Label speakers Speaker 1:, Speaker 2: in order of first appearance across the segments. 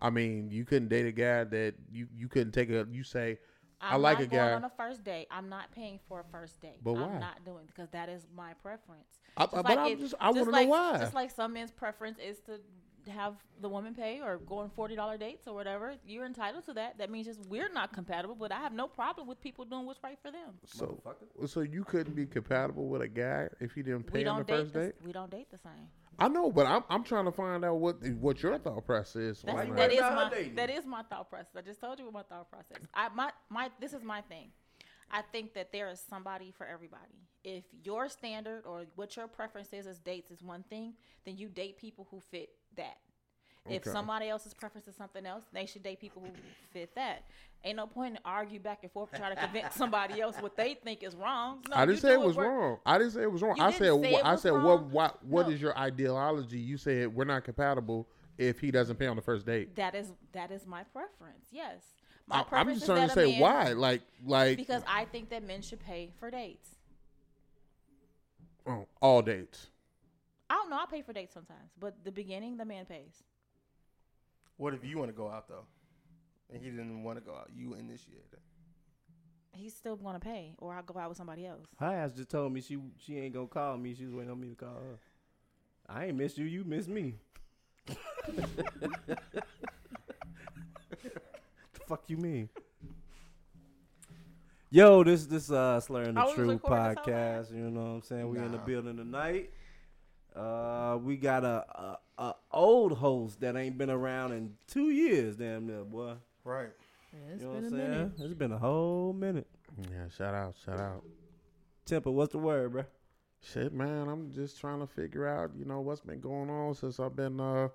Speaker 1: I mean, you couldn't date a guy that you you couldn't take a you say I
Speaker 2: I'm
Speaker 1: like
Speaker 2: not
Speaker 1: a
Speaker 2: going
Speaker 1: guy-
Speaker 2: on a first date. I'm not paying for a first date.
Speaker 1: But why?
Speaker 2: I'm not doing because that is my preference.
Speaker 1: I- uh, but I'm
Speaker 2: it-
Speaker 1: just- I wanna know
Speaker 2: like,
Speaker 1: why.
Speaker 2: Just like some men's preference is to have the woman pay or go on forty dollar dates or whatever. You're entitled to that. That means just we're not compatible. But I have no problem with people doing what's right for them.
Speaker 1: so so you couldn't be compatible with a guy if you didn't pay
Speaker 2: we
Speaker 1: on the
Speaker 2: don't date.
Speaker 1: first
Speaker 2: The,
Speaker 1: date.
Speaker 2: s- we don't date the same.
Speaker 1: I know, but I'm I'm trying to find out what what your thought process is.
Speaker 2: That's,
Speaker 1: on
Speaker 2: that
Speaker 1: that.
Speaker 2: is
Speaker 3: not
Speaker 2: my
Speaker 3: dating.
Speaker 2: that is my thought process. I just told you what my thought process. I my my this is my thing. I think that there is somebody for everybody. If your standard or what your preference is as dates is one thing, then you date people who fit that. If
Speaker 1: Okay.
Speaker 2: somebody else's preference is something else, they should date people who fit that. Ain't no point in argue back and forth trying to convince somebody else what they think is wrong. No,
Speaker 1: I
Speaker 2: you
Speaker 1: didn't say
Speaker 2: do
Speaker 1: it
Speaker 2: what
Speaker 1: was
Speaker 2: work-
Speaker 1: wrong. I didn't say it was wrong.
Speaker 2: You
Speaker 1: I
Speaker 2: didn't
Speaker 1: said
Speaker 2: say
Speaker 1: wha-
Speaker 2: it
Speaker 1: I
Speaker 2: was
Speaker 1: said what
Speaker 2: wrong.
Speaker 1: what what
Speaker 2: No.
Speaker 1: is your ideology? You said we're not compatible if he doesn't pay on the first date.
Speaker 2: That is that is my preference. Yes, my
Speaker 1: I, I'm
Speaker 2: preference
Speaker 1: just
Speaker 2: is
Speaker 1: trying to
Speaker 2: that
Speaker 1: say
Speaker 2: a man-
Speaker 1: why, like like
Speaker 2: because I think that men should pay for dates.
Speaker 1: oh, all dates.
Speaker 2: I don't know. I pay for dates sometimes, but the beginning, the man pays.
Speaker 3: What if you want to go out though, and he didn't want to go out? You initiated. it.
Speaker 2: He's still gonna pay, or I'll go out with somebody else.
Speaker 4: Her ass just told me she she ain't gonna call me. She was waiting on me to call her. I ain't miss you. You miss me. the fuck you mean? Yo, this this uh slurring
Speaker 2: I
Speaker 4: the
Speaker 2: was
Speaker 4: truth
Speaker 2: recording this whole
Speaker 4: podcast. You know what I'm saying? We in the
Speaker 3: Nah.
Speaker 4: building tonight. Uh, we got a, a a old host that ain't been around in two years. Damn near boy.
Speaker 3: Right.
Speaker 5: It's
Speaker 4: you know
Speaker 5: been a
Speaker 4: what I'm
Speaker 5: minute.
Speaker 4: saying? It's been a whole minute.
Speaker 1: Yeah, shout out, shout out.
Speaker 4: Temper, what's the word, bro?
Speaker 1: Shit, man, I'm just trying to figure out, you know, what's been going on since I've been uh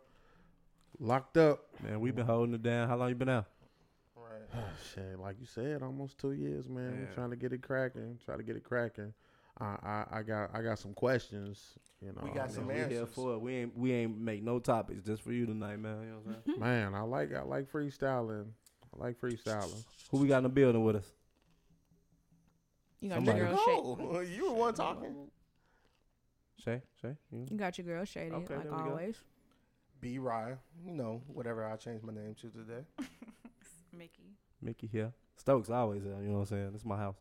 Speaker 1: locked up.
Speaker 4: Man, we've been holding it down. How long you been out?
Speaker 3: Right.
Speaker 1: Shit, like you said, almost two years, man.
Speaker 4: Yeah.
Speaker 1: We're trying to get it cracking, try to get it cracking. I, I I got I got some questions, you know.
Speaker 3: We
Speaker 1: I
Speaker 3: got
Speaker 1: mean,
Speaker 3: some
Speaker 4: We here
Speaker 3: answers.
Speaker 4: for it. We ain't we ain't make no topics just for you tonight, man. You know what I'm saying?
Speaker 1: Man, I like I like freestyling. I like freestyling.
Speaker 4: Who we got in the building with us?
Speaker 5: You got
Speaker 4: Somebody-
Speaker 5: your girl shaded.
Speaker 3: Oh, you were one talking.
Speaker 4: Shay, Shay. You?
Speaker 5: You got your girl shaded,
Speaker 4: Okay, there
Speaker 5: like
Speaker 4: we go.
Speaker 5: always.
Speaker 3: B. Rye. You know, whatever I changed my name to today.
Speaker 2: Mickey,
Speaker 4: Mickey here. Stokes always here. You know what I'm saying? It's my house.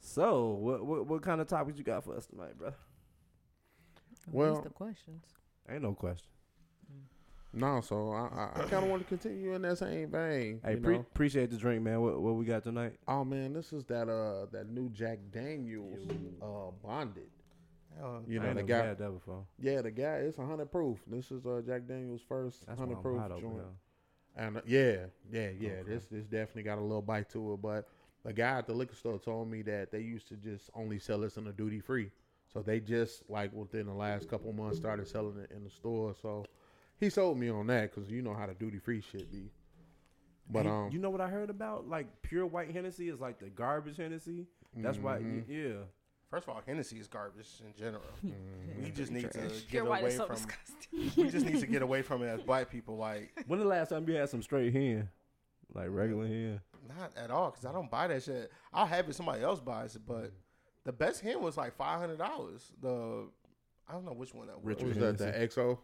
Speaker 4: So, what what, what kind of topics you got for us tonight, bro?
Speaker 1: Well-
Speaker 5: the questions.
Speaker 4: Ain't no question.
Speaker 1: No, so I I, I kind of want to continue in that same vein.
Speaker 4: Hey,
Speaker 1: you
Speaker 4: pre-
Speaker 1: know?
Speaker 4: appreciate the drink, man. What what we got tonight?
Speaker 1: oh man, this is that uh that new Jack Daniels uh bonded.
Speaker 3: Oh,
Speaker 1: You
Speaker 4: I
Speaker 1: know
Speaker 4: ain't
Speaker 1: the
Speaker 4: never
Speaker 1: guy.
Speaker 4: had that before.
Speaker 1: Yeah, the guy. It's hundred proof. This is uh Jack Daniels' first
Speaker 4: That's
Speaker 1: hundred
Speaker 4: why I'm
Speaker 1: proof
Speaker 4: hot over
Speaker 1: joint.
Speaker 4: here.
Speaker 1: And uh, yeah, yeah, yeah.
Speaker 4: Okay.
Speaker 1: This this definitely got a little bite to it. But the guy at the liquor store told me that they used to just only sell this in the duty free. So they just like within the last couple months started selling it in the store. So he sold me on that because you know how the duty free shit be. But
Speaker 4: Hey,
Speaker 1: um,
Speaker 4: you know what I heard about? Like pure white Hennessy is like the garbage Hennessy. That's why,
Speaker 1: mm-hmm.
Speaker 4: y- yeah.
Speaker 3: First of all, Hennessy is garbage in general. We just need to get
Speaker 2: your white
Speaker 3: away
Speaker 2: is so
Speaker 3: from.
Speaker 2: disgusting.
Speaker 3: We just need to get away from it as black people. Like,
Speaker 4: When the last time you had some straight hen, like regular hen?
Speaker 3: not at all, because I don't buy that shit. I'll have it. Somebody else buys it, but the best hen was like five hundred dollars. The I don't know which one that was.
Speaker 1: what was that the XO?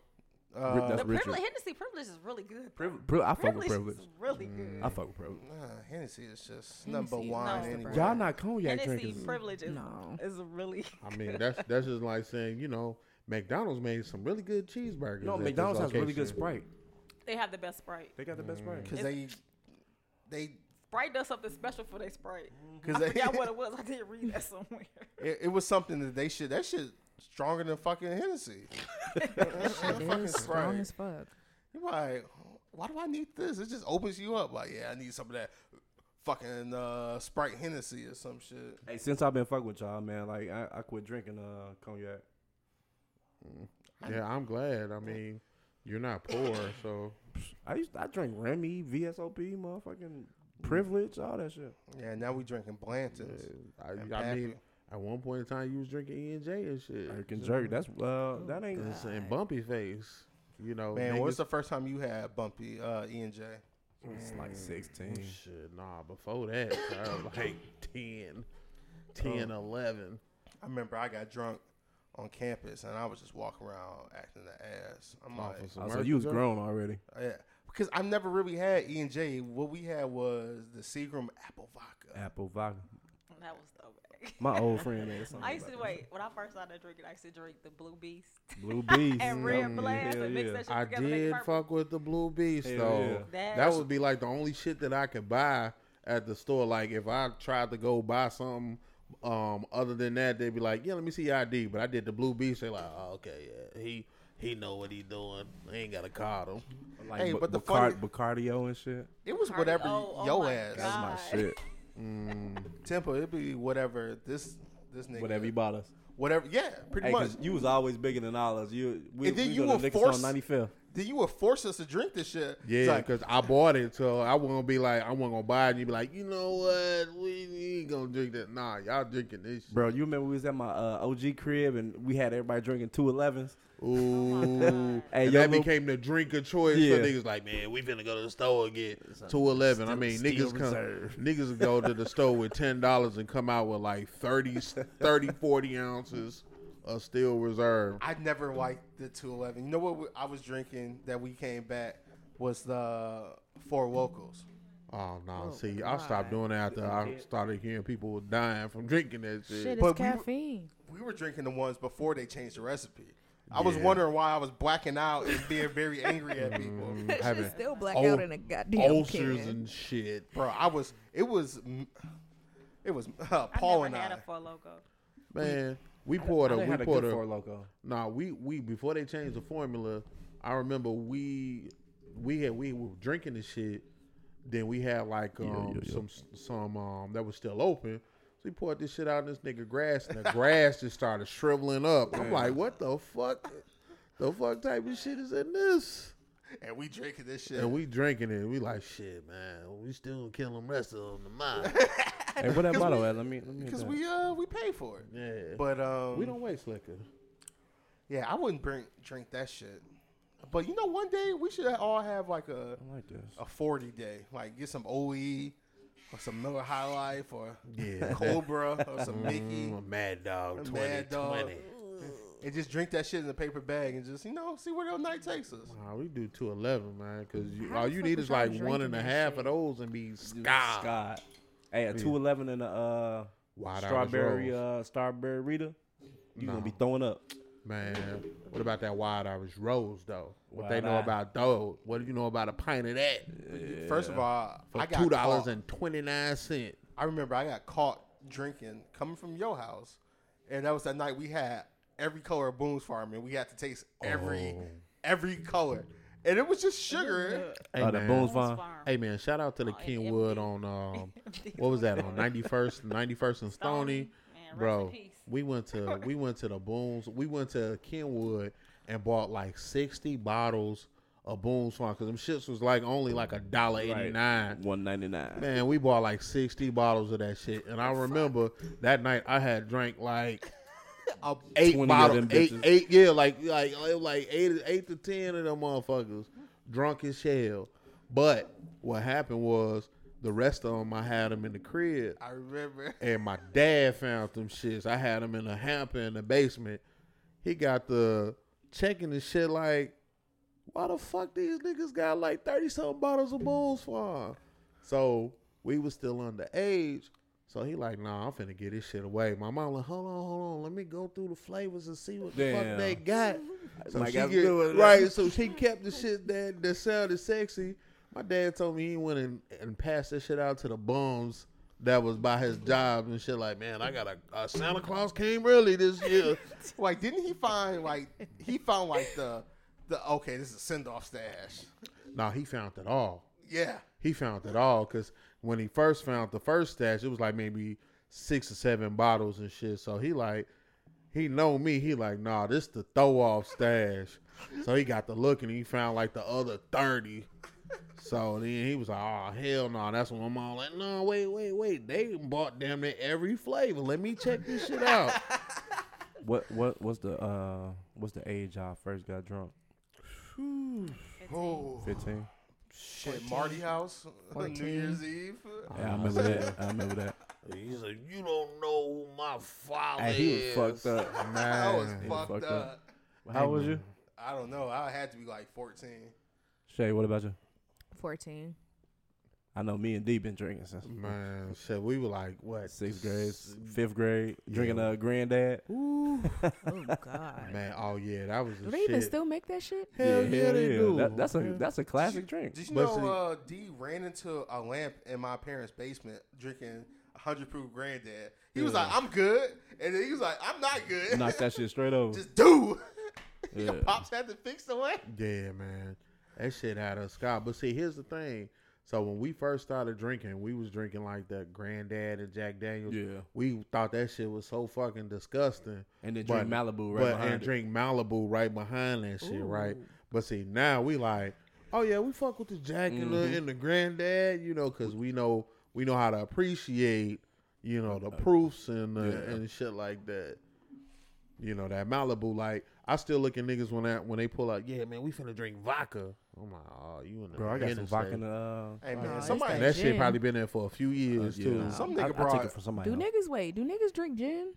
Speaker 3: Uh,
Speaker 4: That's
Speaker 2: the
Speaker 4: Richard.
Speaker 2: privilege, Hennessy privilege is really good.
Speaker 4: Priv- pri- I fuck
Speaker 2: Privilege,
Speaker 4: with privilege. Mm.
Speaker 2: is really good.
Speaker 4: I fuck with privilege.
Speaker 3: nah, Hennessy is just number
Speaker 5: Hennessy is
Speaker 3: one.
Speaker 2: not the
Speaker 3: anyway.
Speaker 2: brand.
Speaker 4: Y'all not cognac
Speaker 2: Hennessy
Speaker 4: drinkers.
Speaker 2: privilege is,
Speaker 5: No.
Speaker 2: is really.
Speaker 1: I mean, that's that's just like saying you know McDonald's made some really good cheeseburgers.
Speaker 4: No,
Speaker 1: at this
Speaker 4: McDonald's has really good
Speaker 1: location.
Speaker 4: Sprite.
Speaker 2: They have the best Sprite.
Speaker 4: They got the best
Speaker 1: Mm.
Speaker 4: Sprite.
Speaker 3: because they they
Speaker 5: Mm-hmm.
Speaker 2: Sprite does something special for their Sprite.
Speaker 3: because
Speaker 2: I
Speaker 3: they
Speaker 2: forgot what it was. I did read that somewhere.
Speaker 3: it, it was something that they should that shit stronger than fucking Hennessy. That shit
Speaker 5: It
Speaker 3: fucking
Speaker 5: is strong
Speaker 3: Sprite.
Speaker 5: as fuck.
Speaker 3: You're like, why do I need this? It just opens you up. Like, yeah, I need some of that fucking uh, Sprite Hennessy or some shit.
Speaker 4: Hey, since I've been fucking with y'all, man, like I, I quit drinking uh cognac.
Speaker 1: Yeah, I'm glad. I mean, you're not poor, so
Speaker 4: I used I drink Remy, VSOP, motherfucking privilege, all that shit.
Speaker 3: Yeah, now we drinking Blanton's.
Speaker 1: I,
Speaker 3: And
Speaker 1: I mean,
Speaker 3: Pappy.
Speaker 1: at one point in time, you was drinking E and J and shit.
Speaker 4: Jerk and jerk. That's uh, that ain't.
Speaker 1: This and bumpy face. You know,
Speaker 3: Man, when's
Speaker 1: niggas-
Speaker 3: the first time you had Bumpy uh, E and J?
Speaker 4: It's
Speaker 3: Mm.
Speaker 4: like sixteen.
Speaker 1: shit? Nah, before that, I was like 10, 10, 11.
Speaker 3: I remember I got drunk on campus, and I was just walking around acting the ass. I'm
Speaker 1: Off
Speaker 3: like,
Speaker 1: of some
Speaker 6: Oh, so you was
Speaker 1: American-
Speaker 6: grown already.
Speaker 3: yeah, because I've never really had E and J. What we had was the Seagram apple vodka.
Speaker 6: Apple vodka.
Speaker 2: That was so bad.
Speaker 6: My old friend made something.
Speaker 2: I used to
Speaker 6: about
Speaker 2: wait when I first started drinking. I used to drink the Blue Beast
Speaker 6: that. Blue Beast.
Speaker 2: and
Speaker 1: Mm,
Speaker 2: Red Blast
Speaker 6: hell
Speaker 2: and mix
Speaker 6: yeah.
Speaker 2: that shit
Speaker 1: I
Speaker 2: together. make
Speaker 1: did
Speaker 2: purple.
Speaker 1: fuck with the Blue Beast
Speaker 6: Hell
Speaker 1: though.
Speaker 2: yeah.
Speaker 1: That would be like the only shit that I could buy at the store. Like if I tried to go buy something um, other than that, they'd be like, "Yeah, let me see your ID." But I did the Blue Beast. They're like, oh, "Okay, yeah, he he know what he doing. I ain't gotta call him."
Speaker 6: Like
Speaker 3: Hey,
Speaker 6: Bu-
Speaker 3: but the
Speaker 6: Bacard-
Speaker 3: funny-
Speaker 6: Bacardio and shit.
Speaker 3: It was
Speaker 2: Cardi-
Speaker 3: whatever
Speaker 2: oh, oh
Speaker 3: yo
Speaker 2: my
Speaker 3: ass
Speaker 6: That's my
Speaker 2: God.
Speaker 6: shit.
Speaker 3: tempo. It'd be whatever this this nigga
Speaker 6: Whatever you bought us.
Speaker 3: whatever. Yeah, pretty
Speaker 6: Hey,
Speaker 3: much.
Speaker 6: 'cause you was always bigger than all us. You we,
Speaker 3: And then
Speaker 6: we
Speaker 3: you
Speaker 6: go
Speaker 3: were
Speaker 6: to Licking
Speaker 3: forced-
Speaker 6: on ninety fifth.
Speaker 3: then you would force us to drink this shit. It's
Speaker 1: Yeah,
Speaker 3: like,
Speaker 1: because I bought it, so I wasn't gonna be like, I wasn't gonna buy it. And you'd be like, "You know what? We ain't gonna drink that." Nah, y'all drinking this. Shit.
Speaker 6: Bro, you remember we was at my uh, OG crib and we had everybody drinking two elevens.
Speaker 2: Oh
Speaker 1: Ooh,
Speaker 6: Hey,
Speaker 1: and
Speaker 6: yo,
Speaker 1: that
Speaker 6: Lil-
Speaker 1: became the drink of choice
Speaker 6: Yeah.
Speaker 1: for niggas. Like, man, we finna go to the store and get two eleven.
Speaker 6: Still-
Speaker 1: I mean,
Speaker 6: still
Speaker 1: niggas come,
Speaker 6: reserved.
Speaker 1: niggas go to the store with ten dollars and come out with like 30, 30 40 ounces of still reserve.
Speaker 3: I never liked the 211. You know what we- I was drinking that we came back was the Four Locals.
Speaker 1: Oh no,
Speaker 5: Oh,
Speaker 1: see, I stopped
Speaker 5: God.
Speaker 1: doing that after I started hearing people were dying from drinking that shit.
Speaker 5: Shit,
Speaker 3: But
Speaker 5: it's
Speaker 3: we were-
Speaker 5: caffeine.
Speaker 3: We were drinking the ones before they changed the recipe. I was
Speaker 1: Yeah.
Speaker 3: wondering why I was blacking out and being very angry at people.
Speaker 5: That
Speaker 1: having
Speaker 5: shit's still black
Speaker 1: ul-
Speaker 5: out in a goddamn
Speaker 1: Ulcers
Speaker 5: can.
Speaker 1: and shit.
Speaker 3: Bro, I was it was mm, it was uh, Paul
Speaker 2: I
Speaker 3: and
Speaker 2: never had
Speaker 3: I.
Speaker 2: a Four Loko.
Speaker 1: Man, we poured a
Speaker 6: They
Speaker 1: we
Speaker 6: had a
Speaker 1: poured
Speaker 6: good
Speaker 1: a
Speaker 6: four loco.
Speaker 1: Nah, we we before they changed the formula, I remember we we had we were drinking the shit. Then we had like um, some some um that was still open. So he poured this shit out in this nigga grass, and the grass just started shriveling up. I'm like, what the fuck? The fuck type of shit is in this?
Speaker 3: And we drinking this shit.
Speaker 1: And we drinking it. We like shit, man. We still gonna kill them rest of them tomorrow.
Speaker 6: Hey, what that bottle at? Let me let me. get
Speaker 3: Cause
Speaker 6: that.
Speaker 3: we uh we paid for it.
Speaker 1: yeah, but
Speaker 3: But um
Speaker 1: we don't waste liquor.
Speaker 3: yeah, I wouldn't bring drink that shit. But you know one day we should all have like a
Speaker 6: I like this.
Speaker 4: Oh,
Speaker 3: a 40 day. Like get some OE or some Miller High Life or
Speaker 1: Yeah,
Speaker 3: Cobra or some Mickey
Speaker 1: Mm, a Mad Dog
Speaker 3: A
Speaker 1: twenty
Speaker 3: Mad Dog.
Speaker 1: twenty.
Speaker 3: and just drink that shit in a paper bag and just, you know, see where the night takes us.
Speaker 1: Nah, we do two eleven, man. Cause you,
Speaker 5: How
Speaker 1: all
Speaker 5: the
Speaker 1: you
Speaker 5: fuck
Speaker 1: need
Speaker 5: was
Speaker 1: is
Speaker 5: y'all
Speaker 1: like one
Speaker 5: drinking
Speaker 1: and a
Speaker 5: that
Speaker 1: half
Speaker 5: shit?
Speaker 1: of those and be sky.
Speaker 6: Scott. Hey, a two eleven and a uh,
Speaker 1: Wide Irish
Speaker 6: strawberry
Speaker 1: Rolls.
Speaker 6: uh, strawberry Rita. You
Speaker 1: No.
Speaker 6: gonna be throwing up?
Speaker 1: man. What about that wide Irish rose though? What they
Speaker 6: Wide
Speaker 1: know
Speaker 6: Eye.
Speaker 1: about those? What do you know about a pint of that
Speaker 3: First of all,
Speaker 1: for
Speaker 3: I got
Speaker 1: two dollars
Speaker 3: caught-
Speaker 1: and twenty nine cent?
Speaker 3: I remember I got caught drinking coming from your house, and that was that night we had every color of Boone's Farm, and we had to taste every
Speaker 1: Oh.
Speaker 3: every color, and it was just sugar.
Speaker 1: Hey,
Speaker 6: Uh, the
Speaker 1: man.
Speaker 6: Boone's
Speaker 2: Boone's
Speaker 6: Farm.
Speaker 2: Farm.
Speaker 1: Hey man, shout out to the
Speaker 2: Oh, and
Speaker 1: Kenwood
Speaker 2: empty.
Speaker 1: on um, what was that on ninety first, ninety first and Stony,
Speaker 2: Man, rest in
Speaker 1: bro.
Speaker 2: peace.
Speaker 1: We went to we went to the Booms, we went to Kenwood and bought like sixty bottles of Booms Farm because them shits was like only like a dollar eighty nine.
Speaker 6: One ninety nine.
Speaker 1: Man, we bought like sixty bottles of that shit, and I remember that night I had drank like
Speaker 3: Uh,
Speaker 1: eight
Speaker 6: 20 of
Speaker 1: bottles,
Speaker 6: them
Speaker 1: eight,
Speaker 6: bitches.
Speaker 1: eight, yeah, like like like eight, eight to ten of them motherfuckers, drunk as hell. But what happened was the rest of them I had them in the crib,
Speaker 3: I remember.
Speaker 1: and my dad found them shits. I had them in a hamper in the basement. He got the checking and shit like, why the fuck these niggas got like thirty something bottles of bulls for? So we was still underage. So he like, nah, I'm finna get this shit away. My mom like, hold on, hold on, let me go through the flavors and see what the fuck
Speaker 6: Damn.
Speaker 1: they got. So
Speaker 6: Might
Speaker 1: she
Speaker 6: got some
Speaker 1: get-
Speaker 6: good ones.
Speaker 1: right, so she kept the shit that that sounded sexy. My dad told me he went and, and passed that shit out to the bums that was by his job and shit. Like, man, I got a, a Santa Claus came early this year.
Speaker 3: Like, didn't he find like he found like the the okay, this is a send off stash.
Speaker 1: nah, he found it all.
Speaker 3: Yeah,
Speaker 1: he found it all because when he first found the first stash, it was like maybe six or seven bottles and shit. So he like, he know me. He like, nah, this the throw off stash. So he got the look and he found like the other thirty. So then he was like, oh hell no. That's when I'm all like, no, wait, wait, wait. They bought damn near every flavor. Let me check this shit out.
Speaker 6: What what what's the uh what's the age y'all first got drunk?
Speaker 3: oh,
Speaker 6: Fifteen.
Speaker 3: Shit, Marty House, New
Speaker 5: 14.
Speaker 3: Year's Eve.
Speaker 4: Yeah, I remember that. I remember that.
Speaker 1: He's like, you don't know who my father
Speaker 4: Hey, he was fucked
Speaker 1: is."
Speaker 4: up.
Speaker 3: I was
Speaker 1: Man.
Speaker 4: fucked
Speaker 3: fucked
Speaker 4: up.
Speaker 3: up.
Speaker 4: How old was you,
Speaker 3: I don't know. I had to be like 14.
Speaker 4: Shay? What about you?
Speaker 5: 14.
Speaker 4: I know me and D been drinking since
Speaker 1: Man, shit, we were like, what?
Speaker 4: sixth grade, fifth grade, drinking
Speaker 1: Yeah.
Speaker 4: a granddad.
Speaker 5: Ooh. oh, God.
Speaker 1: Man, oh yeah, that was
Speaker 5: Do
Speaker 1: the
Speaker 5: they
Speaker 1: shit.
Speaker 5: even still make that shit?
Speaker 1: Hell yeah, they do.
Speaker 4: That, that's a
Speaker 1: Yeah.
Speaker 4: that's a classic drink.
Speaker 3: Did you
Speaker 1: But
Speaker 3: know uh, D ran into a lamp in my parents' basement drinking 100 proof granddad? He was like, I'm good. And then he was like, I'm not good.
Speaker 4: Knock that shit straight over.
Speaker 3: Just do. Your
Speaker 4: Yeah.
Speaker 3: pops had to fix the lamp.
Speaker 1: Yeah, man, that shit had us sky. But see, here's the thing. So when we first started drinking, we was drinking like that Granddad and Jack Daniels.
Speaker 4: Yeah.
Speaker 1: We thought that shit was so fucking disgusting.
Speaker 4: And then drink Malibu right
Speaker 1: but,
Speaker 4: behind
Speaker 1: and
Speaker 4: it.
Speaker 1: drink Malibu right behind that shit, right? But see, now we like, oh yeah, we fuck with the Jack and,
Speaker 4: Mm-hmm.
Speaker 1: the, and the Granddad, you know, because we know we know how to appreciate, you know, the proofs and uh, and shit like that. You know that Malibu, like I still look at niggas when that when they pull out, yeah man, we finna drink vodka. I'm like, oh, you in the
Speaker 4: Bro, I got some
Speaker 1: interstate."
Speaker 4: vodka. in the, Uh,
Speaker 3: Hey, man,
Speaker 5: it's
Speaker 3: somebody.
Speaker 1: And that shit
Speaker 5: Gin.
Speaker 1: probably been there for a few years
Speaker 4: yeah.
Speaker 1: too.
Speaker 3: Some
Speaker 4: I-
Speaker 3: nigga
Speaker 4: I, took
Speaker 3: brought-
Speaker 4: it for somebody.
Speaker 5: Do
Speaker 4: else.
Speaker 5: niggas, wait, do niggas drink gin?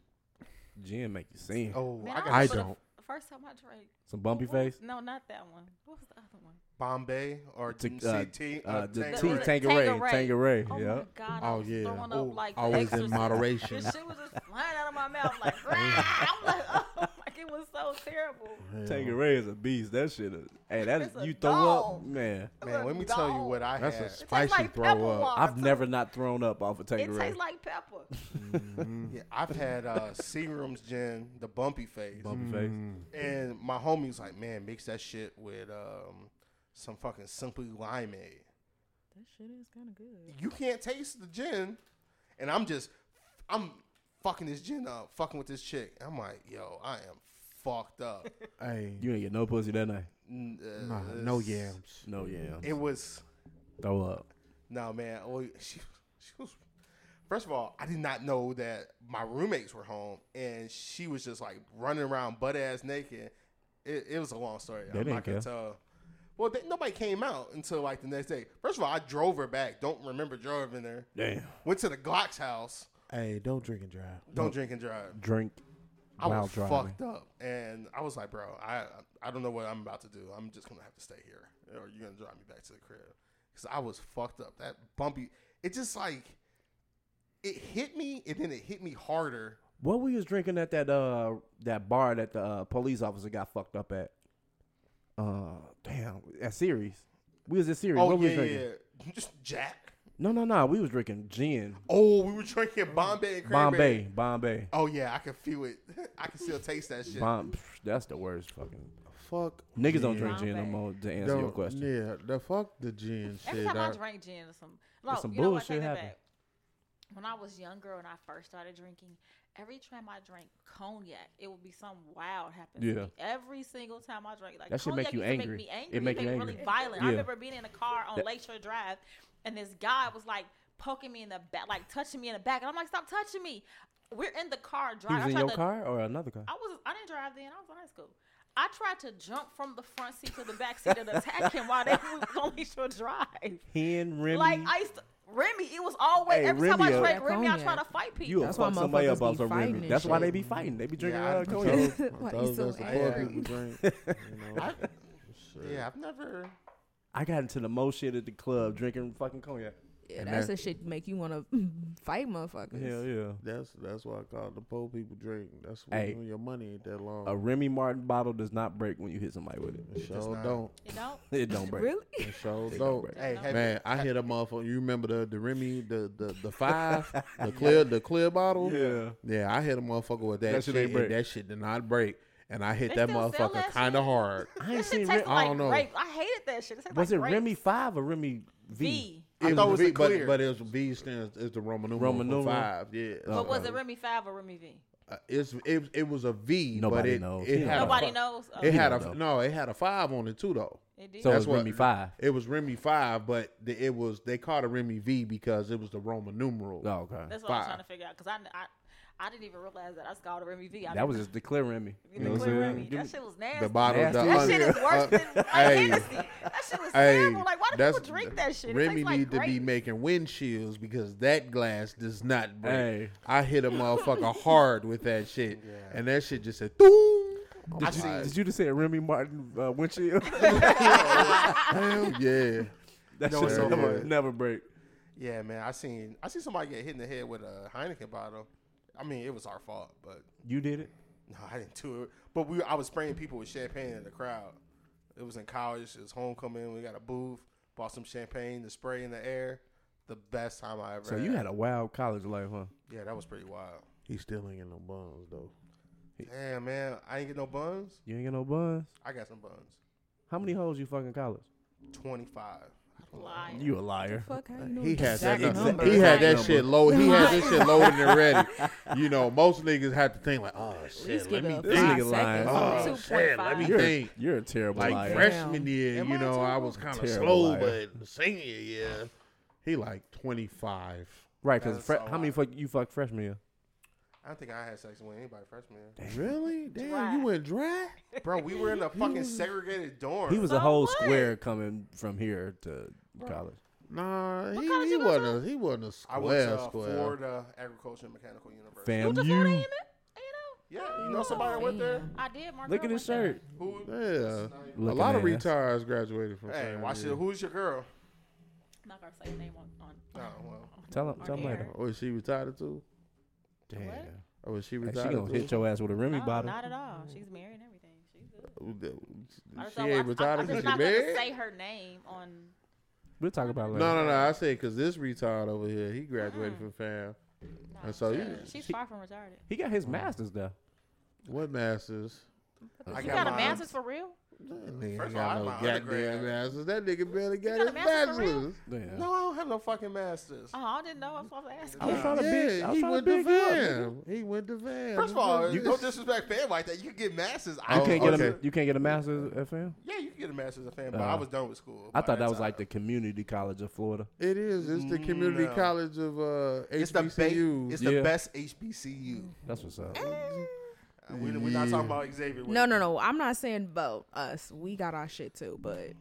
Speaker 4: Gin make you sing.
Speaker 3: Oh,
Speaker 2: Man,
Speaker 3: I got
Speaker 1: I
Speaker 2: for the f-
Speaker 1: don't.
Speaker 2: First time I drank.
Speaker 4: Some bumpy
Speaker 2: what was-
Speaker 4: face.
Speaker 2: No, not that one. What was the other one?
Speaker 3: Bombay or
Speaker 4: To, uh,
Speaker 3: CT.
Speaker 4: uh, the tea,
Speaker 2: Tanqueray.
Speaker 4: Tangeray,
Speaker 2: Tanqueray.
Speaker 4: Tangeray.
Speaker 2: Oh
Speaker 4: yeah.
Speaker 2: my god! I
Speaker 1: Oh,
Speaker 2: was
Speaker 1: yeah.
Speaker 2: Throwing
Speaker 1: Oh,
Speaker 2: up like the
Speaker 1: always in
Speaker 2: Exorcist.
Speaker 1: moderation.
Speaker 2: This shit was just flying out of my mouth like, "Rah!" I'm like, oh, like it was so terrible.
Speaker 1: Yeah.
Speaker 4: Tangeray is a beast. That shit is. Hey, that is.
Speaker 2: It's a
Speaker 4: You throw up,
Speaker 2: dog.
Speaker 4: man.
Speaker 3: Man, let me tell you what I
Speaker 1: That's
Speaker 3: had.
Speaker 1: a
Speaker 2: It tastes
Speaker 1: spicy
Speaker 2: like
Speaker 1: throw
Speaker 2: pepper
Speaker 1: up.
Speaker 2: water,
Speaker 4: I've
Speaker 2: too.
Speaker 4: never not thrown up off of
Speaker 2: It
Speaker 4: Tangeray.
Speaker 2: tastes like pepper.
Speaker 3: Yeah, I've had uh, Seagram's gin, the bumpy face,
Speaker 4: bumpy
Speaker 1: Mm-hmm.
Speaker 4: face.
Speaker 3: and my homie's like, man, mix that shit with um, some fucking simply limeade.
Speaker 5: That shit is kind of good.
Speaker 3: You can't taste the gin, and I'm just, I'm fucking this gin up, fucking with this chick. I'm like, yo, I am fucked up.
Speaker 1: Hey,
Speaker 4: You ain't get no pussy that night.
Speaker 3: N- uh,
Speaker 1: nah, no yams.
Speaker 4: No, yeah.
Speaker 3: It was
Speaker 4: Throw up.
Speaker 3: no man. Well, she she was. First of all, I did not know that my roommates were home, and she was just like running around butt ass naked. It, it was a long story.
Speaker 4: They
Speaker 3: I'm
Speaker 4: didn't
Speaker 3: not gonna
Speaker 4: care.
Speaker 3: tell. Well, they, nobody came out until like the next day. First of all, I drove her back. Don't remember driving there.
Speaker 4: Damn.
Speaker 3: Went to the Glock's house.
Speaker 1: Hey, don't drink and drive.
Speaker 3: Don't drink and drive.
Speaker 4: Drink.
Speaker 3: I
Speaker 4: while
Speaker 3: was
Speaker 4: driving.
Speaker 3: fucked up, and I was like, bro, I I don't know what I'm about to do. I'm just gonna have to stay here, or you're gonna drive me back to the crib, because I was fucked up. That bumpy, it just like it hit me, and then it hit me harder.
Speaker 4: What we was drinking at that uh that bar that the uh, police officer got fucked up at? Uh, damn, at series. We was at series.
Speaker 3: Oh
Speaker 4: what we
Speaker 3: yeah,
Speaker 4: was drinking?
Speaker 3: yeah, just Jack.
Speaker 4: No, no, no. We was drinking gin,
Speaker 3: Oh, we were drinking Bombay and cranberry.
Speaker 4: Bombay, Bombay.
Speaker 3: Oh yeah, I can feel it. I can still taste that shit.
Speaker 4: Bomb. pff, That's the worst. Fucking
Speaker 1: Fuck.
Speaker 4: niggas don't
Speaker 1: gin.
Speaker 4: drink gin no
Speaker 2: Bombay.
Speaker 4: more. To answer
Speaker 1: Don't-
Speaker 4: your question,
Speaker 1: Yeah, the fuck the gin
Speaker 2: Every
Speaker 1: shit.
Speaker 2: time I,
Speaker 1: I-
Speaker 2: drink gin or some, no,
Speaker 4: some
Speaker 2: you know what? I
Speaker 4: bullshit
Speaker 2: take that
Speaker 4: happen.
Speaker 2: back. When I was younger and I first started drinking, every time I drank cognac, it would be something wild happened.
Speaker 4: Yeah.
Speaker 2: To me. Every single time I drank, like
Speaker 4: That shit make
Speaker 2: cognac
Speaker 4: you
Speaker 2: used to Make
Speaker 4: angry.
Speaker 2: me
Speaker 4: It
Speaker 2: angry.
Speaker 4: make you
Speaker 2: me
Speaker 4: angry.
Speaker 2: really violent.
Speaker 4: Yeah.
Speaker 2: I remember being in a car on
Speaker 4: That-
Speaker 2: Lakeshore Drive, and this guy was like poking me in the back, like touching me in the back, and I'm like, "Stop touching me!" We're in the car
Speaker 4: he
Speaker 2: driving.
Speaker 4: was
Speaker 2: I
Speaker 4: in
Speaker 2: tried
Speaker 4: your
Speaker 2: to-
Speaker 4: car or another car.
Speaker 2: I was I didn't drive then. I was in high school. I tried to jump from the front seat to the back seat and attack him while they was on Lakeshore Drive.
Speaker 4: Hen Remy.
Speaker 2: Like I used to, Remy, it was always
Speaker 4: Hey,
Speaker 2: every
Speaker 4: Remy
Speaker 2: time I
Speaker 4: a-
Speaker 2: drank Remy, I
Speaker 5: Cognac.
Speaker 2: try to fight people.
Speaker 4: you a
Speaker 5: That's why
Speaker 4: fuck somebody up
Speaker 5: motherfuckers
Speaker 4: off
Speaker 5: be
Speaker 4: some
Speaker 5: fighting
Speaker 4: Remy.
Speaker 5: and
Speaker 4: That's why
Speaker 5: shit.
Speaker 4: they be fighting. They be drinking
Speaker 3: Yeah, I-
Speaker 4: uh,
Speaker 1: I told-
Speaker 4: cognac.
Speaker 1: I
Speaker 5: Why
Speaker 1: told
Speaker 5: you so
Speaker 1: that's the poor
Speaker 5: angry?
Speaker 1: people drink. You know, shit.
Speaker 3: Yeah, I've never.
Speaker 4: I got into the most shit at the club drinking fucking cognac.
Speaker 5: Yeah,
Speaker 1: And
Speaker 5: that's
Speaker 1: that-
Speaker 5: the shit make you want to fight motherfuckers.
Speaker 4: Hell yeah.
Speaker 1: That's that's why I call the poor people drink. That's what
Speaker 4: Hey.
Speaker 1: when your money ain't that long.
Speaker 4: A Remy Martin bottle does not break when you hit somebody with it.
Speaker 1: it
Speaker 3: does
Speaker 1: sure
Speaker 3: not.
Speaker 1: don't.
Speaker 2: You know?
Speaker 4: It don't break.
Speaker 5: Really?
Speaker 1: It sure
Speaker 4: It don't
Speaker 1: don't.
Speaker 4: break.
Speaker 3: Hey, have
Speaker 1: Man, I hit a motherfucker. You remember the the Remy, the the, the five, the clear the clear bottle.
Speaker 4: Yeah.
Speaker 1: yeah. I hit a motherfucker with that,
Speaker 4: That shit
Speaker 1: shit.
Speaker 4: ain't
Speaker 1: and
Speaker 4: break.
Speaker 1: that shit did not break, and I hit
Speaker 2: They
Speaker 1: that
Speaker 2: still sell
Speaker 1: motherfucker
Speaker 2: that
Speaker 1: kind of
Speaker 2: shit?
Speaker 1: hard.
Speaker 4: I ain't
Speaker 2: That shit
Speaker 4: seen
Speaker 2: tasted
Speaker 4: Remy.
Speaker 1: I
Speaker 2: like
Speaker 1: don't know.
Speaker 2: grape. I hated that shit. It tasted
Speaker 4: Was it
Speaker 2: like grape.
Speaker 4: Remy 5 or Remy V?
Speaker 2: V?
Speaker 3: I thought it was
Speaker 1: V,
Speaker 3: the
Speaker 1: but
Speaker 3: clear.
Speaker 1: but it's V stands is the Roman numeral,
Speaker 4: Roman
Speaker 1: for
Speaker 4: numeral.
Speaker 1: five. Yeah,
Speaker 2: But
Speaker 4: Okay.
Speaker 2: was it Remy Five or Remy V?
Speaker 1: Uh, it's it, it was a V, but
Speaker 4: Nobody
Speaker 1: it
Speaker 4: knows.
Speaker 1: it
Speaker 4: Yeah.
Speaker 1: had
Speaker 2: Nobody
Speaker 1: a, fi-
Speaker 2: knows. Oh,
Speaker 1: It had a
Speaker 4: don't
Speaker 1: no, it had a five on it too though.
Speaker 2: it did.
Speaker 4: So
Speaker 1: That's
Speaker 4: it's
Speaker 1: what-
Speaker 4: Remy 5.
Speaker 1: It was Remy five, but the, it was they called it Remy V because it was the Roman numeral.
Speaker 4: Oh, okay.
Speaker 2: That's what I'm
Speaker 1: Five.
Speaker 2: trying to figure out because I, kn- I I didn't even realize that. I just called a Remy V. I
Speaker 4: That was just declaring me. You know what I'm
Speaker 2: Clear
Speaker 4: saying?
Speaker 2: Remy. That shit was nasty.
Speaker 1: The bottle, the
Speaker 2: that shit is
Speaker 1: uh,
Speaker 2: worse than like,
Speaker 1: hey.
Speaker 2: Hennessy. That shit is
Speaker 1: Hey,
Speaker 2: terrible. Like, why do
Speaker 1: that's-
Speaker 2: people drink that shit? It
Speaker 1: Remy
Speaker 2: tastes like
Speaker 1: need to be
Speaker 2: grape.
Speaker 1: making windshields because that glass does not break.
Speaker 4: Hey.
Speaker 1: I hit a motherfucker hard with that shit, and that shit just said, "Doom." I'm
Speaker 4: Did you,
Speaker 1: like,
Speaker 4: did you just say Remy Martin uh, windshield?
Speaker 1: Hell yeah.
Speaker 4: that
Speaker 3: No,
Speaker 4: shit
Speaker 1: it's so
Speaker 4: never,
Speaker 3: good.
Speaker 4: never break.
Speaker 3: Yeah, man. I seen I seen somebody get hit in the head with a Heineken bottle. I mean, it was our fault, but
Speaker 4: You did it.
Speaker 3: no, I didn't do it. But we I was spraying people with champagne in the crowd. It was in college. It was homecoming. We got a booth. Bought some champagne to spray in the air. The best time I ever.
Speaker 4: So you had a wild college life, huh?
Speaker 3: yeah, that was pretty wild.
Speaker 1: He still ain't in no buns though.
Speaker 3: Damn, man. I ain't get no buns.
Speaker 4: You ain't get no buns.
Speaker 3: I got some buns.
Speaker 4: How many hoes you fucking college?
Speaker 3: Twenty five.
Speaker 2: Lying.
Speaker 4: You a liar.
Speaker 5: Fuck, how you know
Speaker 1: He
Speaker 5: the
Speaker 1: had that.
Speaker 5: exact
Speaker 1: exa-
Speaker 5: number?
Speaker 1: he had that
Speaker 4: Number.
Speaker 1: shit low. He had this shit loaded and ready. You know, most niggas had to think like, oh
Speaker 5: At
Speaker 1: shit,
Speaker 5: least
Speaker 1: let
Speaker 5: give
Speaker 1: me
Speaker 5: it a
Speaker 4: this
Speaker 5: five
Speaker 4: nigga lying.
Speaker 5: seconds.
Speaker 1: Oh,
Speaker 2: Two
Speaker 1: shit,
Speaker 2: point
Speaker 1: let me
Speaker 2: five.
Speaker 4: You're,
Speaker 1: think.
Speaker 4: you're a terrible
Speaker 1: Like
Speaker 4: liar.
Speaker 1: freshman year,
Speaker 3: Am
Speaker 1: you
Speaker 3: I
Speaker 1: know, I
Speaker 3: terrible?
Speaker 1: was kind of
Speaker 4: Terrible
Speaker 1: slow,
Speaker 4: liar.
Speaker 1: but senior year, he like twenty five.
Speaker 4: right? Because
Speaker 3: That's
Speaker 4: fre-
Speaker 3: a
Speaker 4: how many
Speaker 3: lie.
Speaker 4: fuck you fuck freshman year?
Speaker 3: I don't think I had sex with anybody freshman year.
Speaker 1: Really? Damn,
Speaker 2: Dry.
Speaker 1: you went dry.
Speaker 3: Bro, we were in a fucking segregated dorm.
Speaker 4: He was
Speaker 2: So
Speaker 4: a whole
Speaker 2: what?
Speaker 4: square coming from here to college.
Speaker 1: Nah, he,
Speaker 2: college
Speaker 1: he
Speaker 2: you went
Speaker 1: wasn't. A, he wasn't a square.
Speaker 3: I went to uh,
Speaker 1: square.
Speaker 3: Florida Agricultural and Mechanical University.
Speaker 2: Who
Speaker 4: Fam,
Speaker 2: the Florida
Speaker 4: you
Speaker 2: A&M? A&M?
Speaker 3: Yeah,
Speaker 2: Oh,
Speaker 3: you know somebody that went there?
Speaker 2: I did. Mark
Speaker 4: look at his shirt.
Speaker 3: Who?
Speaker 1: Yeah, a
Speaker 4: Looking
Speaker 1: lot of
Speaker 4: ass.
Speaker 1: retires graduated from.
Speaker 3: Hey,
Speaker 1: Sam
Speaker 3: watch
Speaker 1: Houston.
Speaker 3: it. Who's your girl?
Speaker 2: I'm not gonna say her name on. on
Speaker 3: Oh, well.
Speaker 4: Tell him,
Speaker 2: on
Speaker 4: tell him
Speaker 2: air.
Speaker 4: later.
Speaker 1: Oh, is she retired too?
Speaker 4: Damn,
Speaker 2: What?
Speaker 4: Hey,
Speaker 1: Oh, is she
Speaker 4: she
Speaker 1: retired?
Speaker 4: gonna
Speaker 1: too?
Speaker 4: hit your ass with a Remy
Speaker 2: No,
Speaker 4: bottle.
Speaker 2: not at all. She's married and everything. She's good. I just
Speaker 1: She
Speaker 2: don't-
Speaker 1: ain't
Speaker 2: I-
Speaker 1: retired
Speaker 2: I'm
Speaker 1: because
Speaker 2: just
Speaker 1: she
Speaker 2: not gonna
Speaker 1: married.
Speaker 2: say her name on.
Speaker 4: We'll talk about it
Speaker 1: No,
Speaker 4: later.
Speaker 1: no, no. I said because this retard over here, he graduated
Speaker 2: Mm.
Speaker 1: from fam.
Speaker 2: no,
Speaker 1: And so you,
Speaker 2: She's
Speaker 4: She-
Speaker 2: far from retarded.
Speaker 4: He got his masters though.
Speaker 1: what masters?
Speaker 3: I
Speaker 2: You got a
Speaker 3: mine.
Speaker 2: master's for real?
Speaker 1: That nigga
Speaker 3: First of all, I
Speaker 1: got
Speaker 3: had
Speaker 1: no
Speaker 3: my undergrad.
Speaker 1: goddamn masters. That nigga barely got
Speaker 2: got a
Speaker 1: his
Speaker 2: master's for real?
Speaker 1: bachelor's.
Speaker 4: Damn.
Speaker 3: No, I don't have no fucking masters.
Speaker 2: Oh, I didn't know. I'm supposed to ask.
Speaker 3: I was
Speaker 2: you.
Speaker 4: trying to big- I
Speaker 1: Yeah,
Speaker 4: was
Speaker 1: he
Speaker 4: trying to
Speaker 1: went to
Speaker 4: big you up,
Speaker 1: fam. He went to fam.
Speaker 3: First of all,
Speaker 1: you
Speaker 3: you don't disrespect fam like that. You can get masters.
Speaker 4: You
Speaker 1: Oh,
Speaker 4: can't get
Speaker 1: okay.
Speaker 4: a you can't get a master's at fam.
Speaker 3: Yeah, you can get a master's at fam, but
Speaker 4: Uh,
Speaker 3: I was done with school.
Speaker 4: I
Speaker 3: by
Speaker 4: thought that was
Speaker 3: time.
Speaker 4: like the community college of Florida.
Speaker 1: it is. It's the community
Speaker 3: Mm, No.
Speaker 1: college of uh,
Speaker 3: It's the, ba-
Speaker 1: HBCUs.
Speaker 3: it's
Speaker 4: Yeah.
Speaker 3: the best HBCU.
Speaker 4: That's what's up.
Speaker 3: Uh, we, We're not
Speaker 1: Yeah.
Speaker 3: talking about Xavier.
Speaker 5: No, no, no. I'm not saying about us. We got our shit too, but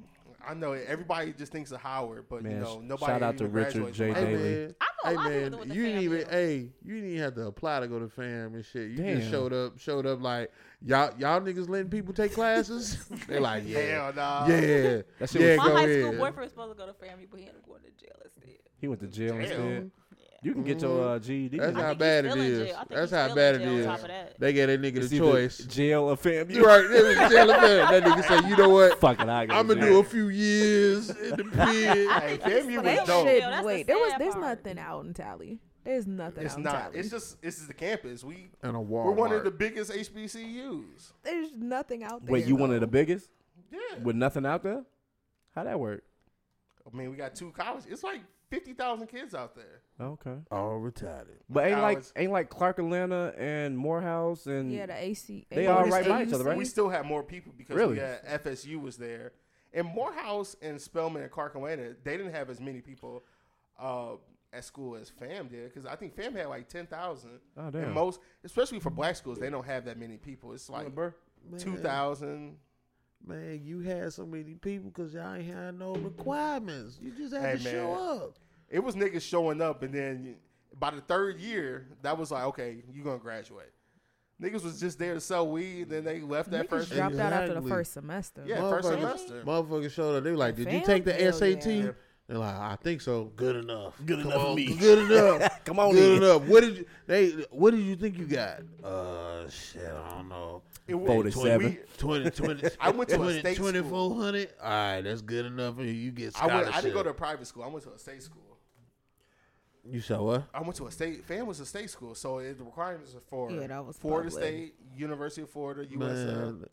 Speaker 3: I know everybody just thinks of Howard, but you
Speaker 4: Man,
Speaker 3: know
Speaker 4: sh-
Speaker 3: nobody.
Speaker 4: shout out to
Speaker 3: even
Speaker 4: Richard
Speaker 3: graduates
Speaker 4: J.
Speaker 3: from
Speaker 1: Hey
Speaker 3: Howard.
Speaker 4: Daly.
Speaker 1: man,
Speaker 2: I
Speaker 1: hey
Speaker 2: know
Speaker 3: Oh,
Speaker 2: a lot of
Speaker 1: man,
Speaker 2: people with the
Speaker 1: you didn't
Speaker 2: fam
Speaker 1: even
Speaker 2: deal.
Speaker 1: hey, you didn't even have to apply to go to fam and shit. You just
Speaker 4: Damn.
Speaker 1: showed up, showed up like y'all y'all niggas letting people take classes. they like yeah,
Speaker 3: Hell nah.
Speaker 1: yeah,
Speaker 4: That shit
Speaker 1: yeah,
Speaker 4: was-
Speaker 2: My
Speaker 1: go
Speaker 2: high school
Speaker 1: ahead.
Speaker 2: boyfriend was supposed to go to family, but he ended up going to jail instead.
Speaker 4: He went to jail
Speaker 3: Damn.
Speaker 4: instead. You can get your uh, GED.
Speaker 1: That's
Speaker 4: now.
Speaker 1: how
Speaker 2: think he's
Speaker 1: bad it
Speaker 2: still in jail.
Speaker 1: is.
Speaker 2: I think
Speaker 1: That's
Speaker 2: he's
Speaker 1: how
Speaker 2: still
Speaker 1: bad
Speaker 2: in
Speaker 1: it
Speaker 2: jail on
Speaker 1: is.
Speaker 2: top of that.
Speaker 1: They gave that nigga
Speaker 4: It's
Speaker 1: the
Speaker 4: either
Speaker 1: choice.
Speaker 4: Jail or fam.
Speaker 1: You right? They was telling them. That nigga said, you know what?
Speaker 4: Fucking I got
Speaker 1: I'm gonna do a few years in the pen.
Speaker 3: Hey, fam, you was
Speaker 2: That's
Speaker 3: dope.
Speaker 2: shit.
Speaker 5: shit.
Speaker 2: That's the
Speaker 5: Wait, there was
Speaker 2: sad
Speaker 5: there's
Speaker 2: part.
Speaker 5: nothing out in Tally. There's nothing.
Speaker 3: It's
Speaker 5: out In
Speaker 3: not.
Speaker 5: Tally.
Speaker 3: It's just. This is the campus. We
Speaker 1: And a wall.
Speaker 3: we're one of the biggest HBCUs.
Speaker 5: there's nothing out there.
Speaker 4: Wait, you one of the biggest
Speaker 3: Yeah.
Speaker 4: with nothing out there? How that work?
Speaker 3: I mean, we got two colleges. It's like fifty thousand kids out there.
Speaker 4: Okay,
Speaker 1: all retarded.
Speaker 4: but ain't like
Speaker 3: College.
Speaker 4: ain't like Clark Atlanta and Morehouse and
Speaker 5: Yeah, the AC.
Speaker 4: They
Speaker 5: all
Speaker 4: all
Speaker 5: right
Speaker 4: right by each other, right?
Speaker 3: We still have more people because
Speaker 4: Really?
Speaker 3: we had FSU was there, and Morehouse and Spelman and Clark Atlanta. They didn't have as many people uh, at school as Fam did because I think Fam had like ten thousand.
Speaker 4: oh
Speaker 3: And
Speaker 4: damn.
Speaker 3: most, especially for black schools, they don't have that many people. It's like
Speaker 5: uh,
Speaker 3: two thousand.
Speaker 1: Man, you had so many people because y'all ain't had no requirements. You just had
Speaker 3: Hey,
Speaker 1: to
Speaker 3: man.
Speaker 1: show up.
Speaker 3: It was niggas showing up, and then you- by the third year, that was like, okay, you gonna graduate. Niggas was just there to sell weed, then they left that
Speaker 5: Niggas
Speaker 3: first.
Speaker 1: drop-
Speaker 5: dropped out after the
Speaker 1: Exactly.
Speaker 5: first semester.
Speaker 3: Yeah, first
Speaker 1: Motherfuckers-
Speaker 3: semester.
Speaker 1: Motherfuckers showed up. They were like, "Did you
Speaker 5: Fam,
Speaker 1: take the
Speaker 5: hell
Speaker 1: SAT?"
Speaker 5: yeah.
Speaker 1: They're like, "I think so. Good enough. Good
Speaker 4: enough for me."
Speaker 1: Good enough.
Speaker 4: Come on
Speaker 1: good
Speaker 4: in.
Speaker 1: enough. What did you? They? What did you think you got? Uh, shit. I don't know.
Speaker 3: It was-
Speaker 4: 47.
Speaker 3: we-
Speaker 1: 20, 20,
Speaker 3: I went to a state school.
Speaker 1: 2400 All right, that's good enough. for You You get
Speaker 3: I,
Speaker 1: scholarship.
Speaker 3: went, I didn't go to a private school. I went to a state school.
Speaker 1: You said what?
Speaker 3: I went to a state. Fam was a state school, so it, the requirements are for
Speaker 5: Yeah, that was
Speaker 3: Florida
Speaker 5: public.
Speaker 3: State, University of Florida, USF.
Speaker 1: Man,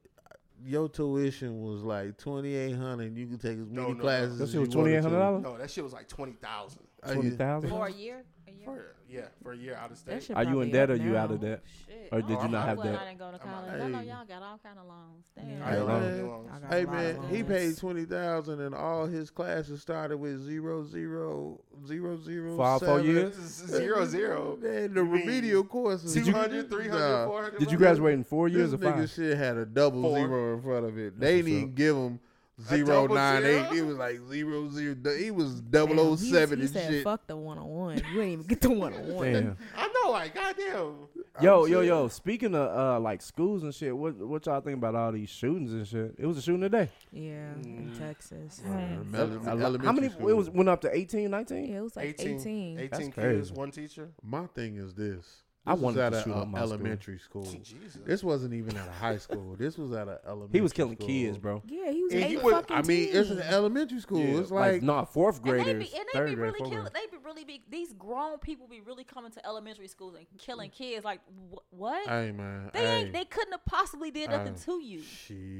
Speaker 1: your tuition was like twenty eight hundred. You could take as many
Speaker 3: no, no.
Speaker 1: classes.
Speaker 4: That
Speaker 1: as
Speaker 4: shit was
Speaker 1: you wanted to.
Speaker 4: $2,800?
Speaker 3: No, that shit was like twenty thousand.
Speaker 1: Uh,
Speaker 4: Twenty thousand.
Speaker 2: for a year. A year.
Speaker 3: For, yeah, for a year out of
Speaker 5: That
Speaker 3: state.
Speaker 5: should
Speaker 4: Are you
Speaker 5: probably
Speaker 4: in
Speaker 5: up
Speaker 4: debt or you out
Speaker 5: now.
Speaker 4: of debt?
Speaker 2: Shit.
Speaker 4: Or did
Speaker 2: Oh,
Speaker 3: you
Speaker 2: I'm
Speaker 3: not
Speaker 2: so
Speaker 4: have
Speaker 2: glad
Speaker 4: that?
Speaker 2: I didn't go to
Speaker 3: I'm out.
Speaker 2: college. I know
Speaker 1: Hey.
Speaker 2: y'all got all kind of loans. Damn.
Speaker 3: I ain't
Speaker 1: Hey,
Speaker 3: gonna
Speaker 1: man.
Speaker 3: do long.
Speaker 5: I got
Speaker 1: Hey
Speaker 5: a lot of
Speaker 1: man, he
Speaker 5: loans.
Speaker 1: paid twenty thousand, and all his classes started with zero zero zero zero.
Speaker 4: For all four
Speaker 1: seven.
Speaker 4: years?
Speaker 3: Zero, zero.
Speaker 1: Man, the
Speaker 3: You mean
Speaker 1: remedial courses.
Speaker 3: 200, 300,
Speaker 1: Nah.
Speaker 3: 400.
Speaker 4: Did you graduate in four
Speaker 1: This
Speaker 4: years or
Speaker 1: nigga
Speaker 4: five?
Speaker 1: shit had a double
Speaker 3: Four.
Speaker 1: zero in front of it. They
Speaker 4: what's
Speaker 1: didn't even give him zero
Speaker 3: double
Speaker 1: nine eight.
Speaker 3: zero?
Speaker 1: It was like zero zero. He was
Speaker 5: Damn,
Speaker 1: double oh
Speaker 5: he-
Speaker 1: seven
Speaker 5: he
Speaker 1: and
Speaker 5: said,
Speaker 1: shit.
Speaker 5: Fuck the one on one. You didn't even get the one on one.
Speaker 4: Damn.
Speaker 3: I know, like, goddamn.
Speaker 4: Yo, yo, yo. Speaking of uh, like schools and shit, what what y'all think about all these shootings and shit? It was a shooting today.
Speaker 5: Yeah, in
Speaker 3: Mm.
Speaker 5: Texas.
Speaker 1: Remember,
Speaker 4: A
Speaker 1: elementary
Speaker 4: lo- How many?
Speaker 1: school.
Speaker 4: It was went up to 18, 19?
Speaker 5: Yeah, it was like
Speaker 3: 18.
Speaker 5: 18.
Speaker 3: 18
Speaker 4: That's
Speaker 3: kids,
Speaker 4: crazy.
Speaker 3: one teacher.
Speaker 1: My thing is this.
Speaker 4: I
Speaker 1: This was
Speaker 4: wanted
Speaker 1: at
Speaker 4: to
Speaker 1: a,
Speaker 4: shoot
Speaker 1: a
Speaker 4: up my school.
Speaker 1: elementary school.
Speaker 3: Jesus.
Speaker 1: This wasn't even at a high school. This was at a elementary.
Speaker 4: He was killing
Speaker 1: school.
Speaker 4: kids, bro.
Speaker 5: Yeah, he was
Speaker 3: And
Speaker 5: eight
Speaker 3: you would-
Speaker 5: fucking
Speaker 1: I mean, it's an
Speaker 5: teens.
Speaker 1: elementary school.
Speaker 4: Yeah,
Speaker 1: it's like,
Speaker 4: nah, fourth
Speaker 2: And they
Speaker 4: graders,
Speaker 2: be, and they
Speaker 4: third
Speaker 2: be
Speaker 4: grade,
Speaker 2: really
Speaker 4: fourth
Speaker 2: killing.
Speaker 4: grade.
Speaker 2: They be really be these grown people be really coming to elementary schools and
Speaker 4: Mm.
Speaker 2: killing kids. Like wh- what?
Speaker 1: hey man,
Speaker 2: they
Speaker 1: hey,
Speaker 2: ain't. They couldn't have possibly did nothing
Speaker 1: Hey.
Speaker 2: to you.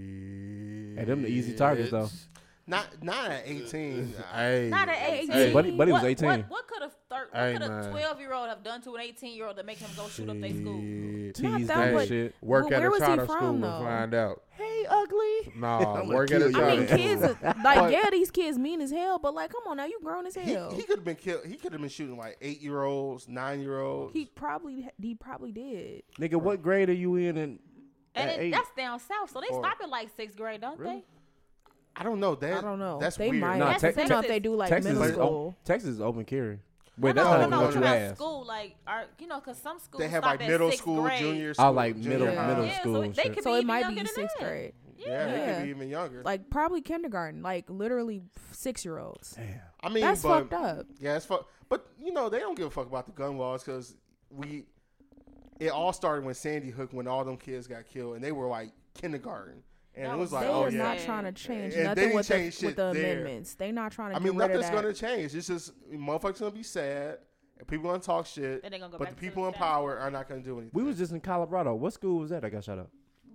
Speaker 1: shit.
Speaker 4: Hey, them the easy targets, though.
Speaker 3: Not, not at 18.
Speaker 1: Hey,
Speaker 2: Not at eighteen.
Speaker 1: Hey.
Speaker 4: Buddy- buddy was
Speaker 2: What-
Speaker 4: 18.
Speaker 2: What, what could a thir-
Speaker 1: Hey,
Speaker 2: what could a
Speaker 1: man.
Speaker 2: twelve year old have done to an eighteen year old to make him go shoot up their school?
Speaker 1: shit.
Speaker 4: Teased
Speaker 5: that,
Speaker 4: them and
Speaker 1: but-
Speaker 4: shit.
Speaker 1: Work
Speaker 5: Well,
Speaker 1: at
Speaker 5: where
Speaker 1: a
Speaker 5: was he
Speaker 1: charter
Speaker 5: from,
Speaker 1: school
Speaker 5: though?
Speaker 1: and find out.
Speaker 4: Hey, ugly.
Speaker 1: Nah,
Speaker 4: gonna
Speaker 1: work at
Speaker 4: kill
Speaker 1: a
Speaker 4: you.
Speaker 1: charter
Speaker 5: I mean,
Speaker 1: school.
Speaker 5: kids, are, like,
Speaker 3: But-
Speaker 5: yeah, these kids mean as hell, but like, come on now, you grown as
Speaker 3: He,
Speaker 5: hell.
Speaker 3: he
Speaker 5: He,
Speaker 3: could have been killed. He could have been shooting like eight year olds, nine year olds.
Speaker 5: probably, he probably did.
Speaker 4: Nigga, what grade are you in? And
Speaker 2: And
Speaker 4: At
Speaker 2: it,
Speaker 4: eight.
Speaker 2: that's down south, so they
Speaker 3: Or-
Speaker 2: stop at like sixth grade, don't
Speaker 4: Really?
Speaker 3: I don't know. That
Speaker 5: I don't know.
Speaker 3: That's
Speaker 5: they
Speaker 3: weird.
Speaker 5: might.
Speaker 4: Nah,
Speaker 5: That's
Speaker 4: Tex-
Speaker 5: depending on if they do like
Speaker 4: Texas,
Speaker 5: middle
Speaker 4: is
Speaker 5: school.
Speaker 4: o- Texas is open carry.
Speaker 2: they?
Speaker 4: Wait, that's
Speaker 2: no,
Speaker 4: not
Speaker 2: no,
Speaker 4: even
Speaker 2: no,
Speaker 4: what you
Speaker 2: about
Speaker 4: asked.
Speaker 2: School, like, are, you know, because some schools
Speaker 3: They have
Speaker 2: stop
Speaker 3: like
Speaker 2: at
Speaker 3: middle
Speaker 2: sixth
Speaker 3: school,
Speaker 2: grade.
Speaker 3: junior school.
Speaker 4: I like middle
Speaker 3: junior high.
Speaker 4: middle
Speaker 2: Yeah, so
Speaker 4: school. and
Speaker 2: they
Speaker 4: shit.
Speaker 2: could
Speaker 5: So
Speaker 2: be
Speaker 5: it
Speaker 2: even
Speaker 5: might
Speaker 2: younger
Speaker 5: be
Speaker 2: than
Speaker 5: sixth
Speaker 2: that.
Speaker 5: grade.
Speaker 3: Yeah, they
Speaker 5: Yeah.
Speaker 3: could be even younger.
Speaker 5: Like, probably kindergarten, like, literally six year olds.
Speaker 3: I mean,
Speaker 5: That's
Speaker 3: but,
Speaker 5: fucked up.
Speaker 3: Yeah, it's fuck. But you know, they don't give a fuck about the gun laws because we. It all started when Sandy Hook, when all them kids got killed, and they were like kindergarten, and
Speaker 2: That
Speaker 3: it
Speaker 2: was
Speaker 3: was
Speaker 5: They
Speaker 3: like,
Speaker 2: so
Speaker 3: oh
Speaker 5: are
Speaker 2: sad.
Speaker 3: yeah.
Speaker 5: not trying to
Speaker 3: And
Speaker 5: change
Speaker 3: they
Speaker 5: nothing
Speaker 3: didn't
Speaker 5: with,
Speaker 3: change
Speaker 5: the,
Speaker 3: shit
Speaker 5: with the
Speaker 3: there.
Speaker 5: amendments. They not trying to
Speaker 3: I mean,
Speaker 5: get rid of
Speaker 3: nothing's
Speaker 5: that.
Speaker 3: gonna change. It's just motherfuckers gonna be sad, and people gonna talk shit,
Speaker 2: And they gonna go
Speaker 3: but
Speaker 2: back
Speaker 3: the
Speaker 2: to
Speaker 3: people
Speaker 2: the
Speaker 3: in
Speaker 2: family.
Speaker 3: power are not gonna do anything.
Speaker 4: We was just in Colorado. What school was that? I got shot up.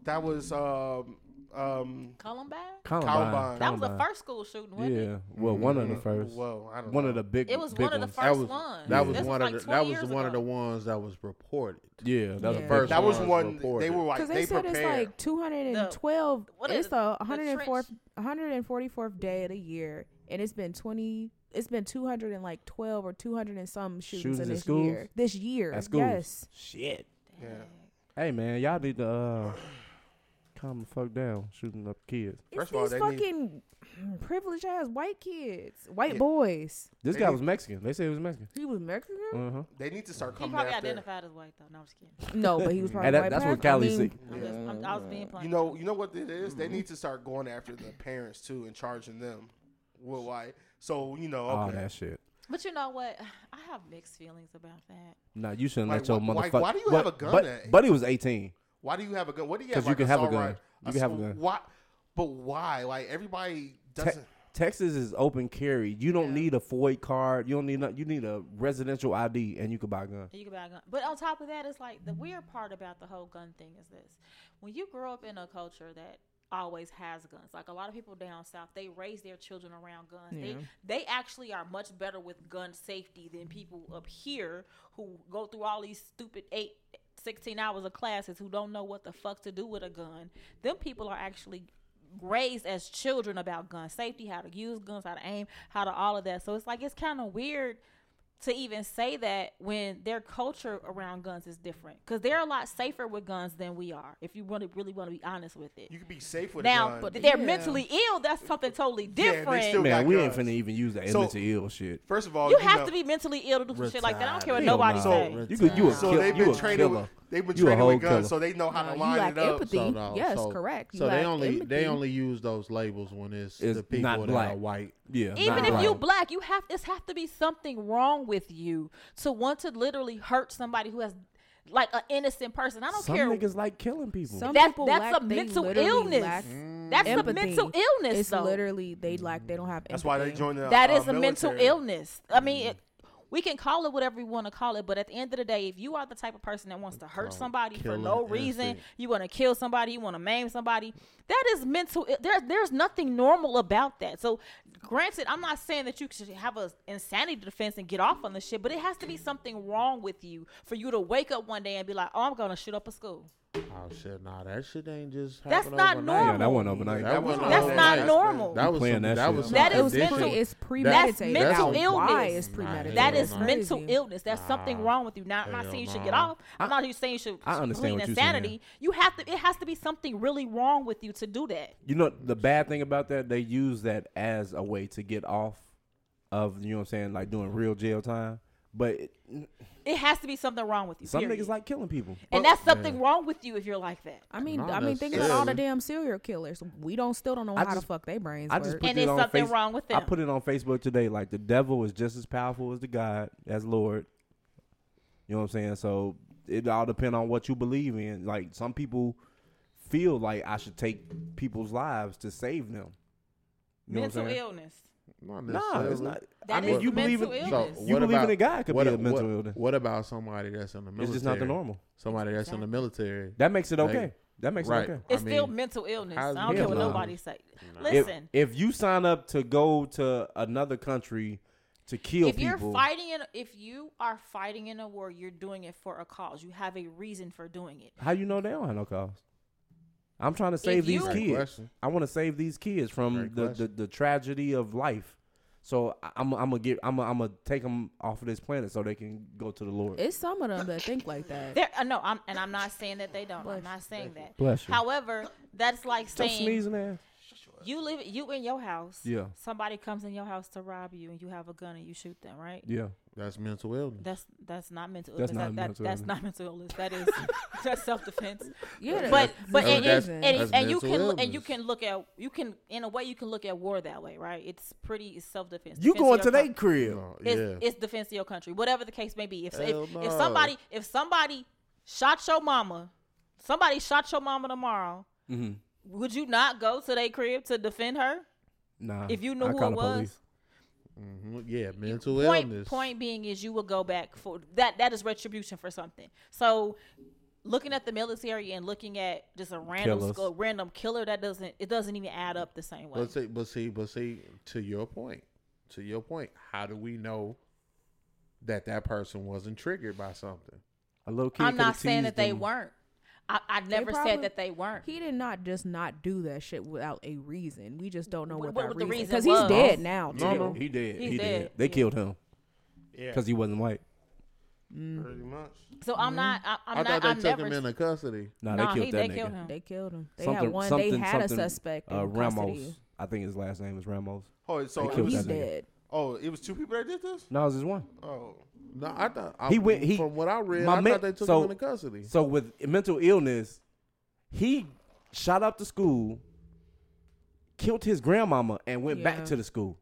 Speaker 3: that was um um
Speaker 2: Columbine?
Speaker 4: Columbine.
Speaker 3: Columbine.
Speaker 2: That was the
Speaker 4: Columbine.
Speaker 2: first school shooting, wasn't it?
Speaker 4: Yeah. Well,
Speaker 3: Mm-hmm.
Speaker 4: one of the first.
Speaker 3: Whoa, I don't
Speaker 4: One
Speaker 3: know.
Speaker 4: of the big.
Speaker 2: It was
Speaker 4: big
Speaker 2: one of the
Speaker 4: ones.
Speaker 2: first
Speaker 1: That was
Speaker 2: ones.
Speaker 1: that
Speaker 4: Yeah.
Speaker 1: was
Speaker 2: This
Speaker 1: one
Speaker 2: like
Speaker 1: of the that
Speaker 2: 20
Speaker 1: was
Speaker 2: years
Speaker 1: one of the
Speaker 2: ago.
Speaker 1: ones that was reported.
Speaker 4: Yeah, that was
Speaker 5: Yeah.
Speaker 4: the
Speaker 1: First
Speaker 4: first.
Speaker 3: that was
Speaker 1: ones
Speaker 3: one.
Speaker 1: reported.
Speaker 3: They were like
Speaker 5: Because
Speaker 3: they,
Speaker 5: they, said
Speaker 3: prepared.
Speaker 5: it's like 212.
Speaker 2: what
Speaker 5: it's
Speaker 2: is-
Speaker 5: the
Speaker 2: the
Speaker 5: 104th, 144th day of the year, and it's been 20. It's been 200 and like 12 or 200 and some shootings,
Speaker 4: Shootings
Speaker 5: in
Speaker 4: in
Speaker 5: this
Speaker 4: schools?
Speaker 5: year. This year,
Speaker 4: At schools.
Speaker 5: yes.
Speaker 4: Shit.
Speaker 3: yeah.
Speaker 4: Hey man, y'all need to uh, calm the fuck down, shooting up kids.
Speaker 5: It's
Speaker 3: First of all,
Speaker 5: these
Speaker 3: they need-
Speaker 5: fucking privileged ass white kids, white
Speaker 3: Yeah.
Speaker 5: boys.
Speaker 4: This
Speaker 3: They
Speaker 4: guy
Speaker 3: need-
Speaker 4: was Mexican. They said he was Mexican.
Speaker 5: He was Mexican?
Speaker 4: Uh huh.
Speaker 3: They need to start
Speaker 2: He
Speaker 3: coming
Speaker 2: probably
Speaker 3: after.
Speaker 2: identified as white, though. No, I'm just kidding.
Speaker 5: No, but he was probably
Speaker 4: And that-
Speaker 5: white.
Speaker 4: that's what
Speaker 5: Pac- I
Speaker 4: Cali
Speaker 5: mean,
Speaker 4: said.
Speaker 2: I'm just, I'm, I was being blunt.
Speaker 3: You know, you know what it is?
Speaker 4: Mm-hmm.
Speaker 3: They need to start going after the parents too and charging them. Well, like, so you know,
Speaker 4: All
Speaker 3: okay.
Speaker 4: that shit.
Speaker 2: but you know what? I have mixed feelings about that.
Speaker 4: Nah, you shouldn't
Speaker 3: Like,
Speaker 4: let your
Speaker 3: wh-
Speaker 4: motherfucker.
Speaker 3: like, why do you have a gun
Speaker 4: But,
Speaker 3: at-
Speaker 4: but he was 18.
Speaker 3: why do you have a gun? What do you have?
Speaker 4: 'Cause you
Speaker 3: like,
Speaker 4: can have a
Speaker 3: assault
Speaker 4: gun.
Speaker 3: rifle?
Speaker 4: You can have a
Speaker 3: Assault-
Speaker 4: gun.
Speaker 3: Why? But why? Like everybody
Speaker 4: Te-
Speaker 3: doesn't.
Speaker 4: Texas is open carry. You don't
Speaker 2: Yeah.
Speaker 4: need a FOID card. You don't need nothing. You need a residential ID, and you can buy a gun.
Speaker 2: You can buy a gun. But on top of that, it's like the weird part about the whole gun thing is this. When you grow up in a culture that always has guns, like a lot of people down south, they raise their children around guns. They they actually are much better with gun safety than people up here who go through all these stupid eight 16 hours of classes who don't know what the fuck to do with a gun. Them people are actually raised as children about gun safety, how to use guns, how to aim, how to all of that. So it's like it's kind of weird to even say that when their culture around guns is different because they're a lot safer with guns than we are if you want to really want to be honest with it
Speaker 3: You can be safe with
Speaker 2: now
Speaker 3: a gun.
Speaker 2: but they're
Speaker 5: Yeah.
Speaker 2: mentally ill that's something totally
Speaker 3: they
Speaker 2: different
Speaker 3: still got-
Speaker 4: Man, we ain't
Speaker 3: guns.
Speaker 4: finna even use that
Speaker 3: So-
Speaker 4: so, ill shit.
Speaker 3: First of all,
Speaker 2: you have
Speaker 3: know,
Speaker 2: to be mentally ill to do some shit like that i don't care what
Speaker 4: Hell
Speaker 2: nobody
Speaker 4: nah.
Speaker 2: say
Speaker 1: So-
Speaker 4: You could, you a
Speaker 1: So
Speaker 3: So
Speaker 4: kill,
Speaker 3: they've
Speaker 4: you
Speaker 3: been
Speaker 4: a
Speaker 3: training.
Speaker 4: killer.
Speaker 3: With, they've been
Speaker 4: You a
Speaker 3: training
Speaker 4: whole
Speaker 3: with guns,
Speaker 4: killer.
Speaker 3: so they know how
Speaker 5: No,
Speaker 3: to
Speaker 5: you
Speaker 3: line
Speaker 5: lack
Speaker 3: it up.
Speaker 5: empathy. Yes, correct. You
Speaker 1: so they
Speaker 5: lack
Speaker 1: only
Speaker 5: empathy.
Speaker 1: they only use those labels when it's,
Speaker 4: It's
Speaker 1: the people
Speaker 4: not
Speaker 1: that
Speaker 4: black.
Speaker 1: are white.
Speaker 4: Yeah,
Speaker 2: even
Speaker 4: nah,
Speaker 2: if
Speaker 4: right.
Speaker 2: you black you have this have to be something wrong with you to want to literally hurt somebody who has like an innocent person i don't
Speaker 4: some
Speaker 2: care
Speaker 4: niggas like killing people.
Speaker 5: Some
Speaker 2: That-
Speaker 5: people
Speaker 2: that's
Speaker 5: lack-
Speaker 2: a
Speaker 5: they
Speaker 2: mental
Speaker 5: literally
Speaker 2: illness.
Speaker 5: lack
Speaker 2: that's a
Speaker 5: empathy.
Speaker 2: mental illness
Speaker 5: It's
Speaker 2: though
Speaker 5: literally they lack. They don't have.
Speaker 3: That's why they
Speaker 5: empathy.
Speaker 3: joined the.
Speaker 2: That
Speaker 3: uh,
Speaker 2: is a mental
Speaker 3: military.
Speaker 2: illness. I mean, it, we can call it whatever we want to call it, but at the end of the day, if you are the type of person that wants to hurt somebody for
Speaker 1: killing
Speaker 2: no reason,
Speaker 1: instinct.
Speaker 2: you want to kill somebody, you want to maim somebody, that is mental. i- There, there's nothing normal about that. So, granted, I'm not saying that you should have a insanity defense and get off on the shit, but it has to be something wrong with you for you to wake up one day and be like, "Oh, I'm gonna shoot up a school."
Speaker 1: Oh shit, nah, that shit ain't just.
Speaker 2: That's
Speaker 1: happen
Speaker 2: not
Speaker 1: overnight.
Speaker 2: Yeah, that
Speaker 4: wasn't overnight.
Speaker 1: That
Speaker 3: wasn't
Speaker 1: wasn't
Speaker 2: That's
Speaker 1: overnight.
Speaker 2: not
Speaker 1: That's
Speaker 2: normal.
Speaker 1: That was
Speaker 4: Playing
Speaker 1: some-
Speaker 4: that
Speaker 1: that
Speaker 4: shit
Speaker 1: was
Speaker 4: out.
Speaker 1: some
Speaker 2: That is
Speaker 1: addiction.
Speaker 2: mental-
Speaker 5: It's
Speaker 2: That's
Speaker 5: premeditated.
Speaker 2: mental
Speaker 1: That's-
Speaker 2: illness.
Speaker 5: Why is
Speaker 1: Nah,
Speaker 5: premeditated?
Speaker 2: That
Speaker 1: Hell
Speaker 2: is
Speaker 1: no.
Speaker 2: mental
Speaker 5: Crazy.
Speaker 2: illness. There's something
Speaker 1: Nah.
Speaker 2: wrong with you. Not, I'm not
Speaker 1: Hell
Speaker 2: saying you should
Speaker 1: nah.
Speaker 2: get off. I'm not even saying you should
Speaker 4: I understand
Speaker 2: complete
Speaker 4: what you're saying,
Speaker 2: insanity. You have to. It has to be something really wrong with you to do that.
Speaker 4: You know the bad thing about that, they use that as a way to get off of you know what I'm saying, like doing real jail time. But it,
Speaker 2: It has to be something wrong with you.
Speaker 4: some
Speaker 2: period.
Speaker 4: niggas like killing people.
Speaker 2: and that's something wrong with you if you're like that.
Speaker 5: I mean,
Speaker 1: Not
Speaker 5: I mean, think about all the
Speaker 1: necessarily.
Speaker 5: damn serial killers. We don't still don't know
Speaker 4: I
Speaker 5: how
Speaker 4: just-
Speaker 5: the fuck they brains
Speaker 4: I
Speaker 5: work.
Speaker 4: just put
Speaker 2: And
Speaker 4: it
Speaker 2: there's
Speaker 4: on
Speaker 2: something
Speaker 4: face-
Speaker 2: wrong with
Speaker 4: I
Speaker 2: them.
Speaker 4: put it on Facebook today. Like the devil is just as powerful as the God as Lord. You know what I'm saying? So it all depends on what you believe in. Like some people feel like I should take people's lives to save them. You know what
Speaker 2: mental
Speaker 4: I'm saying?
Speaker 2: illness.
Speaker 1: Not
Speaker 4: Nah, it's
Speaker 1: necessarily.
Speaker 4: not.
Speaker 2: That
Speaker 4: I mean,
Speaker 2: is
Speaker 4: you believe
Speaker 2: mental
Speaker 4: in
Speaker 2: illness.
Speaker 4: you believe in a God could
Speaker 1: what,
Speaker 4: be a
Speaker 1: what-
Speaker 4: mental illness.
Speaker 1: What about somebody that's in the military?
Speaker 4: It's just not the normal.
Speaker 1: Somebody that's in the military.
Speaker 4: That makes it okay.
Speaker 1: Like,
Speaker 4: that makes
Speaker 1: right.
Speaker 4: it okay.
Speaker 2: It's
Speaker 1: I
Speaker 2: still
Speaker 1: mean,
Speaker 2: mental illness. I
Speaker 1: how's
Speaker 2: don't care
Speaker 4: mental
Speaker 2: what
Speaker 4: illness?
Speaker 2: nobody say.
Speaker 4: If,
Speaker 2: Listen,
Speaker 4: if you sign up to go to another country to kill
Speaker 2: if you're
Speaker 4: people,
Speaker 2: fighting in, if you are fighting in a war, you're doing it for a cause. You have a reason for doing it.
Speaker 4: how you know they don't have no cause? I'm trying to save these
Speaker 2: you-
Speaker 1: Great
Speaker 4: kids.
Speaker 1: question.
Speaker 4: I want to save these kids from
Speaker 1: Great
Speaker 4: the, the,
Speaker 1: question.
Speaker 4: the tragedy of life. So I- I'm I'm gonna get I'm I'm gonna take them off of this planet so they can go to the Lord.
Speaker 5: it's some of them that think like that.
Speaker 2: There, uh, no, I'm, and I'm not saying that they don't. I'm not saying that.
Speaker 4: Bless you.
Speaker 2: However, that's like
Speaker 4: Stop
Speaker 2: saying
Speaker 4: sneezing, ass.
Speaker 2: you live, you in your house.
Speaker 4: Yeah.
Speaker 2: Somebody comes in your house to rob you, and you have a gun and you shoot them, right?
Speaker 4: Yeah,
Speaker 1: That's mental illness.
Speaker 2: That's that's not mental illness.
Speaker 4: That's
Speaker 2: That,
Speaker 4: not
Speaker 2: that,
Speaker 4: mental
Speaker 2: that's
Speaker 4: illness.
Speaker 2: not mental illness. That is that's self defense.
Speaker 5: Yeah,
Speaker 2: But but
Speaker 1: that's-
Speaker 2: and,
Speaker 1: that's-
Speaker 2: and,
Speaker 1: that's
Speaker 2: and, and you
Speaker 1: mental
Speaker 2: can look-
Speaker 1: illness.
Speaker 2: and you can look at you can in a way you can look at war that way, right? It's pretty it's self defense.
Speaker 4: you going to
Speaker 2: they?
Speaker 4: their crib?
Speaker 1: Oh,
Speaker 2: It's,
Speaker 1: yeah.
Speaker 2: it's defense of your country, whatever the case may be. If if,
Speaker 1: Hell
Speaker 2: if
Speaker 1: no.
Speaker 2: somebody if somebody shot your mama, somebody shot your mama tomorrow,
Speaker 4: Mhm.
Speaker 2: would you not go to their crib to defend her
Speaker 4: Nah.
Speaker 2: if you knew
Speaker 4: I
Speaker 2: who
Speaker 4: call
Speaker 2: it
Speaker 4: the
Speaker 2: was?
Speaker 4: police.
Speaker 1: Mhm, yeah, mental
Speaker 2: Point
Speaker 1: illness.
Speaker 2: point being is you would go back for that. That is retribution for something. So. Looking at the military and looking at just a random
Speaker 4: Killers.
Speaker 2: skull, random killer that doesn't it doesn't even add up the same way.
Speaker 1: But see, but see, but see, to your point, to your point, how do we know that that person wasn't triggered by something?
Speaker 4: A little kid.
Speaker 2: I'm not
Speaker 4: coulda
Speaker 2: saying that
Speaker 4: teased
Speaker 2: they
Speaker 4: them.
Speaker 2: weren't. I, I never
Speaker 5: probably-
Speaker 2: said that they weren't.
Speaker 5: he did not just not do that shit without a reason. We just don't know
Speaker 2: What-
Speaker 5: what,
Speaker 2: what
Speaker 5: that
Speaker 2: the
Speaker 5: reason.
Speaker 2: reason
Speaker 5: Because he's
Speaker 2: was.
Speaker 5: dead now.
Speaker 1: No,
Speaker 5: too.
Speaker 1: no.
Speaker 4: He did.
Speaker 2: He's
Speaker 4: he did.
Speaker 2: dead.
Speaker 4: They
Speaker 2: Yeah.
Speaker 4: killed him
Speaker 3: Yeah,
Speaker 4: because he wasn't white.
Speaker 3: pretty much.
Speaker 2: So
Speaker 4: Mm-hmm.
Speaker 2: I'm not. I, I'm
Speaker 1: I
Speaker 2: not.
Speaker 1: thought they
Speaker 2: I'm
Speaker 1: took
Speaker 2: never.
Speaker 1: him into custody.
Speaker 4: Nah,
Speaker 2: Nah,
Speaker 4: they killed
Speaker 2: he-
Speaker 4: that
Speaker 2: they
Speaker 4: nigga.
Speaker 2: killed him.
Speaker 5: They killed him. They had one. they had a suspect.
Speaker 4: uh,
Speaker 5: in
Speaker 4: Ramos.
Speaker 5: custody.
Speaker 4: I think his last name is Ramos.
Speaker 3: Oh, so
Speaker 4: They
Speaker 3: it
Speaker 4: killed
Speaker 5: He's
Speaker 3: was,
Speaker 4: that nigga.
Speaker 5: dead.
Speaker 3: oh, it was two people that did this.
Speaker 4: No, it was just one.
Speaker 3: Oh,
Speaker 1: No, I thought I,
Speaker 4: He went- he-
Speaker 1: from what I read,
Speaker 4: my
Speaker 1: I
Speaker 4: man-
Speaker 1: thought they took
Speaker 4: so-
Speaker 1: him into custody.
Speaker 4: So with mental illness, he shot up the school, killed his grandmama, and went
Speaker 5: Yeah.
Speaker 4: back to the school.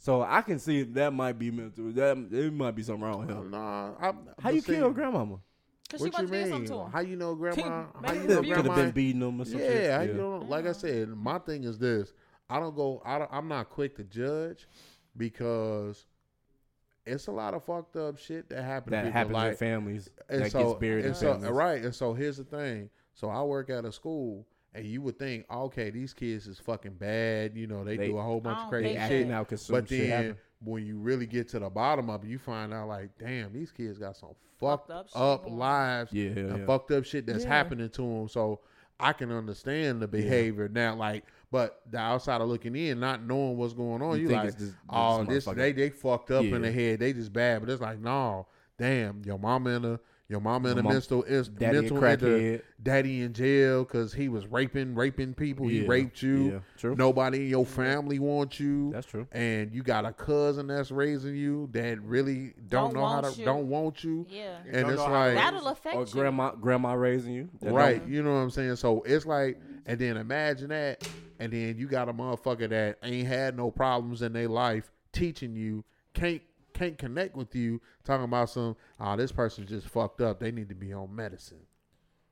Speaker 4: So I can see that might be mental. That it might be something wrong with him.
Speaker 1: Nah, I,
Speaker 4: How
Speaker 1: but
Speaker 4: you
Speaker 1: see,
Speaker 4: kill grandmama?
Speaker 2: Cause she
Speaker 1: What you
Speaker 2: wanted to do something to
Speaker 1: mean?
Speaker 2: him.
Speaker 1: How you know grandma? How
Speaker 2: Maybe
Speaker 1: you
Speaker 2: the
Speaker 1: know
Speaker 4: Could have
Speaker 1: grandma?
Speaker 4: been beating him or something.
Speaker 1: Yeah, how you know, like
Speaker 2: Uh-huh.
Speaker 1: I said, my thing is this: I don't go. I don't, I'm not quick to judge because it's a lot of fucked up shit that happens.
Speaker 4: that
Speaker 1: in
Speaker 4: happens
Speaker 1: life.
Speaker 4: in families.
Speaker 1: and
Speaker 4: That
Speaker 1: so,
Speaker 4: gets buried in
Speaker 1: and so,
Speaker 4: families.
Speaker 1: Right. And so here's the thing. So I work at a school, and you would think, okay, these kids is fucking bad. You know, they,
Speaker 4: They-
Speaker 1: do a whole bunch
Speaker 2: I
Speaker 1: of
Speaker 2: don't
Speaker 1: crazy
Speaker 4: They
Speaker 2: think
Speaker 1: shit.
Speaker 4: acting out because
Speaker 1: But
Speaker 4: shit
Speaker 1: then
Speaker 4: happened.
Speaker 1: when you really get to the bottom of it, you find out like, damn, these kids got some fucked,
Speaker 2: Fucked up shit
Speaker 1: up,
Speaker 2: going on.
Speaker 1: lives
Speaker 4: Yeah, yeah,
Speaker 1: and
Speaker 4: yeah.
Speaker 1: fucked up shit that's happening to them. So I can understand the behavior now, like, but the outsider looking in, not knowing what's going on,
Speaker 4: You
Speaker 1: you,
Speaker 4: think
Speaker 1: like,
Speaker 4: it's just-
Speaker 1: oh,
Speaker 4: this
Speaker 1: this
Speaker 4: motherfucker-
Speaker 1: they they fucked up in
Speaker 4: Yeah.
Speaker 1: the head, they just bad. But it's like, no, damn, your mama in a your mama in
Speaker 4: My
Speaker 1: a
Speaker 4: mom-
Speaker 1: mental is
Speaker 4: daddy a
Speaker 1: mental inter-
Speaker 4: crackhead.
Speaker 1: daddy in jail because he was raping raping people, he
Speaker 4: Yeah,
Speaker 1: raped you.
Speaker 4: yeah, true.
Speaker 1: Nobody in your family wants you
Speaker 4: That's true.
Speaker 1: and you got a cousin that's raising you that really don't,
Speaker 2: Don't
Speaker 1: know how
Speaker 2: want
Speaker 1: to
Speaker 2: you.
Speaker 1: don't want you.
Speaker 2: Yeah.
Speaker 1: And
Speaker 3: Don't
Speaker 1: it's
Speaker 3: know how to
Speaker 1: like
Speaker 2: That'll affect
Speaker 4: Or
Speaker 2: you.
Speaker 4: grandma, grandma raising you, That don't-
Speaker 1: right, you know what I'm saying? So it's like and then imagine that and then you got a motherfucker that ain't had no problems in their life teaching you can't can't connect with you talking about some oh this person's just fucked up. They need to be on medicine.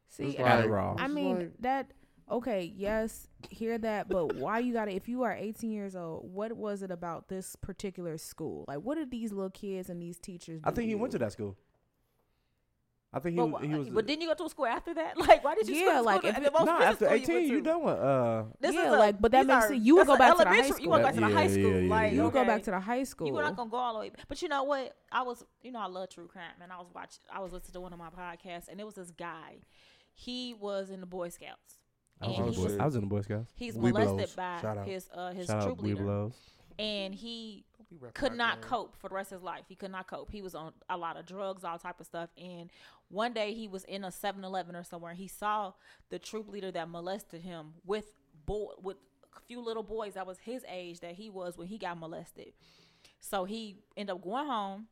Speaker 5: See,
Speaker 1: It's
Speaker 5: and I-
Speaker 1: like-
Speaker 4: Adderall.
Speaker 5: I
Speaker 1: it's
Speaker 5: mean
Speaker 1: like-
Speaker 5: that okay, yes, hear that, but why you gotta? If you are 18 years old, what was it about this particular school? Like, what did these little kids and these teachers?
Speaker 4: I
Speaker 5: do
Speaker 4: think he
Speaker 5: to
Speaker 4: went
Speaker 5: you?
Speaker 4: to that school. I think he
Speaker 2: but,
Speaker 4: was,
Speaker 2: why-
Speaker 4: he was.
Speaker 2: but didn't you go to a school after that? Like, why did you?
Speaker 5: Yeah,
Speaker 2: go to
Speaker 5: like,
Speaker 2: school
Speaker 5: if
Speaker 2: and
Speaker 5: it-
Speaker 2: the most
Speaker 4: no,
Speaker 2: recent
Speaker 4: after
Speaker 2: school you went
Speaker 4: eighteen, you
Speaker 2: to.
Speaker 4: done what? Uh,
Speaker 2: This
Speaker 5: Yeah,
Speaker 2: is a,
Speaker 5: like, but that
Speaker 2: these
Speaker 5: makes
Speaker 2: are-
Speaker 5: sense. You would
Speaker 2: that's
Speaker 5: go
Speaker 2: a
Speaker 5: back to the high
Speaker 2: elementary- You
Speaker 5: school.
Speaker 2: go back to the
Speaker 4: Yeah,
Speaker 2: high
Speaker 4: yeah,
Speaker 2: school.
Speaker 4: yeah,
Speaker 2: like,
Speaker 5: You would go
Speaker 2: okay.
Speaker 5: back to the high school.
Speaker 2: You were not gonna go all the way, but you know what? I was, you know, I love true crime, and I was watching, I was listening to one of my podcasts, and it was this guy. He was in the Boy Scouts,
Speaker 4: I,
Speaker 2: and
Speaker 4: was in the
Speaker 2: he
Speaker 1: shit.
Speaker 4: Boy-
Speaker 2: was
Speaker 4: I was in the Boy Scouts.
Speaker 2: he's
Speaker 1: Weeblos.
Speaker 2: molested by
Speaker 1: Shout out.
Speaker 2: his uh, his
Speaker 4: Shout
Speaker 2: troop
Speaker 4: out
Speaker 2: leader,
Speaker 4: Weeblos.
Speaker 2: and he
Speaker 3: Don't be repping
Speaker 2: could
Speaker 3: our
Speaker 2: not
Speaker 3: game.
Speaker 2: cope for the rest of his life. He could not cope. He was on a lot of drugs, all type of stuff. And one day he was in a 7-Eleven or somewhere. He saw the troop leader that molested him with boy with a few little boys that was his age that he was when he got molested. So he ended up going home.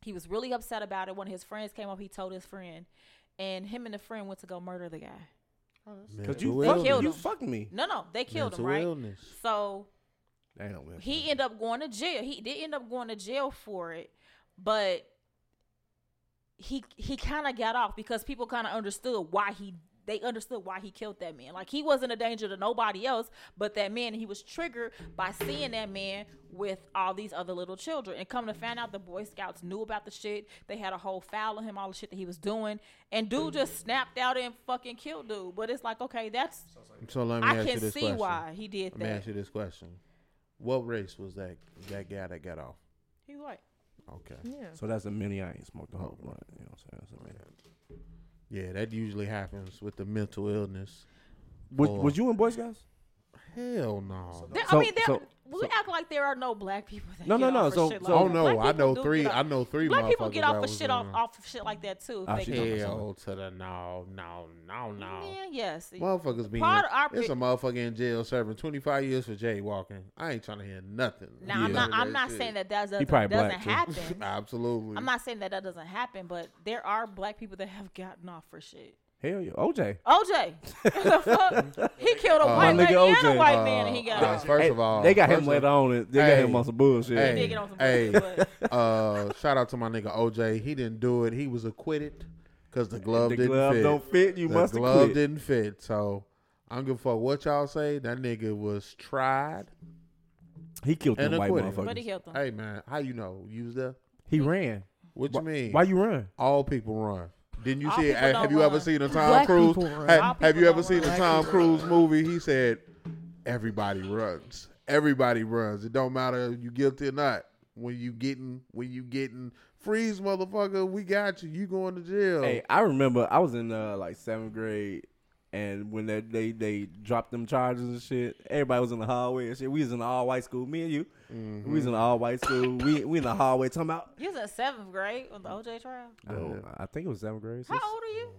Speaker 2: He was really upset about it. One of his friends came up. He told his friend, and him and the friend went to go murder the guy.
Speaker 1: Mental
Speaker 4: Cause you,
Speaker 2: They
Speaker 4: fuck,
Speaker 1: illness.
Speaker 2: killed
Speaker 4: you
Speaker 2: him.
Speaker 4: fucked me.
Speaker 2: No, no, they killed
Speaker 1: Mental
Speaker 2: him, right?
Speaker 1: illness.
Speaker 2: So
Speaker 4: Damn, man.
Speaker 2: he ended up going to jail. He did end up going to jail for it, but he he kind of got off because people kind of understood why he they understood why he killed that man. Like he wasn't a danger to nobody else but that man. He was triggered by seeing that man with all these other little children. And come to find out the Boy Scouts knew about the shit. They had a whole file on him, all the shit that he was doing. And dude just snapped out and fucking killed dude. But it's like, okay, that's
Speaker 1: So let me
Speaker 2: I
Speaker 1: ask you
Speaker 2: can
Speaker 1: this
Speaker 2: see
Speaker 1: question.
Speaker 2: why he did
Speaker 1: Let me
Speaker 2: that.
Speaker 1: ask you this question: What race was that that guy that got off?
Speaker 2: He's white.
Speaker 1: Okay,
Speaker 5: Yeah.
Speaker 4: So that's a mini. I ain't smoked the whole blunt. You know what I'm saying? That's a mini.
Speaker 1: yeah, that usually happens with the mental illness.
Speaker 4: Was,
Speaker 1: Or-
Speaker 4: was you in Boy Scouts?
Speaker 1: Hell no.
Speaker 2: There,
Speaker 4: So-
Speaker 2: I mean, there,
Speaker 4: so-
Speaker 2: we
Speaker 4: so-
Speaker 2: act like there are no black people. That
Speaker 4: No,
Speaker 2: get
Speaker 4: no,
Speaker 2: off
Speaker 4: no.
Speaker 2: for
Speaker 4: So-
Speaker 2: shit
Speaker 4: so-
Speaker 2: like
Speaker 1: oh
Speaker 2: that.
Speaker 1: no,
Speaker 2: Black
Speaker 1: I
Speaker 2: people
Speaker 1: know
Speaker 2: do
Speaker 1: three.
Speaker 2: get
Speaker 1: I
Speaker 2: off-
Speaker 1: know three.
Speaker 2: Black people
Speaker 1: motherfuckers
Speaker 2: get off
Speaker 1: that
Speaker 2: for
Speaker 1: was
Speaker 2: shit
Speaker 1: in uh,
Speaker 2: off,
Speaker 1: there.
Speaker 2: off of shit like that too. if
Speaker 4: Ah,
Speaker 2: they
Speaker 4: she
Speaker 2: get-
Speaker 4: talking
Speaker 1: Hell to the no, no, no, no.
Speaker 2: yeah, yes.
Speaker 1: Motherfuckers be in,
Speaker 2: Part of our
Speaker 1: it's a
Speaker 2: big-
Speaker 1: motherfucker in jail serving twenty five years for jaywalking. I ain't trying to hear nothing.
Speaker 2: Now I'm not. I'm not saying that that doesn't,
Speaker 4: probably
Speaker 2: doesn't
Speaker 4: black, too.
Speaker 2: happen.
Speaker 1: Absolutely.
Speaker 2: I'm not saying that that doesn't happen, but there are black people that have gotten off for shit.
Speaker 4: Hell yeah. OJ.
Speaker 2: OJ, the fuck? he killed a
Speaker 1: Uh,
Speaker 2: white
Speaker 4: my
Speaker 2: lady
Speaker 4: nigga
Speaker 2: and a
Speaker 4: OJ,
Speaker 2: white
Speaker 1: Uh,
Speaker 2: man, and he got
Speaker 1: uh,
Speaker 2: off.
Speaker 1: First
Speaker 4: Hey,
Speaker 1: of all,
Speaker 4: they got
Speaker 1: first
Speaker 4: him
Speaker 1: of-
Speaker 4: later on. it- They
Speaker 1: Hey.
Speaker 4: got him on some bullshit.
Speaker 1: Hey.
Speaker 2: He did get on some
Speaker 1: hey.
Speaker 2: bullshit, but-
Speaker 1: Uh, shout out to my nigga OJ. He didn't do it. He was acquitted because the glove
Speaker 4: the
Speaker 1: didn't
Speaker 4: glove
Speaker 1: fit.
Speaker 4: don't fit. You
Speaker 1: the
Speaker 4: must have
Speaker 1: glove
Speaker 4: quit.
Speaker 1: didn't fit. So I don't give a fuck what y'all say. That nigga was tried.
Speaker 4: He killed
Speaker 1: And
Speaker 4: them white
Speaker 1: acquitted.
Speaker 4: motherfuckers.
Speaker 2: but he
Speaker 4: He,
Speaker 2: killed them.
Speaker 1: Hey man, how you know? You was there?
Speaker 4: ran.
Speaker 1: What you mean?
Speaker 4: Why you run?
Speaker 1: All people run. Didn't you
Speaker 2: All
Speaker 1: see? it?
Speaker 2: people
Speaker 1: Hey,
Speaker 2: don't
Speaker 1: have you ever
Speaker 2: run.
Speaker 1: seen a Tom
Speaker 5: Black
Speaker 1: Cruise?
Speaker 5: people run.
Speaker 1: Hey,
Speaker 2: All
Speaker 1: have
Speaker 2: people
Speaker 1: you ever
Speaker 2: don't
Speaker 1: seen
Speaker 2: run.
Speaker 1: a Tom Cruise movie? He said, "Everybody runs. Everybody runs. It don't matter if you guilty or not. When you getting, when you getting freeze, motherfucker, we got you. You going to jail?
Speaker 4: Hey, I remember I was in uh, like seventh grade, and when they, they they dropped them charges and shit, everybody was in the hallway and shit. We was in the all white school. Me and you,
Speaker 1: Mm-hmm.
Speaker 4: we was in the all white school. we we in the hallway talking about.
Speaker 2: You was in seventh grade on the OJ trial.
Speaker 4: I, don't- Uh, I think it was seventh grade.
Speaker 2: How old are you?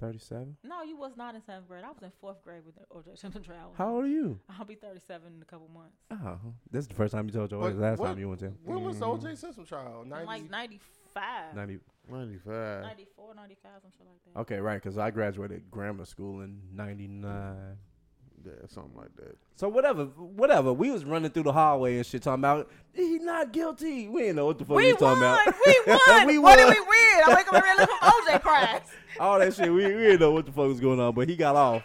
Speaker 4: Thirty-seven.
Speaker 2: No, you was not in seventh grade. I was in fourth grade with the OJ Simpson trial.
Speaker 4: How old are you?
Speaker 2: I'll be 37 in a couple months.
Speaker 4: Oh, this is the first time you told your
Speaker 3: But
Speaker 4: wife. Last
Speaker 3: what-
Speaker 4: time you went to
Speaker 3: When was the
Speaker 4: Mm.
Speaker 3: OJ Simpson trial?
Speaker 2: I'm
Speaker 3: 90,
Speaker 2: like 95,
Speaker 4: ninety.
Speaker 1: ninety five.
Speaker 2: 94, 95, something like that.
Speaker 4: Okay, right, because I graduated grammar school in '99.
Speaker 1: Yeah, something like that.
Speaker 4: So whatever, whatever. We was running through the hallway and shit, talking about he not guilty. We didn't know what the fuck
Speaker 2: We
Speaker 4: we
Speaker 2: won.
Speaker 4: talking about.
Speaker 2: we won.
Speaker 4: We
Speaker 2: What did
Speaker 4: won.
Speaker 2: we win? I wake up and read from OJ cries.
Speaker 4: All that shit. We, we didn't know what the fuck was going on, but he got off,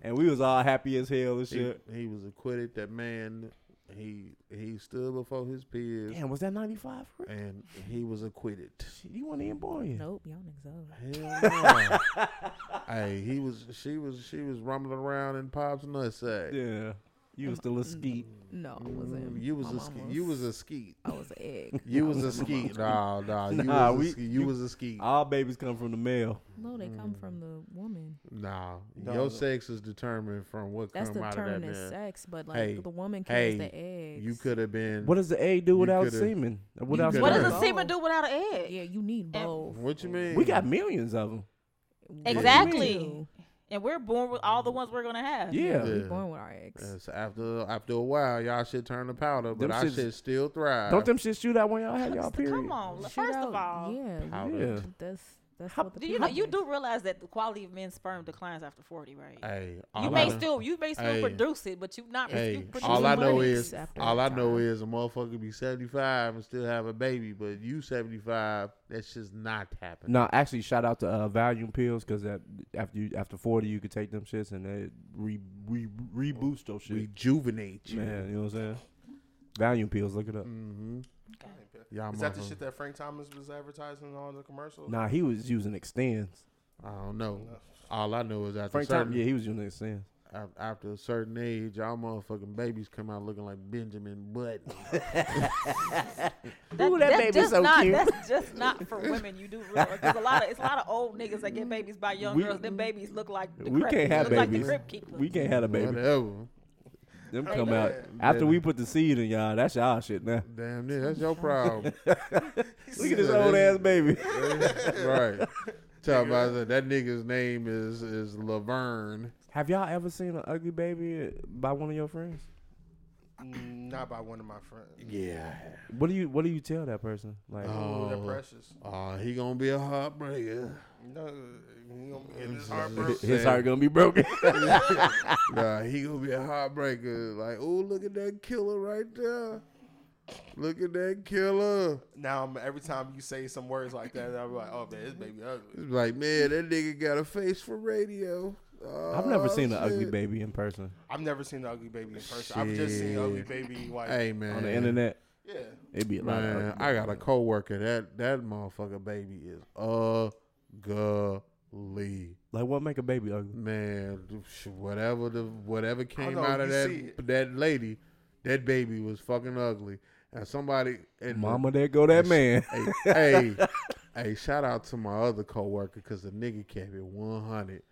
Speaker 4: and we was all happy as hell and
Speaker 1: He,
Speaker 4: shit.
Speaker 1: he was acquitted. That man, he he stood before his peers,
Speaker 4: Damn, was that '95?
Speaker 1: and he was acquitted.
Speaker 4: You weren't even born yet.
Speaker 5: Nope, y'all niggas old.
Speaker 1: Hell no. hey, he was. She was. She was rumbling around in pops nutsack.
Speaker 4: Yeah, you was still a skeet.
Speaker 5: No, I
Speaker 1: Mm,
Speaker 5: wasn't.
Speaker 1: You was
Speaker 5: My
Speaker 1: a
Speaker 5: mom
Speaker 1: ske- you was a skeet.
Speaker 5: I was an egg.
Speaker 1: You was a skeet. Nah, nah. You
Speaker 4: Nah,
Speaker 1: was
Speaker 4: we-
Speaker 1: a skeet. You
Speaker 4: you-
Speaker 1: was a skeet.
Speaker 4: All babies come from the male.
Speaker 5: No, they come from the woman.
Speaker 1: Nah,
Speaker 4: Nah,
Speaker 1: your
Speaker 4: look.
Speaker 1: sex is determined from what
Speaker 5: That's
Speaker 1: come
Speaker 5: the
Speaker 1: out
Speaker 5: term
Speaker 1: of that
Speaker 5: is
Speaker 1: man.
Speaker 5: sex, but like
Speaker 1: Hey,
Speaker 5: the woman
Speaker 1: hey,
Speaker 5: carries the eggs.
Speaker 1: You could have been.
Speaker 4: What does the egg do without
Speaker 1: coulda-
Speaker 4: semen? Without
Speaker 1: coulda-
Speaker 2: What does
Speaker 1: Sure.
Speaker 2: a semen do without an egg?
Speaker 5: Yeah, you need both.
Speaker 1: What you mean?
Speaker 4: We got millions of them.
Speaker 2: Exactly. And we're born with all the ones we're gonna have.
Speaker 4: Yeah.
Speaker 5: We
Speaker 1: Yeah.
Speaker 5: born with our eggs.
Speaker 1: Yes, after after a while, y'all should turn to powder, but
Speaker 4: Them
Speaker 1: I
Speaker 4: shits-
Speaker 1: should still thrive.
Speaker 4: Don't them shit shoot out when y'all have y'all period.
Speaker 2: Come on.
Speaker 5: Shoot
Speaker 2: First
Speaker 5: out-
Speaker 2: of all,
Speaker 5: yeah,
Speaker 1: powder?
Speaker 4: Yeah.
Speaker 5: that's That's
Speaker 4: How-
Speaker 5: what the
Speaker 2: Do you know
Speaker 5: people
Speaker 2: you
Speaker 5: do.
Speaker 2: do realize that the quality of men's sperm declines after forty, right?
Speaker 1: Hey,
Speaker 2: you
Speaker 1: all I
Speaker 2: may
Speaker 1: know-
Speaker 2: still you may still
Speaker 1: Hey.
Speaker 2: produce it, but you not
Speaker 1: Hey,
Speaker 2: you produce
Speaker 1: all I
Speaker 2: it,
Speaker 1: know
Speaker 2: but-
Speaker 1: is
Speaker 5: after
Speaker 1: all I
Speaker 5: time.
Speaker 1: know is a motherfucker be seventy five and still have a baby, but you seventy five, that's just not happening.
Speaker 4: No, actually, shout out to uh, Valium pills because that after you after forty, you could take them shits and they re, re, reboost those shit.
Speaker 1: Rejuvenate you.
Speaker 4: Man, you know what I'm saying? Valium pills, look it up.
Speaker 1: Mm-hmm.
Speaker 2: Okay.
Speaker 1: Y'all
Speaker 3: Is that the
Speaker 1: motherfuckers-
Speaker 3: shit that Frank Thomas was advertising on the
Speaker 1: Mm-hmm.
Speaker 3: commercial?
Speaker 4: Nah, he was using extends.
Speaker 1: I don't know.
Speaker 3: No.
Speaker 1: All I know is after
Speaker 4: Frank
Speaker 1: certain
Speaker 4: Thomas, yeah, he was using extends.
Speaker 1: af- after a certain age, all motherfucking babies come out looking like Benjamin Button.
Speaker 2: That,
Speaker 4: Ooh, that
Speaker 2: that's
Speaker 4: baby's
Speaker 2: just
Speaker 4: so
Speaker 2: not,
Speaker 4: cute.
Speaker 2: That's just not for women. You do realize there's a lot of it's a lot of old niggas that get babies by young
Speaker 4: We-
Speaker 2: girls. Them babies look like the
Speaker 4: we
Speaker 2: crib-
Speaker 4: can't have
Speaker 2: look like the
Speaker 4: babies.
Speaker 2: crib keeper.
Speaker 4: We can't have a baby.
Speaker 1: Whatever.
Speaker 4: Them
Speaker 3: Hey,
Speaker 4: come out
Speaker 3: man.
Speaker 4: after we put the seed in y'all. That's y'all shit now.
Speaker 1: Damn near, that's your problem.
Speaker 4: Look at this old ass baby.
Speaker 1: right. Talk about that. That nigga's name is is Laverne.
Speaker 4: Have y'all ever seen an ugly baby by one of your friends?
Speaker 3: Mm, Not by one of my friends.
Speaker 1: Yeah.
Speaker 4: What do you What do you tell that person? Like,
Speaker 3: Oh,
Speaker 1: Oh.
Speaker 3: they're precious.
Speaker 1: Uh, he gonna be a heartbreaker.
Speaker 3: No, you gonna be in this
Speaker 1: His-
Speaker 3: heartbreak.
Speaker 4: his heart gonna be broken.
Speaker 1: nah, he gonna be a heartbreaker. Like, oh, look at that killer right there. Look at that killer.
Speaker 3: Now I'm- every time you say some words like that, I'm like, oh man, this baby ugly.
Speaker 1: It's like, man, that nigga got a face for radio.
Speaker 4: I've never
Speaker 1: Oh,
Speaker 4: seen an ugly
Speaker 1: shit.
Speaker 4: baby in person
Speaker 3: I've never seen an ugly baby in person. I've just seen ugly
Speaker 1: Shit.
Speaker 3: baby like
Speaker 1: Hey man,
Speaker 4: on the internet.
Speaker 3: yeah.
Speaker 4: It'd be a lot.
Speaker 1: Man,
Speaker 4: of ugly
Speaker 1: I got a
Speaker 4: babies.
Speaker 1: coworker. That that motherfucker baby is ugly.
Speaker 4: like what make a baby ugly?
Speaker 1: Man, whatever the whatever came
Speaker 3: know,
Speaker 1: out of
Speaker 3: you see
Speaker 1: that
Speaker 3: it.
Speaker 1: that lady, that baby was fucking ugly. And somebody and
Speaker 4: Mama, there go that man.
Speaker 1: hey, hey, hey, shout out to my other coworker because the nigga kept it one hundred.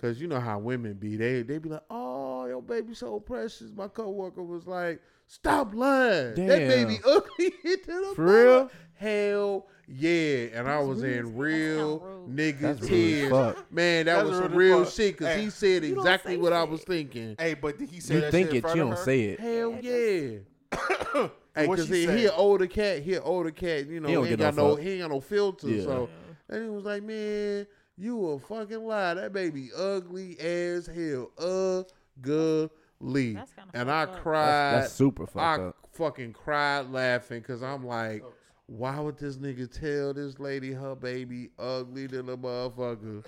Speaker 1: Cause you know how women be, they they be like, oh, your baby so precious. My coworker was like, stop lying. That
Speaker 4: Damn.
Speaker 1: baby ugly into the
Speaker 4: For real?
Speaker 1: mother." Hell yeah! And I was in real
Speaker 2: That's kinda
Speaker 1: niggas
Speaker 4: That's rude as
Speaker 1: tears.
Speaker 4: fuck.
Speaker 1: Man, that
Speaker 3: That's
Speaker 1: was some
Speaker 3: rude as
Speaker 1: real
Speaker 3: fuck.
Speaker 1: shit. Cause
Speaker 3: Hey,
Speaker 1: he said
Speaker 2: don't
Speaker 1: exactly
Speaker 2: say
Speaker 1: what I
Speaker 2: shit.
Speaker 1: was thinking.
Speaker 3: Hey, but did he say
Speaker 4: You
Speaker 3: that
Speaker 4: think
Speaker 3: shit in
Speaker 4: it, you
Speaker 3: front of
Speaker 4: don't
Speaker 3: her?
Speaker 4: say it.
Speaker 1: Hell yeah. Hey,
Speaker 3: What
Speaker 1: cause
Speaker 3: she
Speaker 1: he,
Speaker 3: say?
Speaker 1: he an older cat, he an older cat, you know,
Speaker 4: He
Speaker 1: he,
Speaker 4: don't
Speaker 1: ain't
Speaker 4: get
Speaker 1: got
Speaker 4: no
Speaker 1: no
Speaker 4: fuck.
Speaker 1: he ain't got no filter.
Speaker 4: Yeah.
Speaker 1: So and he was like, Man, you a fucking lie. That baby ugly as hell. Ugly.
Speaker 2: That's kinda
Speaker 1: And I
Speaker 2: fucked up.
Speaker 1: cried
Speaker 4: That's, that's super fucked
Speaker 1: I
Speaker 4: up.
Speaker 1: fucking cried laughing because I'm like, why would this nigga tell this lady her baby ugly than a motherfucker?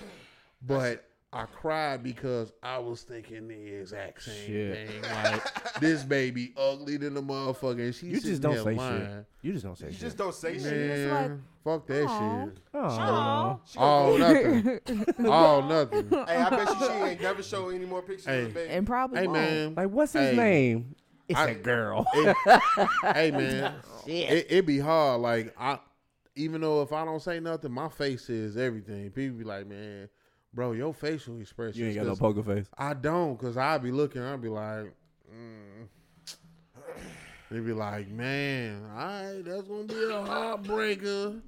Speaker 1: But I cried because I was thinking the exact same
Speaker 4: Shit.
Speaker 1: thing. Like, this baby ugly than a motherfucker. And she
Speaker 4: You just
Speaker 1: sitting
Speaker 4: don't
Speaker 1: there
Speaker 4: say
Speaker 1: lying.
Speaker 4: shit. You just don't say
Speaker 3: You
Speaker 4: shit.
Speaker 3: just don't say shit.
Speaker 1: Man,
Speaker 5: like,
Speaker 1: fuck that
Speaker 5: "Aw."
Speaker 1: shit.
Speaker 4: Aw.
Speaker 2: Aw.
Speaker 3: She gonna
Speaker 1: All Oh,
Speaker 3: go-
Speaker 1: nothing. All nothing.
Speaker 3: Hey, I bet you she ain't never show any more pictures of
Speaker 1: Hey.
Speaker 3: the baby.
Speaker 5: and probably
Speaker 1: Hey,
Speaker 5: won't.
Speaker 1: man.
Speaker 4: Like what's his
Speaker 1: Hey.
Speaker 4: name? It's
Speaker 1: I-
Speaker 4: a girl.
Speaker 1: hey man, it, it be hard. Like I, even though if I don't say nothing, my face is everything. People be like, man, bro, your facial expressions.
Speaker 4: You ain't got no
Speaker 1: 'cause
Speaker 4: poker face.
Speaker 1: I don't, cause I be looking. I be like, mm. they be like, man, all right, that's gonna be a heartbreaker.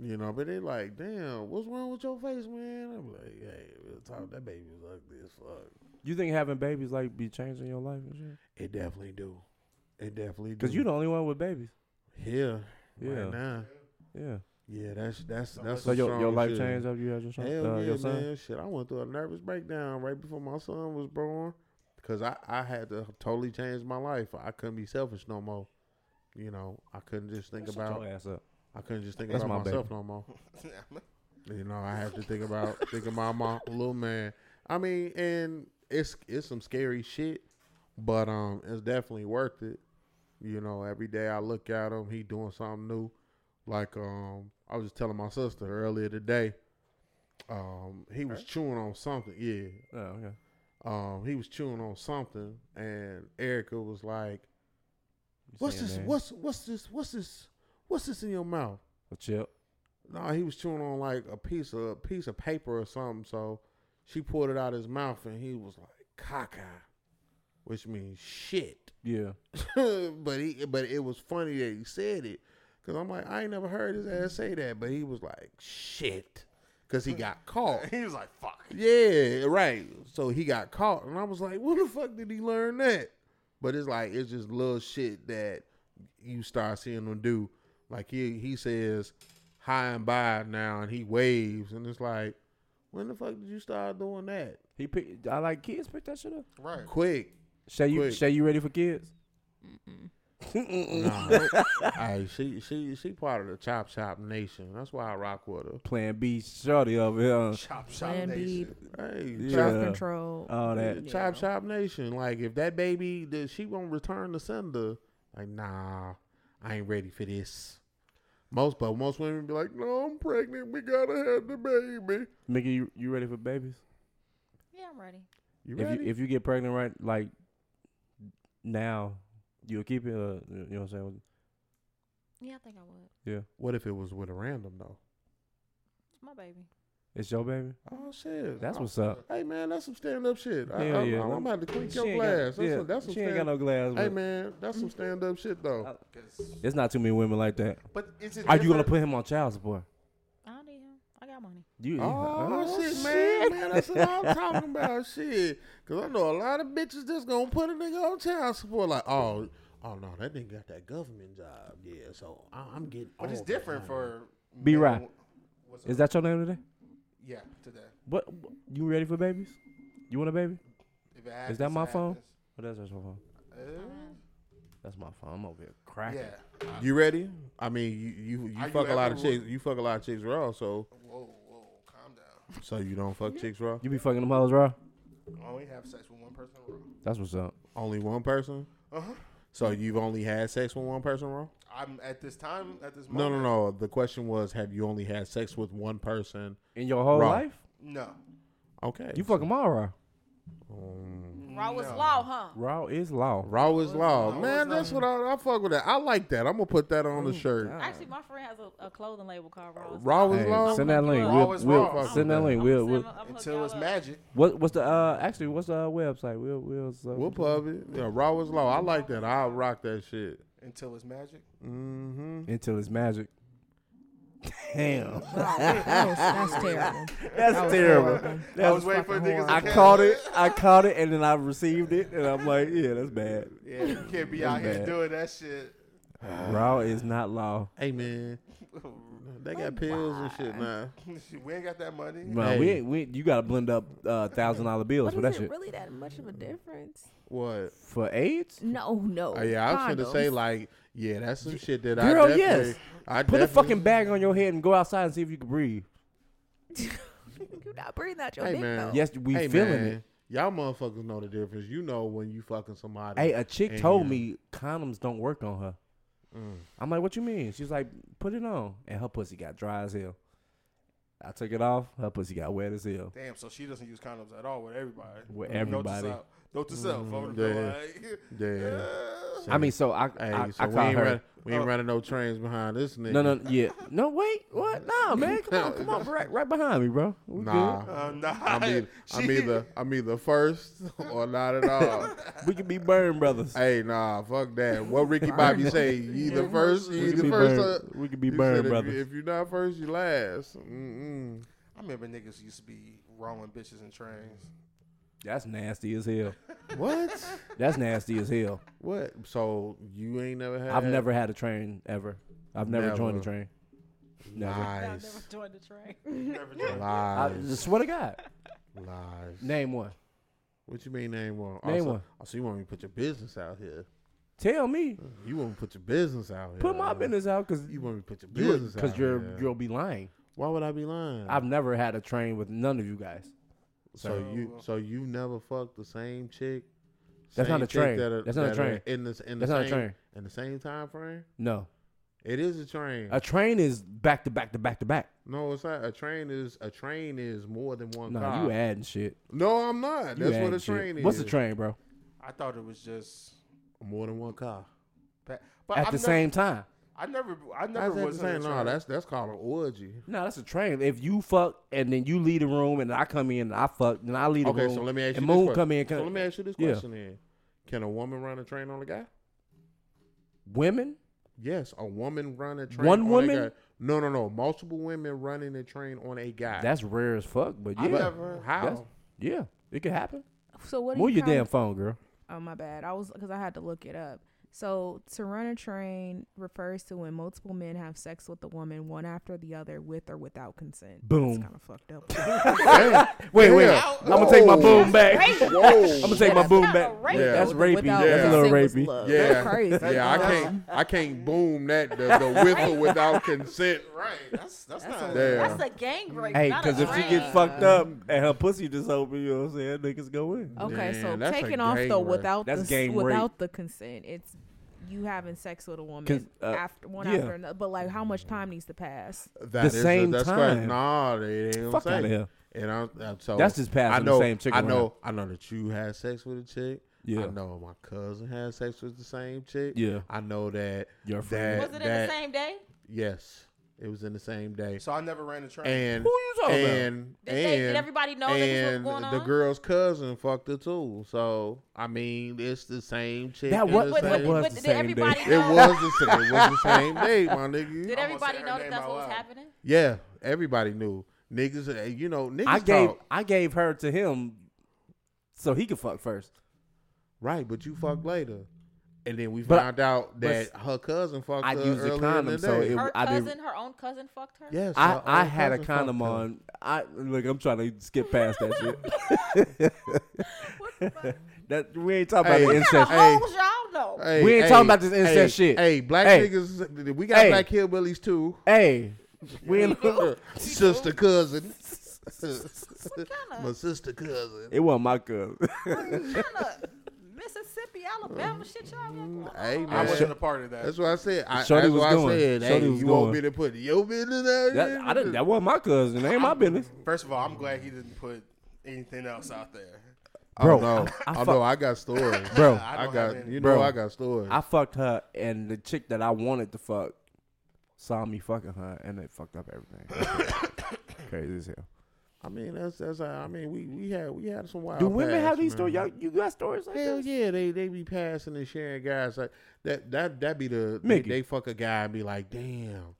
Speaker 1: You know, but they like, damn, what's wrong with your face, man? I'm like, hey, real talk, that baby was ugly as fuck.
Speaker 4: You think having babies like be changing your life and shit?
Speaker 1: It definitely do. It definitely do.
Speaker 4: Because you're the only one with babies.
Speaker 1: here
Speaker 4: Yeah.
Speaker 1: right now.
Speaker 4: Yeah.
Speaker 1: Yeah, that's that's that's
Speaker 4: So
Speaker 1: a
Speaker 4: your, your
Speaker 1: strong
Speaker 4: life
Speaker 1: shit.
Speaker 4: changed after you had your son.
Speaker 1: Hell
Speaker 4: uh,
Speaker 1: yeah,
Speaker 4: your son?
Speaker 1: man! Shit, I went through a nervous breakdown right before my son was born because I I had to totally change my life. I couldn't be selfish no more. You know, I couldn't just think
Speaker 4: Shut
Speaker 1: about
Speaker 4: your ass up.
Speaker 1: I couldn't just think
Speaker 4: That's
Speaker 1: about
Speaker 4: my
Speaker 1: myself no more. You know, I had to think about think about my little man. I mean, and it's it's some scary shit, but um, it's definitely worth it. You know, every day I look at him, he doing something new. Like um, I was just telling my sister earlier today. Um, he was chewing on something. Yeah,
Speaker 4: Oh, okay.
Speaker 1: um, he was chewing on something, and Erica was like,
Speaker 4: You
Speaker 1: "What's
Speaker 4: saying
Speaker 1: this?
Speaker 4: that?
Speaker 1: What's what's this? What's this? What's this in your mouth?"
Speaker 4: a chip?
Speaker 1: No, he was chewing on like a piece of a piece of paper or something. So she pulled it out his mouth and he was like caca, which means shit.
Speaker 4: Yeah.
Speaker 1: but he but it was funny that he said it because I'm like I ain't never heard his ass say that. But he was like shit because he got caught.
Speaker 3: He was like, fuck.
Speaker 1: Yeah, right. So he got caught, and I was like, "Where the fuck did he learn that?" But it's like it's just little shit that you start seeing him do. Like he he says, high and by now, and he waves, and it's like, when the fuck did you start doing that?
Speaker 4: He pick, I like kids pick that shit up.
Speaker 3: Right.
Speaker 1: Quick.
Speaker 4: Shay, you
Speaker 1: Quick.
Speaker 4: Shay, you ready for kids?
Speaker 1: Nah. Ay, she she she part of the Chop Chop Nation. That's why I rock with her.
Speaker 4: Plan B, shorty over here.
Speaker 3: Chop shop
Speaker 5: Plan B,
Speaker 3: nation.
Speaker 1: Hey,
Speaker 4: Yeah.
Speaker 1: Chop-
Speaker 5: birth control.
Speaker 4: All that.
Speaker 1: Yeah, Chop Chop Nation. Like if that baby that she won't return the sender, like nah, I ain't ready for this. Most but most women be like, no, I'm pregnant. We gotta have the baby.
Speaker 4: Mickey, you, you ready for babies?
Speaker 2: Yeah, I'm ready.
Speaker 1: You
Speaker 4: if
Speaker 1: ready?
Speaker 4: you if you get pregnant right like now, you'll keep it. Uh, you know what I'm saying?
Speaker 2: Yeah, I think I would.
Speaker 1: what if it was with a random though?
Speaker 2: It's my baby.
Speaker 4: It's your baby.
Speaker 1: Oh shit,
Speaker 4: That's
Speaker 1: Oh,
Speaker 4: what's up.
Speaker 1: Hey man, that's some stand up shit. I,
Speaker 4: Yeah,
Speaker 1: I,
Speaker 4: yeah.
Speaker 1: I, am about to clink your
Speaker 4: ain't
Speaker 1: glass.
Speaker 4: Got,
Speaker 1: that's some, that's some
Speaker 4: she ain't
Speaker 1: stand-
Speaker 4: got no glass.
Speaker 1: Hey
Speaker 4: but
Speaker 1: man, that's some stand up shit though.
Speaker 3: 'Cause-
Speaker 4: It's not too many women like that.
Speaker 3: But is it?
Speaker 4: Are you gonna
Speaker 3: different-
Speaker 4: put him on child support?
Speaker 2: I don't need him. I got money.
Speaker 4: You,
Speaker 1: Oh, shit, man, man, that's what I'm talking about, shit. Cause I know a lot of bitches that's gonna put a nigga on child support, like, oh, oh no, that nigga got that government job, yeah. So I, I'm getting.
Speaker 3: But it's
Speaker 1: all
Speaker 3: different
Speaker 1: that money.
Speaker 3: for.
Speaker 4: Oh, Be
Speaker 3: men
Speaker 4: right.
Speaker 3: and wo- What's
Speaker 4: Is
Speaker 3: up?
Speaker 4: that your name today?
Speaker 3: Yeah, today.
Speaker 4: What you ready for babies? You want a baby?
Speaker 3: If it happens,
Speaker 4: that
Speaker 3: it
Speaker 4: my phone?
Speaker 3: happens.
Speaker 4: Oh, that's just my phone. That's my phone. I'm over here
Speaker 3: Uh,
Speaker 4: cracking.
Speaker 3: yeah.
Speaker 1: You ready? I mean, you you,
Speaker 3: Are
Speaker 1: you
Speaker 3: you
Speaker 1: fuck a lot of
Speaker 3: ever-
Speaker 1: chicks. You fuck a lot of chicks raw, so
Speaker 3: Whoa, whoa, calm down.
Speaker 1: so you don't fuck chicks raw.
Speaker 4: You be fucking them hoes, bro.
Speaker 3: I only have sex with one person in a row.
Speaker 4: That's what's up.
Speaker 1: Only one person.
Speaker 3: Uh huh.
Speaker 1: So you've only had sex with one person raw?
Speaker 3: I'm at this time, at this
Speaker 1: No,
Speaker 3: moment.
Speaker 1: no, no. The question was, have you only had sex with one person?
Speaker 4: In your whole
Speaker 1: Right.
Speaker 4: life,
Speaker 3: No.
Speaker 1: Okay,
Speaker 4: you fuck them all, raw.
Speaker 2: Mm, Raw was
Speaker 3: No.
Speaker 2: law, huh?
Speaker 4: Raw is law.
Speaker 1: Raw is law,
Speaker 3: Raw
Speaker 1: man.
Speaker 3: is
Speaker 1: That's
Speaker 3: law.
Speaker 1: what I, I fuck with. That I like that. I'm gonna put that on
Speaker 4: Mm.
Speaker 1: the shirt.
Speaker 2: Actually, my friend has a, a clothing label called Raw. is
Speaker 1: Raw is
Speaker 4: Hey,
Speaker 1: law.
Speaker 4: send that link.
Speaker 2: Raw
Speaker 4: We'll,
Speaker 3: is
Speaker 4: we'll-
Speaker 3: raw.
Speaker 4: send that
Speaker 2: Law.
Speaker 4: link.
Speaker 2: I'ma
Speaker 4: We'll,
Speaker 2: send
Speaker 4: we'll,
Speaker 2: him- I'ma hook
Speaker 3: Until
Speaker 2: y'all
Speaker 3: it's
Speaker 2: up.
Speaker 3: magic.
Speaker 4: what what's the uh actually what's the uh, website? We'll we'll uh,
Speaker 1: We'll pub it. Yeah, raw is law. I like that. I'll rock that shit.
Speaker 3: Until it's magic.
Speaker 1: Mm-hmm.
Speaker 4: until it's magic. Damn,
Speaker 5: That was- that's terrible. That
Speaker 4: that's
Speaker 5: was
Speaker 4: terrible.
Speaker 5: horrible.
Speaker 3: I
Speaker 4: That's
Speaker 3: was waiting for
Speaker 5: fucking
Speaker 3: niggas to
Speaker 4: I
Speaker 5: horrible.
Speaker 3: catch
Speaker 4: caught it. I caught it, and then I received it, and I'm like, yeah, that's bad.
Speaker 3: Yeah, you can't be out here
Speaker 4: bad.
Speaker 3: doing that shit.
Speaker 4: Raw is not law.
Speaker 1: Hey man, they got pills and shit now.
Speaker 3: we ain't got that money.
Speaker 4: No,
Speaker 1: Hey.
Speaker 4: we ain't. We you gotta blend up uh, thousand dollar bills for
Speaker 5: But is
Speaker 4: that
Speaker 5: it
Speaker 4: shit
Speaker 5: really that much of a difference?
Speaker 1: What?
Speaker 4: for AIDS.
Speaker 5: No, no.
Speaker 1: Oh, yeah, I was gonna say
Speaker 5: Condoms.
Speaker 1: like, yeah, that's some shit that I
Speaker 4: Girl,
Speaker 1: definitely.
Speaker 4: yes.
Speaker 1: I
Speaker 4: Put a
Speaker 1: definitely-
Speaker 4: fucking bag on your head and go outside and see if you can breathe.
Speaker 5: You're not breathing out your
Speaker 1: Hey
Speaker 5: dick,
Speaker 1: man.
Speaker 5: though.
Speaker 4: Yes, we
Speaker 1: Hey,
Speaker 4: feeling
Speaker 1: man.
Speaker 4: it.
Speaker 1: Y'all motherfuckers know the difference. You know when you fucking somebody.
Speaker 4: Hey, a chick
Speaker 1: And
Speaker 4: told
Speaker 1: him.
Speaker 4: me condoms don't work on her.
Speaker 1: Mm.
Speaker 4: I'm like, what you mean? She's like, put it on, and her pussy got dry as hell. I took it off. Her pussy got wet as hell.
Speaker 3: Damn, so she doesn't use condoms at all with everybody.
Speaker 4: With
Speaker 3: Note to
Speaker 4: everybody.
Speaker 3: self. Note to self. I would've been like,
Speaker 1: Mm-hmm. yeah.
Speaker 3: uh,
Speaker 4: I mean, so I
Speaker 1: Hey,
Speaker 4: I,
Speaker 1: so
Speaker 4: I
Speaker 1: we
Speaker 4: caught
Speaker 1: ain't,
Speaker 4: her.
Speaker 1: run, we ain't
Speaker 3: Oh.
Speaker 1: running no trains behind this nigga.
Speaker 4: No, no, yeah, no. Wait, what? Nah, man, come on, come on, right, right behind me, bro. We
Speaker 1: Nah.
Speaker 3: uh, nah.
Speaker 1: I'm either, I'm
Speaker 3: She-
Speaker 1: either I'm either first or not at all.
Speaker 4: good. We could be burn brothers.
Speaker 1: hey, nah, fuck that. What Ricky Bobby say? You either first, you
Speaker 4: We could
Speaker 1: either
Speaker 4: be
Speaker 1: first.
Speaker 4: burned-
Speaker 1: or-
Speaker 4: we could be
Speaker 1: He said
Speaker 4: burned
Speaker 1: if you-
Speaker 4: brothers.
Speaker 1: If you're not first, you last. Mm-mm.
Speaker 3: I remember niggas used to be rolling bitches in trains.
Speaker 4: That's nasty as hell.
Speaker 1: What?
Speaker 4: That's nasty as hell.
Speaker 1: what? So you ain't never had?
Speaker 4: I've never had a train ever. I've never, joined a
Speaker 1: Never.
Speaker 4: train. Never.
Speaker 2: Yeah, I never
Speaker 1: Lies.
Speaker 2: joined the train.
Speaker 3: Never did.
Speaker 4: I
Speaker 1: Lies.
Speaker 4: just swear to God.
Speaker 1: Lies.
Speaker 4: Name one.
Speaker 1: What you mean name one? Oh,
Speaker 4: Name
Speaker 1: also,
Speaker 4: one.
Speaker 1: Also, you want me to put your business out here?
Speaker 4: Tell me.
Speaker 1: You want me to put your business out here?
Speaker 4: Put my
Speaker 1: huh?
Speaker 4: business out because
Speaker 1: You want me to put your business
Speaker 4: because
Speaker 1: out
Speaker 4: you're
Speaker 1: here?
Speaker 4: you'll be lying.
Speaker 1: Why would I be lying?
Speaker 4: I've never had a train with none of you guys.
Speaker 1: so you so you never fucked the same chick.
Speaker 4: That's
Speaker 1: Same
Speaker 4: not a
Speaker 1: chick
Speaker 4: train.
Speaker 1: that
Speaker 4: That's not a
Speaker 1: that
Speaker 4: train.
Speaker 1: In this in the
Speaker 4: That's not a
Speaker 1: same,
Speaker 4: train.
Speaker 1: in the same time frame.
Speaker 4: No,
Speaker 1: It is a train.
Speaker 4: a train is back to back to back to back.
Speaker 1: no, it's not. A train is a train is more than one
Speaker 4: No,
Speaker 1: car.
Speaker 4: you adding shit.
Speaker 1: no, I'm not.
Speaker 4: You
Speaker 1: Oh, That's what
Speaker 4: adding
Speaker 1: a train
Speaker 4: shit.
Speaker 1: is.
Speaker 4: What's a train, bro?
Speaker 3: I thought it was just.
Speaker 1: More than one car.
Speaker 3: pa- But
Speaker 4: At
Speaker 3: I've never-
Speaker 4: the same time.
Speaker 3: I never, I never
Speaker 1: That's
Speaker 3: was in a
Speaker 1: insane. No,
Speaker 3: train.
Speaker 1: that's that's called an orgy.
Speaker 4: No, that's a train. If you fuck and then you leave the room and I come in and I fuck and I leave the
Speaker 1: Okay,
Speaker 4: room.
Speaker 1: so let me ask you
Speaker 4: and
Speaker 1: this
Speaker 4: Moon
Speaker 1: question.
Speaker 4: come in. Come,
Speaker 1: so let me ask you this
Speaker 4: yeah.
Speaker 1: question then: Can a woman run a train on a guy?
Speaker 4: Women?
Speaker 1: Yes, a woman run a train.
Speaker 4: One
Speaker 1: on
Speaker 4: woman?
Speaker 1: A guy. No, no, no. Multiple women running a train on a guy.
Speaker 4: That's rare as fuck, but yeah,
Speaker 3: I've never.
Speaker 4: That's-
Speaker 1: how.
Speaker 4: yeah, it could happen.
Speaker 5: So what? do
Speaker 4: Move
Speaker 5: you
Speaker 4: your
Speaker 5: count-
Speaker 4: damn phone, girl.
Speaker 5: Oh my bad. I was because I had to look it up. So to run a train refers to when multiple men have sex with a woman, one after the other, with or without consent.
Speaker 4: Boom.
Speaker 5: It's kind of fucked up.
Speaker 4: Wait, wait, wait.
Speaker 3: Ow.
Speaker 4: I'm gonna take my
Speaker 1: Whoa.
Speaker 4: boom back.
Speaker 1: Whoa.
Speaker 4: I'm gonna take my boom back.
Speaker 2: Rape.
Speaker 1: Yeah.
Speaker 4: That's rapey.
Speaker 5: Without
Speaker 1: That's a
Speaker 4: little
Speaker 5: consent was
Speaker 4: rapey.
Speaker 5: love.
Speaker 1: Yeah.
Speaker 5: That's crazy.
Speaker 1: Yeah, I can't. I can't boom that the, the with or without consent.
Speaker 3: Right. That's that's,
Speaker 5: That's
Speaker 3: not.
Speaker 5: a-
Speaker 1: There.
Speaker 2: That's a gang rape.
Speaker 4: Hey,
Speaker 2: because
Speaker 4: because if she gets fucked up and her pussy just open, you know what I'm saying? Niggas go in.
Speaker 5: Okay,
Speaker 1: Man,
Speaker 5: so
Speaker 1: that's a
Speaker 5: taking off
Speaker 1: gang
Speaker 5: though
Speaker 1: rape.
Speaker 5: without
Speaker 4: That's
Speaker 5: the s-
Speaker 4: gang rape.
Speaker 5: without the consent, it's you having sex with a
Speaker 4: Cons-
Speaker 5: woman
Speaker 4: uh,
Speaker 5: after one
Speaker 4: yeah.
Speaker 5: after another. But like, how much time needs to pass?
Speaker 1: That
Speaker 4: The
Speaker 1: is a-
Speaker 4: same
Speaker 1: that's correct.
Speaker 4: time.
Speaker 1: Nah, it ain't
Speaker 4: Fuck outta
Speaker 1: saying.
Speaker 4: here.
Speaker 1: And I'm, I'm so
Speaker 4: That's just passing
Speaker 1: I
Speaker 4: the
Speaker 1: know,
Speaker 4: same chick
Speaker 1: I
Speaker 4: around.
Speaker 1: know. I know that you had sex with a chick.
Speaker 4: Yeah.
Speaker 1: I know my cousin had sex with the same chick.
Speaker 4: Yeah.
Speaker 1: I know that.
Speaker 4: Your
Speaker 1: that,
Speaker 4: friend.
Speaker 2: Was it in
Speaker 1: that-
Speaker 2: the same day?
Speaker 1: Yes, it was in the same day.
Speaker 3: So I never ran a train.
Speaker 1: And
Speaker 4: Who you talking about?
Speaker 1: and,
Speaker 2: Did,
Speaker 1: and
Speaker 2: they, did everybody know that this was
Speaker 1: and
Speaker 2: going on?
Speaker 1: the girl's cousin fucked her too. So I mean, it's the same chick.
Speaker 4: That
Speaker 1: and
Speaker 4: was-
Speaker 1: the
Speaker 2: But,
Speaker 4: that
Speaker 1: same-
Speaker 2: but,
Speaker 4: was
Speaker 2: but
Speaker 4: the
Speaker 2: did
Speaker 4: same
Speaker 2: everybody
Speaker 4: day.
Speaker 1: It
Speaker 2: know?
Speaker 1: was the same. It was the same day, my nigga.
Speaker 2: Did
Speaker 3: gonna
Speaker 2: everybody
Speaker 3: say her
Speaker 2: know
Speaker 3: name
Speaker 2: that that's
Speaker 3: out
Speaker 2: what was
Speaker 3: loud.
Speaker 2: happening?
Speaker 1: yeah, everybody knew niggas. eh, You know, niggas.
Speaker 4: I gave
Speaker 1: talk.
Speaker 4: I gave her to him so he could fuck first.
Speaker 1: right, but you fucked later, and then we
Speaker 4: But-
Speaker 1: found out
Speaker 4: but-
Speaker 1: that her cousin fucked
Speaker 4: I
Speaker 1: her
Speaker 4: used a
Speaker 1: earlier in
Speaker 4: condom,
Speaker 1: the
Speaker 4: so
Speaker 1: day.
Speaker 4: it-
Speaker 2: Her
Speaker 4: I didn't-
Speaker 2: cousin, her own cousin, fucked her.
Speaker 1: yes,
Speaker 4: I,
Speaker 1: her
Speaker 4: I
Speaker 1: own
Speaker 4: had a
Speaker 1: cousin fucked
Speaker 4: condom
Speaker 1: her.
Speaker 4: on. I look. I'm trying to skip past that shit. that we ain't talking
Speaker 1: Hey. What
Speaker 2: What kind
Speaker 4: about the
Speaker 2: of
Speaker 4: incest.
Speaker 1: Hey.
Speaker 2: hoes y'all know?
Speaker 1: Hey,
Speaker 4: We ain't
Speaker 1: hey,
Speaker 4: talking about this incest
Speaker 1: hey,
Speaker 4: shit.
Speaker 1: Hey, black
Speaker 4: Hey.
Speaker 1: niggas, we got
Speaker 4: Hey.
Speaker 1: black hillbillies too.
Speaker 4: Hey, we ain't.
Speaker 1: sister cousin.
Speaker 2: kinda-
Speaker 1: My sister cousin.
Speaker 4: It wasn't my cousin.
Speaker 2: Kinda Mississippi, Alabama, shit y'all know.
Speaker 1: Hey,
Speaker 3: I
Speaker 1: man.
Speaker 3: wasn't a part of that.
Speaker 1: That's what I said. I,
Speaker 4: Shorty
Speaker 1: that's
Speaker 4: was
Speaker 1: what
Speaker 4: going.
Speaker 1: I said. Hey,
Speaker 4: Shorty was
Speaker 1: you want
Speaker 4: going.
Speaker 1: me to put your business out
Speaker 4: That, I didn't. That wasn't my cousin. It ain't my business.
Speaker 3: First of all, I'm glad he didn't put anything else out there.
Speaker 1: Bro,
Speaker 4: Bro,
Speaker 1: oh, no. I, oh,
Speaker 4: I fuck-
Speaker 1: no, I got stories.
Speaker 4: Bro.
Speaker 1: I,
Speaker 3: I don't have
Speaker 1: got,
Speaker 3: any.
Speaker 1: you know,
Speaker 4: Bro.
Speaker 1: I got stories.
Speaker 4: I fucked her, and the chick that I wanted to fuck saw me fucking her, and it fucked up everything. Crazy as hell.
Speaker 1: I mean, that's that's. how- I mean, we we had we had some wild.
Speaker 4: Do women
Speaker 1: past,
Speaker 4: have these
Speaker 1: Oh, man.
Speaker 4: stories? Y'all, you got stories like
Speaker 1: Hell
Speaker 4: this?
Speaker 1: yeah, they they be passing and sharing guys like that. That that be the they,
Speaker 4: Mickey.
Speaker 1: they fuck a guy and be like, damn,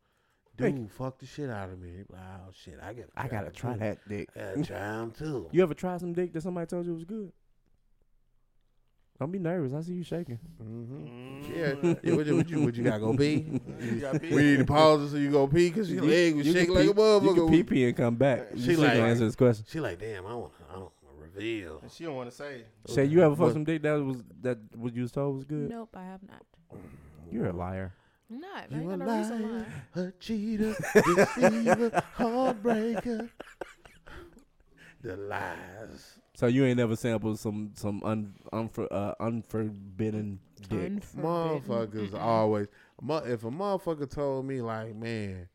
Speaker 1: dude, fuck the shit out of me. He be like, Oh shit, I got
Speaker 4: I gotta try that dick.
Speaker 1: gotta try him too.
Speaker 4: You ever try some dick that somebody told you was good? Don't be nervous. I see you shaking.
Speaker 1: Mm-hmm. Yeah, yeah, what, you- what you what you gotta go pee?
Speaker 3: You got
Speaker 1: we need to pause it so you go pee because your leg was shaking like a
Speaker 4: You can
Speaker 1: motherfucker.
Speaker 4: pee pee and come back.
Speaker 1: She
Speaker 4: She like
Speaker 1: like-
Speaker 4: answer this question.
Speaker 1: She like, damn, I want I don't wanna reveal.
Speaker 3: She don't want to say.
Speaker 4: Say you ever
Speaker 1: What?
Speaker 4: fucked some dick that was that what you was told was good?
Speaker 5: Nope, I have not.
Speaker 1: Mm.
Speaker 4: You're a liar.
Speaker 5: I'm not. I
Speaker 1: You a
Speaker 5: ain't got no reason why.
Speaker 1: liar, a cheater, deceiver, heartbreaker. The lies.
Speaker 4: So you ain't never sampled some some un unfor, uh, unforbidden dick.
Speaker 5: Unforbidden.
Speaker 1: Motherfuckers always. Mu- If a motherfucker told me like, man,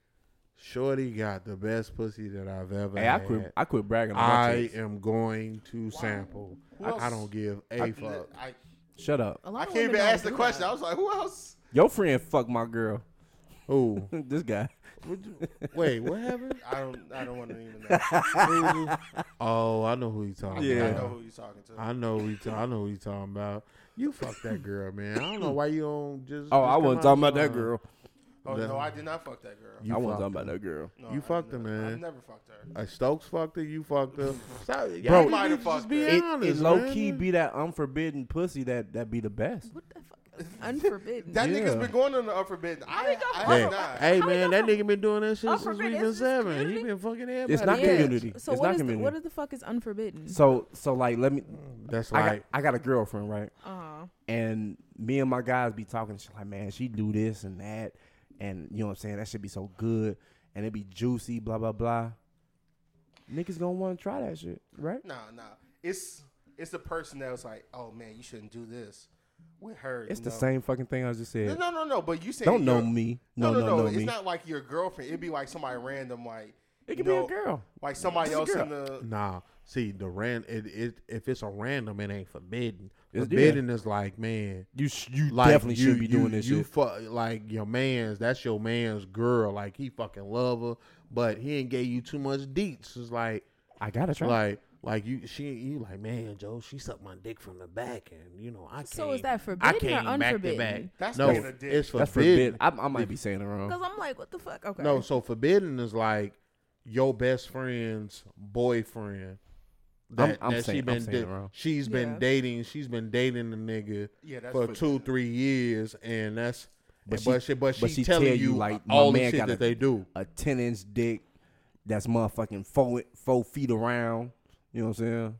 Speaker 1: Shorty got the best pussy that I've ever
Speaker 4: hey, I
Speaker 1: had,
Speaker 4: quit. I quit bragging. On my
Speaker 1: I
Speaker 4: chicks.
Speaker 1: am going to sample.
Speaker 3: Who
Speaker 1: I, I
Speaker 3: else?
Speaker 1: don't give
Speaker 3: I,
Speaker 1: a
Speaker 3: did-
Speaker 1: fuck.
Speaker 3: I,
Speaker 4: Shut up.
Speaker 5: A
Speaker 3: I
Speaker 5: lot of
Speaker 3: can't even
Speaker 5: women don't
Speaker 3: ask the
Speaker 5: do
Speaker 3: question.
Speaker 5: that.
Speaker 3: I was like, who else?
Speaker 4: Your friend fucked my girl.
Speaker 1: Ooh,
Speaker 4: this guy.
Speaker 1: What'd you- wait, what happened?
Speaker 3: I don't. I don't want to even know.
Speaker 1: Oh, I know who you talking
Speaker 4: Yeah.
Speaker 3: I
Speaker 1: about.
Speaker 3: know who you're talking to.
Speaker 1: I know we. I know who you talking about. You fuck that girl, man. I don't know why you don't just.
Speaker 4: Oh,
Speaker 1: just
Speaker 4: I
Speaker 1: come
Speaker 4: wasn't
Speaker 1: out
Speaker 4: talking
Speaker 1: and
Speaker 4: about that
Speaker 1: go,
Speaker 4: girl.
Speaker 3: oh
Speaker 1: the-
Speaker 3: no, I did not fuck that girl.
Speaker 1: You
Speaker 4: I wasn't
Speaker 1: fucked
Speaker 4: talking about
Speaker 1: her.
Speaker 4: that girl.
Speaker 3: No,
Speaker 1: you
Speaker 3: I
Speaker 1: fucked her,
Speaker 3: never-
Speaker 1: man.
Speaker 3: I never fucked her.
Speaker 1: Uh, Stokes fucked her. You fucked her. So,
Speaker 4: Bro,
Speaker 1: y'all
Speaker 3: might
Speaker 1: need
Speaker 3: have
Speaker 1: to
Speaker 3: fucked
Speaker 1: just be
Speaker 3: her.
Speaker 4: It,
Speaker 1: honest,
Speaker 4: it low
Speaker 1: man.
Speaker 4: key be that unforbidden pussy that that be the best.
Speaker 5: What the fuck? is Unforbidden.
Speaker 3: That
Speaker 4: Yeah.
Speaker 3: nigga's been going on the unforbidden. I,
Speaker 2: think I'm
Speaker 3: I,
Speaker 1: Hey,
Speaker 3: have
Speaker 2: over-
Speaker 3: not.
Speaker 1: hey
Speaker 2: How we
Speaker 1: man,
Speaker 2: go
Speaker 1: that
Speaker 2: from
Speaker 1: nigga been doing that shit
Speaker 4: Oh,
Speaker 1: since
Speaker 2: unforbidden
Speaker 1: we've been
Speaker 2: is this
Speaker 1: seven. He
Speaker 2: community?
Speaker 1: been fucking everybody.
Speaker 4: not
Speaker 5: Yeah.
Speaker 4: community.
Speaker 5: So
Speaker 4: It's
Speaker 5: what
Speaker 4: not
Speaker 5: is
Speaker 4: community.
Speaker 5: The, what the fuck is unforbidden?
Speaker 4: So so like let me.
Speaker 1: That's
Speaker 4: I got,
Speaker 1: like
Speaker 4: I got a girlfriend right,
Speaker 5: uh,
Speaker 4: and me and my guys be talking. She's like, man, she do this and that, and you know what I'm saying. That should be so good, and it be juicy, blah blah blah. Niggas gonna want to try that shit, right?
Speaker 3: Nah, nah. It's it's the person that was like, oh man, you shouldn't do this with her.
Speaker 4: It's
Speaker 3: you
Speaker 4: the
Speaker 3: know?
Speaker 4: same fucking thing I just
Speaker 3: No,
Speaker 4: said.
Speaker 3: no, no, no. But you said
Speaker 4: Don't know
Speaker 3: your-
Speaker 4: me. No, no, no,
Speaker 3: It's
Speaker 4: me.
Speaker 3: not like your girlfriend. It'd be like somebody random, like
Speaker 4: It
Speaker 3: you
Speaker 4: could be a
Speaker 3: know,
Speaker 4: girl.
Speaker 3: like somebody
Speaker 4: Just
Speaker 3: else
Speaker 4: a
Speaker 3: in the.
Speaker 1: nah. See the ran it, it if it's a random, it ain't forbidden.
Speaker 4: It's-
Speaker 1: forbidden is like man.
Speaker 4: You sh- you
Speaker 1: Like
Speaker 4: definitely
Speaker 1: you,
Speaker 4: should be
Speaker 1: you-
Speaker 4: doing this
Speaker 1: you
Speaker 4: shit.
Speaker 1: Fuck, like your man's, that's your man's girl. Like he fucking love her, but he ain't gave you too much deets. It's like
Speaker 4: I gotta try.
Speaker 1: like like you she you like man Joe she sucked my dick from the back and you know I can't
Speaker 5: So is that
Speaker 1: I
Speaker 5: forbidden
Speaker 1: can't
Speaker 5: or
Speaker 1: back to
Speaker 5: unforbidden?
Speaker 1: back
Speaker 3: That's
Speaker 1: no
Speaker 3: being a dick.
Speaker 1: it's forbidden.
Speaker 4: That's forbidden. I, I might be saying it wrong.
Speaker 5: Because I'm like, what the fuck? Okay.
Speaker 1: no so forbidden is like your best friend's boyfriend that,
Speaker 4: I'm
Speaker 1: that she
Speaker 4: saying- I'm
Speaker 1: been
Speaker 4: saying it
Speaker 1: da-
Speaker 4: wrong.
Speaker 1: she's
Speaker 5: Yeah.
Speaker 1: been dating she's been dating the nigga
Speaker 3: Yeah, that's
Speaker 1: for
Speaker 3: what-
Speaker 1: two three years and that's but, she, but she but
Speaker 4: but
Speaker 1: she
Speaker 4: she
Speaker 1: telling
Speaker 4: tell
Speaker 1: you
Speaker 4: you, like, my
Speaker 1: all the
Speaker 4: man
Speaker 1: shit
Speaker 4: got
Speaker 1: that
Speaker 4: a-
Speaker 1: they do
Speaker 4: a ten inch dick that's motherfucking four four feet around. You know what I'm saying?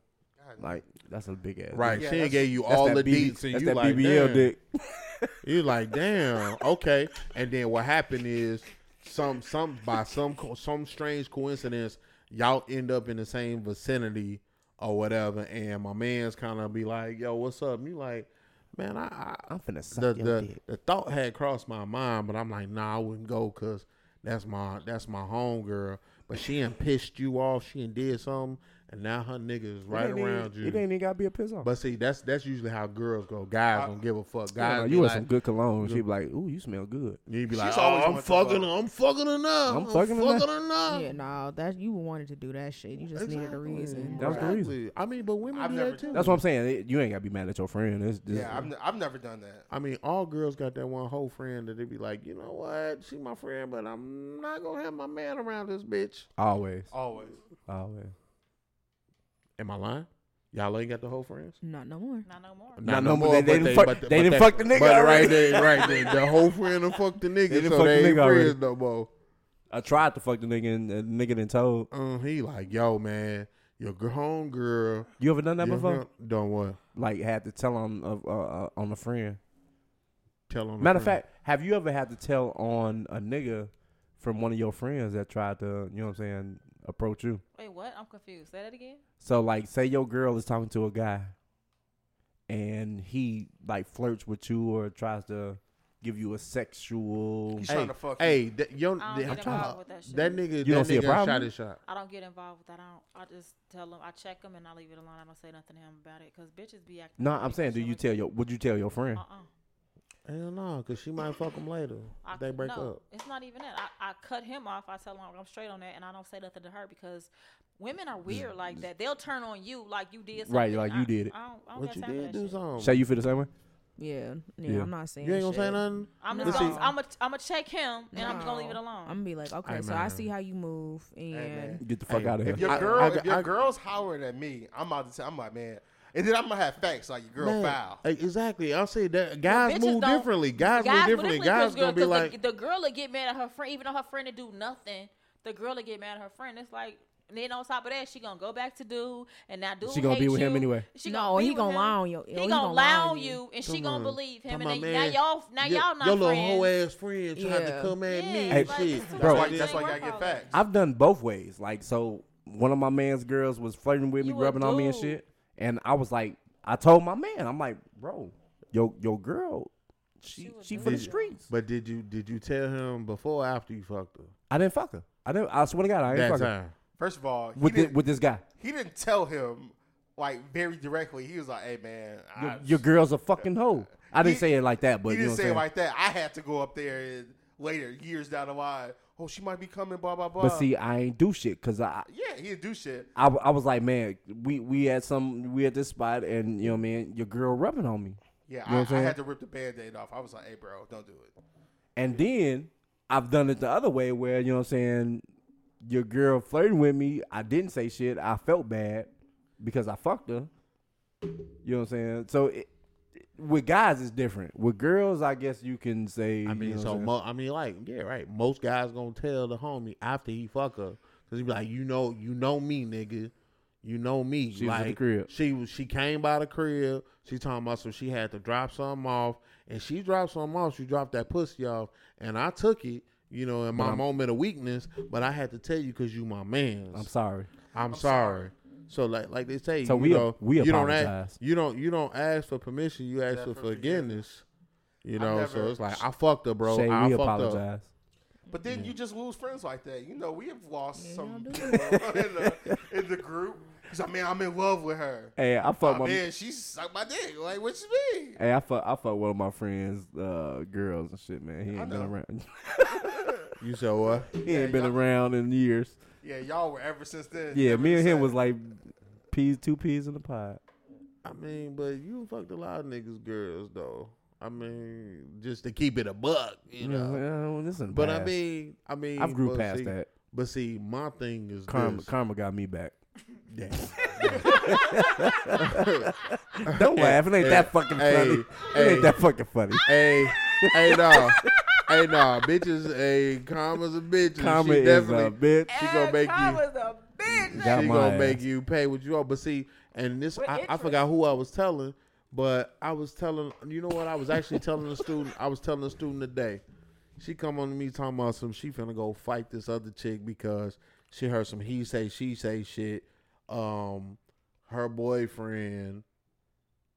Speaker 4: Like that's a big ass.
Speaker 1: right
Speaker 3: Yeah,
Speaker 1: she ain't
Speaker 3: that's-
Speaker 1: gave you
Speaker 4: That's
Speaker 1: all
Speaker 4: that
Speaker 1: the
Speaker 4: BB
Speaker 1: deets and
Speaker 4: that's
Speaker 1: you
Speaker 4: that
Speaker 1: like
Speaker 4: BBL
Speaker 1: damn.
Speaker 4: dick.
Speaker 1: you like damn okay and then what happened is some some by some co- some strange coincidence y'all end up in the same vicinity or whatever and my man's kind of be like yo what's up and you like man I, I
Speaker 4: I'm finna suck
Speaker 1: the
Speaker 4: your
Speaker 1: the,
Speaker 4: dick.
Speaker 1: the thought had crossed my mind, but I'm like, nah, I wouldn't go because that's my that's my homegirl. But she ain't pissed you off. She ain't did something, and now her nigga is right
Speaker 4: It ain't
Speaker 1: around
Speaker 4: even-
Speaker 1: you.
Speaker 4: It ain't even gotta be a piss off.
Speaker 1: But see, that's that's usually how girls go. Guys
Speaker 3: I-
Speaker 1: don't give a fuck.
Speaker 4: I don't
Speaker 1: Guys,
Speaker 4: know,
Speaker 1: be
Speaker 4: you wear
Speaker 1: like,
Speaker 4: some good cologne. She'd be like, "Ooh, you smell good."
Speaker 1: You be
Speaker 3: She's
Speaker 1: like,
Speaker 3: always
Speaker 1: oh, I'm
Speaker 3: wanted to
Speaker 1: fucking,
Speaker 3: fuck.
Speaker 1: I'm fucking enough.
Speaker 4: I'm
Speaker 1: I'm
Speaker 4: fucking
Speaker 1: fucking
Speaker 4: enough."
Speaker 1: enough.
Speaker 5: Yeah, no, that you wanted to do that shit. You just needed a reason.
Speaker 4: That was the reason.
Speaker 1: oh, Exactly. I mean, but women
Speaker 3: I've
Speaker 1: do
Speaker 3: never
Speaker 1: that too.
Speaker 3: done
Speaker 4: That's what I'm saying. It- you ain't gotta be mad at your friend. It's just,
Speaker 3: Yeah, I've, ne- I've never done that.
Speaker 1: I mean, all girls got that one whole friend that they be like, you know what? She my friend, but I'm not gonna have my man around this bitch.
Speaker 4: always,
Speaker 3: Always.
Speaker 4: always.
Speaker 1: Am I lying? Y'all ain't got the whole friends.
Speaker 5: Not no more.
Speaker 2: Not no more.
Speaker 4: Not no more, they
Speaker 1: but
Speaker 4: didn't fuck-
Speaker 1: th-
Speaker 4: they didn't fuck the nigga
Speaker 1: But
Speaker 4: already.
Speaker 1: right there, right there, the whole friend done fucked the nigga,
Speaker 4: They done
Speaker 1: so
Speaker 4: fucked the
Speaker 1: they ain't
Speaker 4: nigga already.
Speaker 1: friends no more.
Speaker 4: I tried to fuck the nigga and the nigga didn't told.
Speaker 1: Um, he like, yo, man, your gr- home girl.
Speaker 4: You ever done that
Speaker 1: your
Speaker 4: before?
Speaker 1: girl- Done what?
Speaker 4: Like had to tell on uh, uh, on a friend.
Speaker 1: Tell him.
Speaker 4: Matter of fact, have you ever had to tell on a nigga from one of your friends that tried to, you know what I'm saying, approach you?
Speaker 2: Wait, what? I'm confused. Say that again.
Speaker 4: So like say your girl is talking to a guy and he like flirts with you or tries to give you a sexual
Speaker 3: He's
Speaker 1: Hey,
Speaker 3: trying to fuck you.
Speaker 1: hey, that, yo,
Speaker 2: I
Speaker 1: that-
Speaker 2: don't
Speaker 1: I'm
Speaker 2: get
Speaker 1: trying.
Speaker 2: involved with that shit.
Speaker 1: That nigga, that
Speaker 4: don't see a
Speaker 1: nigga shot
Speaker 4: problem?
Speaker 1: his shot.
Speaker 2: I don't get involved with that. I don't. I just tell them. I check them and I leave it alone. I don't say nothing to him about it because bitches be acting.
Speaker 4: No, I'm saying do you tell your would you tell your friend?
Speaker 2: Uh uh
Speaker 1: Hell no, cause she might fuck him later.
Speaker 2: I
Speaker 1: if they
Speaker 2: c-
Speaker 1: break
Speaker 2: no,
Speaker 1: up.
Speaker 2: It's not even that. I, I cut him off. I tell him I'm straight on that, and I don't say nothing to her because women are weird like that. They'll turn on you like you did. Something.
Speaker 4: Right, like you
Speaker 2: I-
Speaker 4: did it.
Speaker 2: I don't, I don't
Speaker 1: What
Speaker 2: got
Speaker 1: you
Speaker 2: time for
Speaker 1: did,
Speaker 2: that
Speaker 1: do
Speaker 2: shit.
Speaker 1: something.
Speaker 4: Say you feel the same way?
Speaker 5: Yeah, yeah.
Speaker 4: Yeah.
Speaker 5: I'm not saying
Speaker 1: you ain't gonna say
Speaker 5: shit.
Speaker 1: nothing.
Speaker 2: I'm
Speaker 1: But
Speaker 2: just
Speaker 1: see-
Speaker 2: gonna, I'm gonna I'm gonna check him and I'm just gonna leave it
Speaker 5: No.
Speaker 2: alone.
Speaker 5: I'm gonna be like, okay,
Speaker 1: Hey,
Speaker 5: so I
Speaker 1: man.
Speaker 5: see how you move,
Speaker 3: man.
Speaker 5: and
Speaker 4: Get the fuck
Speaker 1: Hey,
Speaker 4: out
Speaker 1: if
Speaker 4: of here.
Speaker 3: If your
Speaker 1: I-
Speaker 3: girl,
Speaker 1: I-
Speaker 3: if your
Speaker 1: I-
Speaker 3: girl's hollering at me, I'm out to. I'm like, man, and then I'm gonna have facts like your girl
Speaker 1: Man,
Speaker 3: foul.
Speaker 1: e- Exactly. I'll say that guys
Speaker 2: bitches
Speaker 1: move
Speaker 2: don't-
Speaker 1: differently. Guys, move
Speaker 2: Guys, but
Speaker 1: differently.
Speaker 2: differently 'cause
Speaker 1: Guys
Speaker 2: girl-
Speaker 1: gonna be
Speaker 2: 'cause
Speaker 1: like,
Speaker 2: the, the girl will get mad at her friend, even though her friend to do nothing. The girl will get mad at her friend. It's like. And then on top of that, she gonna go back to dude, and now dude
Speaker 4: She gonna
Speaker 2: hate
Speaker 4: be with
Speaker 2: you.
Speaker 4: him anyway.
Speaker 2: She
Speaker 5: No,
Speaker 2: be
Speaker 5: he
Speaker 2: with
Speaker 5: gonna
Speaker 2: him.
Speaker 5: lie on
Speaker 2: He,
Speaker 5: you. Oh, he
Speaker 2: gonna
Speaker 5: gonna
Speaker 2: lie
Speaker 5: lie
Speaker 2: on
Speaker 5: on you.
Speaker 2: you, and she
Speaker 1: Come
Speaker 2: gonna
Speaker 1: on.
Speaker 2: believe him.
Speaker 1: Come
Speaker 2: And
Speaker 1: on,
Speaker 2: then, now
Speaker 1: man.
Speaker 2: y'all, now
Speaker 1: Your-
Speaker 2: y'all not
Speaker 1: Your little
Speaker 2: friends.
Speaker 1: whole ass friend tried
Speaker 5: Yeah.
Speaker 1: to come at
Speaker 2: Yeah,
Speaker 1: me
Speaker 2: it's
Speaker 1: and
Speaker 2: like-
Speaker 1: shit.
Speaker 2: it's like-
Speaker 4: Bro.
Speaker 3: That's why,
Speaker 2: It
Speaker 3: that's
Speaker 2: ain't
Speaker 3: why you gotta
Speaker 2: work
Speaker 3: get
Speaker 2: all that.
Speaker 3: facts.
Speaker 4: I've done both ways. Like, so one of my man's girls was flirting with me,
Speaker 2: You a
Speaker 4: rubbing on me and
Speaker 2: dude.
Speaker 4: shit. And I was like, I told my man, I'm like, bro, yo, your girl, she
Speaker 2: She a
Speaker 4: she,
Speaker 2: dude.
Speaker 4: for the
Speaker 2: Did you-
Speaker 4: streets.
Speaker 1: But did you did you tell him before or after you fucked her?
Speaker 4: I didn't fuck her. I didn't. I swear to God, I ain't
Speaker 1: That
Speaker 4: fuck her
Speaker 1: time.
Speaker 3: First of all, he
Speaker 4: with thi-
Speaker 3: didn't,
Speaker 4: with this guy.
Speaker 3: he didn't tell him like very directly. He was like, hey man,
Speaker 4: Your,
Speaker 3: I,
Speaker 4: your girl's a fucking hoe. I didn't
Speaker 3: He-
Speaker 4: say it like that, but
Speaker 3: he
Speaker 4: you know
Speaker 3: didn't
Speaker 4: what
Speaker 3: say it
Speaker 4: I'm saying.
Speaker 3: like that. I had to go up there and later, years down the line, oh she might be coming, blah blah blah.
Speaker 4: But see, I ain't do shit because I,
Speaker 3: yeah, he didn't do shit.
Speaker 4: I, I was like, man, we we at some we at this spot, and you know what I mean. Your girl rubbing on me.
Speaker 3: Yeah,
Speaker 4: You know what I'm
Speaker 3: I, I
Speaker 4: saying?
Speaker 3: had to rip the band-aid off. I was like, hey bro, don't do it.
Speaker 4: And then I've done it the other way where, you know what I'm saying, your girl flirting with me. I didn't say shit. I felt bad because I fucked her. You know what I'm saying? So it, with guys, it's different. With girls, I guess you can say.
Speaker 1: I
Speaker 4: you
Speaker 1: mean,
Speaker 4: know what
Speaker 1: so
Speaker 4: I'm
Speaker 1: mo- I mean, like, yeah, right. Most guys gonna tell the homie after he fuck her, cause he be like, you know, you know me, nigga, you know me.
Speaker 4: She was at
Speaker 1: like,
Speaker 4: the crib.
Speaker 1: She was, she came by the crib. She talking about so she had to drop something off, and she dropped something off. She dropped that pussy off, and I took it, you know, in my moment of weakness. But I had to tell you, cause you my man.
Speaker 4: I'm sorry.
Speaker 1: I'm, sorry. So like like they say,
Speaker 4: So
Speaker 1: you
Speaker 4: we-
Speaker 1: know,
Speaker 4: we
Speaker 1: you don't
Speaker 4: apologize.
Speaker 1: ask, you don't you don't ask for permission, you ask for
Speaker 3: for
Speaker 1: forgiveness. You know,
Speaker 3: I've
Speaker 1: so
Speaker 3: never-
Speaker 1: it's like I fucked up, bro.
Speaker 4: Shay,
Speaker 1: I
Speaker 4: we
Speaker 1: fucked up.
Speaker 4: apologize.
Speaker 3: But then you just lose friends like that. You know, we have lost some
Speaker 5: y'all do.
Speaker 3: people in the, in the group. He's like, man, I'm in love with her.
Speaker 4: Hey, I
Speaker 3: Oh,
Speaker 4: fucked my.
Speaker 3: man, she sucked my dick. Like, what you mean?
Speaker 4: Hey, I fuck, I fuck one of my friends' uh, girls and shit, man. He ain't been
Speaker 3: know.
Speaker 4: around.
Speaker 1: You said what?
Speaker 4: he ain't been
Speaker 3: y'all-
Speaker 4: around in years.
Speaker 3: Yeah, y'all were ever since then.
Speaker 4: Yeah,
Speaker 3: never
Speaker 4: me
Speaker 3: the
Speaker 4: and him
Speaker 3: same.
Speaker 4: was like peas, two peas in the pod.
Speaker 1: I mean, but you fucked a lot of niggas girls though. I mean, just to keep it a buck, you know.
Speaker 4: Yeah, this is
Speaker 1: But I
Speaker 4: bad.
Speaker 1: mean I mean
Speaker 4: Mm-hmm. I've grew
Speaker 1: but
Speaker 4: past
Speaker 1: see-
Speaker 4: that.
Speaker 1: But see, my thing is
Speaker 4: Karma,
Speaker 1: this.
Speaker 4: karma got me back.
Speaker 1: Yeah.
Speaker 4: Don't laugh. It ain't that fucking
Speaker 1: Hey,
Speaker 4: funny. It
Speaker 1: hey.
Speaker 4: ain't that fucking funny.
Speaker 1: hey, hey, no, hey, no, bitches, hey, commas a bitch.
Speaker 4: Comma
Speaker 1: she
Speaker 4: is
Speaker 1: definitely
Speaker 4: a bitch.
Speaker 1: She gonna make
Speaker 2: I
Speaker 1: you.
Speaker 2: was a bitch.
Speaker 4: Got
Speaker 1: She
Speaker 4: my
Speaker 1: gonna
Speaker 4: ass.
Speaker 1: make you pay what you owe. But see, and this,
Speaker 2: With
Speaker 1: I, I
Speaker 2: interest.
Speaker 1: forgot who I was telling, but I was telling. You know what? I was actually telling a student. I was telling a student today. She come on to me talking about some. She finna go fight this other chick because she heard some he say she say shit. Um, her boyfriend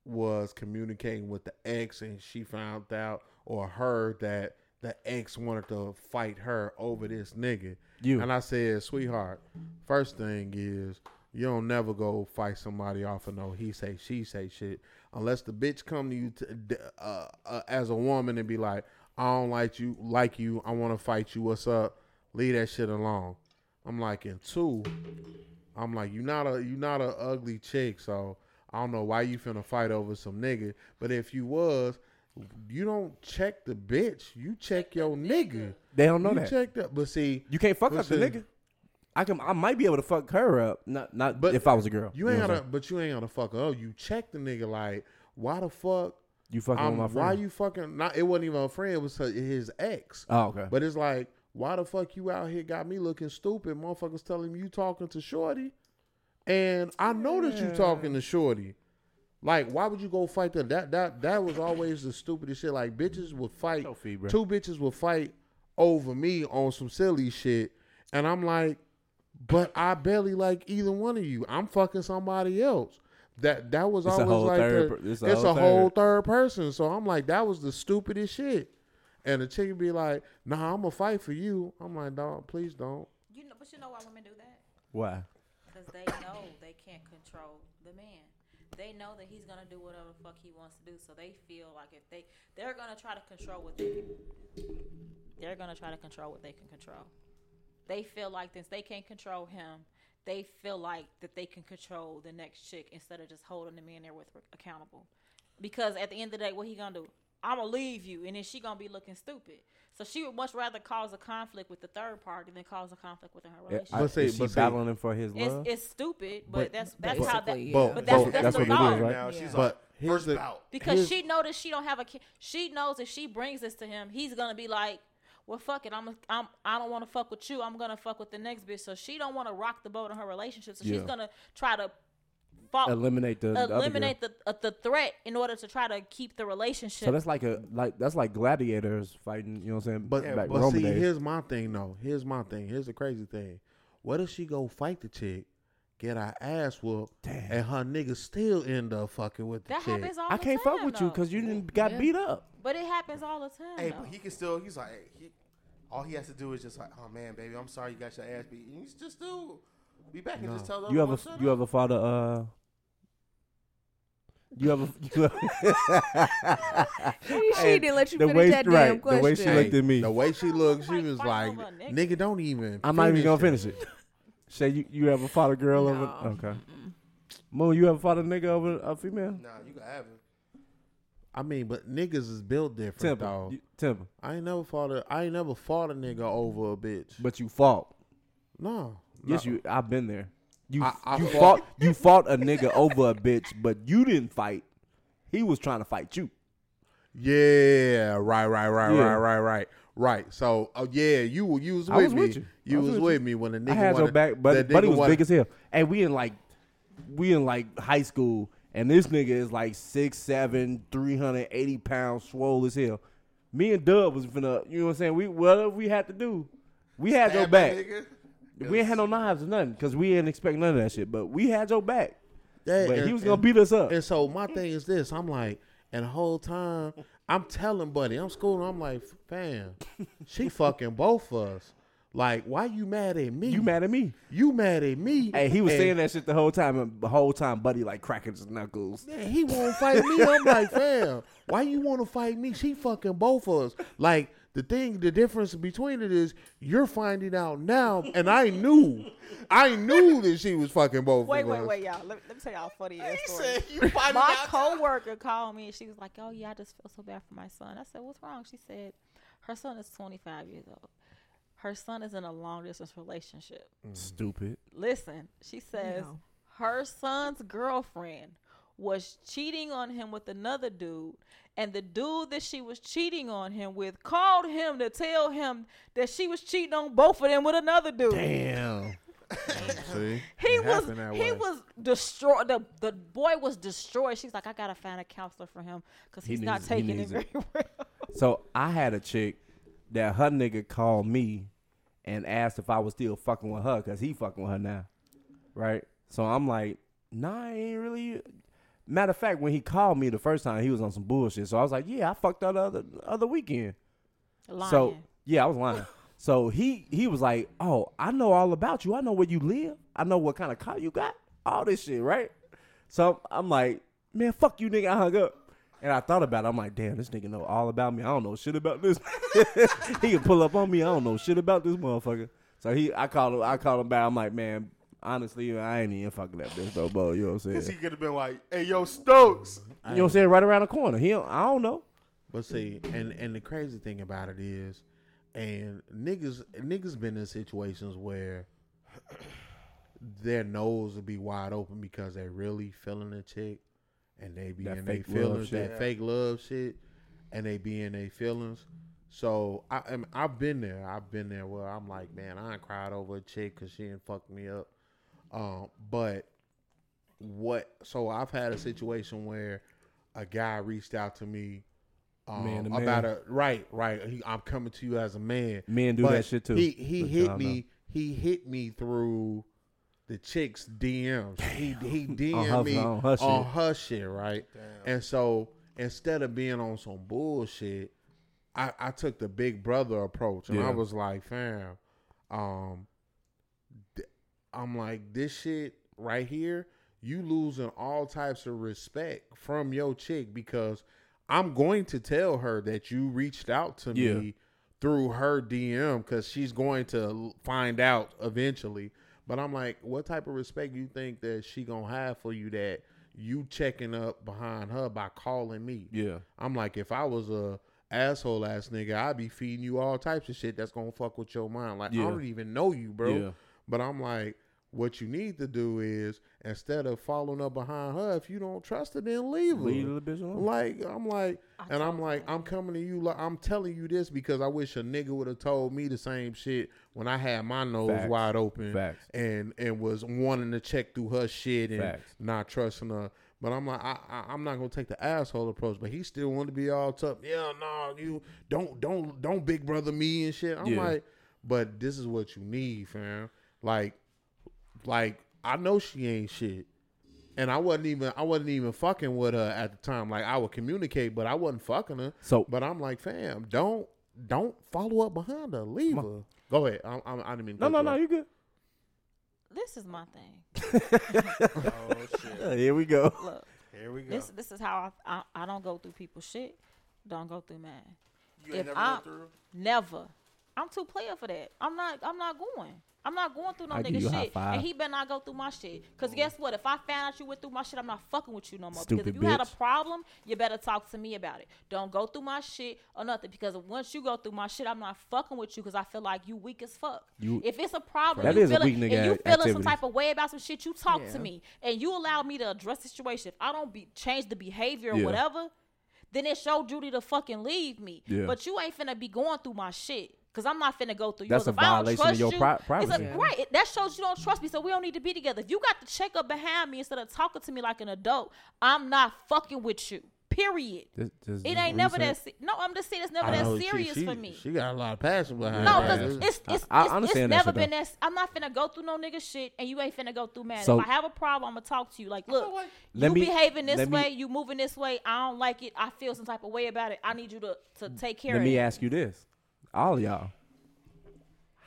Speaker 1: was communicating with the ex and she found out or heard that the ex wanted to fight her over this nigga.
Speaker 4: You.
Speaker 1: And I said, sweetheart, first thing is you don't never go fight somebody off of no he say she say shit unless the bitch come to you to, d- uh, uh, as a woman and be like, I don't like you, like you, I want to fight you. What's up? Leave that shit alone. I'm like, and two, I'm like, you not a you not a ugly chick, so I don't know why you finna fight over some nigga. But if you was, you don't check the bitch, you check your nigga.
Speaker 4: They don't know
Speaker 1: you
Speaker 4: that.
Speaker 1: checked up, but see,
Speaker 4: You can't fuck up the
Speaker 1: Listen.
Speaker 4: nigga. I can. I might be able to fuck her up. Not not
Speaker 1: But
Speaker 4: if I was a girl.
Speaker 1: you ain't
Speaker 4: know what I'm
Speaker 1: gotta,
Speaker 4: saying?
Speaker 1: but you ain't gotta fuck her up. You check the nigga like, why the fuck?
Speaker 4: You fucking
Speaker 1: I'm,
Speaker 4: with my friend.
Speaker 1: um, why you fucking? Not it wasn't even a friend. It was her- his ex.
Speaker 4: Oh okay.
Speaker 1: But it's like, why the fuck you out here got me looking stupid? Motherfuckers telling me you talking to Shorty, and I know that you talking to Shorty. Like, why would you go fight that? That that that was always the stupidest shit. Like, bitches would fight.
Speaker 4: Your feet, bro.
Speaker 1: two bitches would fight over me on some silly shit, and I'm like, but I barely like either one of you. I'm fucking somebody else. That that was
Speaker 4: It's a
Speaker 1: always
Speaker 4: whole
Speaker 1: like
Speaker 4: third
Speaker 1: the-
Speaker 4: per-
Speaker 1: it's a, whole, third person. So I'm like, that was the stupidest shit. And the chick would be like, Nah, I'm gonna fight for you. I'm like, dog, please don't.
Speaker 2: You know, but you know why women do that?
Speaker 4: Why?
Speaker 2: Because they know they can't control the man. They know that he's gonna do whatever the fuck he wants to do. So they feel like if they they're gonna try to control what they can, they're gonna try to control what they can control. They feel like since they can't control him, they feel like that they can control the next chick instead of just holding the man there with accountable. Because at the end of the day, what he gonna do? I'm gonna leave you, and then she gonna be looking stupid. So she would much rather cause a conflict with the third party than cause a conflict within her relationship.
Speaker 1: But see,
Speaker 4: is she
Speaker 1: but see-
Speaker 4: battling him for his love?
Speaker 2: It's, it's stupid, but,
Speaker 1: But-
Speaker 2: that's that's how that.
Speaker 5: basically,
Speaker 1: But-
Speaker 5: yeah.
Speaker 2: But that's,
Speaker 4: but
Speaker 2: oh, that's,
Speaker 4: that's
Speaker 2: the
Speaker 4: what it
Speaker 2: law.
Speaker 4: is, right?
Speaker 3: Now she's
Speaker 1: But
Speaker 3: like,
Speaker 1: here's
Speaker 3: first
Speaker 1: the-
Speaker 3: bout.
Speaker 2: Because
Speaker 1: Here's-
Speaker 2: she knows that she don't have a kid. She knows if she brings this to him, he's gonna be like, "Well, fuck it. I'm a, I'm I don't want to fuck with you. I'm gonna fuck with the next bitch." So she don't want to rock the boat in her relationship. So
Speaker 4: Yeah.
Speaker 2: she's gonna try to fault,
Speaker 4: Eliminate the, the other girl.
Speaker 2: eliminate the uh, the threat in order to try to keep the relationship.
Speaker 4: So that's like a like that's like gladiators fighting. You know what I'm saying?
Speaker 1: But,
Speaker 4: back
Speaker 1: but
Speaker 4: Roman
Speaker 1: see,
Speaker 4: days.
Speaker 1: here's my thing though. Here's my thing. Here's the crazy thing. What if she go fight the chick, get her ass whooped, and her niggas still end up fucking with the
Speaker 2: that
Speaker 1: chick?
Speaker 5: Oh,
Speaker 2: happens all
Speaker 4: I
Speaker 2: the
Speaker 4: can't
Speaker 2: time.
Speaker 4: fuck with you
Speaker 2: though.
Speaker 4: because you didn't got beat up.
Speaker 2: But it happens all the time.
Speaker 3: Hey,
Speaker 2: though.
Speaker 3: but he can still. He's like, hey, he, all he has to do is just like, oh man, baby, I'm sorry you got your ass beat. And he's just do, be back and just tell them.
Speaker 4: You ever you ever fought a uh? You ever you ever,
Speaker 5: She, she didn't let you
Speaker 4: the
Speaker 5: finish
Speaker 4: way-
Speaker 5: that
Speaker 4: right,
Speaker 5: damn
Speaker 4: the way
Speaker 5: question.
Speaker 4: she looked at me.
Speaker 1: The way she looked, she
Speaker 2: Like,
Speaker 1: was
Speaker 2: fight
Speaker 1: like,
Speaker 2: over a nigga.
Speaker 1: "Nigga, don't even."
Speaker 4: I'm not even gonna
Speaker 1: it."
Speaker 4: finish it. Say you you ever fought a girl over?
Speaker 5: No.
Speaker 4: Okay. Moon, you ever fought a nigga over a female?
Speaker 3: Nah, you can have it.
Speaker 1: I mean, but niggas is built different,
Speaker 4: Temple,
Speaker 1: though.
Speaker 4: you, Temple,
Speaker 1: I ain't never fought a. I ain't never fought a nigga over a bitch.
Speaker 4: but you fought.
Speaker 1: No.
Speaker 4: Yes,
Speaker 1: no.
Speaker 4: you. I've been there. You
Speaker 1: I- I
Speaker 4: you
Speaker 1: fought-
Speaker 4: fought. you fought a nigga over a bitch, but you didn't fight. He was trying to fight you.
Speaker 1: Yeah. Right. Right. Right.
Speaker 4: Yeah.
Speaker 1: Right. Right. Right. Right. So, oh yeah, you were. You was with
Speaker 4: I was
Speaker 1: me.
Speaker 4: with you. I was
Speaker 1: was
Speaker 4: with
Speaker 1: with,
Speaker 4: you.
Speaker 1: me when the nigga
Speaker 4: I had your
Speaker 1: wanted-
Speaker 4: back,
Speaker 1: the
Speaker 4: but
Speaker 1: nigga
Speaker 4: buddy was
Speaker 1: wanted-
Speaker 4: big as hell. And we in like we in like high school, and this nigga is like six seven, three hundred eighty pounds, swole as hell. Me and Dub was finna, you know what I'm saying? We whatever we had to do, we had your
Speaker 3: Stab that
Speaker 4: back.
Speaker 3: nigga.
Speaker 4: We ain't had no knives or nothing because we didn't expect none of that shit. But we had your back.
Speaker 1: That-
Speaker 4: But he
Speaker 1: and-
Speaker 4: was gonna
Speaker 1: and-
Speaker 4: beat us up.
Speaker 1: And so my thing is this: I'm like, and the whole time I'm telling Buddy, I'm schooling. I'm like, fam, she fucking both of us. Like, why you mad at me?
Speaker 4: You mad at me?
Speaker 1: You mad at me?
Speaker 4: Hey, he was
Speaker 1: And-
Speaker 4: saying that shit the whole time, and the whole time, buddy, like cracking his knuckles.
Speaker 1: Man, he won't fight me. I'm like, fam, why you want to fight me? She fucking both of us. Like the thing, the difference between it is you're finding out now, and I knew, I knew that she was fucking both
Speaker 2: Wait,
Speaker 1: of
Speaker 2: wait,
Speaker 1: us.
Speaker 2: wait, y'all. Let, let me tell y'all a funny ass story.
Speaker 3: you fighting
Speaker 2: My
Speaker 3: out-
Speaker 2: coworker called me and she was like, "Oh yeah, I just feel so bad for my son." I said, "What's wrong?" She said, "Her son is 25 years old.
Speaker 1: Mm.
Speaker 2: Her son is in a long distance relationship."
Speaker 4: Stupid.
Speaker 2: Listen, she says
Speaker 5: No.
Speaker 2: her son's girlfriend was cheating on him with another dude and the dude that she was cheating on him with called him to tell him that she was cheating on both of them with another dude.
Speaker 4: Damn.
Speaker 1: See,
Speaker 2: He
Speaker 1: It
Speaker 2: was
Speaker 1: happened that
Speaker 2: he
Speaker 1: way.
Speaker 2: was destroyed. The the boy was destroyed. She's like, I gotta find a counselor for him because
Speaker 4: He
Speaker 2: he's not
Speaker 4: needs- he
Speaker 2: taking it
Speaker 4: needs
Speaker 2: very well.
Speaker 4: So I had a chick that her nigga called me and asked if I was still fucking with her because he fucking with her now, right? So I'm like, nah, I ain't really. Matter of fact, when he called me the first time, he was on some bullshit. So I was like, yeah, I fucked her the other other weekend.
Speaker 2: Lying.
Speaker 4: So yeah, I was lying. so he he was like, "Oh, I know all about you. I know where you live. I know what kind of car you got. All this shit, right?" So I'm like, "Man, fuck you, nigga." I hung up. And I thought about it. I'm like, damn, this nigga know all about me. I don't know shit about this. he can pull up on me. I don't know shit about this motherfucker. So he, I called him. I called him back. I'm like, man, honestly, I ain't even fucking that bitch no more. You know what I'm
Speaker 3: Because he
Speaker 4: saying?
Speaker 3: could have been like, hey, yo, Stokes.
Speaker 4: You know what I'm saying? Right around the corner. He, don't- I don't know.
Speaker 1: But see, and and the crazy thing about it is, and niggas niggas been in situations where their nose will be wide open because they really feeling a chick, and they be
Speaker 4: That
Speaker 1: in they
Speaker 4: fake love
Speaker 1: feelings
Speaker 4: shit.
Speaker 1: that fake love shit, and they be in their feelings. So I am I've been there. I've been there where I'm like, man, I ain't cried over a chick because she didn't fuck me up. Um, but what? So I've had a situation where a guy reached out to me um,
Speaker 4: Man to
Speaker 1: about
Speaker 4: man.
Speaker 1: a right, right. He, I'm coming to you as a man.
Speaker 4: Men do
Speaker 1: But
Speaker 4: that shit too.
Speaker 1: He he
Speaker 4: But
Speaker 1: hit
Speaker 4: y'all
Speaker 1: me. He hit me through the chick's DMs. He he
Speaker 4: On
Speaker 1: DM
Speaker 4: her-
Speaker 1: me
Speaker 4: on
Speaker 1: on
Speaker 4: her
Speaker 1: her,
Speaker 4: shit.
Speaker 1: shit, right? And so instead of being on some bullshit, I, I took the big brother approach, and
Speaker 4: Yeah.
Speaker 1: I was like, fam, um, th- I'm like this shit right here. You losing all types of respect from your chick because I'm going to tell her that you reached out to me
Speaker 4: Yeah.
Speaker 1: through her DM because she's going to l- find out eventually. But I'm like, what type of respect you think that she gonna have for you that you checking up behind her by calling me?
Speaker 4: Yeah.
Speaker 1: I'm like, if I was a asshole ass nigga, I'd be feeding you all types of shit that's gonna fuck with your mind. Like
Speaker 4: Yeah.
Speaker 1: I don't even know you, bro.
Speaker 4: Yeah.
Speaker 1: But I'm like, what you need to do is instead of following up behind her, if you don't trust her, then leave her.
Speaker 4: Leave the little bitch alone.
Speaker 1: Like I'm like, and I'm like, I'm coming to you. Like I'm telling you this because I wish a nigga would have told me the same shit when I had my nose
Speaker 4: Facts.
Speaker 1: wide open
Speaker 4: Facts.
Speaker 1: and and was wanting to check through her shit and
Speaker 4: Facts.
Speaker 1: not trusting her. But I'm like, I, I I'm not gonna take the asshole approach. But he still wanted to be all tough. Yeah, no, you don't don't don't big brother me and shit. I'm
Speaker 4: Yeah.
Speaker 1: like, but this is what you need, fam. Like, like I know she ain't shit and I wasn't even I wasn't even fucking with her at the time. Like I would communicate, but I wasn't fucking her.
Speaker 4: So-
Speaker 1: but I'm like, fam, don't don't follow up behind her. Leave her. Go ahead. I'm, I'm, I didn't mean. to cut
Speaker 4: No, no,
Speaker 1: you
Speaker 4: no.
Speaker 1: off.
Speaker 4: You good?
Speaker 2: this is my thing.
Speaker 3: Oh, shit.
Speaker 4: Yeah, here we go.
Speaker 2: Look,
Speaker 3: Here we go.
Speaker 2: this this is how I, I I don't go through people's shit. Don't go through mine.
Speaker 3: you ain't
Speaker 2: if
Speaker 3: never
Speaker 2: I'm-
Speaker 3: went through?
Speaker 2: Never. I'm too player for that. I'm not. I'm not going. I'm not going through no
Speaker 4: I give you a
Speaker 2: nigga
Speaker 4: high
Speaker 2: shit,
Speaker 4: five.
Speaker 2: and he better not go through my shit.
Speaker 3: Oh.
Speaker 2: Cause guess what? If I found out you went through my shit, I'm not fucking with you no more. because
Speaker 4: Stupid
Speaker 2: if you had a
Speaker 4: bitch.
Speaker 2: problem, you better talk to me about it. Don't go through my shit or nothing. Because once you go through my shit, I'm not fucking with you. Cause I feel like you weak as fuck.
Speaker 4: You-
Speaker 2: if it's a problem,
Speaker 4: That
Speaker 2: you
Speaker 4: is a
Speaker 2: feeling,
Speaker 4: weak nigga
Speaker 2: and you
Speaker 4: act-
Speaker 2: feeling some
Speaker 4: activity.
Speaker 2: type of way about some shit, you talk
Speaker 5: Yeah.
Speaker 2: to me, and you allow me to address the situation. If I don't be change the behavior or
Speaker 4: Yeah.
Speaker 2: whatever then it's your duty to fucking leave me.
Speaker 4: Yeah.
Speaker 2: But you ain't finna be going through my shit. Cause I'm not finna go through yours.
Speaker 4: That's a
Speaker 2: If I don't
Speaker 4: violation of
Speaker 2: trust
Speaker 4: your
Speaker 2: you,
Speaker 4: pri-
Speaker 2: it's a-
Speaker 4: privacy.
Speaker 2: right. It, that shows you don't trust me. So we don't need to be together. If you got the check up behind me instead of talking to me like an adult, I'm not fucking with you. Period.
Speaker 4: This- this
Speaker 2: It
Speaker 4: is
Speaker 2: ain't never
Speaker 4: recent.
Speaker 2: that. Se- no, I'm just saying it's never
Speaker 1: I know
Speaker 2: that
Speaker 1: she-
Speaker 2: serious
Speaker 1: she-
Speaker 2: for me.
Speaker 1: She got a lot of passion behind.
Speaker 2: no,
Speaker 1: her
Speaker 2: cause
Speaker 1: ass.
Speaker 2: it's it's it's,
Speaker 4: I- I
Speaker 2: it's,
Speaker 4: understand that
Speaker 2: never
Speaker 4: shit,
Speaker 2: been that. s- I'm not finna go through no nigga shit, and you ain't finna go through man.
Speaker 4: So-
Speaker 2: if I have a problem, I'ma talk to you. Like, look,
Speaker 4: Let
Speaker 2: you
Speaker 4: me-
Speaker 2: behaving this
Speaker 4: let me-
Speaker 2: way, you moving this way. I don't like it. I feel some type of way about it. I need you to to take care
Speaker 4: Let
Speaker 2: of
Speaker 4: me
Speaker 2: it.
Speaker 4: ask you this, all y'all.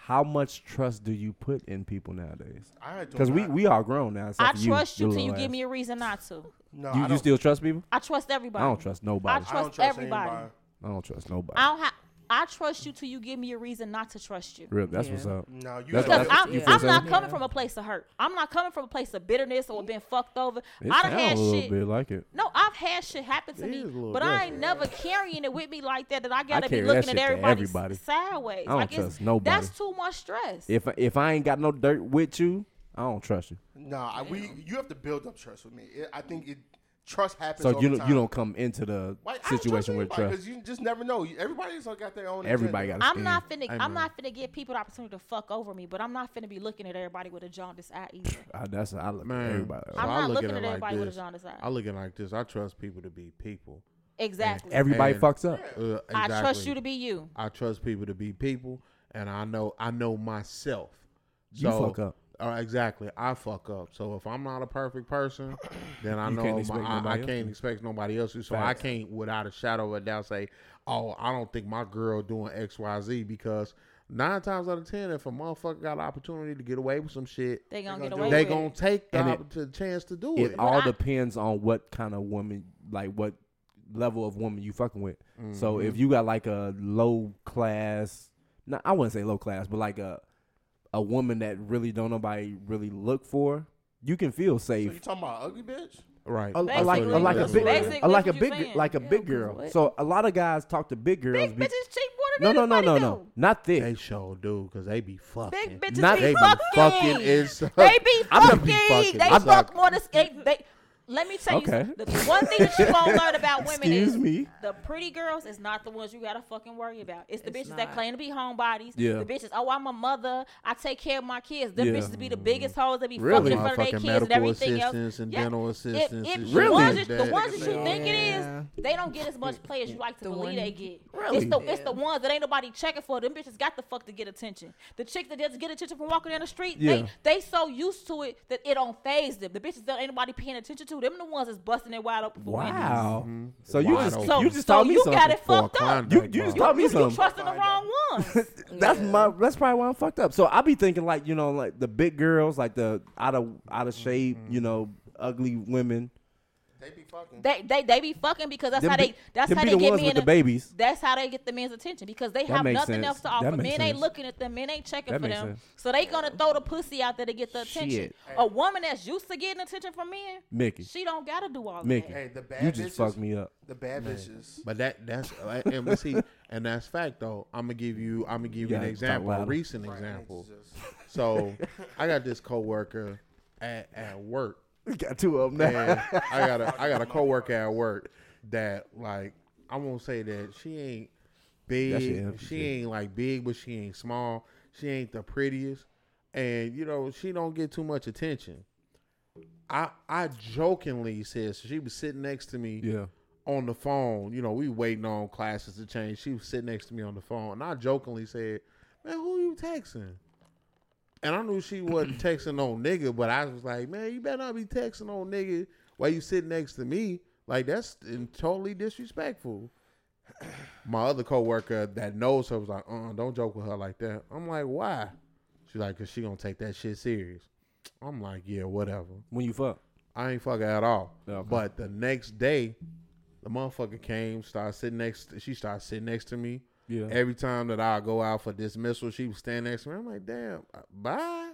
Speaker 4: How much trust do you put in people nowadays?
Speaker 3: I do
Speaker 4: Because we,
Speaker 3: not-
Speaker 4: we are grown now.
Speaker 2: I
Speaker 4: except for
Speaker 2: trust you,
Speaker 4: your
Speaker 2: till you
Speaker 4: little
Speaker 2: give
Speaker 4: ass.
Speaker 2: me a reason not to.
Speaker 3: No, I
Speaker 4: You, you
Speaker 3: don't-
Speaker 4: still trust people?
Speaker 2: I trust everybody.
Speaker 4: I don't trust nobody.
Speaker 2: I
Speaker 3: I
Speaker 2: trust
Speaker 3: don't trust
Speaker 2: everybody.
Speaker 3: anybody.
Speaker 4: I don't trust nobody.
Speaker 2: I don't have. I trust you till you give me a reason not to trust you.
Speaker 4: Real, that's
Speaker 5: Yeah.
Speaker 4: what's up.
Speaker 3: No, you
Speaker 4: That's-
Speaker 2: Because
Speaker 3: gotta-
Speaker 4: that's-
Speaker 2: I'm,
Speaker 4: you feel
Speaker 2: I'm not
Speaker 4: something?
Speaker 2: coming from a place of hurt. I'm not coming from a place of bitterness or being fucked over.
Speaker 4: It
Speaker 2: I done had
Speaker 4: sounds a little
Speaker 2: shit.
Speaker 4: bit like it.
Speaker 2: No, I've had shit happen to
Speaker 1: It
Speaker 2: me,
Speaker 1: is a little
Speaker 2: but I
Speaker 1: bit.
Speaker 2: ain't never carrying it with me like that. That I gotta be
Speaker 4: carry that
Speaker 2: looking at
Speaker 4: shit to
Speaker 2: everybody,
Speaker 4: everybody.
Speaker 2: sideways.
Speaker 4: I don't
Speaker 2: like it's-
Speaker 4: trust nobody.
Speaker 2: That's too much stress.
Speaker 4: If if I ain't got no dirt with you, I don't trust you.
Speaker 3: Nah, I, we you have to build up trust with me. It, I think it trust happens.
Speaker 4: So
Speaker 3: over
Speaker 4: you don't-
Speaker 3: time.
Speaker 4: you don't come into the
Speaker 3: Like, I don't
Speaker 4: situation with trust.
Speaker 3: because you just never know. You- Everybody's got their own.
Speaker 4: Everybody
Speaker 3: agenda.
Speaker 4: got. a
Speaker 2: I'm
Speaker 4: skin.
Speaker 2: not finna.
Speaker 1: Hey, man.
Speaker 2: I'm not finna give people the opportunity to fuck over me, but I'm not finna be looking at everybody with a jaundiced eye either.
Speaker 4: I, Ah, that's I look
Speaker 1: Man.
Speaker 4: at everybody.
Speaker 1: So
Speaker 2: I'm
Speaker 1: I
Speaker 2: not
Speaker 1: look
Speaker 2: looking
Speaker 1: at
Speaker 2: at,
Speaker 1: it like
Speaker 2: everybody with a
Speaker 1: this.
Speaker 2: jaundiced eye.
Speaker 1: I look at it like this. I trust people to be people.
Speaker 2: exactly.
Speaker 4: Everybody
Speaker 1: And-
Speaker 4: fucks up.
Speaker 1: Uh, exactly.
Speaker 2: I trust you to be you.
Speaker 1: I trust people to be people, and I know I know myself.
Speaker 4: You fuck up.
Speaker 1: Uh, exactly, I fuck up. So if I'm not a perfect person, then I
Speaker 4: You
Speaker 1: know
Speaker 4: can't
Speaker 1: my-
Speaker 4: expect
Speaker 1: I, I
Speaker 4: nobody else
Speaker 1: can't
Speaker 4: to.
Speaker 1: expect nobody else to. So I
Speaker 4: Facts.
Speaker 1: can't, without a shadow of a doubt, say, "Oh, I don't think my girl doing X, Y, Z," because nine times out of ten, if a motherfucker got an opportunity to get away with some shit,
Speaker 2: They gonna
Speaker 3: gonna
Speaker 2: get
Speaker 3: do
Speaker 2: away.
Speaker 1: they
Speaker 2: with
Speaker 1: gonna
Speaker 2: it.
Speaker 1: take the,
Speaker 4: And it-
Speaker 1: opp- the chance to do
Speaker 4: It
Speaker 1: it.
Speaker 4: all
Speaker 2: I-
Speaker 4: depends on what kind of woman, like what level of woman you fucking with. So
Speaker 2: Mm-hmm.
Speaker 4: if you got like a low class, not I wouldn't say low class, but like a a woman that really don't nobody really look for, you can feel
Speaker 3: So you
Speaker 4: safe.
Speaker 3: talking about ugly bitch?
Speaker 1: Right?
Speaker 4: I I like I
Speaker 2: Basically,
Speaker 4: like a
Speaker 1: that's
Speaker 4: big
Speaker 1: what-
Speaker 2: Basically,
Speaker 4: I like a
Speaker 2: that's what
Speaker 4: big
Speaker 2: you saying.
Speaker 4: like a
Speaker 5: Yeah,
Speaker 4: big
Speaker 5: 'cause
Speaker 4: girl.
Speaker 5: what-
Speaker 4: So a lot of guys talk to big girls.
Speaker 2: Big
Speaker 4: be-
Speaker 2: bitches cheat more
Speaker 4: no
Speaker 2: than
Speaker 4: no no no
Speaker 2: anybody
Speaker 4: no,
Speaker 2: do.
Speaker 4: not thick.
Speaker 1: They sure do because they be fucking.
Speaker 2: Big bitches
Speaker 4: Not-
Speaker 2: be
Speaker 1: they be
Speaker 2: fucking.
Speaker 1: fucking is-
Speaker 2: they be
Speaker 1: I'm
Speaker 2: fucking.
Speaker 1: gonna be fucking.
Speaker 2: They
Speaker 1: I'm
Speaker 2: fuck
Speaker 1: sorry.
Speaker 2: more than they, they. Let me tell
Speaker 4: Okay.
Speaker 2: you something. The one thing that you gonna learn about women
Speaker 4: Excuse
Speaker 2: is
Speaker 4: me.
Speaker 2: the pretty girls is not the ones you gotta fucking worry about. It's the
Speaker 5: It's
Speaker 2: bitches that
Speaker 5: not.
Speaker 2: claim to be homebodies.
Speaker 4: Yeah.
Speaker 2: The bitches, oh I'm a mother, I take care of my kids. Them
Speaker 4: Yeah.
Speaker 2: bitches be the biggest hoes that be
Speaker 4: Really?
Speaker 2: fucking in front of their
Speaker 1: Mm-hmm. Motherfucking
Speaker 2: kids and
Speaker 1: medical
Speaker 2: everything else.
Speaker 1: assistants and
Speaker 2: Yeah.
Speaker 1: dental
Speaker 2: If,
Speaker 1: assistants.
Speaker 2: if
Speaker 1: and
Speaker 2: the
Speaker 1: shit
Speaker 2: ones
Speaker 1: like
Speaker 2: that, the
Speaker 1: that.
Speaker 2: ones that you think it
Speaker 6: Yeah.
Speaker 2: is, they don't get as much play as you like to
Speaker 5: The
Speaker 2: believe
Speaker 5: one-
Speaker 2: they get. It's
Speaker 4: Really?
Speaker 2: the it's
Speaker 5: Yeah.
Speaker 2: the ones that ain't nobody checking for. Them bitches got the fuck to get attention. The chick that doesn't get attention from walking down the street,
Speaker 4: Yeah.
Speaker 2: they they so used to it that it don't phase them. The bitches that ain't nobody paying attention to, them the ones that's busting their wide open for women.
Speaker 4: Wow.
Speaker 2: Mm-hmm.
Speaker 1: Mm-hmm.
Speaker 4: So you
Speaker 1: Wide
Speaker 4: just
Speaker 1: open.
Speaker 2: So
Speaker 4: Oh, you just
Speaker 2: so
Speaker 4: told me
Speaker 2: you
Speaker 4: something.
Speaker 2: got it
Speaker 1: For a
Speaker 2: fucked up.
Speaker 1: Klondike
Speaker 4: You- you just
Speaker 1: bar.
Speaker 4: Tell me
Speaker 2: you, you
Speaker 4: something.
Speaker 2: trusting the wrong ones.
Speaker 4: that's my that's probably why I'm fucked up. So I be thinking like you know like the big girls like the out of out of shape you
Speaker 2: Mm-hmm.
Speaker 4: know ugly women.
Speaker 3: They be fucking.
Speaker 2: they, they they be fucking because that's
Speaker 4: Them
Speaker 2: how
Speaker 4: be-
Speaker 2: they that's
Speaker 4: them
Speaker 2: how
Speaker 4: be
Speaker 2: they
Speaker 4: the
Speaker 2: get
Speaker 4: ones with
Speaker 2: men.
Speaker 4: the babies.
Speaker 2: That's how they get the men's attention because they
Speaker 4: That
Speaker 2: have
Speaker 4: makes
Speaker 2: nothing
Speaker 4: sense.
Speaker 2: else to
Speaker 4: That
Speaker 2: offer. Men
Speaker 4: makes
Speaker 2: ain't
Speaker 4: sense.
Speaker 2: looking at them. Men ain't checking
Speaker 4: That
Speaker 2: for
Speaker 4: makes
Speaker 2: them.
Speaker 4: sense.
Speaker 2: So they gonna throw the pussy out there to get the attention.
Speaker 4: Shit.
Speaker 2: A woman that's used to getting attention from men,
Speaker 4: Mickey,
Speaker 2: she don't gotta do all
Speaker 4: Mickey,
Speaker 2: that.
Speaker 3: Hey, the bad
Speaker 4: you just
Speaker 3: bitches-
Speaker 4: fucked me up.
Speaker 3: The bad bitches.
Speaker 1: But that that's uh, and but see, and that's fact though. I'm gonna give you I'm gonna give you
Speaker 4: Yeah,
Speaker 1: an
Speaker 4: talk
Speaker 1: example, a
Speaker 4: louder.
Speaker 1: recent
Speaker 3: Right,
Speaker 1: example.
Speaker 3: it's just-
Speaker 1: So I got this coworker at at work,
Speaker 4: Got two of them
Speaker 1: and I got a I got a coworker at work that like I won't say that she ain't
Speaker 4: That shit
Speaker 1: big,
Speaker 4: empty,
Speaker 1: she
Speaker 4: yeah.
Speaker 1: ain't like big, but she ain't small. She ain't the prettiest, and you know she don't get too much attention. I I jokingly said so she was sitting next to me
Speaker 4: Yeah.
Speaker 1: on the phone. You know, we waiting on classes to change. She was sitting next to me on the phone, and I jokingly said, "Man, who you texting?" And I knew she wasn't texting no nigga, but I was like, "Man, you better not be texting no nigga while you sitting next to me. Like that's in- totally disrespectful." My other coworker that knows her was like, "Uh, uh don't joke with her like that." I'm like, "Why?" She's like, "Cause she gonna take that shit serious." I'm like, "Yeah, whatever."
Speaker 4: When you fuck,
Speaker 1: I ain't fucking at all.
Speaker 4: Okay.
Speaker 1: But the next day, the motherfucker came, started sitting next. She started sitting next to me.
Speaker 4: yeah.
Speaker 1: Every time that I go out for dismissal, she was standing next to me. I'm like, damn, uh, bye,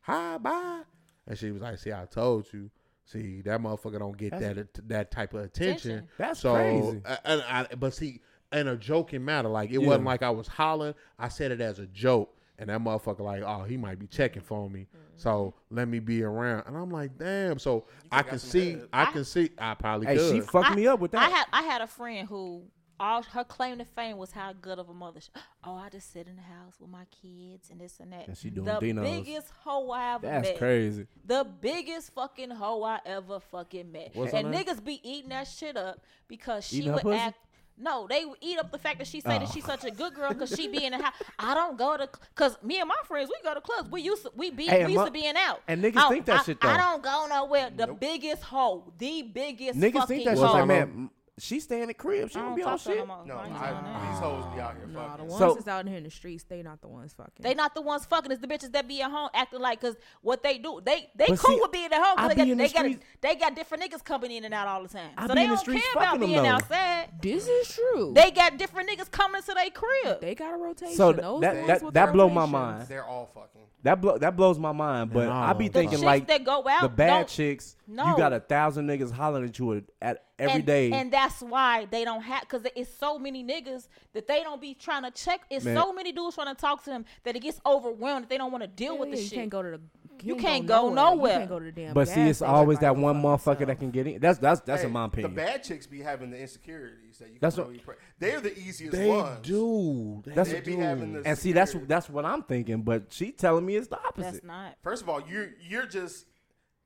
Speaker 1: hi, bye. And she was like, see, I told you. See, that motherfucker don't get that that type of attention.
Speaker 2: Attention.
Speaker 4: That's
Speaker 1: so,
Speaker 4: crazy.
Speaker 1: uh, And I, but see, in a joking matter, like it
Speaker 4: Yeah.
Speaker 1: wasn't like I was hollering. I said it as a joke, and that motherfucker like, oh, he might be checking for me. So let me be around. And I'm like, damn. So I
Speaker 3: got
Speaker 1: can
Speaker 3: some
Speaker 1: see,
Speaker 3: head.
Speaker 1: I can see, I probably
Speaker 4: hey,
Speaker 1: could.
Speaker 4: she fucked
Speaker 2: I-
Speaker 4: me up with
Speaker 2: I
Speaker 4: that.
Speaker 2: had I had a friend who all her claim to fame was how good of a mother. She, oh, I just sit in the house with my kids and this and that.
Speaker 4: And she doing
Speaker 2: the
Speaker 4: Dino's.
Speaker 2: biggest hoe I ever
Speaker 4: That's
Speaker 2: met.
Speaker 4: crazy.
Speaker 2: The biggest fucking hoe I ever fucking met.
Speaker 4: What's her
Speaker 2: and
Speaker 4: name?
Speaker 2: niggas be eating that shit up because she
Speaker 4: Eating her
Speaker 2: would
Speaker 4: pussy?
Speaker 2: act. No, they would eat up the fact that she say that
Speaker 4: Oh.
Speaker 2: she's such a good girl because she be in the house. I don't go to because me and my friends we go to clubs. We used to we be
Speaker 4: Hey, and
Speaker 2: we used
Speaker 4: my-
Speaker 2: to being out.
Speaker 4: and niggas think that
Speaker 2: I,
Speaker 4: shit,
Speaker 2: I
Speaker 4: though.
Speaker 2: don't go nowhere. The biggest hoe, the biggest
Speaker 4: Niggas
Speaker 2: fucking
Speaker 4: think that shit
Speaker 2: hoe.
Speaker 1: What's her
Speaker 4: like man,
Speaker 1: name?
Speaker 4: m- she staying in the crib. She
Speaker 2: I
Speaker 4: don't
Speaker 2: don't
Speaker 4: be on
Speaker 2: talk to her
Speaker 4: shit.
Speaker 2: no more.
Speaker 3: No,
Speaker 2: I ain't doing
Speaker 3: I,
Speaker 2: that.
Speaker 3: these hoes be out here
Speaker 5: Nah, the
Speaker 3: fucking.
Speaker 5: ones
Speaker 4: So-
Speaker 5: that's out here in the streets, they not the ones fucking.
Speaker 2: They not the ones fucking. It's the bitches that be at home acting like because what they do, they they
Speaker 4: But
Speaker 2: cool
Speaker 4: see,
Speaker 2: with being at home. 'cause
Speaker 4: I
Speaker 2: they got,
Speaker 4: be in the
Speaker 2: they, got
Speaker 4: streets-
Speaker 2: they got different niggas coming in and out all the time,
Speaker 4: I
Speaker 2: so
Speaker 4: be
Speaker 2: they
Speaker 4: in
Speaker 2: don't care
Speaker 4: the streets
Speaker 2: about
Speaker 4: fucking them,
Speaker 2: being
Speaker 4: though.
Speaker 2: outside.
Speaker 5: this is true.
Speaker 2: They got different niggas coming to their crib.
Speaker 5: they got a rotation.
Speaker 4: So th-
Speaker 5: Those
Speaker 4: that-
Speaker 5: ones
Speaker 4: that-
Speaker 5: with
Speaker 4: that blow my
Speaker 5: rotations.
Speaker 4: mind.
Speaker 3: They're all fucking.
Speaker 4: That blow that blows my mind. But
Speaker 1: all
Speaker 4: I be
Speaker 1: of them.
Speaker 2: the
Speaker 4: thinking
Speaker 2: chicks
Speaker 4: like
Speaker 2: that go out,
Speaker 4: the bad
Speaker 2: don't-
Speaker 4: chicks.
Speaker 2: No.
Speaker 4: You got a thousand niggas hollering at you at, at every
Speaker 2: and,
Speaker 4: day.
Speaker 2: and that's why they don't have because it's so many niggas that they don't be trying to check. It's
Speaker 4: Man.
Speaker 2: so many dudes trying to talk to them that it gets overwhelmed. That they don't want to deal
Speaker 5: Yeah,
Speaker 2: with
Speaker 5: yeah,
Speaker 2: the
Speaker 5: you
Speaker 2: shit.
Speaker 5: can't go to the
Speaker 2: You can't go nowhere.
Speaker 5: You can't go to the damn.
Speaker 4: But see,
Speaker 5: gas
Speaker 4: it's
Speaker 5: station
Speaker 4: always
Speaker 5: by
Speaker 4: that one
Speaker 5: your
Speaker 4: motherfucker
Speaker 5: fucking
Speaker 4: that can get in. That's that's that's
Speaker 3: Hey,
Speaker 4: in my opinion.
Speaker 3: The bad chicks be having the insecurities that you.
Speaker 4: That's
Speaker 3: That's
Speaker 4: what-
Speaker 3: what, They're the easiest
Speaker 1: They
Speaker 3: ones.
Speaker 1: do. They
Speaker 4: That's
Speaker 3: They
Speaker 1: do.
Speaker 3: be having the
Speaker 4: and see, that's
Speaker 3: security.
Speaker 4: that's what I'm thinking. But she telling me it's the opposite.
Speaker 2: That's not.
Speaker 3: First of all, you're you're just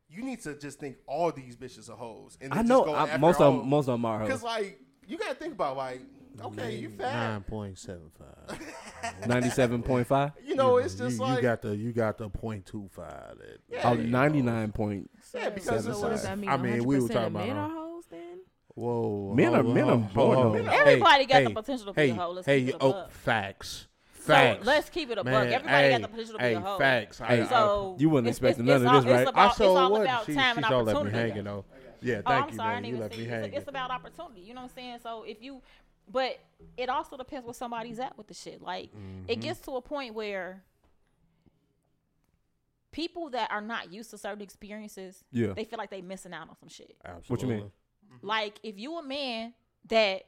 Speaker 3: you need to just think all these bitches are hoes. And
Speaker 4: I
Speaker 3: then
Speaker 4: know
Speaker 3: just go
Speaker 4: I-
Speaker 3: after
Speaker 4: most of
Speaker 3: all.
Speaker 4: 'em- most of 'em are hoes.
Speaker 3: Because like you gotta think about like okay, you fat.
Speaker 1: Nine point seven five.
Speaker 4: Ninety-seven point five.
Speaker 3: You know, Oh, it's just
Speaker 1: you,
Speaker 3: like
Speaker 1: you got the you got the point two five. That uh,
Speaker 3: Yeah.
Speaker 4: Oh, 99 point.
Speaker 5: cell.
Speaker 3: Yeah, because
Speaker 5: so
Speaker 3: it's
Speaker 5: what does
Speaker 3: like-
Speaker 5: that mean?
Speaker 1: I mean, we were
Speaker 5: 100% of
Speaker 1: talking about
Speaker 5: men
Speaker 1: how-
Speaker 5: are hoes then.
Speaker 1: Whoa.
Speaker 4: Men are-
Speaker 1: ho-
Speaker 4: men are
Speaker 1: ho-
Speaker 4: born
Speaker 1: ho-
Speaker 4: hoes.
Speaker 1: ho-
Speaker 2: Everybody
Speaker 1: hey,
Speaker 2: got the
Speaker 1: hey,
Speaker 2: potential to be
Speaker 1: hey,
Speaker 2: a hoe. Let's
Speaker 1: hey,
Speaker 2: keep it a
Speaker 1: oh,
Speaker 2: buck.
Speaker 1: facts.
Speaker 2: So,
Speaker 1: Facts.
Speaker 2: let's keep it a buck.
Speaker 1: Man,
Speaker 2: Everybody
Speaker 1: hey,
Speaker 2: got the potential to
Speaker 1: hey,
Speaker 2: be a hoe.
Speaker 1: Facts. I-
Speaker 4: Hey,
Speaker 1: I-
Speaker 2: So
Speaker 4: You wouldn't
Speaker 2: it's-
Speaker 4: expect
Speaker 2: it's-
Speaker 4: none of
Speaker 2: it's all-
Speaker 4: this, right?
Speaker 2: It's,
Speaker 4: I
Speaker 2: about,
Speaker 1: I saw
Speaker 2: it's all
Speaker 1: what
Speaker 2: about
Speaker 1: she, she
Speaker 2: time and
Speaker 1: sure
Speaker 2: opportunity.
Speaker 1: left me hanging though. Yeah,
Speaker 2: Oh,
Speaker 1: thank
Speaker 2: I'm
Speaker 1: you,
Speaker 2: sorry, I
Speaker 1: man.
Speaker 2: didn't
Speaker 1: You
Speaker 2: even
Speaker 1: left
Speaker 2: see.
Speaker 1: me
Speaker 2: It's-
Speaker 1: hanging.
Speaker 2: It's, about opportunity. You know what I'm saying? So if you, but it also depends what somebody's at with the shit. Like
Speaker 1: Mm-hmm.
Speaker 2: it gets to a point where people that are not used to certain experiences,
Speaker 4: Yeah.
Speaker 2: they feel like they missing out on some shit.
Speaker 4: What you
Speaker 1: Absolutely.
Speaker 4: mean?
Speaker 1: Mm-hmm.
Speaker 2: Like if you a man that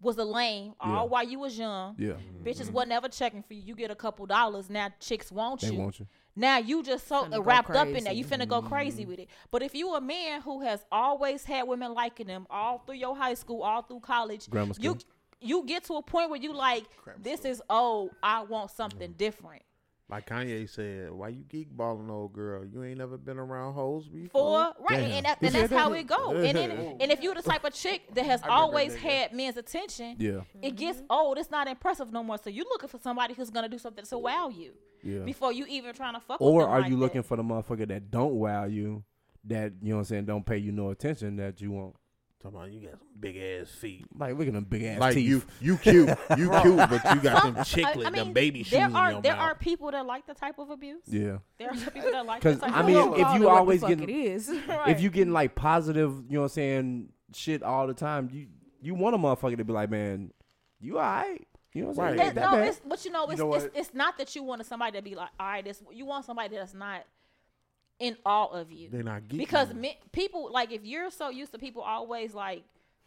Speaker 2: was a lame
Speaker 4: Yeah.
Speaker 2: all while you was young,
Speaker 4: Yeah.
Speaker 1: Mm-hmm.
Speaker 2: bitches wasn't ever checking for you. You get a couple dollars now, chicks want
Speaker 4: They
Speaker 2: you.
Speaker 4: want you.
Speaker 2: Now you just so
Speaker 5: Finna go
Speaker 2: wrapped up in that. You
Speaker 5: crazy. Mm-hmm.
Speaker 2: finna go crazy with it. But if you a man who has always had women liking them all through your high school, all through college,
Speaker 4: Grammar school.
Speaker 2: you you get to a point where you like, this is oh, I want something
Speaker 5: Mm-hmm.
Speaker 2: different.
Speaker 1: Like Kanye said, why you geek balling, old girl? You ain't never been around hoes before.
Speaker 5: Mm-hmm.
Speaker 2: For right, and, that, and that's how it goes. And then, and if you the type of chick that has always had men's attention,
Speaker 4: Yeah.
Speaker 2: it
Speaker 5: Mm-hmm.
Speaker 2: gets old. It's not impressive no more. So you looking for somebody who's gonna do something to wow you
Speaker 4: Yeah.
Speaker 2: before you even trying to fuck. with
Speaker 4: Or
Speaker 2: them
Speaker 4: are
Speaker 2: like
Speaker 4: you
Speaker 2: that.
Speaker 4: looking for the motherfucker that don't wow you, that you know what I'm saying, don't pay you no attention that you want?
Speaker 1: Talking about you got some big ass feet.
Speaker 4: Like look at them big ass
Speaker 1: Like
Speaker 4: teeth.
Speaker 1: you, you cute, you cute, but you got them
Speaker 2: I- I
Speaker 1: chiclet, them
Speaker 2: mean,
Speaker 1: baby shoes
Speaker 2: There
Speaker 1: in
Speaker 2: are
Speaker 1: your
Speaker 2: there
Speaker 1: mouth.
Speaker 2: are people that like the type of abuse.
Speaker 4: yeah.
Speaker 2: There are people that like
Speaker 4: 'Cause,
Speaker 2: the type
Speaker 4: I
Speaker 2: of
Speaker 4: mean,
Speaker 2: abuse.
Speaker 4: if
Speaker 5: Call
Speaker 4: you
Speaker 5: it what the
Speaker 4: always
Speaker 5: fuck
Speaker 4: getting-
Speaker 5: it is.
Speaker 4: If you getting like positive, you know what I'm saying, shit all the time, you you want a motherfucker to be like, man, you alright. You know what I'm
Speaker 1: Right.
Speaker 4: saying? You ain't
Speaker 2: It-
Speaker 4: that
Speaker 2: no,
Speaker 4: bad.
Speaker 2: it's but you know, it's,
Speaker 3: know
Speaker 2: it's
Speaker 3: what?
Speaker 2: it's not that you wanted somebody to be like, all right, this you want somebody that's not in awe of you.
Speaker 1: They're not geeking
Speaker 2: because
Speaker 1: you.
Speaker 2: me, people like if you're so used to people always like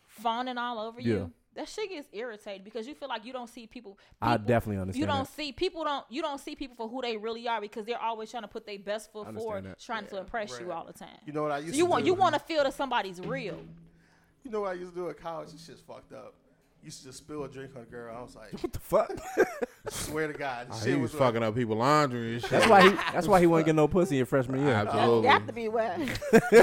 Speaker 2: fawning all over
Speaker 4: Yeah.
Speaker 2: you. That shit gets irritating because you feel like you don't see people.
Speaker 4: I
Speaker 2: people-
Speaker 4: definitely
Speaker 2: You
Speaker 4: understand
Speaker 2: don't
Speaker 4: that.
Speaker 2: see people don't you don't see people for who they really are because they're always trying to put their best foot
Speaker 4: understand
Speaker 2: forward,
Speaker 4: that.
Speaker 2: trying to impress you
Speaker 3: right.
Speaker 2: all the time.
Speaker 3: you know what I used
Speaker 2: So
Speaker 3: to
Speaker 2: you want
Speaker 3: do?
Speaker 2: you want to feel that somebody's real.
Speaker 3: You know what I used to do at college? This shit's fucked up. Used to just spill a drink on a girl. I was like,
Speaker 4: What the fuck?
Speaker 3: swear to God, this
Speaker 1: Ah, he
Speaker 3: shit was
Speaker 1: was
Speaker 3: like-
Speaker 1: fucking up people laundry and shit.
Speaker 4: that's why he that's why he wasn't getting no pussy in freshman year.
Speaker 1: Absolutely.
Speaker 2: That have to be what.
Speaker 3: This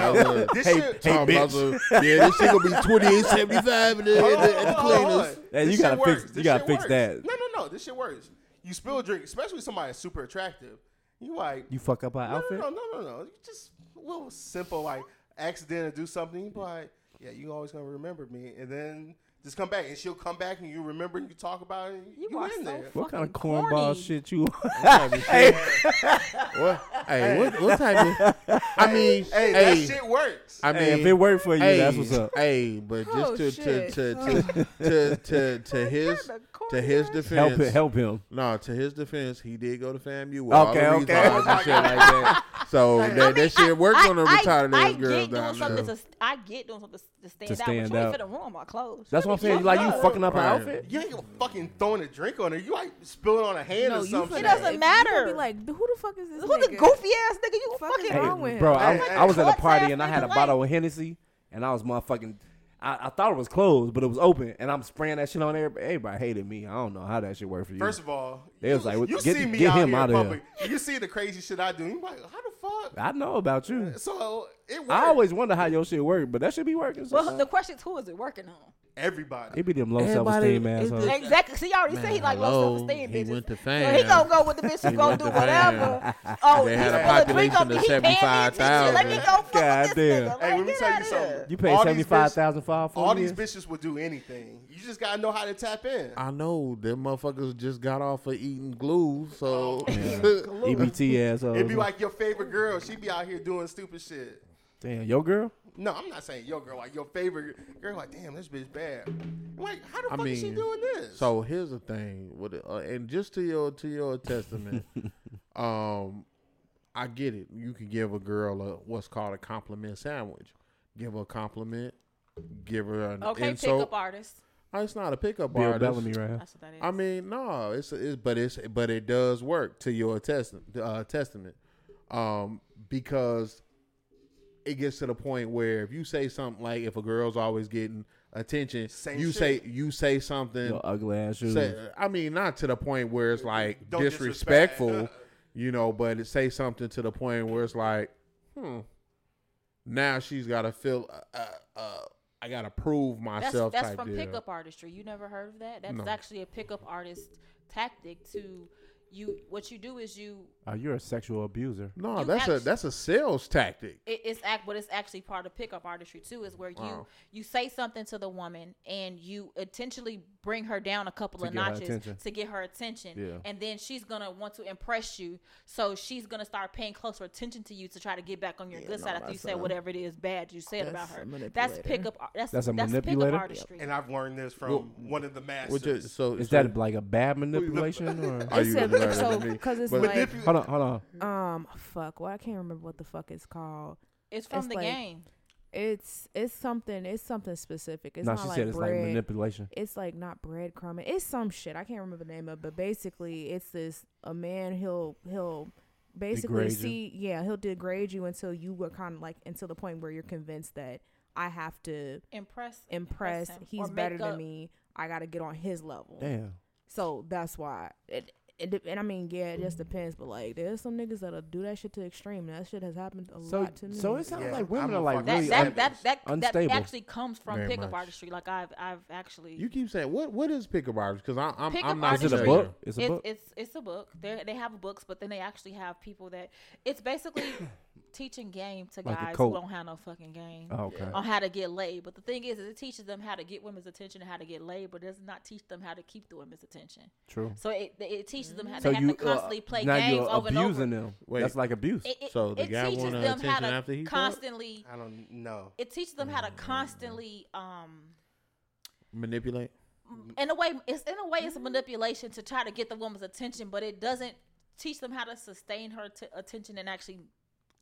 Speaker 1: hey,
Speaker 3: shit-
Speaker 1: hey,
Speaker 3: Talking about
Speaker 1: bitch. yeah, this shit gonna be twenty eight seventy five in the, in the, in the
Speaker 3: Hold on, hold on,
Speaker 1: cleaners.
Speaker 3: hold on.
Speaker 4: Hey, you
Speaker 3: This shit
Speaker 4: gotta fix-
Speaker 3: works.
Speaker 4: you
Speaker 3: This
Speaker 4: gotta
Speaker 3: shit
Speaker 4: fix
Speaker 3: works.
Speaker 4: that.
Speaker 3: No, no, no. This shit works. You spill a drink, especially somebody super attractive. You like
Speaker 4: You fuck up our
Speaker 3: no,
Speaker 4: outfit.
Speaker 3: no, no, no, no, no. You just a little simple like accident or do something. But like, yeah, you always gonna remember me, and then just come back, and she'll come back, and you remember, and you talk about it. and You,
Speaker 2: You are
Speaker 3: in
Speaker 2: so
Speaker 3: there.
Speaker 4: What kind of
Speaker 2: fucking
Speaker 4: cornball
Speaker 2: corny.
Speaker 4: shit you?
Speaker 1: What? Hey, what, what type of? I mean,
Speaker 3: Hey,
Speaker 1: hey,
Speaker 3: that shit works.
Speaker 1: I mean,
Speaker 4: hey, if it worked for you,
Speaker 1: hey,
Speaker 4: that's what's up.
Speaker 1: Hey, but just
Speaker 5: Oh,
Speaker 1: to, to,
Speaker 5: shit. Oh.
Speaker 1: to, to, to to to his
Speaker 5: kinda
Speaker 1: to
Speaker 5: corny
Speaker 1: his
Speaker 5: ass.
Speaker 1: defense,
Speaker 4: Help him. Help him.
Speaker 1: No, to his defense, he did go to FAMU with
Speaker 4: Okay,
Speaker 1: all the
Speaker 4: okay.
Speaker 1: retards and shit like that. So that,
Speaker 2: I mean,
Speaker 1: that shit worked on the retarded
Speaker 2: I,
Speaker 1: ass girls
Speaker 2: get doing
Speaker 1: down
Speaker 2: something
Speaker 1: there.
Speaker 2: to, s- I get doing something to stand, out,
Speaker 4: stand out.
Speaker 2: but you ain't finna ruin my clothes.
Speaker 4: That's what I'm saying. Like you fucking up our
Speaker 1: Right.
Speaker 4: outfit.
Speaker 3: You ain't gonna fucking throwing a drink on her. You like spilling on a hand
Speaker 5: No,
Speaker 3: or
Speaker 5: you
Speaker 3: something.
Speaker 5: finna-
Speaker 2: It doesn't
Speaker 5: if you
Speaker 2: matter.
Speaker 5: gonna Be like, who the fuck is this?
Speaker 2: Who the
Speaker 5: nigga?
Speaker 2: goofy ass nigga you
Speaker 5: Fuck
Speaker 2: fucking
Speaker 5: is
Speaker 4: Hey,
Speaker 5: wrong with him?
Speaker 4: bro, I,
Speaker 3: Hey,
Speaker 4: I was at a
Speaker 2: what's
Speaker 4: party
Speaker 2: that
Speaker 4: and I had a
Speaker 2: nigga
Speaker 4: bottle of Hennessy and I was motherfucking. I, I thought it was closed, but it was open, and I'm spraying that shit on everybody. Everybody hated me. I don't know how that shit worked for you.
Speaker 3: First of all,
Speaker 4: They
Speaker 3: you,
Speaker 4: was like,
Speaker 3: you
Speaker 4: "Get-
Speaker 3: see me
Speaker 4: get
Speaker 3: out
Speaker 4: him
Speaker 3: here
Speaker 4: outta
Speaker 3: in
Speaker 4: here."
Speaker 3: public. You see the crazy shit I do. You like, how the fuck?
Speaker 4: I know about you.
Speaker 3: So it works.
Speaker 4: I always wonder how your shit worked, but that should be working.
Speaker 2: Well,
Speaker 4: sometimes.
Speaker 2: the question is, who is it working on?
Speaker 3: everybody.
Speaker 4: it be them low self
Speaker 1: Everybody-
Speaker 4: esteem
Speaker 1: it-
Speaker 4: assholes.
Speaker 2: Exactly. See, y'all already said he
Speaker 1: Man,
Speaker 2: like
Speaker 1: hello,
Speaker 2: low self esteem
Speaker 1: he
Speaker 2: bitches.
Speaker 1: went to
Speaker 2: So he
Speaker 1: fam.
Speaker 2: gonna go with the bitch who gonna
Speaker 1: went
Speaker 2: do
Speaker 1: to fam.
Speaker 2: whatever. Oh,
Speaker 1: They
Speaker 2: he's
Speaker 1: had a
Speaker 2: gonna drink
Speaker 1: population
Speaker 2: up.
Speaker 1: of
Speaker 2: He paying me attention. Let me
Speaker 1: 75,000.
Speaker 2: go fuck with this nigga.
Speaker 3: Hey,
Speaker 4: Goddamn.
Speaker 2: Like,
Speaker 3: let me
Speaker 2: get out
Speaker 3: tell you
Speaker 2: of
Speaker 3: something.
Speaker 2: here.
Speaker 4: You paid
Speaker 3: all these
Speaker 4: seventy five thousand five for
Speaker 3: All these
Speaker 4: years?
Speaker 3: bitches will do anything. You just gotta know how to tap in.
Speaker 1: I know them motherfuckers just got off of eating glue,
Speaker 2: Oh,
Speaker 1: so
Speaker 4: EBT E assholes.
Speaker 3: It'd be
Speaker 1: Mm-hmm.
Speaker 3: like your favorite girl. She be out here doing stupid shit.
Speaker 4: damn, your girl.
Speaker 3: No, I'm not saying your girl. Like your favorite girl. Like damn, this bitch bad. Like how the
Speaker 1: I
Speaker 3: fuck is she
Speaker 1: mean,
Speaker 3: doing this?
Speaker 1: So here's the thing, with it, uh, and just to your to your testament, um, I get it. You can give a girl a what's called a compliment sandwich. Give her a compliment. Give her an
Speaker 2: Okay,
Speaker 1: insult.
Speaker 2: pickup artist.
Speaker 1: Oh, it's not a pickup
Speaker 4: Bill
Speaker 1: artist.
Speaker 4: Bellamy, right? Here.
Speaker 2: That's what that is.
Speaker 1: I mean, no, it's, it's but it's but it does work to your testament. Uh, testament. um, because it gets to the point where if you say something like if a girl's always getting attention,
Speaker 3: Same
Speaker 1: you
Speaker 3: shit.
Speaker 1: say you say something.
Speaker 4: Your ugly ass shoes.
Speaker 1: say, I mean, not to the point where it's like
Speaker 3: Don't disrespect.
Speaker 1: disrespectful, you know, but it say something to the point where it's like, hmm. Now she's got to feel. Uh, uh, uh, I got to prove
Speaker 2: That's
Speaker 1: myself.
Speaker 2: that's
Speaker 1: type
Speaker 2: from
Speaker 1: deal.
Speaker 2: pickup artistry. You never heard of that? That's
Speaker 1: No.
Speaker 2: actually a pickup artist tactic to you. What you do is you
Speaker 4: Oh, you're a sexual abuser.
Speaker 1: No,
Speaker 2: You
Speaker 1: that's a
Speaker 2: act-
Speaker 1: that's a sales tactic.
Speaker 2: it, it's act, but it's actually part of pickup artistry too. Is where you
Speaker 1: Wow.
Speaker 2: you say something to the woman and you intentionally bring her down a couple
Speaker 4: To
Speaker 2: of
Speaker 4: get her
Speaker 2: notches
Speaker 4: attention.
Speaker 2: to get her attention,
Speaker 4: Yeah.
Speaker 2: and then she's gonna want to impress you, so she's gonna start paying closer attention to you to try to get back on your good
Speaker 5: no,
Speaker 2: side after you
Speaker 5: that's
Speaker 2: say
Speaker 5: a-
Speaker 2: whatever it is bad you said about
Speaker 5: that's
Speaker 2: her.
Speaker 5: a
Speaker 2: That's
Speaker 5: manipulator.
Speaker 2: pickup. ar- That's that's,
Speaker 4: That's a
Speaker 2: pickup
Speaker 4: manipulator?
Speaker 2: artistry.
Speaker 3: And I've learned this from one of the
Speaker 1: Which
Speaker 3: masters.
Speaker 1: is, so
Speaker 4: Is
Speaker 1: so-
Speaker 4: that like a bad manipulation or?
Speaker 1: Are
Speaker 5: It
Speaker 1: you
Speaker 5: said,
Speaker 1: learning
Speaker 5: so
Speaker 1: me?
Speaker 5: because it's
Speaker 1: But-
Speaker 5: like
Speaker 4: Hold on, hold on.
Speaker 5: um fuck. Well, I can't remember what the fuck it's called.
Speaker 2: It's from
Speaker 5: It's
Speaker 2: the
Speaker 5: like-
Speaker 2: game.
Speaker 5: It's it's something. It's something specific. It's
Speaker 4: no,
Speaker 5: not
Speaker 4: she
Speaker 5: like
Speaker 4: said it's
Speaker 5: bread.
Speaker 4: like manipulation.
Speaker 5: it's like not breadcrumbing. It's some shit. I can't remember the name of, it, but basically, it's this a man. He'll he'll basically
Speaker 4: Degrade you.
Speaker 5: see. Yeah, he'll degrade you until you were kind of like until the point where you're convinced that I have to
Speaker 2: Impress.
Speaker 5: impress.
Speaker 2: him, or
Speaker 5: He's
Speaker 2: make
Speaker 5: better
Speaker 2: up-
Speaker 5: than me. I got to get on his level.
Speaker 4: Damn.
Speaker 5: So that's why. It, it, de- and I mean, yeah, it just depends. But like, there's some niggas that'll do that shit to extreme. That shit has happened a
Speaker 4: So,
Speaker 5: lot to me.
Speaker 4: so it sounds
Speaker 3: Yeah,
Speaker 4: like women
Speaker 3: I'm
Speaker 4: are
Speaker 3: a
Speaker 4: like
Speaker 3: fucking
Speaker 4: really.
Speaker 2: That,
Speaker 3: savage.
Speaker 4: un-
Speaker 2: that, that, that, that,
Speaker 4: unstable.
Speaker 2: actually comes from
Speaker 1: Very
Speaker 2: pickup
Speaker 1: much.
Speaker 2: artistry. Like I've, I've actually.
Speaker 1: You keep saying what? What is pickup artist? Because I'm I'm,
Speaker 2: Pickup
Speaker 1: I'm not.
Speaker 4: is it a
Speaker 2: artistry.
Speaker 1: familiar.
Speaker 4: book? It's a
Speaker 2: it's,
Speaker 4: book.
Speaker 2: it's it's a book. They they have books, but then they actually have people that it's basically teaching game to
Speaker 4: Like a
Speaker 2: guys who
Speaker 4: cult.
Speaker 2: don't have no fucking game
Speaker 4: oh, okay.
Speaker 2: on how to get laid. But the thing is, is it teaches them how to get women's attention and how to get laid, but it does not teach them how to keep the women's attention.
Speaker 4: True.
Speaker 2: So it it teaches them how
Speaker 4: So
Speaker 2: they have
Speaker 4: you
Speaker 2: to constantly
Speaker 4: uh,
Speaker 2: play
Speaker 4: now
Speaker 2: games
Speaker 4: you're
Speaker 2: over and over.
Speaker 4: abusing them.
Speaker 1: Wait.
Speaker 4: That's like abuse.
Speaker 2: It, it,
Speaker 1: So the
Speaker 2: it
Speaker 1: guy
Speaker 2: teaches
Speaker 1: wanted
Speaker 2: them how
Speaker 1: attention
Speaker 2: to
Speaker 1: after he fucked?
Speaker 2: constantly.
Speaker 3: I don't know.
Speaker 2: It teaches them how to
Speaker 4: Mm-hmm.
Speaker 2: constantly um
Speaker 1: Manipulate.
Speaker 2: in a way it's in a way
Speaker 4: Mm-hmm.
Speaker 2: it's a manipulation to try to get the woman's attention but it doesn't teach them how to sustain her t- attention and actually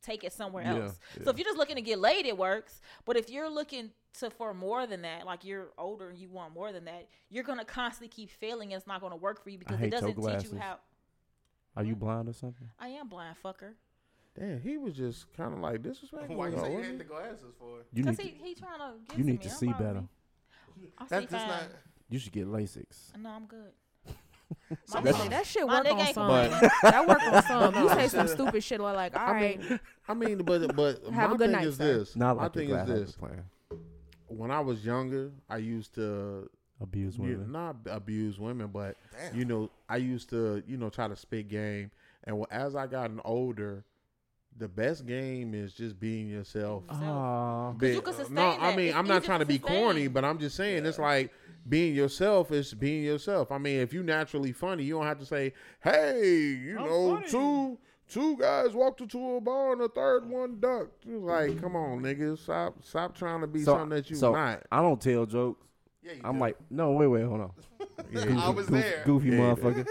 Speaker 2: take it somewhere
Speaker 4: Yeah,
Speaker 2: else so if you're just looking to get laid it works but if you're looking to for more than that like you're older and you want more than that you're gonna constantly keep failing and it's not gonna work for you because
Speaker 4: hate
Speaker 2: it doesn't
Speaker 4: your
Speaker 2: teach you
Speaker 4: glasses.
Speaker 2: how
Speaker 4: Are you blind or something?
Speaker 2: i am blind fucker
Speaker 1: Damn, he was just kind of like disrespectful.
Speaker 3: Why you
Speaker 1: though,
Speaker 3: say you
Speaker 1: wasn't
Speaker 3: had the
Speaker 1: he?
Speaker 3: glasses for?
Speaker 4: You
Speaker 2: because
Speaker 4: need.
Speaker 2: he, he trying to get
Speaker 4: you
Speaker 2: to me.
Speaker 4: need to
Speaker 2: I'm
Speaker 4: see
Speaker 2: fine with
Speaker 4: better.
Speaker 2: me. I see
Speaker 3: That's just
Speaker 2: fine.
Speaker 3: not.
Speaker 4: you should get Lasix.
Speaker 2: no i'm good
Speaker 5: My
Speaker 2: My
Speaker 5: nigga,
Speaker 2: nigga-
Speaker 5: that shit
Speaker 2: my
Speaker 5: work
Speaker 2: nigga
Speaker 5: on
Speaker 2: ain't
Speaker 5: some.
Speaker 1: But-
Speaker 5: that work on some. You say
Speaker 3: shit.
Speaker 5: some stupid shit like, like all right,
Speaker 1: I mean, but but my
Speaker 5: Have a good
Speaker 1: thing
Speaker 5: night,
Speaker 1: is
Speaker 5: sir.
Speaker 1: this.
Speaker 4: Not
Speaker 1: my
Speaker 4: like
Speaker 1: thing
Speaker 4: your
Speaker 1: is
Speaker 4: glasses
Speaker 1: this.
Speaker 4: Plan.
Speaker 1: When I was younger, I used to
Speaker 4: Abuse
Speaker 1: you-
Speaker 4: women.
Speaker 1: not abuse women, but
Speaker 3: Damn.
Speaker 1: you know, I used to you know try to spit game. And well, as I gotten older, the best game is just being yourself.
Speaker 4: Aw.
Speaker 1: But-
Speaker 2: you can sustain
Speaker 1: no, I
Speaker 2: that.
Speaker 1: mean
Speaker 2: It's
Speaker 1: I'm not
Speaker 2: easy
Speaker 1: trying to
Speaker 2: to
Speaker 1: be
Speaker 2: sustain.
Speaker 1: corny, but I'm just saying it's like being yourself is being yourself. I mean, if you naturally funny, you don't have to say, "Hey, you know, two two guys walked into a bar and the third one ducked." It's like, come on, niggas, stop stop trying to be something that you
Speaker 4: so
Speaker 1: not.
Speaker 4: I don't tell jokes.
Speaker 3: Yeah, you
Speaker 4: I'm
Speaker 3: do.
Speaker 4: like, no, wait, wait, hold on.
Speaker 1: Yeah,
Speaker 3: I was
Speaker 4: goofy,
Speaker 3: there.
Speaker 4: Goofy
Speaker 1: Yeah, you did.
Speaker 4: motherfucker.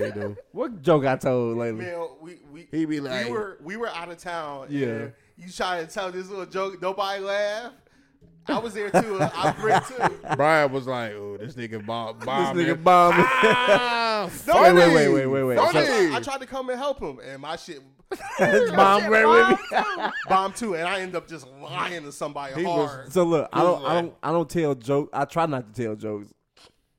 Speaker 1: yeah, you do.
Speaker 4: What joke I told lately?
Speaker 3: Mel, we we
Speaker 1: He be like-
Speaker 3: we were we were out of town.
Speaker 4: Yeah.
Speaker 3: and you try to tell this little joke, nobody laugh. I was there too. I read too.
Speaker 1: Brian was like, "Oh, this nigga bomb, bomb
Speaker 4: this nigga bomb.
Speaker 1: Ah,
Speaker 4: wait, wait, wait,
Speaker 1: funny,
Speaker 4: wait, wait, wait.
Speaker 3: I
Speaker 1: funny.
Speaker 3: tried, I tried to come and help him, and my shit
Speaker 4: Bomb right with me.
Speaker 3: bombed too, and I end up just lying to somebody
Speaker 1: He was-
Speaker 3: hard.
Speaker 4: So look, I
Speaker 3: He was
Speaker 4: don't, I
Speaker 3: like-
Speaker 4: don't, I don't tell jokes. I try not to tell jokes,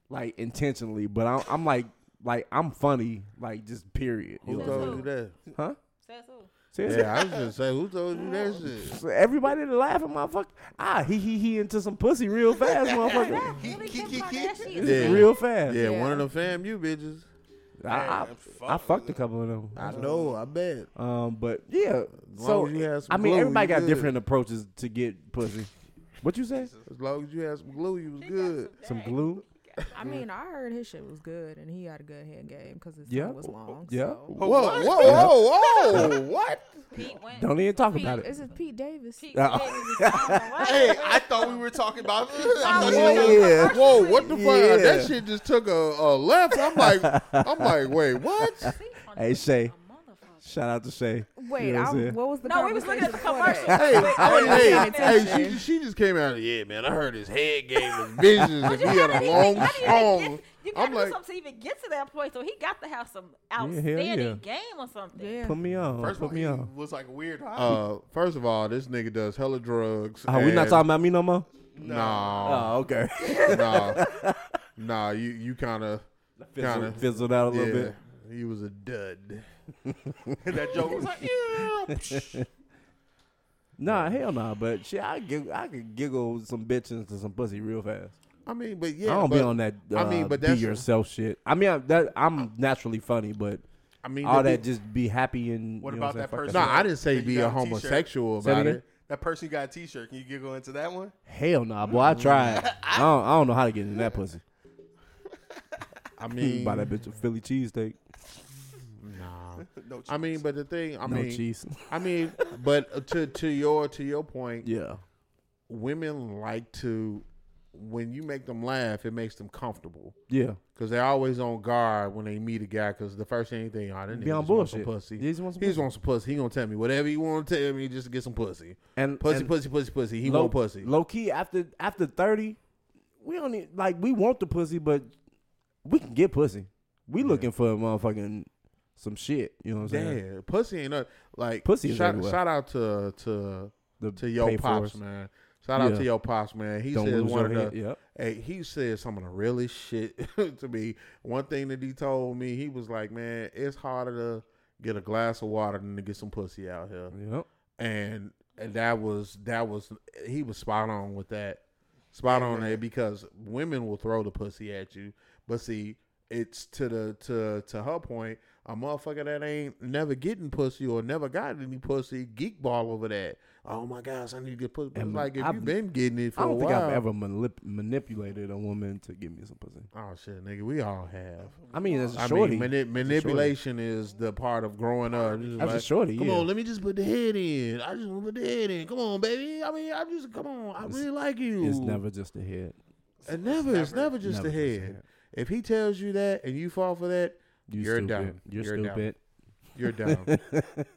Speaker 4: like intentionally. But I'm, I'm like, like I'm funny, like just period. You
Speaker 1: Who
Speaker 4: know what I'm
Speaker 1: told you
Speaker 4: saying?
Speaker 1: that?
Speaker 4: Huh?
Speaker 2: Says who?
Speaker 4: Seriously?
Speaker 1: Yeah, I was just say, who told you that shit?
Speaker 4: So everybody that laughing, motherfucker. Ah, he he he into some pussy real fast, motherfucker.
Speaker 3: He-
Speaker 2: Really,
Speaker 3: he-
Speaker 2: Kim
Speaker 3: he- he-
Speaker 2: Kardashian?
Speaker 1: Yeah.
Speaker 4: Real fast.
Speaker 1: Yeah,
Speaker 5: Yeah.
Speaker 1: one of them fam you bitches.
Speaker 4: I, I,
Speaker 3: Man, fuck
Speaker 4: I
Speaker 3: with
Speaker 4: fucked a
Speaker 3: it.
Speaker 4: couple of them.
Speaker 1: I know, I bet.
Speaker 4: Um, but yeah,
Speaker 1: long
Speaker 4: so
Speaker 1: as you have some
Speaker 4: I mean,
Speaker 1: glue,
Speaker 4: everybody
Speaker 1: you
Speaker 4: got
Speaker 1: good.
Speaker 4: different approaches to get pussy. What you say?
Speaker 1: As long as you had some glue, you was good.
Speaker 4: Some glue?
Speaker 5: I mean, I heard his shit was good, and he had a good head game because his
Speaker 4: Yeah.
Speaker 5: tongue was long.
Speaker 4: Yeah.
Speaker 5: so.
Speaker 1: Whoa, whoa, whoa, whoa! what?
Speaker 2: Pete went.
Speaker 4: Don't even talk
Speaker 5: Pete,
Speaker 4: about it.
Speaker 5: this is Pete Davis.
Speaker 2: Pete
Speaker 4: Uh-uh.
Speaker 2: Davis. I don't know
Speaker 3: Hey,
Speaker 2: why.
Speaker 3: I thought we were talking about.
Speaker 5: Oh,
Speaker 3: I thought you were-
Speaker 4: Yeah.
Speaker 1: Whoa, what the
Speaker 4: Yeah.
Speaker 1: fuck? That shit just took a, a left. I'm like, I'm like, wait, what?
Speaker 2: Pete on
Speaker 4: Hey,
Speaker 2: this-
Speaker 4: Shay.
Speaker 2: a motherfucker.
Speaker 4: Shout out to Shay.
Speaker 5: Wait,
Speaker 4: You know what
Speaker 5: I,
Speaker 4: I'm saying?
Speaker 5: what was the
Speaker 2: No, we was looking at the
Speaker 5: conversation before
Speaker 2: commercial.
Speaker 5: that?
Speaker 1: Hey,
Speaker 2: Wait,
Speaker 1: I
Speaker 2: wait,
Speaker 1: mean,
Speaker 2: wait,
Speaker 1: hey,
Speaker 2: wait,
Speaker 1: hey,
Speaker 2: wait.
Speaker 1: she, she just came out. Yeah, man, I heard his head game was visions, and
Speaker 2: But you
Speaker 1: we had
Speaker 2: gotta
Speaker 1: a
Speaker 2: even-
Speaker 1: long
Speaker 2: you gotta even
Speaker 1: song.
Speaker 2: get- You
Speaker 1: I'm
Speaker 2: gotta do
Speaker 1: like-
Speaker 2: something to even get to that point. So he got to have some
Speaker 4: hell
Speaker 2: outstanding
Speaker 4: yeah.
Speaker 2: game or something.
Speaker 5: Yeah.
Speaker 4: Put me on.
Speaker 3: First of all,
Speaker 4: Put me
Speaker 3: he
Speaker 4: on.
Speaker 3: was like weird.
Speaker 5: Oh.
Speaker 1: Uh, first of all, this nigga does hella drugs.
Speaker 4: Oh, we not
Speaker 1: and-
Speaker 4: talking about me no more.
Speaker 1: Nah,
Speaker 4: Oh, okay.
Speaker 1: nah,
Speaker 4: Oh.
Speaker 1: nah. You you kind of kind
Speaker 4: Fizzled,
Speaker 1: of
Speaker 4: fizzled out a little
Speaker 1: yeah.
Speaker 4: bit.
Speaker 1: He was a dud.
Speaker 3: that joke was like, yeah.
Speaker 4: Nah, hell nah. But shit, I giggle, I could giggle some bitches to some pussy real fast.
Speaker 1: I mean, but yeah,
Speaker 4: I don't
Speaker 1: but,
Speaker 4: be on that. Uh,
Speaker 1: I mean, but
Speaker 4: be
Speaker 1: that's-
Speaker 4: yourself shit. I mean, I, that I'm naturally funny, but
Speaker 1: I mean,
Speaker 4: all
Speaker 1: the-
Speaker 4: that just be happy and.
Speaker 3: What
Speaker 4: you know
Speaker 3: about
Speaker 4: what I'm
Speaker 3: that
Speaker 4: saying, fuck
Speaker 1: No,
Speaker 3: person?
Speaker 1: I didn't say
Speaker 3: That you
Speaker 1: be
Speaker 3: got
Speaker 1: a
Speaker 3: on t-shirt.
Speaker 1: homosexual
Speaker 4: Say it
Speaker 1: about
Speaker 4: again?
Speaker 1: it.
Speaker 3: That person who got a T-shirt. Can you giggle into that one?
Speaker 4: Hell nah, boy. I tried. I don't, I don't know how to get in that pussy.
Speaker 1: I
Speaker 4: Mm.
Speaker 1: mean,
Speaker 4: Buy that bitch a Philly cheesesteak.
Speaker 1: nah.
Speaker 3: No. Cheese.
Speaker 1: I mean, but the thing, I
Speaker 4: No
Speaker 1: mean,
Speaker 4: cheese.
Speaker 1: I mean, but uh, to to your to your point,
Speaker 4: yeah.
Speaker 1: women like to when you make them laugh, it makes them comfortable
Speaker 4: Yeah.
Speaker 1: because they're always on guard when they meet a guy. Because the first thing they think, oh, that nigga
Speaker 4: Be on
Speaker 1: just want some
Speaker 4: bullshit.
Speaker 1: pussy.
Speaker 4: He just wants some
Speaker 1: He just wants some pussy. He gonna tell me whatever he want to tell me just to get some pussy.
Speaker 4: And
Speaker 1: Pussy,
Speaker 4: and
Speaker 1: pussy, pussy, pussy. He
Speaker 4: low
Speaker 1: want pussy.
Speaker 4: Low key after after thirty, we don't need like we want the pussy, but we can get pussy. We looking for a motherfucking some shit. You know what I'm saying?
Speaker 1: Yeah, pussy ain't nothing. Like
Speaker 4: Pussy is
Speaker 1: shout,
Speaker 4: everywhere.
Speaker 1: shout out to to
Speaker 4: The
Speaker 1: to your
Speaker 4: pay for
Speaker 1: pops,
Speaker 4: us.
Speaker 1: man. Shout out
Speaker 4: Yeah.
Speaker 1: to your pops, man. He
Speaker 4: Don't
Speaker 1: said
Speaker 4: lose
Speaker 1: one of the
Speaker 4: your head. Yep.
Speaker 1: hey, he said some of the realest shit to me. One thing that he told me, he was like, Man, it's harder to get a glass of water than to get some pussy out here.
Speaker 4: Yep.
Speaker 1: And and that was that was he was spot on with that. Spot on there because women will throw the pussy at you. But see, it's to the to to her point, a motherfucker that ain't never getting pussy or never got any pussy geek ball over that. Oh my gosh, I need to get pussy. It's
Speaker 4: And
Speaker 1: like if
Speaker 4: I've-
Speaker 1: you've been getting it for
Speaker 4: I
Speaker 1: a
Speaker 4: don't think
Speaker 1: while,
Speaker 4: I've ever manip- manipulated a woman to give me some pussy.
Speaker 1: Oh shit, nigga, we all have.
Speaker 4: I mean, that's a
Speaker 1: I
Speaker 4: shorty.
Speaker 1: mean, mani- manipulation is the part of growing up. It's just
Speaker 4: That's a
Speaker 1: like,
Speaker 4: shorty,
Speaker 1: Come
Speaker 4: yeah.
Speaker 1: on, let me just put the head in. I just want to put the head in. Come on, baby. I mean, I'm just come on. I really like you.
Speaker 4: it's never just a hit.
Speaker 1: And never. It's never just the
Speaker 4: never just a
Speaker 1: head.
Speaker 4: head.
Speaker 1: If he tells you that and you fall for that,
Speaker 4: You
Speaker 1: You're
Speaker 4: stupid.
Speaker 1: dumb.
Speaker 4: You're,
Speaker 1: You're dumb.
Speaker 4: stupid.
Speaker 1: you're down.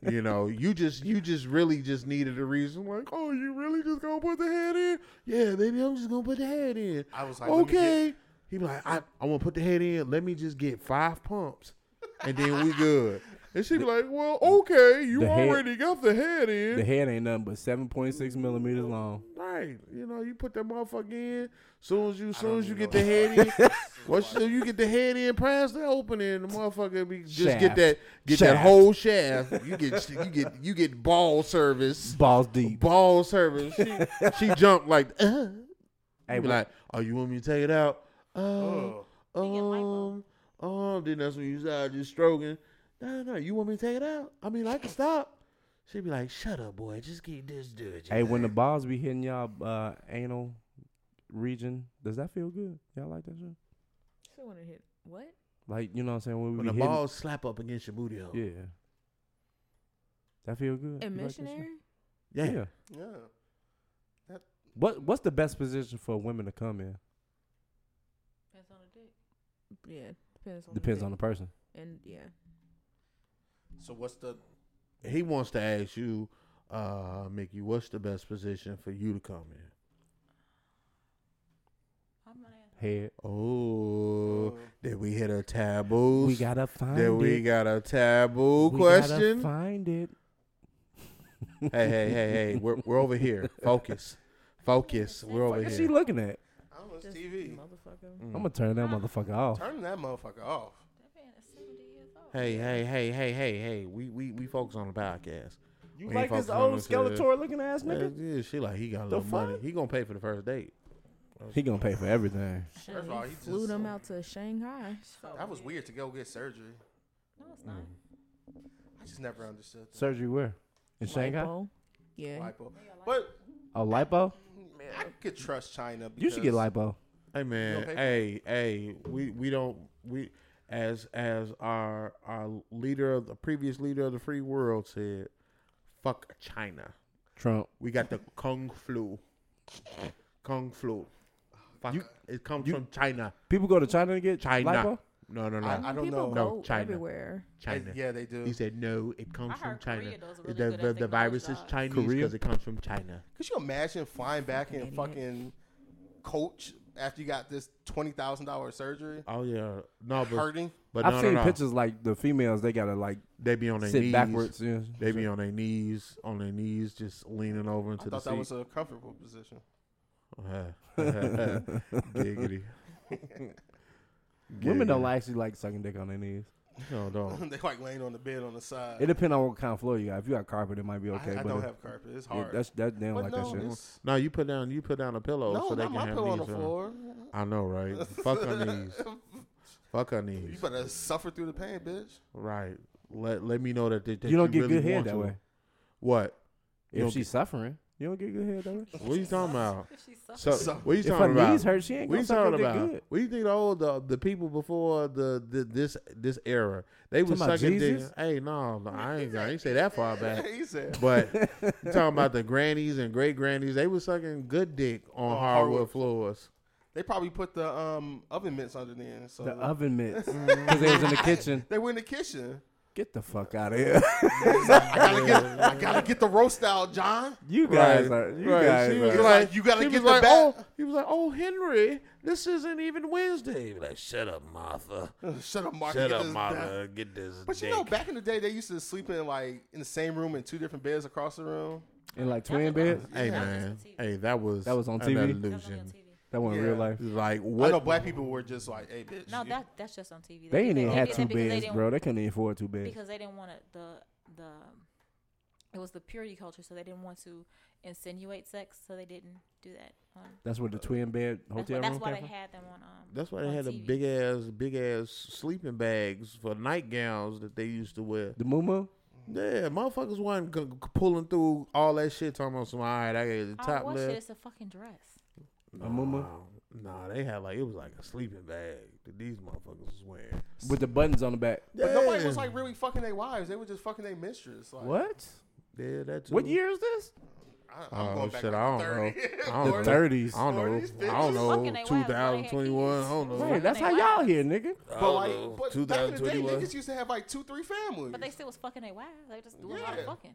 Speaker 1: you know, you just you just really just needed a reason. Like, oh, you really just gonna put the head in? Yeah, baby, I'm just gonna put the head in.
Speaker 3: I was like, let me get-
Speaker 1: okay. He be like, I, I want to put the head in. Let me just get five pumps, and then we good. And she be like, Well, okay, you
Speaker 4: The head-
Speaker 1: already got the head in,
Speaker 4: The head ain't nothing but seven point six millimeters long.
Speaker 1: right? You know, you put that motherfucker in. Soon as you, soon as you get the head in, once you, you get the head in, past the opening, the motherfucker be just get
Speaker 4: Shaft.
Speaker 1: that get that
Speaker 4: Shaft.
Speaker 1: whole shaft. You get you get you get ball service,
Speaker 4: Balls deep.
Speaker 1: ball service. She, she jumped like, uh.
Speaker 4: Hey,
Speaker 1: You be
Speaker 4: what-
Speaker 1: like, oh, you want me to take it out? Uh,
Speaker 3: Oh.
Speaker 2: get lipo.
Speaker 1: um, oh, then that's when you start just stroking. No, no, no, you want me to take it out? I mean, I can stop. She'd be like, shut up, boy. Just keep this dude.
Speaker 4: Hey, when the balls be hitting y'all uh, anal region, does that feel good? Y'all like that shit?
Speaker 5: What?
Speaker 4: Like you know what I'm saying? When, we
Speaker 1: when the
Speaker 4: be hitting-
Speaker 1: balls slap up against your booty hole. Yeah.
Speaker 4: yeah. That feel good.
Speaker 5: A
Speaker 4: You like that shit?
Speaker 5: missionary?
Speaker 1: Yeah.
Speaker 4: yeah.
Speaker 3: Yeah.
Speaker 4: What What's the best position for women to come in?
Speaker 2: Depends on the dick.
Speaker 5: Yeah. Depends on
Speaker 4: Depends
Speaker 5: the
Speaker 4: on the person.
Speaker 5: dick. and yeah.
Speaker 3: So what's the? uh,
Speaker 1: He wants to ask you, uh, Mickey, what's the best position for you to come in?
Speaker 2: I'm not asking.
Speaker 4: Head.
Speaker 1: Oh, did we hit a taboo?
Speaker 4: We gotta find
Speaker 1: Did
Speaker 4: it.
Speaker 1: we got a taboo
Speaker 4: We gotta
Speaker 1: question?
Speaker 4: find it.
Speaker 1: hey, hey, hey, hey. We're, we're over here. Focus. Focus. We're over
Speaker 4: What is she
Speaker 1: here. Mm. Hmm.
Speaker 4: looking at?
Speaker 3: I don't know. It's
Speaker 5: Just
Speaker 3: TV.
Speaker 5: Motherfucker.
Speaker 4: I'm gonna turn that motherfucker off.
Speaker 3: Turn that motherfucker off.
Speaker 2: That man is 70 years old.
Speaker 1: Hey, hey, hey, hey, hey, hey. We we we focus on the podcast.
Speaker 4: You
Speaker 1: We ain't
Speaker 4: like this
Speaker 1: focusing on
Speaker 4: old
Speaker 1: this here.
Speaker 4: Skeletor looking ass nigga?
Speaker 1: Yeah, she like he got a
Speaker 4: The
Speaker 1: little money.
Speaker 4: fuck?
Speaker 1: He gonna pay for the first date.
Speaker 4: He gonna pay for everything.
Speaker 5: Shit,
Speaker 3: First of all,
Speaker 5: he
Speaker 3: he
Speaker 5: flew
Speaker 3: just-
Speaker 5: them out to Shanghai.
Speaker 2: So
Speaker 3: That was weird to go get surgery.
Speaker 2: No, it's not.
Speaker 1: Mm-hmm.
Speaker 3: I just never understood. that.
Speaker 4: Surgery where? In Shanghai?
Speaker 5: Lipo. Yeah.
Speaker 3: Lipo. But
Speaker 4: Oh, lipo.
Speaker 3: I could trust China. Because
Speaker 4: You should get lipo.
Speaker 1: Hey man,
Speaker 3: pay for
Speaker 1: hey, hey. We we don't we as as our our leader of the previous leader of the free world said, fuck China.
Speaker 4: Trump.
Speaker 1: We got the kung flu. Kung flu. Fuck. it comes from China.
Speaker 4: People go to China to get
Speaker 1: China.
Speaker 4: lipo?
Speaker 1: No, no, no.
Speaker 3: I- don't know.
Speaker 5: people Go
Speaker 1: No, China.
Speaker 5: everywhere.
Speaker 1: China.
Speaker 3: yeah, they do.
Speaker 1: He said, no, it comes
Speaker 2: I
Speaker 1: from
Speaker 2: heard
Speaker 1: China.
Speaker 2: Korea does really
Speaker 1: the
Speaker 2: good at
Speaker 1: the, the
Speaker 2: technology
Speaker 1: virus is
Speaker 2: jobs.
Speaker 1: Chinese
Speaker 4: Korea?
Speaker 1: because it comes from China.
Speaker 3: Could you imagine flying back
Speaker 5: Fucking
Speaker 3: in
Speaker 5: idiot.
Speaker 3: fucking coach after you got this twenty thousand dollar surgery,
Speaker 1: Oh, yeah. No, but,
Speaker 3: hurting?
Speaker 1: but
Speaker 4: I've
Speaker 1: no, no,
Speaker 4: seen
Speaker 1: no.
Speaker 4: pictures like the females they gotta like
Speaker 1: They be on their
Speaker 4: sit
Speaker 1: knees.
Speaker 4: backwards. Yeah.
Speaker 1: They be on their knees, on their knees, just leaning over
Speaker 3: I
Speaker 1: into the
Speaker 3: thought that was
Speaker 1: seat.
Speaker 3: a comfortable position.
Speaker 1: Giggity.
Speaker 4: Women don't
Speaker 1: Giggity.
Speaker 4: actually like sucking dick on their knees.
Speaker 1: No,
Speaker 4: Oh.
Speaker 1: don't.
Speaker 3: they like laying on the bed on the side.
Speaker 4: It depends on what kind of floor you got. If you got carpet, it might be
Speaker 3: I-
Speaker 4: okay.
Speaker 3: I,
Speaker 4: but
Speaker 3: don't
Speaker 4: if-
Speaker 3: have carpet. It's
Speaker 4: yeah,
Speaker 3: hard.
Speaker 4: that's that they don't
Speaker 3: But
Speaker 4: like
Speaker 3: no,
Speaker 4: that shit.
Speaker 3: it's-
Speaker 1: No, you put down you put down a pillow
Speaker 3: No,
Speaker 1: so they
Speaker 3: not
Speaker 1: can
Speaker 3: my
Speaker 1: have uh,
Speaker 3: pillow on
Speaker 1: knees.
Speaker 3: the
Speaker 1: huh?
Speaker 3: floor.
Speaker 1: I know, right? Fuck her knees. Fuck her
Speaker 3: You
Speaker 1: knees.
Speaker 3: better suffer through the pain, bitch.
Speaker 1: Right. Let let me know that, that, that
Speaker 4: you don't get
Speaker 1: really
Speaker 4: good head
Speaker 1: want
Speaker 4: that
Speaker 1: to.
Speaker 4: way.
Speaker 1: What? You
Speaker 4: If
Speaker 1: don't
Speaker 4: she's suffering, you don't get good head that way.
Speaker 1: What are you talking about?
Speaker 2: She's so
Speaker 1: So,
Speaker 3: So-
Speaker 1: what are you
Speaker 4: If her
Speaker 1: talking about?
Speaker 4: knees hurt, she ain't
Speaker 1: What
Speaker 4: gonna
Speaker 1: you
Speaker 4: suck
Speaker 1: talking
Speaker 4: your dick
Speaker 1: about?
Speaker 4: good.
Speaker 1: What you think the old the, the people before the, the this this era they was
Speaker 4: Talking about
Speaker 1: sucking dick?
Speaker 4: Jesus?
Speaker 1: Hey, no, no, I ain't I ain't say that far back.
Speaker 3: he said.
Speaker 1: But you talking about the grannies and great grannies, they was sucking good dick on
Speaker 3: On
Speaker 1: hardwood,
Speaker 3: hardwood.
Speaker 1: floors.
Speaker 3: They probably put the um oven mitts under there. So
Speaker 4: The oven mitts, because they was in the kitchen.
Speaker 3: They were in the kitchen.
Speaker 4: Get the fuck out of here.
Speaker 3: I gotta get, I gotta get the roast out, John.
Speaker 4: You
Speaker 1: Right,
Speaker 4: guys are. You
Speaker 1: right.
Speaker 4: guys
Speaker 1: She
Speaker 4: are.
Speaker 1: was
Speaker 3: He's
Speaker 1: like,
Speaker 3: like, "You gotta
Speaker 1: she
Speaker 3: get
Speaker 1: was
Speaker 3: the
Speaker 1: like,
Speaker 3: bat."
Speaker 1: Oh, he was like, "Oh, Henry, this isn't even Wednesday." He was like, "Shut up, Martha.
Speaker 3: Shut up, Mark.
Speaker 1: Shut
Speaker 3: Get
Speaker 1: up,
Speaker 3: this done.
Speaker 1: Martha. Get this
Speaker 3: But you
Speaker 1: dick."
Speaker 3: know, back in the day, they used to sleep in like in the same room in two different beds across the room.
Speaker 4: in like
Speaker 2: That was on
Speaker 4: twin beds.
Speaker 1: hey
Speaker 2: Yeah.
Speaker 1: man,
Speaker 2: That was on TV.
Speaker 1: hey, that was
Speaker 4: That was
Speaker 1: an
Speaker 4: on TV?
Speaker 2: That's only on
Speaker 1: illusion.
Speaker 2: TV.
Speaker 4: That wasn't real
Speaker 3: Yeah.
Speaker 4: life.
Speaker 1: Like
Speaker 3: I know
Speaker 1: what?
Speaker 3: black people were just like, "Hey, bitch."
Speaker 2: No,
Speaker 3: you-
Speaker 2: that that's just on TV.
Speaker 4: They
Speaker 2: did
Speaker 4: ain't
Speaker 2: that-
Speaker 4: even
Speaker 2: they
Speaker 4: had
Speaker 2: did
Speaker 4: two
Speaker 2: that because they
Speaker 4: beds,
Speaker 2: didn't-
Speaker 4: bro. They couldn't even afford two beds.
Speaker 2: Because they didn't want to, the the it was the purity culture, so they didn't want to insinuate sex, so they didn't do that. On,
Speaker 4: That's where the twin bed
Speaker 2: that's
Speaker 4: hotel
Speaker 2: why, that's
Speaker 4: room
Speaker 2: why
Speaker 4: came
Speaker 2: they
Speaker 4: from.
Speaker 2: had them on. Um,
Speaker 1: That's why they
Speaker 2: on
Speaker 1: had the
Speaker 2: TV.
Speaker 1: big ass, big ass sleeping bags for nightgowns that they used to wear.
Speaker 4: The Moo
Speaker 1: Yeah, motherfuckers wasn't g- g- pulling through all that shit. Talking about some, all right, I got the
Speaker 2: Oh,
Speaker 1: top
Speaker 2: what
Speaker 1: left.
Speaker 2: shit? It's a fucking dress.
Speaker 4: A mumma?
Speaker 1: Nah, they had like it was like a sleeping bag that these motherfuckers was wearing.
Speaker 4: with the buttons on the back.
Speaker 3: but nobody was
Speaker 1: Yeah.
Speaker 3: like really fucking their wives. They were just fucking their mistress. Like,
Speaker 4: What?
Speaker 1: Yeah, that too.
Speaker 4: What year is this?
Speaker 3: I, I'm
Speaker 1: Oh
Speaker 3: going back
Speaker 1: shit,
Speaker 3: like
Speaker 1: I don't
Speaker 3: 30.
Speaker 1: know. I don't
Speaker 4: The
Speaker 1: know. I don't
Speaker 4: 30s.
Speaker 1: know.
Speaker 3: Forties,
Speaker 1: I don't
Speaker 3: fifties.
Speaker 2: Fucking
Speaker 1: know.
Speaker 2: they
Speaker 1: Two
Speaker 2: wild, they
Speaker 1: thousand
Speaker 2: had
Speaker 1: twenty-one. I
Speaker 2: kids.
Speaker 1: don't know.
Speaker 4: Right, that's how y'all here, nigga.
Speaker 1: I
Speaker 3: But
Speaker 1: don't
Speaker 3: like,
Speaker 1: know.
Speaker 3: but back in the day,
Speaker 1: 2021.
Speaker 3: niggas used to have like two, three families.
Speaker 2: But they still was fucking their wives. They just doing a lot
Speaker 3: Yeah.
Speaker 2: of fucking.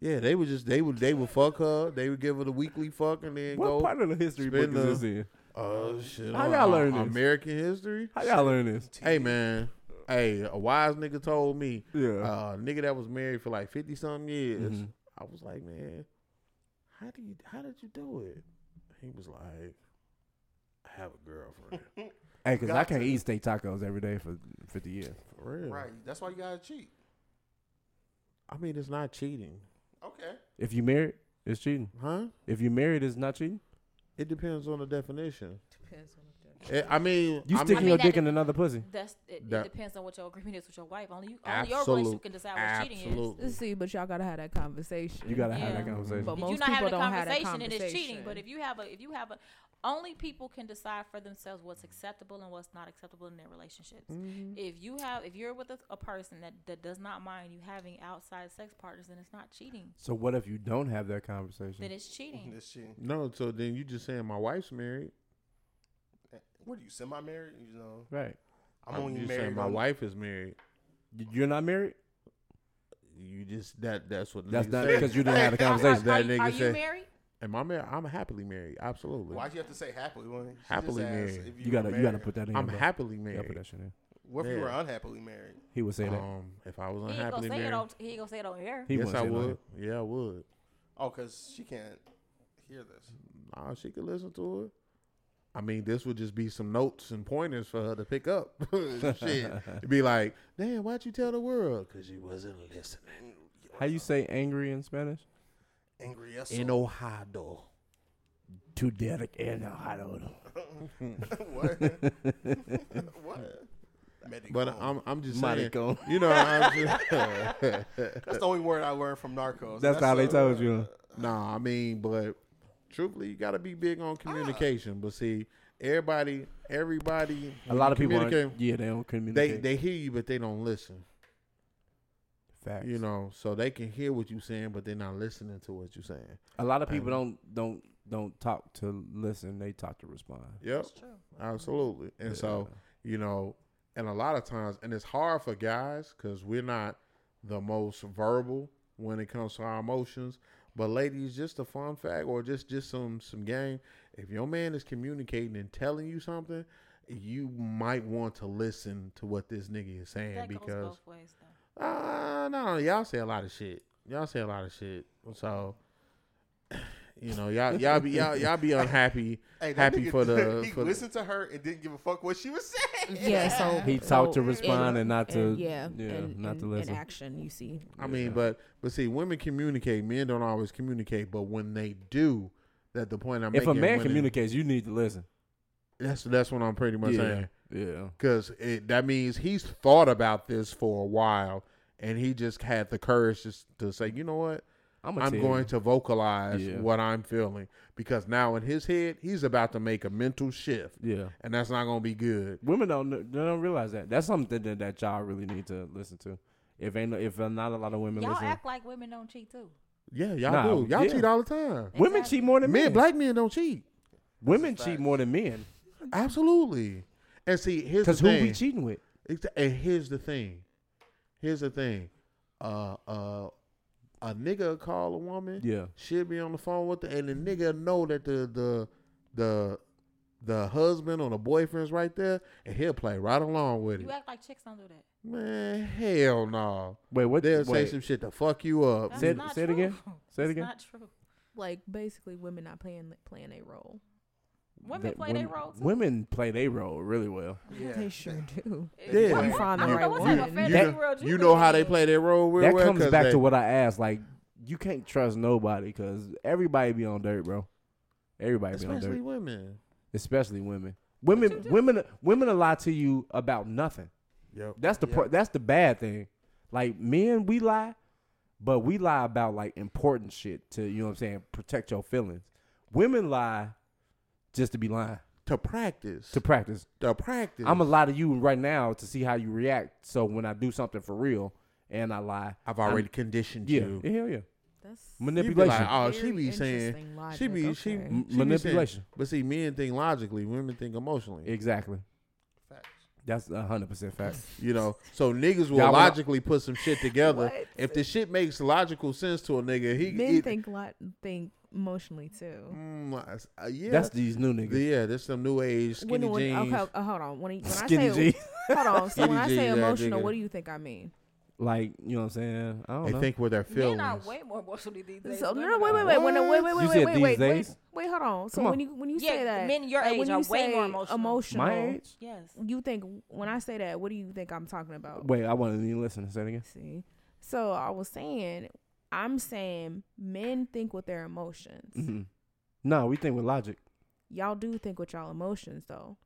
Speaker 1: Yeah, they would just they would they would fuck her. They would give her the weekly fuck and then
Speaker 4: What
Speaker 1: go.
Speaker 4: part of the history book
Speaker 1: spin the-
Speaker 4: is this in?
Speaker 1: Oh shit!
Speaker 4: How
Speaker 1: uh,
Speaker 4: y'all learn
Speaker 1: uh,
Speaker 4: this?
Speaker 1: American history?
Speaker 4: How y'all learn this?
Speaker 1: Hey man, hey, a wise nigga told me.
Speaker 4: Yeah.
Speaker 1: Uh, nigga that was married for like fifty something years.
Speaker 4: mm-hmm.
Speaker 1: I was like, man, how do you how did you do it? He was like, I have a girlfriend.
Speaker 4: hey, because I
Speaker 3: got
Speaker 4: can't
Speaker 3: to.
Speaker 4: eat steak tacos every day for 50 years.
Speaker 1: For real.
Speaker 3: right. That's why you gotta cheat.
Speaker 1: I mean, it's not cheating,
Speaker 3: Okay.
Speaker 4: If you married, it's cheating.
Speaker 1: huh?
Speaker 4: If you married, it's not cheating.
Speaker 1: It depends on the definition. Eh, I mean,
Speaker 4: You
Speaker 1: I
Speaker 4: sticking
Speaker 1: mean,
Speaker 4: your
Speaker 2: that
Speaker 4: dick
Speaker 2: is-
Speaker 4: in another pussy.
Speaker 2: That's it,
Speaker 1: That-
Speaker 2: it. Depends on what your agreement is with your wife. Only you, only your
Speaker 1: absolute,
Speaker 2: relationship can decide what cheating is.
Speaker 1: absolute.
Speaker 5: Let's see, but y'all gotta have that conversation.
Speaker 4: You gotta have
Speaker 2: Yeah.
Speaker 4: that conversation.
Speaker 5: But
Speaker 2: If
Speaker 5: most
Speaker 2: you're not
Speaker 5: people
Speaker 2: having a
Speaker 5: don't have that
Speaker 2: conversation, and it's cheating.
Speaker 5: conversation.
Speaker 2: But if you have a, if you have a, only people can decide for themselves what's acceptable and what's not acceptable in their relationships.
Speaker 1: Mm-hmm.
Speaker 2: If you have, if you're with a, a person that that does not mind you having outside sex partners, then it's not cheating.
Speaker 4: So what if you don't have that
Speaker 2: Then
Speaker 4: conversation?
Speaker 2: it's cheating.
Speaker 3: This cheating.
Speaker 1: No, so then you just saying my wife's married.
Speaker 3: What are you semi-married? You know,
Speaker 4: Right.
Speaker 3: I'm, only
Speaker 1: just
Speaker 3: married.
Speaker 1: saying my
Speaker 3: on-
Speaker 1: wife is married.
Speaker 4: Y- You're not married?
Speaker 1: You just that that's what
Speaker 4: That's
Speaker 1: niggas
Speaker 4: not
Speaker 1: say.
Speaker 4: because you didn't have the
Speaker 2: Are,
Speaker 4: conversation.
Speaker 1: That
Speaker 2: are you,
Speaker 1: nigga
Speaker 2: are you
Speaker 1: said-
Speaker 2: married?
Speaker 1: Am I married? I'm happily married. Absolutely.
Speaker 3: Why'd you have to say happily? When she just
Speaker 1: Happily
Speaker 3: asked
Speaker 1: married.
Speaker 3: if
Speaker 4: You
Speaker 3: were
Speaker 4: gotta, you gotta
Speaker 3: married.
Speaker 4: put that in.
Speaker 1: I'm
Speaker 4: bro.
Speaker 1: happily
Speaker 4: You gotta put
Speaker 1: married.
Speaker 4: that shit in.
Speaker 3: What if you
Speaker 1: Yeah.
Speaker 3: were unhappily married?
Speaker 4: He would say that.
Speaker 1: Um, if I was
Speaker 2: He ain't gonna
Speaker 1: unhappily
Speaker 2: say it
Speaker 1: married,
Speaker 2: on. He ain't gonna say it on air.
Speaker 4: He
Speaker 1: yes,
Speaker 4: wouldn't
Speaker 1: I
Speaker 4: say no.
Speaker 1: would. Yeah, I would.
Speaker 3: Oh, because she can't hear this.
Speaker 1: Nah, she could listen to it. I mean, this would just be some notes and pointers for her to pick up. Shit, It'd be like, damn, why'd you tell the world? Because you wasn't listening.
Speaker 4: How you say angry in Spanish?
Speaker 3: Angry yes.
Speaker 1: Enojado.
Speaker 4: To Derek and Harold.
Speaker 3: what? what? Medical.
Speaker 1: But I'm, I'm just saying,
Speaker 4: Maricon.
Speaker 1: you know, I'm just,
Speaker 3: that's the only word I learned from Narcos.
Speaker 4: That's how they
Speaker 3: uh,
Speaker 4: told you.
Speaker 1: nah, I mean, but truthfully, you got to be big
Speaker 2: Ah.
Speaker 1: on communication. But see, everybody, everybody,
Speaker 4: A
Speaker 1: when
Speaker 4: lot
Speaker 1: you
Speaker 4: of people, aren't-
Speaker 1: communicate,
Speaker 4: yeah, they don't
Speaker 1: they
Speaker 4: communicate.
Speaker 1: they hear you, but they don't listen.
Speaker 4: Facts.
Speaker 1: You know, so they can hear what you're saying, but they're not listening to what you're saying.
Speaker 4: a lot of people don't don't don't talk to listen. They talk to respond.
Speaker 1: Yep, absolutely. And so, you know, and a lot of times, and it's hard for guys because we're not the most verbal when it comes to our emotions. But ladies, just a fun fact or just just some some game. If your man is communicating and telling you something, you might want to listen to what this nigga is saying
Speaker 2: That goes
Speaker 1: because
Speaker 2: both ways, though.
Speaker 1: uh, no, y'all say a lot of shit. Y'all say a lot of shit. So, you know, y'all y'all be y'all y'all be unhappy,
Speaker 3: Hey, that
Speaker 1: happy
Speaker 3: nigga-
Speaker 1: for the
Speaker 3: he
Speaker 1: for the-
Speaker 3: listened to her and didn't give a fuck what she was saying.
Speaker 5: Yeah, so
Speaker 4: He
Speaker 5: so-
Speaker 4: taught to respond and not to-
Speaker 5: yeah,
Speaker 4: yeah,
Speaker 5: and,
Speaker 4: not
Speaker 5: and,
Speaker 4: to listen.
Speaker 5: And action, you see,
Speaker 1: I mean, but but see, women communicate. Men don't always communicate, but when they do, that the point I'm
Speaker 4: If a
Speaker 1: making.
Speaker 4: man
Speaker 1: when it-
Speaker 4: communicates, you need to listen.
Speaker 1: that's that's what I'm pretty much saying.
Speaker 4: yeah.
Speaker 1: Because that means he's thought about this for a while, and he just had the courage just to say, you know what,
Speaker 4: I'm,
Speaker 1: I'm going to vocalize
Speaker 4: Yeah.
Speaker 1: what I'm feeling. Because now in his head, he's about to make a mental shift,
Speaker 4: Yeah.
Speaker 1: and that's not going to be good.
Speaker 4: Women don't kn- they don't realize that. That's something that, that y'all really need to listen to. If ain't no- if uh, not a lot of women
Speaker 2: Y'all
Speaker 4: listen,
Speaker 2: act like women don't cheat too.
Speaker 1: Yeah, y'all
Speaker 4: Nah,
Speaker 1: do. Y'all
Speaker 4: yeah.
Speaker 1: cheat all the time.
Speaker 4: women cheat more than
Speaker 1: Men,
Speaker 4: men.
Speaker 1: black men don't cheat.
Speaker 4: women
Speaker 3: That's a
Speaker 4: cheat
Speaker 3: fact.
Speaker 4: more than men.
Speaker 1: Absolutely. And see, here's the
Speaker 4: Cause who
Speaker 1: thing.
Speaker 4: we cheating with?
Speaker 1: Ex- And here's the thing. Here's the thing. Uh, uh, a nigga call a woman.
Speaker 4: Yeah.
Speaker 1: She'll be on the phone with her, and the nigga know that the the the the husband or the boyfriend's right there, and he'll play right along with it.
Speaker 2: You act like chicks don't do that.
Speaker 1: Man, hell no.
Speaker 4: Wait, what?
Speaker 1: They'll say
Speaker 4: wait.
Speaker 1: some shit to fuck you up.
Speaker 2: That's
Speaker 4: Say it-
Speaker 2: not
Speaker 4: say it
Speaker 2: true.
Speaker 4: again. Say it
Speaker 2: It's
Speaker 4: again.
Speaker 2: Not true.
Speaker 5: like basically women not playing playing a role.
Speaker 2: Women
Speaker 4: that
Speaker 2: play their role too.
Speaker 4: Women play their role really well.
Speaker 3: Yeah.
Speaker 5: They sure do.
Speaker 1: Yeah.
Speaker 5: You find the
Speaker 2: I don't know
Speaker 5: right
Speaker 2: what
Speaker 5: one.
Speaker 2: type of
Speaker 1: You,
Speaker 2: fantasy
Speaker 4: That-
Speaker 2: world
Speaker 1: you
Speaker 2: live
Speaker 1: know how they
Speaker 2: in.
Speaker 1: play their role real
Speaker 4: that
Speaker 1: well.
Speaker 4: comes
Speaker 1: 'cause
Speaker 4: back
Speaker 1: they-
Speaker 4: to what I asked. Like, you can't trust nobody because everybody be on dirt, bro. Everybody be on
Speaker 1: especially
Speaker 4: dirt,
Speaker 1: women.
Speaker 4: especially women. Women, women, women lie to you about nothing.
Speaker 1: Yep.
Speaker 4: That's the pro- that's the bad thing. Like men, we lie, but we lie about like important shit to you know what I'm saying. Protect your feelings. Women lie just to be lying
Speaker 1: To practice.
Speaker 4: to practice.
Speaker 1: to practice.
Speaker 4: I'm gonna lie to you right now to see how you react. So when I do something for real and I lie,
Speaker 1: I've already conditioned
Speaker 4: yeah,
Speaker 1: you.
Speaker 4: hell yeah,
Speaker 5: That's
Speaker 1: You be
Speaker 4: manipulation.
Speaker 1: like, oh, she
Speaker 5: Very
Speaker 1: be saying,
Speaker 5: interesting
Speaker 1: she
Speaker 5: logic.
Speaker 1: be
Speaker 5: Okay.
Speaker 1: she,
Speaker 5: M-
Speaker 1: she be saying-
Speaker 4: manipulation.
Speaker 1: but see, men think logically, women think emotionally.
Speaker 4: exactly.
Speaker 3: Facts.
Speaker 4: That's a hundred percent fact.
Speaker 1: You know, so niggas will
Speaker 4: Y'all wanna-
Speaker 1: logically put some shit together.
Speaker 5: What?
Speaker 1: if the shit makes logical sense to a nigga, he
Speaker 5: men
Speaker 1: it-
Speaker 5: think lot think emotionally too.
Speaker 1: Mm, uh, yeah,
Speaker 4: That's these new niggas.
Speaker 1: yeah. There's some new age skinny
Speaker 5: when, when,
Speaker 1: jeans.
Speaker 5: Okay, uh, hold on. When, he- when
Speaker 4: Skinny
Speaker 5: I say
Speaker 4: jeans.
Speaker 5: hold on, so
Speaker 1: Skinny
Speaker 5: when
Speaker 4: E
Speaker 5: I say
Speaker 1: jeans, yeah,
Speaker 5: emotional,
Speaker 1: nigga.
Speaker 5: what do you think I mean?
Speaker 4: Like you know what I'm saying. I don't
Speaker 1: They
Speaker 4: know.
Speaker 1: think with their
Speaker 2: Men are
Speaker 1: feelings.
Speaker 2: way more emotionally these days.
Speaker 5: So
Speaker 2: than
Speaker 5: no, no,
Speaker 2: women
Speaker 5: wait,
Speaker 2: are.
Speaker 5: wait, wait, when, wait, wait,
Speaker 4: You
Speaker 5: wait,
Speaker 4: said
Speaker 5: wait, wait,
Speaker 4: these
Speaker 5: wait, wait,
Speaker 4: days?
Speaker 5: hold on. So
Speaker 4: Come on.
Speaker 5: when you when you
Speaker 2: Yeah,
Speaker 5: say that,
Speaker 2: men your
Speaker 5: like,
Speaker 2: age are
Speaker 5: when you
Speaker 2: way
Speaker 5: say
Speaker 2: more emotional.
Speaker 5: emotional,
Speaker 4: My age?
Speaker 2: Yes.
Speaker 5: you think when I say that, what do you think I'm talking about?
Speaker 4: Wait, I want to even listen. Say it again.
Speaker 5: See, so I was saying, I'm saying men think with their emotions.
Speaker 4: Mhm. No, we think with logic.
Speaker 5: Y'all do think with y'all emotions though.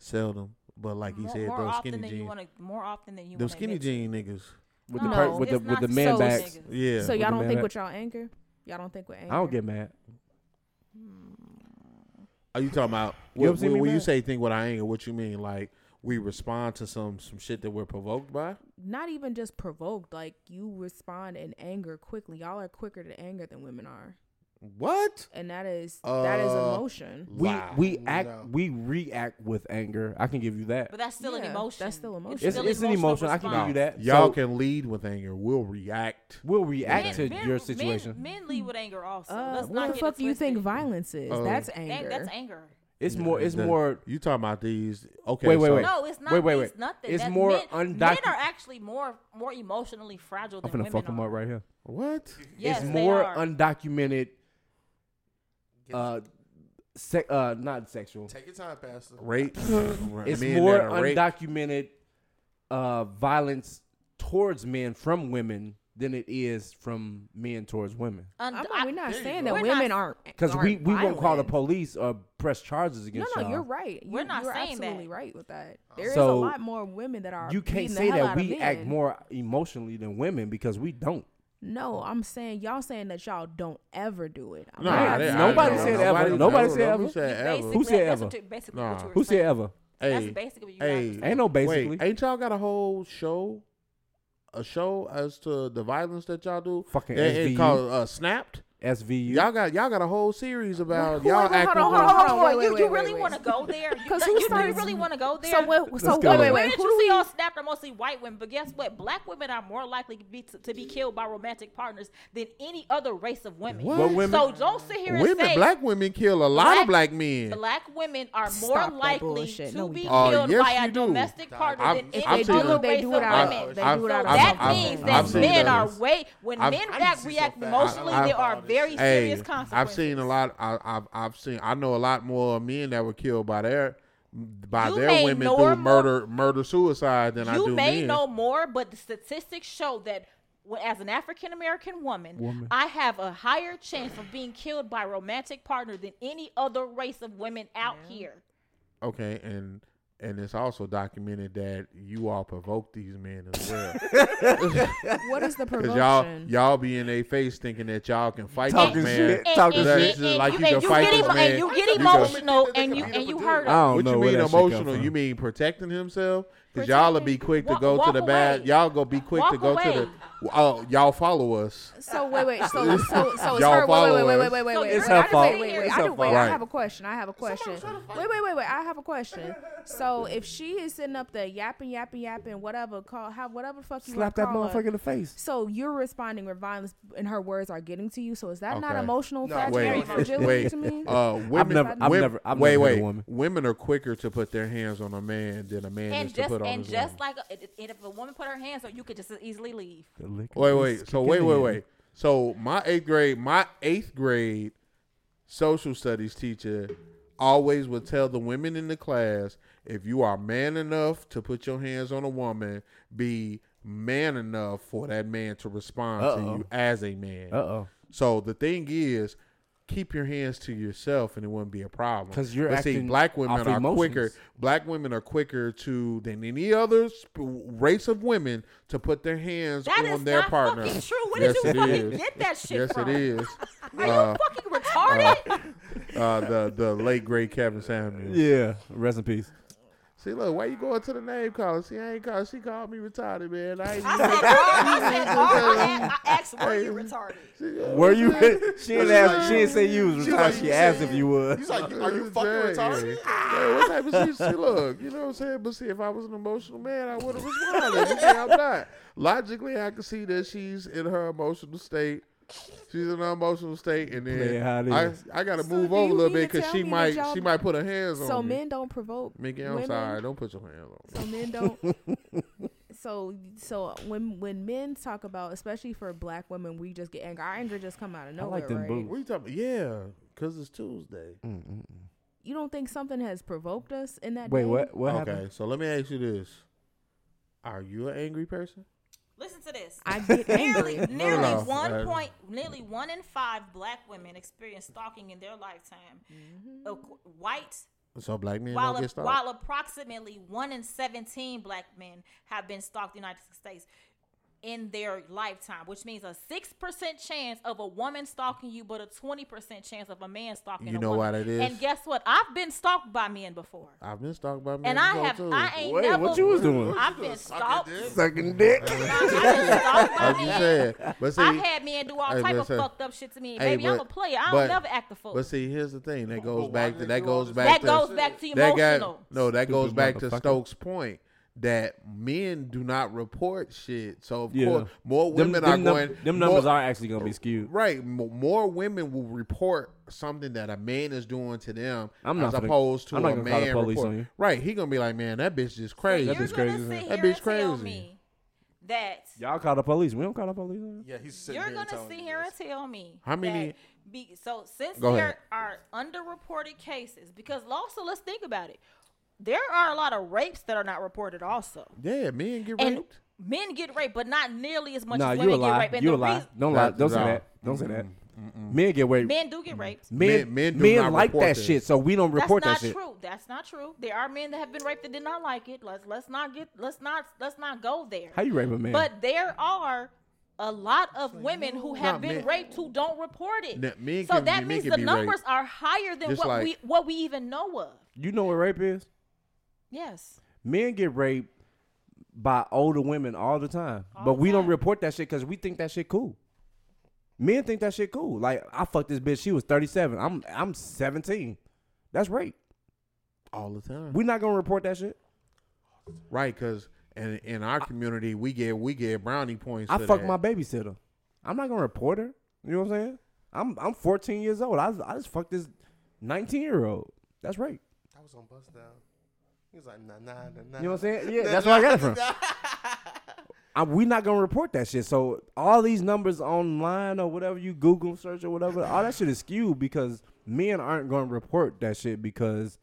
Speaker 1: Seldom, but like he
Speaker 2: more,
Speaker 1: said,
Speaker 2: more
Speaker 1: those
Speaker 2: often
Speaker 1: skinny
Speaker 2: than you
Speaker 1: jeans,
Speaker 2: want to. More often than you
Speaker 1: them
Speaker 2: wanna
Speaker 1: skinny
Speaker 2: admit.
Speaker 1: jean niggas.
Speaker 4: With the
Speaker 5: No,
Speaker 4: per- with the
Speaker 2: it's
Speaker 4: with
Speaker 2: not
Speaker 4: the
Speaker 2: for
Speaker 4: man
Speaker 5: so
Speaker 4: bags.
Speaker 2: niggas.
Speaker 1: Yeah,
Speaker 4: with
Speaker 5: so y'all
Speaker 4: the
Speaker 5: don't
Speaker 4: man
Speaker 5: think
Speaker 4: at-
Speaker 5: with y'all anger. Y'all don't think with anger.
Speaker 4: I don't get mad.
Speaker 1: Are you talking about
Speaker 4: You ever
Speaker 1: when,
Speaker 4: seen me
Speaker 1: when you
Speaker 4: mad?
Speaker 1: say think with our anger? What you mean? Like we respond to some some shit that we're provoked by?
Speaker 5: not even just provoked. Like you respond in anger quickly. Y'all are quicker to anger than women are,
Speaker 1: What?
Speaker 5: and that is that is
Speaker 1: Uh,
Speaker 5: emotion.
Speaker 4: We
Speaker 1: Wow.
Speaker 4: we act
Speaker 3: No.
Speaker 4: we react with anger. I can give you that.
Speaker 2: But that's still an
Speaker 5: Yeah,
Speaker 2: emotion.
Speaker 5: that's still emotion.
Speaker 2: It's,
Speaker 4: It's,
Speaker 2: still
Speaker 4: it's an
Speaker 2: emotional
Speaker 4: emotion. I can give you
Speaker 2: response.
Speaker 4: that.
Speaker 1: Y'all
Speaker 4: So,
Speaker 1: can lead with anger. We'll react.
Speaker 4: We'll react
Speaker 2: Men-
Speaker 4: to
Speaker 2: men-
Speaker 4: your situation.
Speaker 2: Men, men lead with anger also.
Speaker 5: Uh,
Speaker 2: Let's
Speaker 5: what
Speaker 2: not
Speaker 5: the
Speaker 2: get
Speaker 5: fuck
Speaker 2: it
Speaker 5: do you think
Speaker 2: twisted.
Speaker 5: violence is?
Speaker 1: Oh.
Speaker 5: that's
Speaker 2: That-
Speaker 5: anger.
Speaker 2: that's anger.
Speaker 4: it's more. It's
Speaker 1: The-
Speaker 4: more.
Speaker 1: You talking about these? Okay.
Speaker 4: Wait, wait,
Speaker 1: so
Speaker 4: wait.
Speaker 2: No, it's not.
Speaker 4: Wait, wait,
Speaker 2: It's
Speaker 4: wait.
Speaker 2: nothing.
Speaker 4: It's
Speaker 2: That's
Speaker 4: more
Speaker 2: men, men
Speaker 4: undocu-
Speaker 2: are actually more more emotionally fragile
Speaker 4: I'm
Speaker 2: than
Speaker 4: finna
Speaker 2: women
Speaker 4: fuck them
Speaker 2: are.
Speaker 4: up right here.
Speaker 1: What?
Speaker 2: Yes,
Speaker 4: it's
Speaker 2: they
Speaker 4: more
Speaker 2: are.
Speaker 4: undocumented. Uh, se- uh, not sexual.
Speaker 3: Take your time, Pastor.
Speaker 1: Rape.
Speaker 4: It's
Speaker 1: Men
Speaker 4: more
Speaker 1: that are raped.
Speaker 4: undocumented uh, violence towards men from women than it is from men towards women.
Speaker 2: Und-
Speaker 5: I'm
Speaker 2: I-
Speaker 5: not, we're not
Speaker 3: there you
Speaker 5: saying
Speaker 3: go.
Speaker 5: that
Speaker 2: We're
Speaker 5: women
Speaker 2: not-
Speaker 5: aren't
Speaker 4: Because we,
Speaker 5: aren't
Speaker 4: we won't call the
Speaker 5: violent.
Speaker 4: police or press charges
Speaker 5: No,
Speaker 4: against
Speaker 5: no,
Speaker 4: y'all.
Speaker 5: you're right. You,
Speaker 2: We're not
Speaker 5: you're
Speaker 2: saying that. Oh.
Speaker 5: absolutely right with that. There is a
Speaker 4: So,
Speaker 5: lot more women that are.
Speaker 4: You can't
Speaker 5: beating the
Speaker 4: say
Speaker 5: hell
Speaker 4: that
Speaker 5: out of
Speaker 4: we act
Speaker 5: men.
Speaker 4: more emotionally than women because we don't.
Speaker 5: No, I'm saying y'all saying that y'all don't ever do it. I'm
Speaker 1: Nah,
Speaker 5: not
Speaker 4: they-
Speaker 1: that-
Speaker 5: saying
Speaker 1: I
Speaker 4: nobody
Speaker 1: don't
Speaker 5: y'all
Speaker 4: said
Speaker 1: know.
Speaker 5: don't.
Speaker 4: ever. Nobody said
Speaker 1: nobody
Speaker 4: ever.
Speaker 1: said ever.
Speaker 2: basically,
Speaker 4: Who said
Speaker 2: that's
Speaker 4: ever?
Speaker 2: What you, basically
Speaker 1: Nah.
Speaker 2: what you were
Speaker 4: Who
Speaker 2: saying.
Speaker 4: said ever?
Speaker 2: That's
Speaker 1: Hey,
Speaker 2: basically what you guys
Speaker 1: hey,
Speaker 2: were saying.
Speaker 4: Ain't no basically.
Speaker 1: Wait, ain't y'all got a whole show? A show as to the violence that y'all do?
Speaker 4: Fucking
Speaker 1: That- It,
Speaker 4: SVU.
Speaker 1: called uh, Snapped.
Speaker 4: SVU.
Speaker 1: Y'all got y'all got a whole series about
Speaker 5: who-
Speaker 1: y'all
Speaker 5: hold on,
Speaker 1: acting.
Speaker 5: hold
Speaker 1: like-
Speaker 5: on, hold
Speaker 2: Hold
Speaker 5: on,
Speaker 2: on,
Speaker 5: wait,
Speaker 2: you,
Speaker 5: wait,
Speaker 2: you
Speaker 5: wait,
Speaker 2: really
Speaker 5: wait,
Speaker 2: want to go there? You,
Speaker 5: 'Cause
Speaker 2: do-
Speaker 5: who
Speaker 2: you, do you
Speaker 5: started-
Speaker 2: really want to go there?
Speaker 5: So what? So
Speaker 4: go.
Speaker 5: wait, wait,
Speaker 2: Where
Speaker 5: wait.
Speaker 2: did
Speaker 5: Who
Speaker 2: you
Speaker 5: do
Speaker 2: see
Speaker 5: we?
Speaker 2: all snapped are mostly white women, but guess what? Black women are more likely to be, to, be killed by romantic partners than any other race of women.
Speaker 1: What?
Speaker 4: But women-
Speaker 2: So don't sit here and
Speaker 1: women,
Speaker 2: say
Speaker 1: black women kill a lot of
Speaker 2: Black-
Speaker 1: black men.
Speaker 2: black women are
Speaker 5: Stop
Speaker 2: more
Speaker 5: that
Speaker 2: likely
Speaker 5: bullshit.
Speaker 2: to
Speaker 5: No, we
Speaker 2: be
Speaker 5: don't.
Speaker 1: Oh,
Speaker 2: killed
Speaker 1: yes,
Speaker 2: by a
Speaker 1: you do.
Speaker 2: domestic partner
Speaker 1: I've-
Speaker 2: than
Speaker 1: I've
Speaker 2: any
Speaker 1: seen
Speaker 2: other
Speaker 1: those.
Speaker 5: They
Speaker 2: race
Speaker 5: do
Speaker 2: of
Speaker 5: it out of-
Speaker 2: women.
Speaker 5: they do it out
Speaker 2: So
Speaker 5: of
Speaker 2: that
Speaker 5: I've-
Speaker 2: means
Speaker 5: I've-
Speaker 2: that
Speaker 5: I've seen
Speaker 2: men
Speaker 1: those.
Speaker 2: are way when
Speaker 1: I've-
Speaker 2: men
Speaker 1: I
Speaker 2: react,
Speaker 3: just see so
Speaker 2: react
Speaker 3: fast.
Speaker 2: emotionally,
Speaker 1: I've-
Speaker 2: there are
Speaker 3: I've-
Speaker 2: very
Speaker 1: Hey,
Speaker 2: serious consequences.
Speaker 1: I've seen a lot. I, I've I've seen. I know a lot more men that were killed by their by
Speaker 2: You
Speaker 1: their
Speaker 2: may
Speaker 1: women
Speaker 2: know
Speaker 1: through
Speaker 2: more-
Speaker 1: murder murder suicide than I
Speaker 2: you
Speaker 1: do
Speaker 2: may
Speaker 1: men.
Speaker 2: know more, but the statistics show that w- as an African American woman, I have a higher chance of being killed by a romantic partner than any other race of women out here.
Speaker 1: Okay, and and it's also documented that you all provoke these men as well.
Speaker 5: What is the
Speaker 1: Cause y'all
Speaker 5: promotion?
Speaker 1: y'all be in their face thinking that y'all can fight
Speaker 4: Talking
Speaker 1: this man.
Speaker 4: shit. Talking
Speaker 1: shit.
Speaker 2: and- and
Speaker 1: Like
Speaker 2: you
Speaker 1: you
Speaker 2: and
Speaker 1: can
Speaker 2: you
Speaker 1: fight
Speaker 2: get
Speaker 1: this
Speaker 2: emo-
Speaker 1: man.
Speaker 2: and you
Speaker 3: You
Speaker 2: get
Speaker 3: can-
Speaker 2: emotional,
Speaker 3: They can
Speaker 2: and you
Speaker 3: beat
Speaker 2: and
Speaker 3: up
Speaker 2: you
Speaker 3: a
Speaker 2: hurt
Speaker 3: dude.
Speaker 4: I
Speaker 2: us.
Speaker 4: don't
Speaker 1: What
Speaker 4: know
Speaker 1: you
Speaker 4: where
Speaker 1: mean
Speaker 4: that shit come
Speaker 1: emotional?
Speaker 4: from.
Speaker 1: You mean protecting himself? Cause y'all will be quick to
Speaker 2: Walk-
Speaker 1: go to
Speaker 2: walk
Speaker 1: the bad.
Speaker 2: away.
Speaker 1: Y'all gonna be quick to
Speaker 2: Walk
Speaker 1: go to
Speaker 2: away.
Speaker 1: the. Oh, y'all follow us.
Speaker 5: So wait, wait. So so so it's
Speaker 1: Y'all
Speaker 5: her. Wait, wait, wait,
Speaker 1: follow
Speaker 5: wait,
Speaker 1: us.
Speaker 5: wait, wait,
Speaker 2: So
Speaker 5: wait.
Speaker 2: it's
Speaker 5: wait,
Speaker 2: her
Speaker 5: I just-
Speaker 2: fault.
Speaker 5: Wait, wait, wait.
Speaker 2: It's
Speaker 5: I
Speaker 4: her
Speaker 5: do- wait,
Speaker 1: fault.
Speaker 5: I
Speaker 1: Right.
Speaker 5: have a question. I have a question. Wait, wait, wait, wait. I have a question. So if she is sitting up there yapping, yapping, yapping, whatever, call, have whatever the fuck you
Speaker 4: Slap
Speaker 5: wanna
Speaker 4: that
Speaker 5: call her,
Speaker 4: motherfucker in the face.
Speaker 5: So you're responding where violence and her words are getting to you. So is that not
Speaker 1: Okay.
Speaker 5: emotional
Speaker 3: No,
Speaker 5: fragility
Speaker 1: Wait,
Speaker 5: and
Speaker 3: Very
Speaker 5: fragility
Speaker 1: wait.
Speaker 5: to me?
Speaker 1: Uh, women,
Speaker 4: never- I've
Speaker 1: wim-
Speaker 4: never- I've
Speaker 1: wait,
Speaker 4: never heard
Speaker 1: wait.
Speaker 4: a woman.
Speaker 1: Women are quicker to put their hands on a man than a man
Speaker 2: And
Speaker 1: is to
Speaker 2: just
Speaker 1: put on
Speaker 2: and
Speaker 1: his
Speaker 2: just
Speaker 1: woman.
Speaker 2: like a, and if a woman put her hands on, you could just as easily leave.
Speaker 1: Wait, wait. So wait, wait, wait. So my eighth grade, my eighth grade social studies teacher always would tell the women in the class, if you are man enough to put your hands on a woman, be man enough for that man to respond
Speaker 4: Uh-oh.
Speaker 1: to you as a man.
Speaker 4: Uh oh.
Speaker 1: So the thing is, keep your hands to yourself, and it wouldn't be a problem.
Speaker 4: 'Cause you're
Speaker 1: but see,
Speaker 4: acting
Speaker 1: black women
Speaker 4: off
Speaker 1: are
Speaker 4: emotions.
Speaker 1: quicker. Black women are quicker to than any other sp- race of women to put their hands
Speaker 2: That
Speaker 1: on
Speaker 2: is
Speaker 1: their
Speaker 2: not
Speaker 1: partner.
Speaker 2: fucking true. Where
Speaker 1: yes,
Speaker 2: did you
Speaker 1: it
Speaker 2: fucking
Speaker 1: is.
Speaker 2: get that shit
Speaker 1: Yes,
Speaker 2: from?
Speaker 1: it is.
Speaker 2: Are
Speaker 1: Uh,
Speaker 2: you fucking retarded?
Speaker 1: uh, the the late great Kevin Samuel.
Speaker 4: Yeah. Rest in peace.
Speaker 1: See, look, why you going to the name caller? See, I ain't call. She called me retarded, man. I ain't.
Speaker 2: I said, I said, I, I asked, were you retarded?
Speaker 4: Were you? she didn't ask. She didn't say you was
Speaker 3: She's
Speaker 4: retarded.
Speaker 3: like,
Speaker 4: she
Speaker 3: you
Speaker 4: asked
Speaker 3: said-
Speaker 4: if you
Speaker 3: He's
Speaker 4: was.
Speaker 3: like, you- are you fucking
Speaker 1: Dang.
Speaker 3: retarded?
Speaker 1: Yeah, what type of shit? See, look, you know what I'm saying? But see, if I was an emotional man, I would have responded. You see, I'm not. Logically, I can see that she's in her emotional state. She's in her emotional state, and
Speaker 4: Play
Speaker 1: then
Speaker 4: it how it
Speaker 1: I,
Speaker 4: is.
Speaker 1: I got to
Speaker 5: So
Speaker 1: move
Speaker 5: do
Speaker 1: over
Speaker 5: you
Speaker 1: a little
Speaker 5: mean
Speaker 1: bit
Speaker 5: to
Speaker 1: because
Speaker 5: tell
Speaker 1: she
Speaker 5: me that
Speaker 1: might
Speaker 5: y'all-
Speaker 1: she might put her hands
Speaker 5: So
Speaker 1: on me.
Speaker 5: men don't provoke
Speaker 1: Mickey, I'm
Speaker 5: women.
Speaker 1: sorry. Don't put your hands on me.
Speaker 5: So men don't. so so when when men talk about, especially for black women, we just get angry. Our anger just come out of
Speaker 4: I
Speaker 5: nowhere.
Speaker 4: like them
Speaker 5: right?
Speaker 4: boobs.
Speaker 1: What you talking about? Yeah, because it's Tuesday.
Speaker 5: You don't think something has provoked us in that?
Speaker 4: Wait,
Speaker 5: day?
Speaker 4: what? What
Speaker 1: okay,
Speaker 4: happened?
Speaker 1: so let me ask you this. Are you an angry person?
Speaker 2: Listen to this.
Speaker 5: I get
Speaker 2: Nearly,
Speaker 5: angry.
Speaker 2: nearly
Speaker 1: no.
Speaker 2: one
Speaker 1: Uh,
Speaker 2: point, nearly one in five black women experience stalking in their lifetime. Ac- White,
Speaker 1: So black men
Speaker 2: while,
Speaker 1: don't Mm-hmm.
Speaker 2: a-
Speaker 1: get started.
Speaker 2: while approximately one in seventeen black men have been stalked in the United States in their lifetime, which means a six percent chance of a woman stalking you, but a twenty percent chance of a man stalking.
Speaker 1: You
Speaker 2: a
Speaker 1: know
Speaker 2: woman.
Speaker 1: why that is?
Speaker 2: And guess what? I've been stalked by men before.
Speaker 1: I've been stalked by men.
Speaker 2: And I
Speaker 1: before,
Speaker 2: have,
Speaker 1: too.
Speaker 2: I ain't
Speaker 4: Wait,
Speaker 2: never.
Speaker 4: what you was doing?
Speaker 2: I've been
Speaker 3: Suck it,
Speaker 2: stalked.
Speaker 3: dude.
Speaker 4: Sucking dick.
Speaker 2: I've been stalked by
Speaker 1: I'm just
Speaker 2: men.
Speaker 1: saying. But see,
Speaker 2: I've had men do all
Speaker 1: Hey,
Speaker 2: type
Speaker 1: but
Speaker 2: of
Speaker 1: say-
Speaker 2: fucked up shit to me.
Speaker 1: Hey,
Speaker 2: Baby, I'm
Speaker 1: but-
Speaker 2: a player. I
Speaker 1: but-
Speaker 2: don't never act the fool.
Speaker 1: But see, here's the thing. That goes
Speaker 3: but why
Speaker 1: back
Speaker 3: do
Speaker 1: to
Speaker 3: they
Speaker 1: that
Speaker 3: do all
Speaker 1: goes
Speaker 3: this?
Speaker 1: back
Speaker 2: that
Speaker 1: to
Speaker 2: goes back to
Speaker 1: that guy-
Speaker 2: emotional.
Speaker 1: no, that goes
Speaker 4: Stupid
Speaker 1: back to
Speaker 4: motherfucker.
Speaker 1: Stokes' point that men do not report shit. So of
Speaker 4: Yeah.
Speaker 1: course, more
Speaker 4: Them,
Speaker 1: women
Speaker 4: them,
Speaker 1: are
Speaker 4: num-
Speaker 1: going.
Speaker 4: them numbers
Speaker 1: more,
Speaker 4: are actually gonna be skewed.
Speaker 1: right. mo- More women will report something that a man is doing to them
Speaker 4: I'm not
Speaker 1: as
Speaker 4: gonna-
Speaker 1: opposed to
Speaker 4: I'm
Speaker 1: a
Speaker 4: not gonna call the
Speaker 1: man
Speaker 4: police
Speaker 1: report.
Speaker 4: on you.
Speaker 1: Right? He gonna be like, man, that bitch just
Speaker 2: So
Speaker 1: crazy.
Speaker 2: you're
Speaker 4: bitch
Speaker 2: gonna
Speaker 4: crazy as
Speaker 2: sit
Speaker 1: hell.
Speaker 2: here
Speaker 1: That bitch
Speaker 2: and tell
Speaker 1: crazy.
Speaker 2: me that
Speaker 4: Y'all call the police. We don't call the police. on
Speaker 3: Yeah, he's sitting
Speaker 2: you're
Speaker 3: here
Speaker 2: gonna
Speaker 3: telling
Speaker 2: sit
Speaker 3: you
Speaker 2: here
Speaker 3: this.
Speaker 2: and tell me
Speaker 1: How many-
Speaker 2: that be, so since
Speaker 1: Go
Speaker 2: there
Speaker 1: ahead.
Speaker 2: are underreported cases because also let's think about it. There are a lot of rapes that are not reported also.
Speaker 1: Yeah, men get
Speaker 2: And
Speaker 1: raped.
Speaker 2: men get raped, but not nearly as
Speaker 4: you.
Speaker 2: much
Speaker 4: Nah,
Speaker 2: as
Speaker 4: you a
Speaker 2: women get
Speaker 4: lie.
Speaker 2: raped. And
Speaker 4: You a
Speaker 2: the
Speaker 4: lie.
Speaker 2: reason-
Speaker 4: Don't lie.
Speaker 1: That's
Speaker 4: Don't say
Speaker 1: wrong.
Speaker 4: that. Don't say that. Men get raped.
Speaker 2: men do get raped.
Speaker 4: Men
Speaker 1: Men- men do
Speaker 4: men
Speaker 1: not
Speaker 4: like
Speaker 1: report
Speaker 4: that
Speaker 1: that.
Speaker 4: shit, so we don't report
Speaker 2: That's
Speaker 4: that shit.
Speaker 2: not true. That's not true. There are men that have been raped that did not like it. Let's let's not get let's not let's not go there.
Speaker 4: How you rape a man?
Speaker 2: But there are a lot of women who have
Speaker 1: Not
Speaker 2: been
Speaker 1: men.
Speaker 2: raped who don't report it.
Speaker 1: Now, men
Speaker 2: so
Speaker 1: can be-
Speaker 2: that
Speaker 1: men
Speaker 2: means
Speaker 1: can
Speaker 2: the
Speaker 1: be
Speaker 2: numbers
Speaker 1: raped.
Speaker 2: are higher than
Speaker 1: Just
Speaker 2: what
Speaker 1: like-
Speaker 2: we what we even know of.
Speaker 4: you know what rape is?
Speaker 2: Yes.
Speaker 4: Men get raped by older women all the time,
Speaker 2: All
Speaker 4: but
Speaker 2: the
Speaker 4: we don't
Speaker 2: time.
Speaker 4: report that shit because we think that shit cool. Men think that shit cool. Like I fucked this bitch. She was 37. I'm I'm 17. That's rape.
Speaker 1: all the time.
Speaker 4: We're not gonna report that shit.
Speaker 1: Right, because and in our community, we get we get brownie points.
Speaker 4: I
Speaker 1: to
Speaker 4: fucked
Speaker 1: that.
Speaker 4: my babysitter. I'm not gonna report her. You know what I'm saying? I'm I'm 14 years old. I I just fucked this 19 year old. That's rape.
Speaker 3: I was on bus down. He was like, nah, nah, nah, nah.
Speaker 4: You know what I'm saying? Yeah, that's where I got it from. I, we not gonna report that shit. So all these numbers online or whatever you Google search or whatever, all that shit is skewed because men aren't gonna report that shit because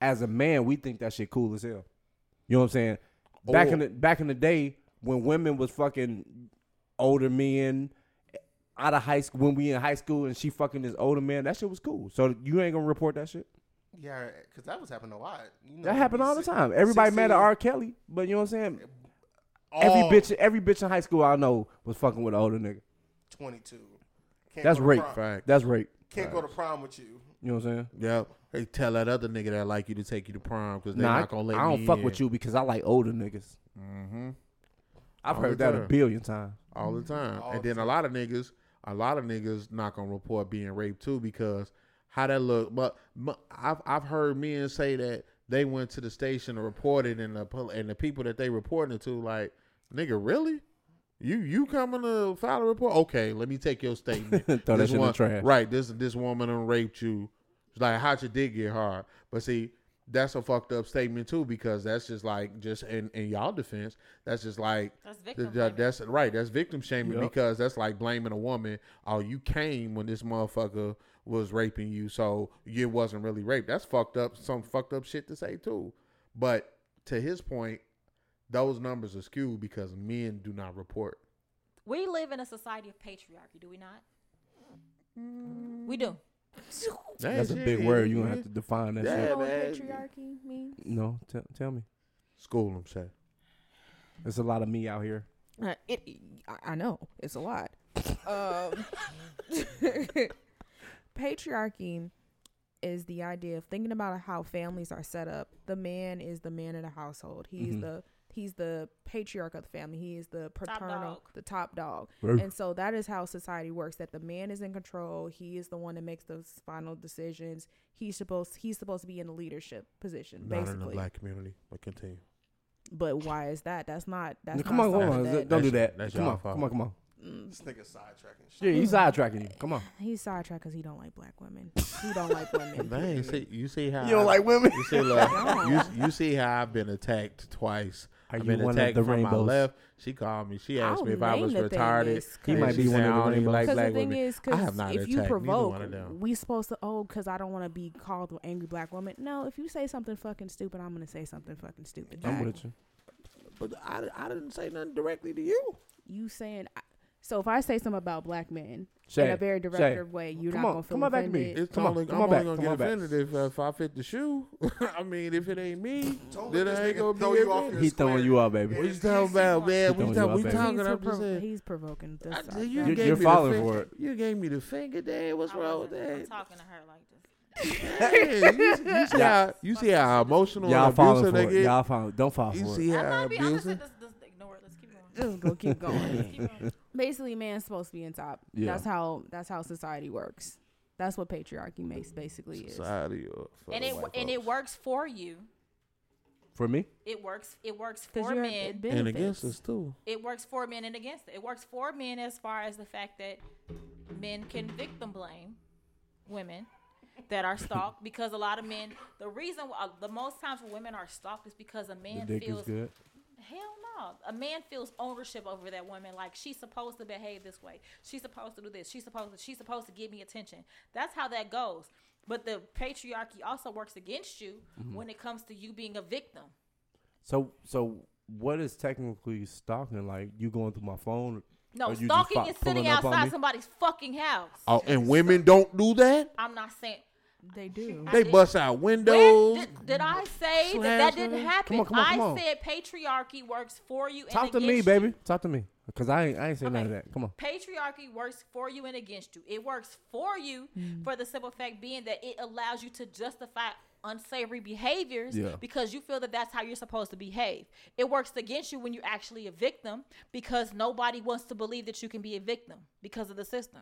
Speaker 4: as a man we think that shit cool as hell. You know what I'm saying? Back in
Speaker 1: Or-
Speaker 4: the back in the day when women was fucking older men out of high school when we in high school and she fucking this older man, that shit was cool. So you ain't gonna report that shit.
Speaker 3: Yeah, because that was happening a lot. You know,
Speaker 4: That
Speaker 3: you
Speaker 4: happened all the
Speaker 3: six-
Speaker 4: time. Everybody mad at
Speaker 3: 16.
Speaker 4: R. Kelly, but you know what I'm saying? Every
Speaker 3: All
Speaker 4: bitch, every bitch in high school I know was fucking with an older nigga.
Speaker 3: 22. Can't
Speaker 4: That's
Speaker 3: go to
Speaker 4: rape.
Speaker 3: prom.
Speaker 1: Fact.
Speaker 4: That's rape.
Speaker 3: Can't go to prom with you.
Speaker 4: You know what I'm saying?
Speaker 1: Yep. They tell that other nigga that like you to take you to prom because they
Speaker 4: nah,
Speaker 1: not gonna let
Speaker 4: I
Speaker 1: me
Speaker 4: don't fuck
Speaker 1: in.
Speaker 4: with you because I like older niggas.
Speaker 1: Mm-hmm. Oh,
Speaker 4: I've
Speaker 1: All
Speaker 4: heard
Speaker 1: the
Speaker 4: that a
Speaker 1: time.
Speaker 4: billion times.
Speaker 1: All the time,
Speaker 3: All
Speaker 1: and
Speaker 3: the
Speaker 1: then a lot of niggas, a lot of niggas not gonna report being raped too because how that look. But mu- I've I've heard men say that they went to the station to report it, and the pol- and the people that they reporting it to like, nigga, really. You you coming to file a report? Okay, let me take your statement.
Speaker 4: Throw that
Speaker 1: This
Speaker 4: shit in the
Speaker 1: one-
Speaker 4: trash.
Speaker 1: Right, this this woman done raped you. It's like how'd your dick get hard? But see, that's a fucked up statement too because that's just like just in in y'all defense, that's just like
Speaker 2: That's
Speaker 1: th-
Speaker 2: victim
Speaker 1: th-
Speaker 2: blaming.
Speaker 1: that's right, that's victim shaming
Speaker 4: Yup.
Speaker 1: because that's like blaming a woman. Oh, you came when this motherfucker was raping you, so you wasn't really raped. That's fucked up. Some fucked up shit to say too. But to his point, those numbers are skewed because men do not report.
Speaker 2: We live in a society of patriarchy, do we not? We do.
Speaker 4: That's a
Speaker 1: shit,
Speaker 4: big
Speaker 1: yeah,
Speaker 4: word. You
Speaker 1: yeah.
Speaker 4: gonna have to define that
Speaker 1: Yeah,
Speaker 5: You
Speaker 4: shit.
Speaker 5: know what
Speaker 1: man.
Speaker 5: patriarchy means?
Speaker 4: No, t- tell me.
Speaker 1: School them, say.
Speaker 4: There's a lot of me out here.
Speaker 5: Uh, it, I- I know it's a lot. Um, patriarchy is the idea of thinking about how families are set up. The man is the man of the household. He's
Speaker 4: Mhm.
Speaker 5: the he's the patriarch of the family. He is the paternal,
Speaker 2: dog.
Speaker 5: the top dog.
Speaker 4: Right.
Speaker 5: And so that is how society works. That the man is in control. He is the one that makes those final decisions. He's supposed he's supposed to be in the leadership position,
Speaker 1: Not in the
Speaker 5: basically.
Speaker 1: black community, but continue.
Speaker 5: But why is that? That's not that's
Speaker 4: come
Speaker 5: not
Speaker 4: on, come
Speaker 5: something
Speaker 4: on.
Speaker 5: that-
Speaker 4: Don't do
Speaker 1: That's-
Speaker 4: that.
Speaker 1: that's
Speaker 4: come
Speaker 1: y'all
Speaker 4: on,
Speaker 1: fault.
Speaker 4: come on, come on.
Speaker 3: This nigga sidetracking shit.
Speaker 4: Yeah, he's sidetracking you. Come on.
Speaker 5: He's sidetracked because he don't like black women. He don't like women.
Speaker 1: Man, see, you see how
Speaker 4: You don't like women?
Speaker 1: You see, look, you, you see how I've been attacked twice.
Speaker 4: Are
Speaker 1: I've
Speaker 4: you
Speaker 1: been
Speaker 4: one of
Speaker 1: attacked
Speaker 4: the
Speaker 1: from my
Speaker 4: rainbows?
Speaker 1: left. She called me. She asked
Speaker 5: I'll
Speaker 1: me if I
Speaker 5: name
Speaker 1: was
Speaker 5: the thing
Speaker 1: retarded.
Speaker 5: is,
Speaker 4: He
Speaker 1: and
Speaker 4: might
Speaker 1: she
Speaker 4: be one
Speaker 1: said,
Speaker 4: of the
Speaker 1: "I don't even
Speaker 4: rainbows."
Speaker 1: like
Speaker 5: Because
Speaker 1: black
Speaker 5: the thing
Speaker 1: women.
Speaker 5: is,
Speaker 1: I have
Speaker 5: because
Speaker 1: not
Speaker 5: if
Speaker 1: attacked
Speaker 5: you
Speaker 1: neither
Speaker 5: provoke,
Speaker 1: one of them.
Speaker 5: we supposed to oh, because I don't want to be called an angry black woman. No, if you say something fucking stupid, I'm gonna say something fucking stupid.
Speaker 4: I'm
Speaker 5: back.
Speaker 4: with you.
Speaker 1: But I, I didn't say nothing directly to you.
Speaker 5: You saying I- so? If I say something about black men in
Speaker 4: Shay,
Speaker 5: a very direct
Speaker 4: Shay,
Speaker 5: way, you're
Speaker 4: come
Speaker 5: not
Speaker 4: on,
Speaker 5: gonna feel
Speaker 4: come on back to me.
Speaker 5: offended.
Speaker 1: It's
Speaker 4: Come on,
Speaker 1: only,
Speaker 4: come
Speaker 1: I'm
Speaker 4: on
Speaker 1: only
Speaker 4: back,
Speaker 1: gonna
Speaker 4: come
Speaker 1: get
Speaker 4: on back.
Speaker 1: offended if, if I fit the shoe. I mean, if it ain't me,
Speaker 3: Don't
Speaker 1: then
Speaker 3: let
Speaker 1: I
Speaker 3: this
Speaker 1: ain't
Speaker 3: nigga
Speaker 1: gonna be
Speaker 3: throw you off
Speaker 1: offended.
Speaker 3: your
Speaker 4: He throwing
Speaker 3: square.
Speaker 4: you out, baby.
Speaker 3: Yeah,
Speaker 1: What you
Speaker 3: you
Speaker 1: talking
Speaker 3: see
Speaker 1: about,
Speaker 3: one.
Speaker 1: man? We
Speaker 3: He
Speaker 4: throwing
Speaker 1: talking, we
Speaker 4: you out, baby.
Speaker 1: talking.
Speaker 5: He's,
Speaker 1: I'm
Speaker 5: provo-
Speaker 1: just saying.
Speaker 5: he's provoking this.
Speaker 1: I-
Speaker 5: uh,
Speaker 1: you
Speaker 5: back.
Speaker 4: You're-
Speaker 1: gave
Speaker 4: you're
Speaker 1: me the
Speaker 4: falling
Speaker 1: fin-
Speaker 4: for it.
Speaker 1: You gave me the finger. Damn, what's
Speaker 2: I
Speaker 1: wrong with
Speaker 2: wasn't- I'm
Speaker 1: that?
Speaker 2: talking to her like this.
Speaker 1: Yeah, you, see- you see
Speaker 4: Yeah.
Speaker 1: how you see how emotional
Speaker 4: Y'all
Speaker 1: and
Speaker 4: falling
Speaker 1: abusive
Speaker 4: for
Speaker 1: they
Speaker 4: it.
Speaker 1: get.
Speaker 4: Y'all fall. Don't fall
Speaker 1: you
Speaker 4: for it.
Speaker 1: see
Speaker 2: I'm
Speaker 1: how
Speaker 2: not being honest.
Speaker 1: abusive.
Speaker 2: This, this, ignore it. Let's keep going.
Speaker 5: Just gonna
Speaker 2: Let's
Speaker 5: keep going.
Speaker 2: keep going.
Speaker 5: Basically, man's supposed to be in top.
Speaker 4: Yeah.
Speaker 5: That's how that's how society works. That's what patriarchy makes basically is.
Speaker 1: Society or for
Speaker 2: and
Speaker 1: the
Speaker 2: it
Speaker 1: white
Speaker 2: and it
Speaker 1: folks.
Speaker 2: works for you.
Speaker 4: For me,
Speaker 2: It works. It works
Speaker 5: Because
Speaker 2: for
Speaker 5: you're
Speaker 2: men.
Speaker 1: and against us too.
Speaker 2: It works for men and against it. It works for men as far as the fact that men can victim blame women that are stalked because a lot of men. The reason why the most times when women are stalked is because a
Speaker 4: the
Speaker 2: man
Speaker 4: dick is
Speaker 2: feels
Speaker 4: good.
Speaker 2: Hell no. A man feels ownership over that woman. Like she's supposed to behave this way. She's supposed to do this. She's supposed to she's supposed to give me attention. That's how that goes. But the patriarchy also works against you
Speaker 4: Mm-hmm.
Speaker 2: when it comes to you being a victim.
Speaker 4: So, so what is technically stalking? Like you going through my phone?
Speaker 2: No,
Speaker 4: or you just
Speaker 2: stalking
Speaker 4: fu-
Speaker 2: is sitting
Speaker 4: pulling up on
Speaker 2: outside
Speaker 4: me?
Speaker 2: somebody's fucking house.
Speaker 1: Oh, and women don't do that.
Speaker 2: I'm not saying
Speaker 5: They do.
Speaker 1: They
Speaker 2: did-
Speaker 1: bust out
Speaker 2: when
Speaker 1: windows.
Speaker 2: did, did I say that
Speaker 1: Slash
Speaker 2: that didn't
Speaker 1: women.
Speaker 2: happen?
Speaker 4: Come on, come on, come on.
Speaker 2: I said patriarchy works for you.
Speaker 4: Talk
Speaker 2: and
Speaker 4: to me,
Speaker 2: against
Speaker 4: baby.
Speaker 2: you.
Speaker 4: Talk to me, cause I ain't, I ain't say none of
Speaker 2: Okay.
Speaker 4: that. Come on.
Speaker 2: patriarchy works for you and against you. It works for you for the simple fact being that it allows you to justify unsavory behaviors
Speaker 4: Yeah.
Speaker 2: because you feel that that's how you're supposed to behave. It works against you when you're actually a victim because nobody wants to believe that you can be a victim because of the system.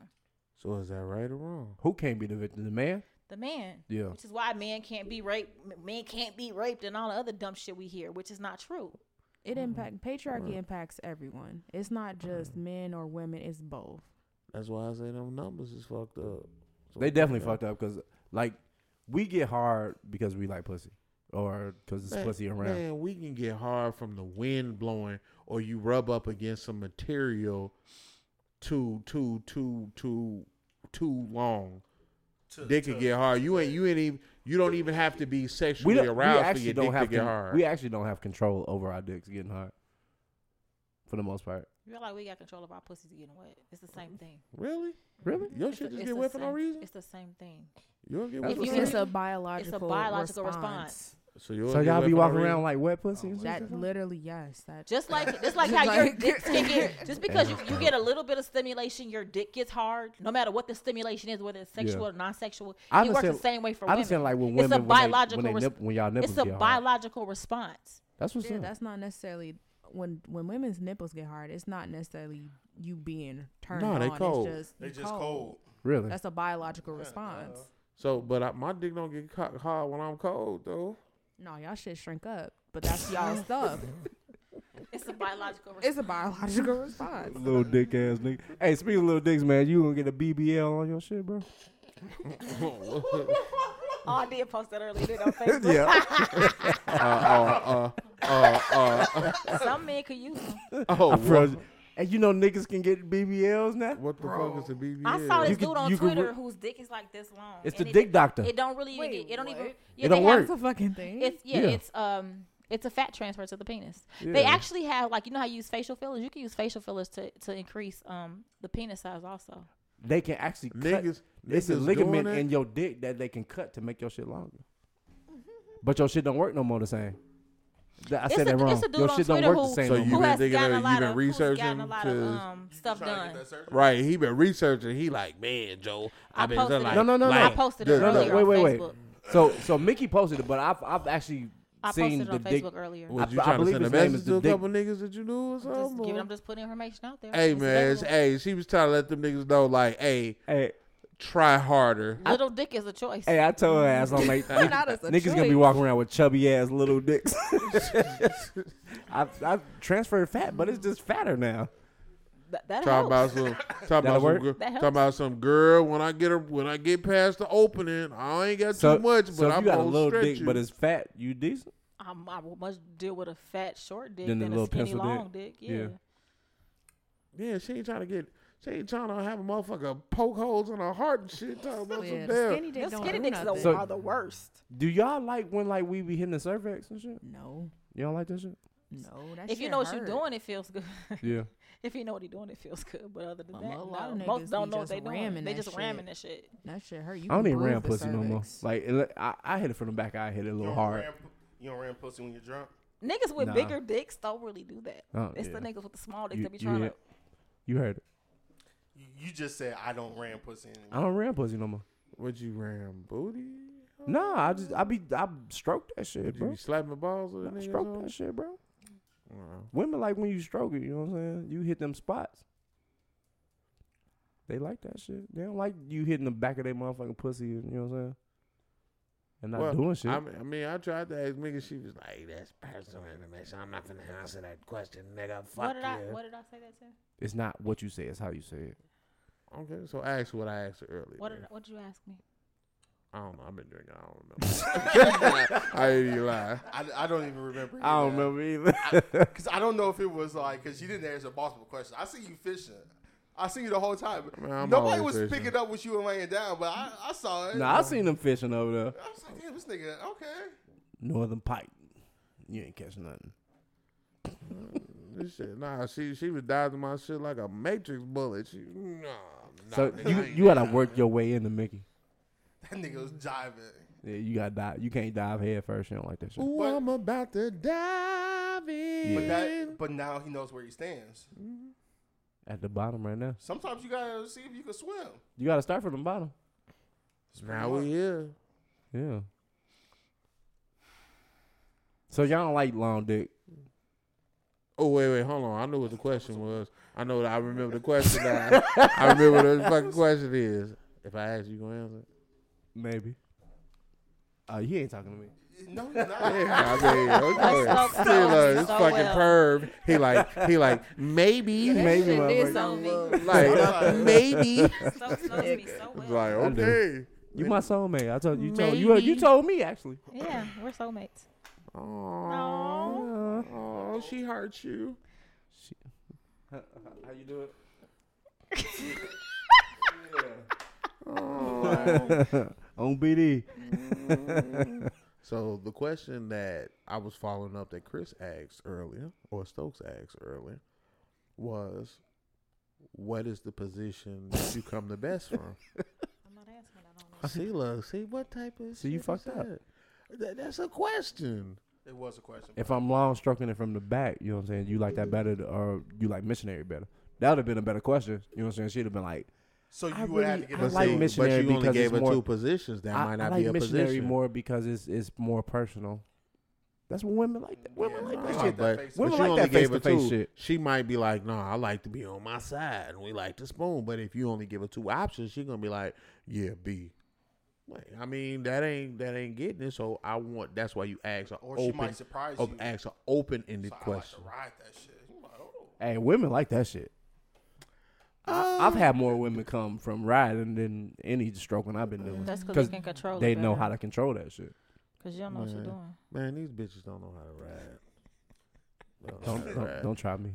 Speaker 1: So is that right or wrong?
Speaker 4: Who can't be the victim? The man?
Speaker 2: The man.
Speaker 4: Yeah.
Speaker 2: Which is why men can't be raped. Men can't be raped and all the other dumb shit we hear, which is not true.
Speaker 5: It impact patriarchy impacts everyone. It's not just men or women. It's both.
Speaker 1: That's why I say them numbers is fucked up.
Speaker 4: They definitely fucked up because like we get hard because we like pussy or because it's pussy around.
Speaker 1: Man, we can get hard from the wind blowing, or you rub up against some material too, too, too, too, too long. They could get hard. You ain't. You ain't even. You don't even have to be
Speaker 4: We
Speaker 1: sexually
Speaker 4: don't. we
Speaker 1: aroused for
Speaker 4: actually
Speaker 1: your
Speaker 4: don't
Speaker 1: dick to
Speaker 4: have
Speaker 1: get
Speaker 4: con-
Speaker 1: hard.
Speaker 4: We actually don't have control over our dicks getting hard. For the most part,
Speaker 2: You feel like we got control of our pussies getting wet. It's the same thing.
Speaker 1: really?
Speaker 4: really.
Speaker 1: Your
Speaker 2: It's
Speaker 1: shit
Speaker 2: the-
Speaker 1: just
Speaker 2: it's
Speaker 1: get
Speaker 2: the
Speaker 1: wet for no
Speaker 2: same-
Speaker 1: reason.
Speaker 2: It's the same thing.
Speaker 1: You don't get
Speaker 2: If
Speaker 1: wet. for
Speaker 2: you-
Speaker 1: no
Speaker 5: it's
Speaker 1: reason?
Speaker 5: a biological.
Speaker 2: biological
Speaker 5: response.
Speaker 2: response.
Speaker 1: So, you
Speaker 4: So
Speaker 1: don't get
Speaker 4: y'all
Speaker 1: wet
Speaker 4: be
Speaker 1: for no
Speaker 4: walking
Speaker 1: reason?
Speaker 4: around like wet pussy.
Speaker 2: Oh,
Speaker 4: and shit?
Speaker 5: That literally yes. That
Speaker 2: Just like just like
Speaker 5: Just
Speaker 2: how your
Speaker 5: like-
Speaker 2: dick can get just because you, you get a little bit of stimulation, your dick gets hard. No matter what the stimulation is, whether it's sexual or non-sexual,
Speaker 4: I
Speaker 2: it works the
Speaker 4: understand-
Speaker 2: same way for
Speaker 4: I
Speaker 2: women.
Speaker 4: understand like when
Speaker 2: It's a
Speaker 4: women
Speaker 2: biological
Speaker 4: when, they, when,
Speaker 2: res-
Speaker 4: they nip, when y'all nipples
Speaker 2: it's a
Speaker 4: get hard.
Speaker 2: biological response.
Speaker 4: That's what's
Speaker 5: yeah,
Speaker 4: up.
Speaker 5: that's not necessarily when when women's nipples get hard. It's not necessarily you being turned
Speaker 1: No,
Speaker 5: on.
Speaker 1: they cold.
Speaker 5: It's just
Speaker 3: They
Speaker 5: you
Speaker 3: just cold. uh,
Speaker 4: Really.
Speaker 5: That's a biological response.
Speaker 1: So, but I, my dick don't get cock hard when I'm cold though.
Speaker 5: No, y'all should shrink up, but that's y'all stuff.
Speaker 2: It's a biological response.
Speaker 5: It's a biological response.
Speaker 4: little dick ass nigga. Hey, speaking of little dicks, man, you gonna get a BBL on your shit, bro?
Speaker 2: oh, I did post that earlier didn't I, on Facebook.
Speaker 4: Yeah.
Speaker 1: Uh,
Speaker 4: Uh,
Speaker 2: Some men could use them.
Speaker 1: Oh,
Speaker 4: bro. And you know niggas can get BBLs now.
Speaker 1: what the fuck is a BBL?
Speaker 2: I saw this
Speaker 4: You could-
Speaker 2: dude on
Speaker 4: you could
Speaker 2: Twitter
Speaker 4: re-
Speaker 2: whose dick is like this long.
Speaker 4: It's
Speaker 2: and
Speaker 4: the
Speaker 2: it-
Speaker 4: dick doctor.
Speaker 2: It don't really even
Speaker 5: Wait,
Speaker 2: get, it don't even
Speaker 5: what?
Speaker 2: yeah, they
Speaker 4: It don't
Speaker 2: have
Speaker 4: work.
Speaker 5: That's a fucking thing.
Speaker 2: It's yeah,
Speaker 4: Yeah.
Speaker 2: it's um it's a fat transfer to the penis. They
Speaker 4: Yeah.
Speaker 2: actually have like you know how you use facial fillers? You can use facial fillers to, to increase um the penis size also.
Speaker 4: they can actually cut.
Speaker 1: Niggas,
Speaker 4: it's a
Speaker 1: niggas
Speaker 4: ligament
Speaker 1: doing it?
Speaker 4: in your dick that they can cut to make your shit longer. But your shit don't work no more the same. Th- I
Speaker 2: It's
Speaker 4: said
Speaker 2: a-
Speaker 4: that wrong.
Speaker 2: it's a dude
Speaker 4: your
Speaker 2: on
Speaker 4: shit don't
Speaker 2: Twitter
Speaker 4: work the
Speaker 2: who-
Speaker 4: same.
Speaker 1: So
Speaker 4: no
Speaker 1: you
Speaker 4: more.
Speaker 2: Who
Speaker 1: been
Speaker 2: has
Speaker 1: thinking
Speaker 2: gotten
Speaker 1: that-
Speaker 2: a
Speaker 1: you
Speaker 2: lot
Speaker 1: been
Speaker 2: of who's gotten a
Speaker 1: researching
Speaker 2: lot of
Speaker 1: 'cause
Speaker 2: um stuff done.
Speaker 1: Right, he been researching. He like, man, Joe,
Speaker 2: I
Speaker 1: I've been
Speaker 2: posted
Speaker 1: like,
Speaker 2: it.
Speaker 4: No, no, no, no.
Speaker 1: like,
Speaker 2: I posted it
Speaker 1: the-
Speaker 4: No, no,
Speaker 2: earlier
Speaker 4: wait,
Speaker 2: on
Speaker 4: wait, wait.
Speaker 2: Facebook.
Speaker 4: So so Mickey posted it, but I've I've actually
Speaker 2: I
Speaker 4: seen
Speaker 2: posted it
Speaker 4: the
Speaker 2: on
Speaker 4: dick.
Speaker 2: Facebook earlier.
Speaker 1: Was
Speaker 4: I-
Speaker 1: you
Speaker 4: I
Speaker 1: trying to
Speaker 4: believe
Speaker 1: send a
Speaker 4: his name
Speaker 1: message
Speaker 4: is
Speaker 1: to a
Speaker 4: the
Speaker 1: couple niggas that you knew or
Speaker 2: Just
Speaker 1: something?
Speaker 2: giving,
Speaker 1: or-
Speaker 2: I'm just putting information out there.
Speaker 1: Hey
Speaker 2: It's
Speaker 1: man,
Speaker 2: available.
Speaker 1: hey, she was trying to let them niggas know, like, hey,
Speaker 4: Hey,
Speaker 1: try harder.
Speaker 2: little dick is a choice.
Speaker 4: hey, I told her ass I'm like niggas,
Speaker 5: Not as a
Speaker 4: niggas gonna be
Speaker 5: choice.
Speaker 4: walking around with chubby ass little dicks. I I transferred fat, but it's just fatter now.
Speaker 2: That, that
Speaker 1: Talk
Speaker 2: helps.
Speaker 1: about some, talk about some,
Speaker 4: work?
Speaker 1: girl,
Speaker 2: That helps.
Speaker 1: talk about some girl. When I get her, when I get past the opening, I ain't got
Speaker 4: So
Speaker 1: too much, but
Speaker 4: so if
Speaker 1: I'm
Speaker 4: you got a
Speaker 1: gonna
Speaker 4: little
Speaker 1: stretch
Speaker 4: dick,
Speaker 1: you.
Speaker 4: but it's fat. You decent?
Speaker 2: I'm, Um, I would much deal with a fat short dick
Speaker 4: Than
Speaker 2: than, a
Speaker 4: the little
Speaker 2: skinny
Speaker 4: pencil dick.
Speaker 2: long dick. Yeah.
Speaker 4: Yeah.
Speaker 1: yeah, she ain't trying to get, she ain't trying to have a motherfucker poke holes in her heart and shit. Talking about
Speaker 5: Yeah,
Speaker 1: some
Speaker 5: the
Speaker 1: damn.
Speaker 5: skinny dick
Speaker 2: Those
Speaker 5: don't
Speaker 2: skinny
Speaker 5: do
Speaker 2: dicks are the,
Speaker 5: nothing.
Speaker 4: So-
Speaker 2: are the worst.
Speaker 4: Do y'all like when like we be hitting the cervix and shit?
Speaker 5: no,
Speaker 4: You don't like that shit?
Speaker 5: no. That
Speaker 2: If you
Speaker 5: shit
Speaker 2: know what
Speaker 5: hurt.
Speaker 2: you're doing, it feels good.
Speaker 4: Yeah.
Speaker 2: if you know what you're doing, it feels good. But other than
Speaker 5: Um,
Speaker 2: that,
Speaker 5: a lot of
Speaker 2: no.
Speaker 5: niggas
Speaker 2: most
Speaker 5: be
Speaker 2: don't know what
Speaker 5: just
Speaker 2: they doing.
Speaker 5: ramming
Speaker 2: They
Speaker 5: that
Speaker 2: just
Speaker 5: shit.
Speaker 2: ramming that shit.
Speaker 5: that shit hurt. You
Speaker 4: I don't
Speaker 5: can
Speaker 4: even ram
Speaker 5: bruise the
Speaker 4: pussy no more.
Speaker 5: cervix.
Speaker 4: Like it- I, I hit it from the back. I hit it a
Speaker 3: You
Speaker 4: little
Speaker 3: don't
Speaker 4: hard.
Speaker 3: ram- You don't ram pussy when you're drunk.
Speaker 2: Niggas with
Speaker 4: Nah.
Speaker 2: bigger dicks don't really do that.
Speaker 4: Oh,
Speaker 2: it's
Speaker 4: yeah.
Speaker 2: the niggas with the small dicks
Speaker 4: You-
Speaker 2: that be
Speaker 4: you
Speaker 2: trying to.
Speaker 4: hit- You heard it.
Speaker 3: You, you just said I don't ram pussy
Speaker 4: I
Speaker 3: anymore.
Speaker 4: don't ram pussy no more.
Speaker 1: Would you ram booty?
Speaker 4: Nah, I just I be I stroke that shit,
Speaker 1: Would you
Speaker 4: bro.
Speaker 1: be slapping the balls of the
Speaker 4: I
Speaker 1: niggas?
Speaker 4: stroke
Speaker 1: on?
Speaker 4: that shit, bro.
Speaker 1: Wow.
Speaker 4: Women like when you stroke it. You know what I'm saying? You hit them spots. They like that shit. They don't like you hitting the back of their motherfucking pussy. You know what I'm saying? And not
Speaker 1: Well,
Speaker 4: doing shit.
Speaker 1: I mean, I mean, I tried to ask nigga. She was like, "That's personal information. I'm not gonna answer that question, nigga. Fuck
Speaker 2: What did I?
Speaker 1: you."
Speaker 2: What did I say that to?
Speaker 4: it's not what you say. It's how you say it.
Speaker 1: Okay, so ask what I asked her earlier.
Speaker 2: What did,
Speaker 1: then.
Speaker 2: what did you ask me?
Speaker 1: I don't know. I've been drinking. I don't remember. I ain't even lie.
Speaker 3: I, I don't even remember.
Speaker 4: I don't remember either.
Speaker 3: because I don't know if it was like because you didn't answer multiple questions. I see you fishing. I see you the whole time.
Speaker 1: Man, I'm
Speaker 3: Nobody
Speaker 1: always
Speaker 3: was
Speaker 1: fishing.
Speaker 3: picking up what you were laying down, but I, I saw it.
Speaker 4: nah, I seen them fishing over there.
Speaker 3: I was like, damn, this nigga. Okay.
Speaker 4: Northern Pike. You ain't catch nothing.
Speaker 1: This shit. Nah, she she was dodging my shit like a matrix bullet. She, nah, nah,
Speaker 4: So
Speaker 1: nigga, I
Speaker 4: you
Speaker 1: ain't
Speaker 4: you gotta work your way into Mickey.
Speaker 3: That nigga was jiving.
Speaker 4: Yeah, you gotta dive. You can't dive head first. You don't like that shit.
Speaker 1: Ooh,
Speaker 3: But-
Speaker 1: I'm about to dive in.
Speaker 3: But that, but now he knows where he stands.
Speaker 4: At the bottom right now.
Speaker 3: Sometimes you gotta see if you can swim.
Speaker 4: You gotta start from the bottom.
Speaker 1: now we here.
Speaker 4: Yeah. So y'all don't like long dick.
Speaker 1: Oh wait, wait, hold on. I knew what the question was. I know that I remember the question. now. I remember what the fucking question is. If I ask you, you gonna answer? it?
Speaker 4: Maybe.
Speaker 1: Oh,
Speaker 4: Uh, you ain't talking to me.
Speaker 3: No, you're not.
Speaker 1: Yeah, I mean, I'm sorry.
Speaker 2: Let's go,
Speaker 1: See, look,
Speaker 2: Coach.
Speaker 1: this
Speaker 2: So
Speaker 1: fucking
Speaker 2: well.
Speaker 1: perv. He like, he like, maybe,
Speaker 4: Maybe
Speaker 5: Shit
Speaker 4: my
Speaker 5: is
Speaker 4: brain-
Speaker 5: on me.
Speaker 1: like, maybe.
Speaker 2: So knows me so
Speaker 1: It's
Speaker 2: well.
Speaker 1: like,
Speaker 4: I do.
Speaker 1: okay.
Speaker 4: You my soulmate. I told you. Told you. You told me actually.
Speaker 2: Yeah, we're soulmates.
Speaker 1: Oh, oh, she hurt you.
Speaker 4: How you do it? Oh. On BD.
Speaker 1: So the question that I was following up that Chris asked earlier, or Stokes asked earlier, was, "What is the position that you come the best from?"
Speaker 2: I'm not answering that. on
Speaker 1: see, look, see what type of
Speaker 4: See, you
Speaker 1: shit is
Speaker 4: fucked up.
Speaker 1: that? That- that's a question.
Speaker 3: It was a question.
Speaker 4: If I'm long stroking it from the back, you know what I'm saying. You like that better, th- or you like missionary better? That would have been a better question. You know what I'm saying? She'd have been like,
Speaker 3: so you
Speaker 4: I
Speaker 3: would have to
Speaker 4: really-
Speaker 3: get
Speaker 4: I
Speaker 3: a
Speaker 1: But,
Speaker 4: like
Speaker 1: see,
Speaker 4: missionary
Speaker 1: but you only
Speaker 4: because
Speaker 1: gave
Speaker 4: it's
Speaker 1: her
Speaker 4: more-
Speaker 1: two positions. That
Speaker 4: I,
Speaker 1: might
Speaker 4: I
Speaker 1: not
Speaker 4: like
Speaker 1: be a
Speaker 4: missionary
Speaker 1: position.
Speaker 4: more because it's it's more personal. That's what women like. That. Women
Speaker 3: Yeah,
Speaker 4: like
Speaker 3: I
Speaker 4: that
Speaker 3: like that.
Speaker 4: shit.
Speaker 1: but,
Speaker 3: face-to-face.
Speaker 1: but
Speaker 4: Women
Speaker 1: you
Speaker 4: like
Speaker 1: only
Speaker 4: that
Speaker 1: gave her
Speaker 4: face-to-face
Speaker 1: two.
Speaker 4: shit.
Speaker 1: She might be like, "No, I like to be on my side, and we like to spoon." But if you only give her two options, she's gonna be like, "Yeah, B." Wait, I mean, that ain't that ain't getting it. So I want. That's why you ask an
Speaker 3: Or she
Speaker 1: open,
Speaker 3: might surprise
Speaker 1: op-
Speaker 3: you.
Speaker 1: ask an open-ended
Speaker 3: So I like to
Speaker 1: question.
Speaker 3: ride that shit. I'm like, oh.
Speaker 4: Hey, women like that shit. I, I've had more women come from riding than any stroking I've been doing.
Speaker 2: That's 'cause you can control it
Speaker 4: They know
Speaker 2: better.
Speaker 4: how to control that shit.
Speaker 2: Because you don't know what you're
Speaker 1: Man.
Speaker 2: doing.
Speaker 1: Man, these bitches don't know how to ride. They don't know how
Speaker 4: Don't
Speaker 1: to
Speaker 4: don't,
Speaker 1: ride. Um,
Speaker 4: don't try me.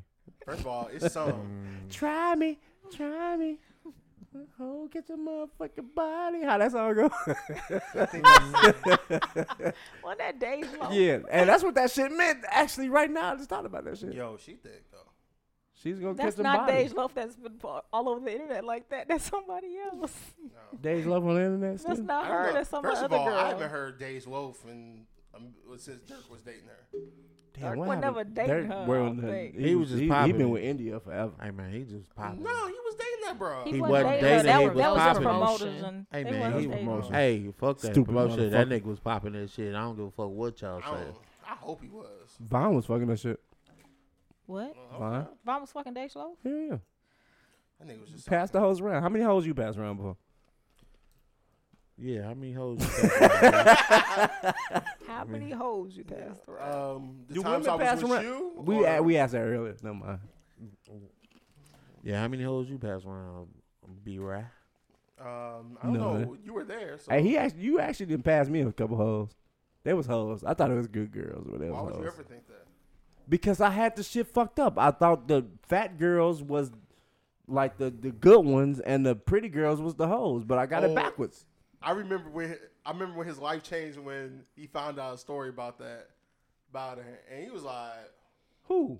Speaker 3: First of all, it's some.
Speaker 4: Try me, try me. Oh, get your motherfucking body. How that song go?
Speaker 2: Well, that day flow.
Speaker 4: yeah, and that's what that shit meant. Actually, right now, I just thought about that shit.
Speaker 3: Yo, she thick though.
Speaker 4: She's gonna
Speaker 2: That's
Speaker 4: get
Speaker 2: not
Speaker 4: body.
Speaker 2: Dej Loaf that's been pa- all over the internet like that. That's somebody else.
Speaker 4: Dej Love on the internet.
Speaker 2: That's
Speaker 4: Still?
Speaker 2: not
Speaker 3: I don't
Speaker 2: her.
Speaker 3: know.
Speaker 2: That's some
Speaker 3: First of
Speaker 2: other
Speaker 3: all,
Speaker 2: girl.
Speaker 3: I haven't heard Days Wolf and um, since Dirk was dating her.
Speaker 2: Dirk would never
Speaker 4: happened?
Speaker 2: date
Speaker 4: Dirk
Speaker 2: her, I
Speaker 4: wearing
Speaker 2: don't
Speaker 4: the-
Speaker 2: think.
Speaker 1: He was just
Speaker 4: he
Speaker 1: popping
Speaker 4: been
Speaker 1: it.
Speaker 4: with India forever.
Speaker 1: Hey man, he just popping.
Speaker 3: No, he was dating that bro.
Speaker 1: He
Speaker 2: wasn't
Speaker 1: wasn't
Speaker 2: dating her.
Speaker 1: dating,
Speaker 2: That
Speaker 1: he
Speaker 2: was,
Speaker 1: was
Speaker 2: that was just
Speaker 1: popping.
Speaker 2: promoters and
Speaker 1: Hey
Speaker 2: they
Speaker 1: man,
Speaker 2: wasn't
Speaker 4: he was
Speaker 2: dating her.
Speaker 4: promotion.
Speaker 1: Hey, fuck that
Speaker 4: Stupid
Speaker 1: promotion. That
Speaker 4: motherfucker.
Speaker 1: nigga was popping that shit. I don't give a fuck what y'all
Speaker 3: I,
Speaker 1: say.
Speaker 3: don't, I hope he was.
Speaker 4: Vaughn was fucking that shit.
Speaker 2: What?
Speaker 3: Oh,
Speaker 4: Vaughn,
Speaker 2: Vaughn was fucking Dej Loaf?
Speaker 4: hell yeah.
Speaker 3: That nigga was just
Speaker 4: Pass the hoes around. How many hoes you pass around before?
Speaker 1: Yeah, I mean, hoes.
Speaker 2: How many hoes you passed around?
Speaker 3: Um, the
Speaker 4: Do
Speaker 3: times
Speaker 4: women
Speaker 3: I was
Speaker 4: pass
Speaker 3: with
Speaker 4: around-
Speaker 3: you,
Speaker 4: We
Speaker 3: or-
Speaker 4: a- we asked that earlier. Never mind.
Speaker 1: yeah, how many hoes you pass around? Be right.
Speaker 3: Um, I don't
Speaker 4: No.
Speaker 3: know. You were there. So
Speaker 4: Hey, he actually you actually didn't pass me a couple hoes. They was hoes. I thought it was good girls, but they
Speaker 3: Why
Speaker 4: was
Speaker 3: would you
Speaker 4: hoes.
Speaker 3: ever think that?
Speaker 4: Because I had the shit fucked up. I thought the fat girls was like the the good ones, and the pretty girls was the hoes. But I got
Speaker 3: Oh.
Speaker 4: it backwards.
Speaker 3: I remember when I remember when his life changed when he found out a story about that about her, and he was like
Speaker 4: Who?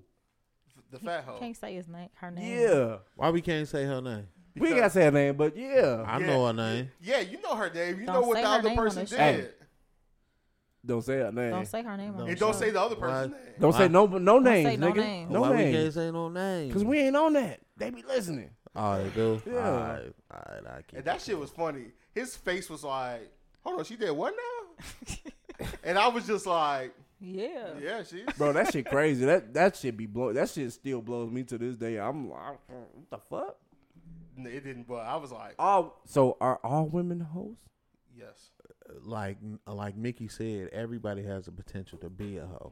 Speaker 3: the fat hoe.
Speaker 2: Can't say his name, her name.
Speaker 4: Yeah,
Speaker 1: Why we can't say her name?
Speaker 4: we ain't gotta say her name, but yeah,
Speaker 1: I
Speaker 3: Yeah.
Speaker 1: know her name.
Speaker 3: Yeah, you know her name. You
Speaker 2: Don't
Speaker 3: know what
Speaker 2: say
Speaker 3: the
Speaker 2: her
Speaker 3: other
Speaker 2: name on
Speaker 3: person
Speaker 2: this
Speaker 3: did.
Speaker 2: show.
Speaker 4: Hey. don't say her name.
Speaker 2: Don't say her name. on
Speaker 3: And
Speaker 2: the
Speaker 3: don't
Speaker 2: show.
Speaker 3: say the other person's
Speaker 1: Why-
Speaker 3: name.
Speaker 4: Don't say no no names,
Speaker 2: no
Speaker 4: nigga.
Speaker 2: names.
Speaker 4: No
Speaker 1: Why we
Speaker 4: names,
Speaker 1: can't say no name?
Speaker 4: cause we ain't on that. They be listening.
Speaker 1: Oh, they do.
Speaker 4: Yeah.
Speaker 1: All right, all right, I can't.
Speaker 3: And that shit was funny. His face was like, "Hold on, she did what now?" and I was just like,
Speaker 2: Yeah.
Speaker 3: "Yeah, she."
Speaker 4: Bro, that shit crazy. That that shit be blow. That shit still blows me to this day. I'm like, what the fuck?
Speaker 3: It didn't, but I was like,
Speaker 4: All so are all women hoes?
Speaker 3: "Yes."
Speaker 1: Like, like Mickey said, everybody has the potential to be a hoe.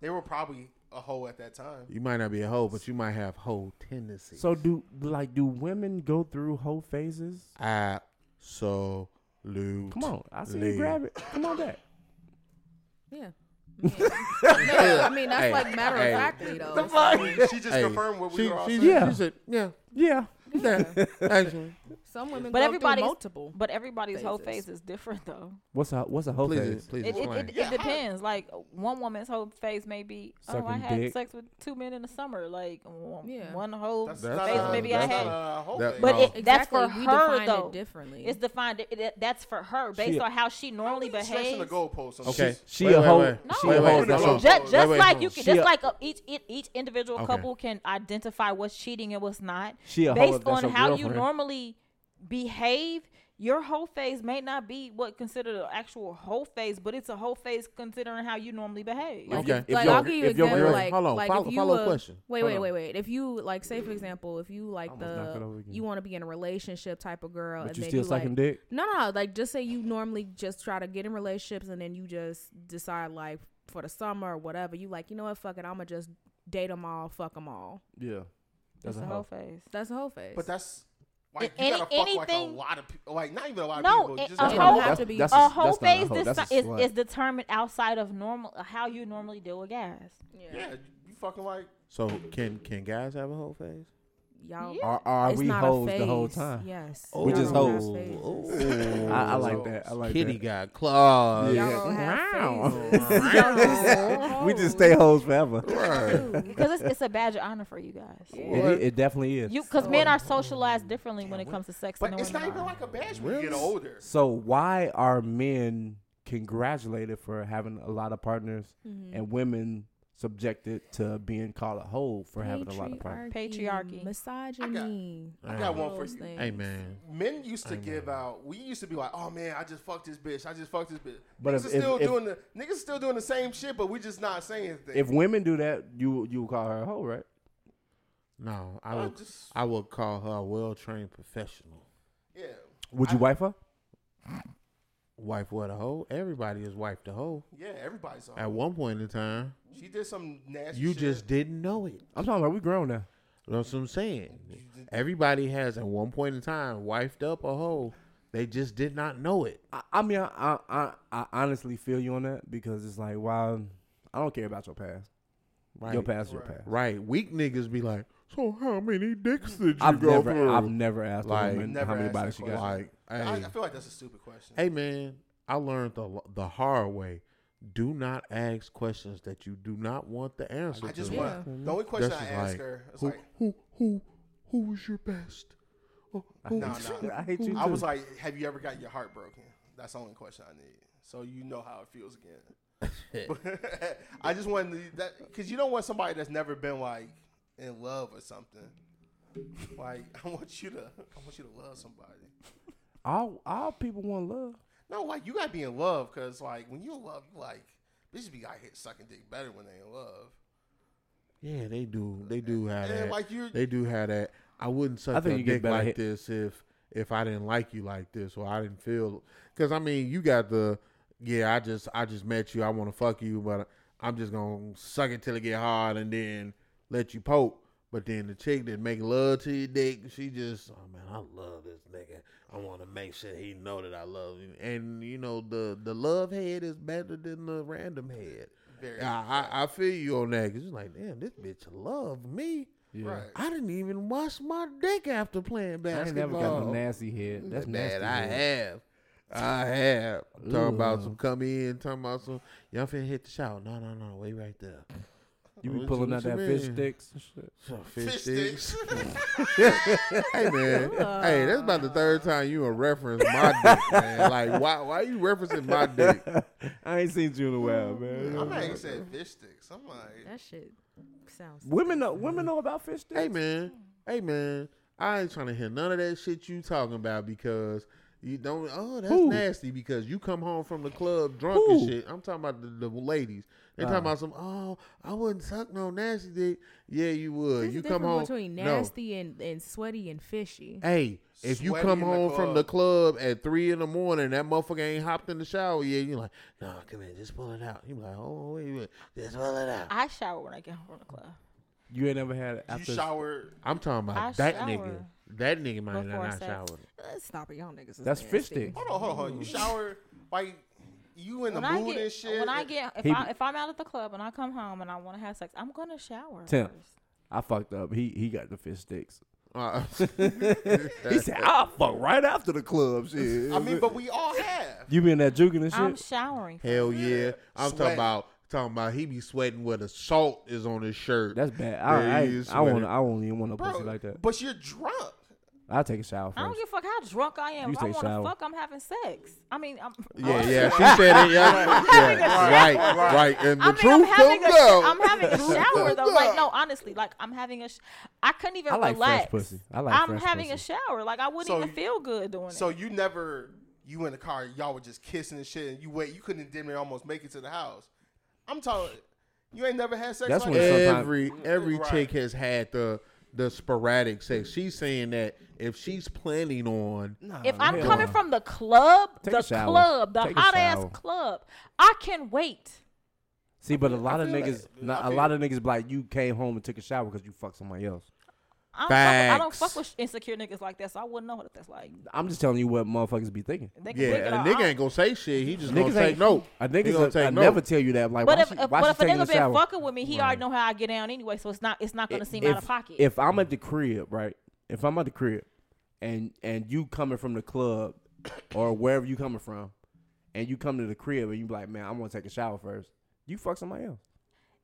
Speaker 3: They were probably a hoe at that time.
Speaker 1: You might not be a hoe, but you might have hoe tendencies.
Speaker 4: So do like do women go through hoe phases?
Speaker 1: absolute.
Speaker 4: Come on, I see you grab it. Come on, that.
Speaker 5: Yeah. yeah. I mean, that's
Speaker 1: Hey,
Speaker 5: like matter
Speaker 1: hey.
Speaker 5: of factly though.
Speaker 3: She just
Speaker 1: Hey,
Speaker 3: confirmed what we
Speaker 1: she-
Speaker 3: were all
Speaker 1: she-
Speaker 3: saying.
Speaker 4: Yeah.
Speaker 1: She said, "Yeah,
Speaker 4: Yeah,
Speaker 1: yeah, actually."
Speaker 5: Some women
Speaker 2: But
Speaker 5: go
Speaker 2: everybody's-
Speaker 5: through multiple.
Speaker 2: But everybody's whole
Speaker 5: Phases.
Speaker 2: face is different, though.
Speaker 4: what's a what's a hoe
Speaker 1: Please,
Speaker 4: phase?
Speaker 1: please
Speaker 2: It, it,
Speaker 1: explain.
Speaker 2: it, it depends. Like one woman's whole face may be, oh, I
Speaker 4: Sucking
Speaker 2: had
Speaker 4: dick.
Speaker 2: sex with two men in the summer. Like one,
Speaker 5: Yeah.
Speaker 2: one whole
Speaker 3: That's,
Speaker 1: That's
Speaker 3: not,
Speaker 2: face.
Speaker 1: a-
Speaker 2: Maybe
Speaker 1: that's
Speaker 2: I had.
Speaker 3: not a hoe
Speaker 1: That-
Speaker 3: thing.
Speaker 2: but
Speaker 1: No.
Speaker 2: it, that's for
Speaker 5: we
Speaker 2: her
Speaker 5: define
Speaker 2: though.
Speaker 5: It differently.
Speaker 2: It's defined. It, it, that's for her based
Speaker 4: She-
Speaker 2: on how she normally
Speaker 3: stretching
Speaker 2: behaves.
Speaker 3: the goalposts. on
Speaker 1: Okay.
Speaker 3: this.
Speaker 4: She
Speaker 1: Wait,
Speaker 4: a
Speaker 1: wait,
Speaker 4: hoe.
Speaker 1: wait.
Speaker 4: She
Speaker 1: Wait,
Speaker 4: a
Speaker 1: wait,
Speaker 4: hoe.
Speaker 1: wait,
Speaker 4: that's
Speaker 1: no.
Speaker 4: all.
Speaker 1: Ju-
Speaker 2: Just, just
Speaker 1: wait,
Speaker 2: like
Speaker 1: hold
Speaker 2: you
Speaker 1: on.
Speaker 2: can,
Speaker 4: She
Speaker 2: just
Speaker 4: a-
Speaker 2: like a, each each- each individual
Speaker 1: Okay.
Speaker 2: couple can identify what's cheating and what's not
Speaker 4: She a hoe if
Speaker 2: based
Speaker 4: that's
Speaker 2: on
Speaker 4: her
Speaker 2: how you
Speaker 4: girlfriend.
Speaker 2: normally behave, your whole phase may not be what considered an actual whole phase, but it's a whole phase considering how you normally behave.
Speaker 5: Like,
Speaker 1: Okay.
Speaker 5: if,
Speaker 1: If
Speaker 5: like
Speaker 1: your-
Speaker 5: I'll give you an
Speaker 1: if your
Speaker 5: example.
Speaker 1: girl-
Speaker 5: like,
Speaker 1: hold on,
Speaker 5: like
Speaker 1: follow-
Speaker 5: if you
Speaker 1: follow
Speaker 5: a-
Speaker 1: question.
Speaker 5: Wait,
Speaker 1: Hold
Speaker 5: wait,
Speaker 1: on.
Speaker 5: wait, wait. If you like, say for example, if you like
Speaker 4: Almost knocked it over
Speaker 5: the
Speaker 4: again.
Speaker 5: you want to be in a relationship type of girl,
Speaker 4: But
Speaker 5: and
Speaker 4: you
Speaker 5: then
Speaker 4: still
Speaker 5: you like,
Speaker 4: sucking dick?
Speaker 5: no, no, like just say you normally just try to get in relationships, and then you just decide like for the summer or whatever, you like, you know what, fuck it, I'm gonna just date them all, fuck them all.
Speaker 4: Yeah.
Speaker 2: It's
Speaker 4: That's
Speaker 2: a
Speaker 4: a
Speaker 2: whole
Speaker 4: hoe.
Speaker 2: phase.
Speaker 5: That's the whole phase.
Speaker 3: But that's like
Speaker 2: Any-
Speaker 3: you gotta fuck like a
Speaker 2: anything-
Speaker 3: lot of people, like not even a lot of
Speaker 2: No,
Speaker 3: people.
Speaker 2: it-
Speaker 3: just
Speaker 2: a
Speaker 5: it
Speaker 3: gotta-
Speaker 5: don't
Speaker 2: whole-
Speaker 5: have to be.
Speaker 4: that's-
Speaker 2: a
Speaker 4: that's
Speaker 2: whole
Speaker 4: not a
Speaker 2: phase
Speaker 4: hoe, that's
Speaker 2: deci-
Speaker 4: a
Speaker 2: is,
Speaker 4: slut.
Speaker 2: is determined outside of normal uh, how you normally deal with guys.
Speaker 3: yeah, you fucking like
Speaker 1: So can can guys have a whole phase?
Speaker 5: Y'all,
Speaker 2: Yeah.
Speaker 4: Are, are
Speaker 5: it's
Speaker 4: we
Speaker 5: not a
Speaker 4: hoes the whole
Speaker 5: phase.
Speaker 4: time?
Speaker 5: Yes,
Speaker 4: We
Speaker 5: Oh, Y'all
Speaker 4: just
Speaker 5: don't have
Speaker 4: hoes. Oh,
Speaker 5: phases.
Speaker 1: Oh.
Speaker 4: I, I like that. I like
Speaker 1: Kitty
Speaker 4: that.
Speaker 1: got claws.
Speaker 5: Y'all
Speaker 4: Yeah.
Speaker 5: don't
Speaker 4: Wow.
Speaker 5: have phases. Y'all just
Speaker 4: we just
Speaker 5: hoes.
Speaker 4: stay hoes forever.
Speaker 2: Because it's, it's a badge of honor for you guys.
Speaker 4: It, i- it definitely is.
Speaker 2: You because men are socialized differently when it comes to sex.
Speaker 3: But
Speaker 2: than
Speaker 3: it's not
Speaker 2: women
Speaker 3: even
Speaker 2: are.
Speaker 3: like a badge when you get
Speaker 1: Really?
Speaker 3: older.
Speaker 4: so why are men congratulated for having a lot of partners and women subjected to being called a hoe for having a lot of partners?
Speaker 2: Patriarchy.
Speaker 5: misogyny.
Speaker 3: I got one for
Speaker 5: Those
Speaker 3: you.
Speaker 5: things.
Speaker 1: Hey man,
Speaker 3: Men used to give out. We used to be like, "Oh man, I just fucked this bitch. I just fucked this bitch."
Speaker 4: But
Speaker 3: niggas
Speaker 4: if-
Speaker 3: are
Speaker 4: if-
Speaker 3: still
Speaker 4: if-
Speaker 3: doing the niggas still doing the same shit, but we just not saying anything.
Speaker 4: If women do that, you you would call her a hoe, right?
Speaker 1: no, I
Speaker 3: I
Speaker 1: would
Speaker 3: just-
Speaker 1: I would call her a well trained professional.
Speaker 3: yeah,
Speaker 4: Would you wife her?
Speaker 1: Wife what a hoe? Everybody is wife the hoe.
Speaker 3: yeah, everybody's on.
Speaker 1: At one point in time,
Speaker 3: She did some nasty.
Speaker 1: you
Speaker 3: shit.
Speaker 1: just didn't know it.
Speaker 4: I'm talking about we grown now.
Speaker 1: That's what I'm saying. Everybody has at one point in time wifed up a hoe. They just did not know it.
Speaker 4: I, I mean, I, I I honestly feel you on that because it's like, wow, I don't care about your past.
Speaker 1: Right.
Speaker 4: Your past, your
Speaker 3: Right.
Speaker 4: past.
Speaker 1: Right. Weak niggas be like, so how many dicks did you
Speaker 4: I've
Speaker 1: go
Speaker 4: never,
Speaker 1: through?
Speaker 4: I've never asked
Speaker 1: Like-
Speaker 4: a woman
Speaker 3: Never
Speaker 4: how many
Speaker 3: asked
Speaker 4: bodies
Speaker 3: that
Speaker 4: she got.
Speaker 3: question.
Speaker 1: like, hey,
Speaker 3: I, I feel like that's a stupid question.
Speaker 1: hey, man, I learned the the hard way. Do not ask questions that you do not want the answer
Speaker 3: I just
Speaker 1: to.
Speaker 3: want the only question
Speaker 1: That's
Speaker 3: I
Speaker 1: just
Speaker 3: ask
Speaker 1: like,
Speaker 3: her is
Speaker 1: who,
Speaker 3: like,
Speaker 1: who, who, who was your best? Oh, who-
Speaker 3: "No, no."
Speaker 4: I hate you
Speaker 3: I was
Speaker 4: too.
Speaker 3: like, "Have you ever got your heart broken?" That's the only question I need, so you know how it feels again. But I just wanted to, that because you don't want somebody that's never been like in love or something. Like I want you to, I want you to love somebody.
Speaker 4: all, all people want love.
Speaker 3: No, like you gotta be in love because like when you in love, you like bitches be got hit sucking dick better when they in love.
Speaker 1: Yeah, they do. They do have
Speaker 3: And,
Speaker 1: that.
Speaker 3: like, you're-
Speaker 1: they do have that. I wouldn't suck
Speaker 4: I think
Speaker 1: your
Speaker 4: you get
Speaker 1: dick
Speaker 4: better
Speaker 1: like
Speaker 4: hit-
Speaker 1: this if if I didn't like you like this or I didn't feel. Because I mean, you got the yeah. I just I just met you. I want to fuck you, but I'm just gonna suck it till it get hard and then let you poke. But then the chick that make love to your dick, she just oh man, I love this nigga. I want to make sure he know that I love him. And you know the the love head is better than the random head.
Speaker 3: Very
Speaker 1: I, I I feel you on that because it's like, damn, this bitch love me.
Speaker 3: Right.
Speaker 1: I didn't even wash my dick after playing
Speaker 4: I
Speaker 1: basketball.
Speaker 4: ain't never got no nasty head. That's
Speaker 1: Man,
Speaker 4: nasty.
Speaker 1: I
Speaker 4: head.
Speaker 1: have. I have. I'm talking about some come in, talking about some, y'all finna hit the shower. No, no, no, wait right there.
Speaker 4: You be
Speaker 1: What
Speaker 4: pulling
Speaker 1: you-
Speaker 4: out
Speaker 1: what
Speaker 4: that
Speaker 1: you
Speaker 4: fish
Speaker 1: mean?
Speaker 4: sticks and shit.
Speaker 1: Some
Speaker 3: Fish
Speaker 1: fish
Speaker 3: sticks.
Speaker 1: sticks. hey, man. Hey, that's about the third time you have referenced my dick, man. Like, why, why you referencing my dick?
Speaker 4: I ain't seen you in a while, man.
Speaker 3: I'm not even saying fish sticks. I'm like,
Speaker 5: That shit sounds.
Speaker 4: Women know women know about fish sticks.
Speaker 1: Hey man, hey man, I ain't trying to hear none of that shit you talking about because you don't. Oh, that's
Speaker 4: Who?
Speaker 1: nasty because you come home from the club drunk
Speaker 4: Who?
Speaker 1: and shit. I'm talking about the, the ladies. They talking about some. Oh, I wouldn't suck no nasty dick. Yeah, you would.
Speaker 5: There's
Speaker 1: you
Speaker 5: a
Speaker 1: come
Speaker 5: difference
Speaker 1: home
Speaker 5: between
Speaker 1: no.
Speaker 5: nasty and, and sweaty and fishy.
Speaker 1: Hey, if you
Speaker 3: Sweaty
Speaker 1: come
Speaker 3: in the
Speaker 1: home from
Speaker 3: club.
Speaker 1: the club at three in the morning, that motherfucker ain't hopped in the shower yet. You're like, nah, come here, just pull it out. You be like, oh wait, wait, just pull it out.
Speaker 2: I shower when I get home from the club.
Speaker 4: You ain't never had after
Speaker 3: you shower.
Speaker 1: I'm talking about
Speaker 2: I
Speaker 1: that
Speaker 2: shower
Speaker 1: nigga. That nigga might
Speaker 2: before
Speaker 1: not
Speaker 2: sex.
Speaker 1: shower.
Speaker 5: Uh, Stop it, y'all niggas. is
Speaker 4: That's fish
Speaker 5: nasty.
Speaker 4: sticks.
Speaker 3: Hold on, hold on, hold on. You shower like you in the
Speaker 2: When I
Speaker 3: mood
Speaker 2: get
Speaker 3: and shit.
Speaker 2: when I get if
Speaker 4: He-
Speaker 2: I if I'm out at the club and I come home and I want to have sex, I'm gonna shower.
Speaker 4: Tim.
Speaker 2: first.
Speaker 4: I fucked up. He he got the fish sticks.
Speaker 1: Uh,
Speaker 4: He said, I'll fuck right after the club shit.
Speaker 3: I mean, but we all have.
Speaker 4: you be in that juking and shit?
Speaker 2: I'm showering. first.
Speaker 1: Hell yeah. I'm
Speaker 3: Sweat.
Speaker 1: talking about talking about he be sweating where the salt is on his shirt.
Speaker 4: That's bad. I,
Speaker 1: Yeah,
Speaker 4: I,
Speaker 1: he is
Speaker 4: I, won't.
Speaker 1: sweating.
Speaker 4: I won't even want no
Speaker 3: Bro,
Speaker 4: pussy like that.
Speaker 3: But you're drunk.
Speaker 4: I take a shower
Speaker 2: I don't
Speaker 4: first.
Speaker 2: give a fuck how drunk I am.
Speaker 4: You
Speaker 2: if I
Speaker 4: take
Speaker 2: want to
Speaker 4: shower.
Speaker 2: fuck, I'm having sex. I mean, I'm.
Speaker 1: Yeah, yeah, she said it. Yeah, yeah, right, right. And the
Speaker 2: I mean, I'm
Speaker 1: truth
Speaker 2: having,
Speaker 1: comes
Speaker 2: a,
Speaker 1: out.
Speaker 2: I'm having a shower though. Like, no, honestly, like I'm having a. Sh- I couldn't even
Speaker 4: I like fresh
Speaker 2: relax.
Speaker 4: pussy. I like
Speaker 2: I'm
Speaker 4: fresh
Speaker 2: having
Speaker 4: pussy.
Speaker 2: a shower. Like I wouldn't
Speaker 3: So
Speaker 2: even
Speaker 3: you-
Speaker 2: feel good doing
Speaker 3: So
Speaker 2: it.
Speaker 3: you never, you in the car, y'all were just kissing and shit, and you wait, you couldn't damn near almost make it to the house. I'm talking, you ain't never had sex.
Speaker 4: That's
Speaker 3: like
Speaker 4: when
Speaker 3: that?
Speaker 4: sometimes-
Speaker 1: every every
Speaker 3: Right.
Speaker 1: chick has had the the sporadic sex. She's saying that if she's planning on,
Speaker 2: If I'm
Speaker 4: hell
Speaker 2: coming
Speaker 4: no.
Speaker 2: from the club,
Speaker 4: Take a
Speaker 2: the
Speaker 4: shower.
Speaker 2: club, the
Speaker 4: Take a
Speaker 2: hot ass
Speaker 4: shower.
Speaker 2: club, I can wait.
Speaker 4: See, but a lot of
Speaker 3: feel
Speaker 4: niggas,
Speaker 3: that.
Speaker 4: not,
Speaker 3: I
Speaker 4: a lot of niggas, be like you came home and took a shower because you fucked somebody else.
Speaker 2: I don't, fuck, with- I don't
Speaker 1: Facts.
Speaker 2: fuck with insecure niggas like that, so I wouldn't know what that's like.
Speaker 4: I'm just telling you what motherfuckers be thinking.
Speaker 2: They can
Speaker 1: yeah,
Speaker 2: figure it
Speaker 1: and a
Speaker 2: out.
Speaker 1: nigga
Speaker 2: I-
Speaker 1: ain't gonna say shit. He just
Speaker 4: Niggas
Speaker 1: gonna take
Speaker 4: ain't-
Speaker 1: note.
Speaker 4: I
Speaker 1: He
Speaker 4: think
Speaker 1: gonna
Speaker 4: it's.
Speaker 1: take
Speaker 4: I
Speaker 1: note.
Speaker 4: never tell you that. Like,
Speaker 2: But
Speaker 4: why
Speaker 2: if,
Speaker 4: she,
Speaker 2: if,
Speaker 4: why
Speaker 2: but
Speaker 4: she
Speaker 2: if a
Speaker 4: taking
Speaker 2: nigga been
Speaker 4: shower?
Speaker 2: fucking with me, he already know how I get down anyway, so it's not it's not gonna seem
Speaker 4: if,
Speaker 2: out of pocket.
Speaker 4: If I'm at the crib, right? If I'm at the crib, and and you coming from the club or wherever you coming from, and you come to the crib and you be like, man, I want to take a shower first. You fuck somebody else.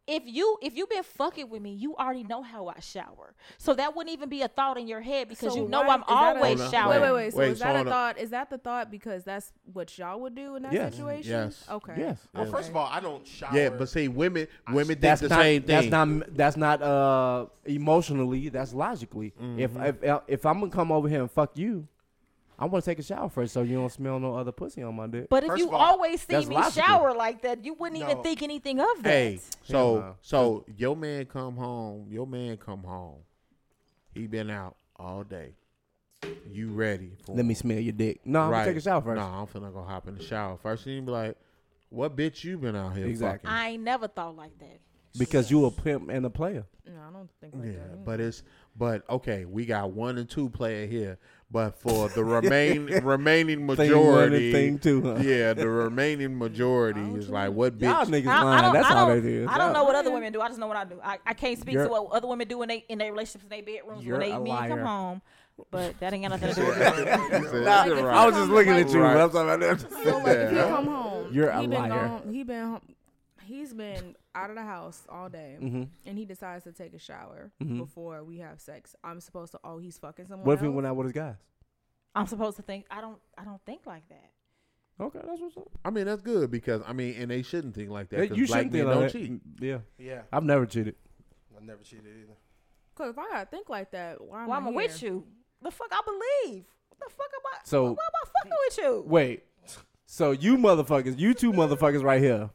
Speaker 2: if you if you been fucking with me, you already know how I shower, so that wouldn't even be a thought in your head because
Speaker 5: So
Speaker 2: you know
Speaker 5: why-
Speaker 2: I'm
Speaker 5: is that a-
Speaker 1: Hold
Speaker 2: always
Speaker 1: on.
Speaker 2: showering.
Speaker 5: Wait, wait, wait. So
Speaker 1: Wait,
Speaker 5: is that
Speaker 1: hold
Speaker 5: a
Speaker 1: up.
Speaker 5: thought? Is that the thought because that's what y'all would do in that
Speaker 4: Yes.
Speaker 5: situation?
Speaker 1: Yes.
Speaker 5: Okay.
Speaker 4: Yes.
Speaker 3: Well, first of all, I don't shower.
Speaker 1: Yeah, but see, women women think
Speaker 4: That's
Speaker 1: the
Speaker 4: not.
Speaker 1: same
Speaker 4: That's
Speaker 1: thing.
Speaker 4: not. That's not. Uh, emotionally. That's logically. If
Speaker 1: Mm-hmm.
Speaker 4: if if I'm gonna come over here and fuck you, I want to take a shower first, so you don't smell no other pussy on my dick.
Speaker 2: But if
Speaker 3: First
Speaker 2: you
Speaker 3: of all,
Speaker 2: always see
Speaker 4: that's
Speaker 2: me
Speaker 4: logical.
Speaker 2: shower like that, you wouldn't even
Speaker 3: No.
Speaker 2: think anything of that.
Speaker 1: Hey, so
Speaker 4: no.
Speaker 1: so your man come home. Your man come home. He been out all day. You ready for?
Speaker 4: Let me
Speaker 1: him.
Speaker 4: smell your dick. No, I'm
Speaker 1: Right.
Speaker 4: gonna take a shower first.
Speaker 1: No, I'm finna go hop in the shower first. And you be like, "What bitch you been out here
Speaker 4: Exactly.
Speaker 1: fucking?"
Speaker 2: I ain't never thought like that.
Speaker 4: Because you a pimp and a player.
Speaker 5: No, I don't think like
Speaker 1: Yeah,
Speaker 5: that.
Speaker 1: but it's but okay, we got one and two player here, but for the remain remaining
Speaker 4: Thing one
Speaker 1: majority,
Speaker 4: and thing two. Huh?
Speaker 1: yeah, the remaining majority is like what
Speaker 4: Y'all
Speaker 1: bitch.
Speaker 4: niggas
Speaker 2: I, I
Speaker 4: lying.
Speaker 2: don't,
Speaker 4: That's
Speaker 2: I
Speaker 4: all
Speaker 2: don't,
Speaker 4: that is.
Speaker 2: I don't
Speaker 4: Y'all-
Speaker 2: know what other women do. I just know what I do. I, I can't speak
Speaker 4: You're-
Speaker 2: to what other women do in they in their relationships, in their bedrooms
Speaker 4: You're
Speaker 2: when they
Speaker 4: a
Speaker 2: men come
Speaker 4: liar.
Speaker 2: home. But that ain't got nothing to do with it.
Speaker 1: That's
Speaker 5: if you
Speaker 1: right.
Speaker 4: I was just looking at you.
Speaker 1: Right.
Speaker 4: but I'm talking about that.
Speaker 5: So like, if he
Speaker 1: Yeah.
Speaker 5: come home,
Speaker 4: You're a
Speaker 5: he been
Speaker 4: liar.
Speaker 5: Gone, he been home, he's been out of the house all day,
Speaker 4: Mm-hmm.
Speaker 5: and he decides to take a shower before we have sex. I'm supposed to. Oh, he's fucking someone.
Speaker 4: What if he
Speaker 5: else?
Speaker 4: went out with his guys?
Speaker 2: I'm supposed to think. I don't. I don't think like that.
Speaker 4: Okay, that's what's up.
Speaker 1: I mean, that's good because I mean, and they shouldn't think like that. 'cause
Speaker 4: you
Speaker 1: black
Speaker 4: shouldn't
Speaker 1: men
Speaker 4: think
Speaker 1: don't
Speaker 4: like that.
Speaker 1: cheat.
Speaker 4: Yeah,
Speaker 3: yeah,
Speaker 4: I've never cheated.
Speaker 3: I never cheated either.
Speaker 5: Cause if I gotta think like that, why am
Speaker 2: Why
Speaker 5: I
Speaker 2: am I
Speaker 5: here?
Speaker 2: with you? The fuck I believe. What the fuck am I?
Speaker 4: So-
Speaker 2: why am I fucking with you?
Speaker 4: Wait, so you motherfuckers, you two motherfuckers right here,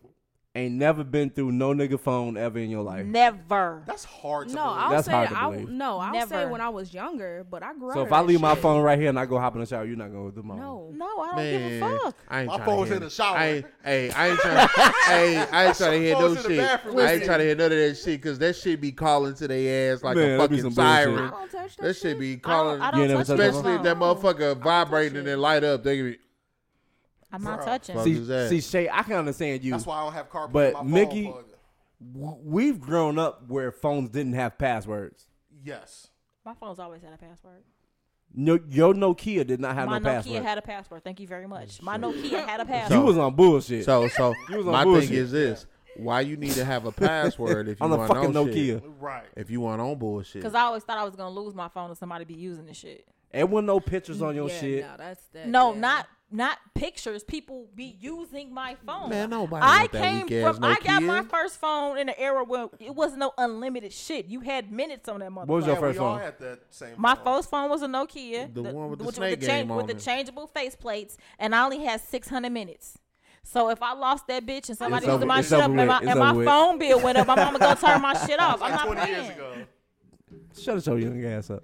Speaker 4: ain't never been through no nigga phone ever in your life.
Speaker 2: Never.
Speaker 3: That's hard to
Speaker 5: No,
Speaker 3: believe.
Speaker 5: I'll
Speaker 4: That's
Speaker 5: say
Speaker 4: hard to
Speaker 5: I'll,
Speaker 4: believe.
Speaker 5: no. I'll say
Speaker 2: Never.
Speaker 5: when I was younger, but I grew
Speaker 4: So
Speaker 5: up.
Speaker 4: if I leave my phone right here and I go hop in the shower, you're not gonna do my.
Speaker 5: no,
Speaker 2: No, I
Speaker 4: Mm.
Speaker 2: don't give a
Speaker 1: Man,
Speaker 2: fuck.
Speaker 1: I ain't
Speaker 3: My
Speaker 1: tryna
Speaker 3: phone's
Speaker 1: hear
Speaker 3: in the
Speaker 1: it.
Speaker 3: shower.
Speaker 1: I ain't, hey, I ain't trying. hey, I ain't trying to hear
Speaker 3: Phone's
Speaker 1: no
Speaker 3: in the
Speaker 1: shit.
Speaker 3: bathroom.
Speaker 1: I ain't
Speaker 3: Listen.
Speaker 1: trying to hear none of that shit because that shit be calling to their ass like
Speaker 4: Man,
Speaker 1: a
Speaker 4: that be
Speaker 1: fucking
Speaker 4: some bullshit.
Speaker 1: siren.
Speaker 5: I don't touch that,
Speaker 1: That shit be
Speaker 2: I don't,
Speaker 1: calling.
Speaker 2: I
Speaker 4: You
Speaker 2: don't
Speaker 4: ain't never
Speaker 2: touch
Speaker 4: touched
Speaker 2: my
Speaker 4: my
Speaker 1: Especially if that
Speaker 2: phone.
Speaker 1: motherfucker vibrate and then light up, they can be.
Speaker 2: I'm not
Speaker 3: Bruh.
Speaker 2: touching.
Speaker 1: Fuck. Fuck is
Speaker 4: See,
Speaker 1: that?
Speaker 4: see, Shay, I can understand you.
Speaker 3: That's why I don't have carpet.
Speaker 4: But
Speaker 3: my phone
Speaker 4: Mickey-
Speaker 3: plugged in.
Speaker 4: W- We've grown up where phones didn't have passwords.
Speaker 3: yes,
Speaker 2: My phone's always had a password.
Speaker 4: No, your Nokia did not have
Speaker 2: my
Speaker 4: no
Speaker 2: Nokia
Speaker 4: password.
Speaker 2: had a password. Thank you very much. My Nokia had a
Speaker 4: you
Speaker 2: password.
Speaker 4: was on bullshit.
Speaker 1: So, so
Speaker 4: was on
Speaker 1: my
Speaker 4: bullshit.
Speaker 1: thing is this: why you need to have a password if you
Speaker 4: on the
Speaker 1: want
Speaker 4: fucking
Speaker 1: on
Speaker 4: Nokia.
Speaker 1: shit?
Speaker 3: right.
Speaker 1: If you want on bullshit,
Speaker 2: Because I always thought I was going to lose my phone if somebody be using this shit.
Speaker 4: And with no pictures on your
Speaker 5: yeah,
Speaker 4: shit.
Speaker 5: No, that's that.
Speaker 2: No,
Speaker 5: yeah.
Speaker 2: not not pictures. People be using my phone.
Speaker 1: Man, nobody
Speaker 2: I
Speaker 1: want that
Speaker 2: came
Speaker 1: weak-ass
Speaker 2: from. I got my
Speaker 1: Nokia.
Speaker 2: first phone in an era when it was no unlimited shit. You had minutes on that motherfucker.
Speaker 4: was your
Speaker 3: Yeah,
Speaker 4: first
Speaker 3: we all
Speaker 4: one.
Speaker 3: had that same.
Speaker 2: My
Speaker 3: phone.
Speaker 2: first phone was a Nokia,
Speaker 1: The one with the snake
Speaker 2: cha-
Speaker 1: game on
Speaker 2: with the
Speaker 1: it.
Speaker 2: changeable faceplates, and I only had 600 minutes. So if I lost that bitch and somebody
Speaker 4: It's
Speaker 2: used
Speaker 4: over-
Speaker 2: my
Speaker 4: it's
Speaker 2: shit up,
Speaker 4: over
Speaker 2: and my,
Speaker 4: with. It's
Speaker 2: and my
Speaker 4: over with.
Speaker 2: phone bill went up, my mama gonna turn my shit off. I'm
Speaker 3: Like
Speaker 2: not
Speaker 3: 20 years
Speaker 2: playing.
Speaker 3: ago.
Speaker 4: Shut your young ass up.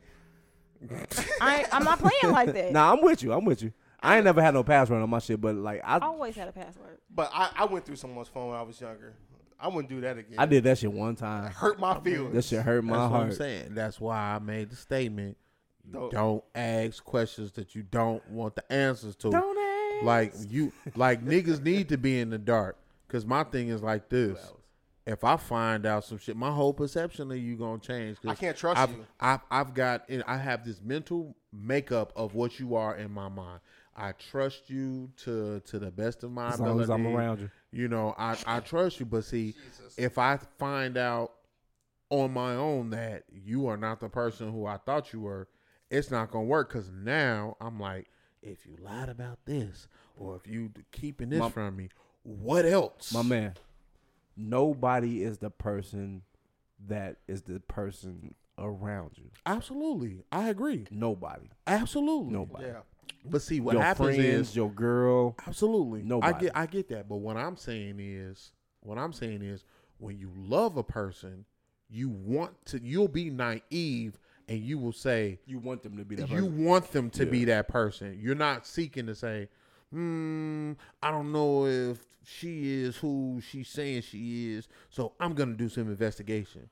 Speaker 2: I, ain't- I'm not playing like that.
Speaker 4: Nah, I'm with you. I'm with you. I ain't never had no password on my shit, but like I,
Speaker 2: I always had a password.
Speaker 3: But I, I went through someone's phone when I was younger. I wouldn't do that again.
Speaker 4: I did that shit one time.
Speaker 3: hurt my feelings.
Speaker 4: That shit hurt my
Speaker 1: that's what I'm
Speaker 4: heart.
Speaker 1: saying. That's why I made the statement: you
Speaker 3: Don't-
Speaker 1: don't, ask questions that you don't want the answers to. Like you, like niggas need to be in the dark. Cause my thing is like this: if I find out some shit, my whole perception of you gonna change. 'cause
Speaker 3: I can't trust
Speaker 1: I've,
Speaker 3: you.
Speaker 1: I've, I've got, and I have this mental makeup of what you are in my mind. I trust you to to the best of my
Speaker 4: As long as I'm
Speaker 1: ability.
Speaker 4: around you.
Speaker 1: You know, I I trust you, but see, if I find out on my own that you are not the person who I thought you were, it's not gonna work because now I'm like, if you lied about this, or if you d- keeping this
Speaker 4: My-
Speaker 1: from me, what else?
Speaker 4: My man, nobody is the person that is the person around you.
Speaker 1: Absolutely, I agree.
Speaker 4: Nobody.
Speaker 1: Absolutely,
Speaker 4: Nobody.
Speaker 3: Yeah.
Speaker 1: But see, what
Speaker 4: your
Speaker 1: happens
Speaker 4: friends,
Speaker 1: is
Speaker 4: your girl.
Speaker 1: absolutely. I
Speaker 4: Nobody.
Speaker 1: get, I get that. But what I'm saying is, what I'm saying is, when you love a person, you want to. You'll be naive, and you will say,
Speaker 4: You want them to be that
Speaker 1: you
Speaker 4: person.
Speaker 1: want them to be that person. You're not seeking to say, hmm, I don't know if she is who she's saying she is, so I'm gonna do some investigation.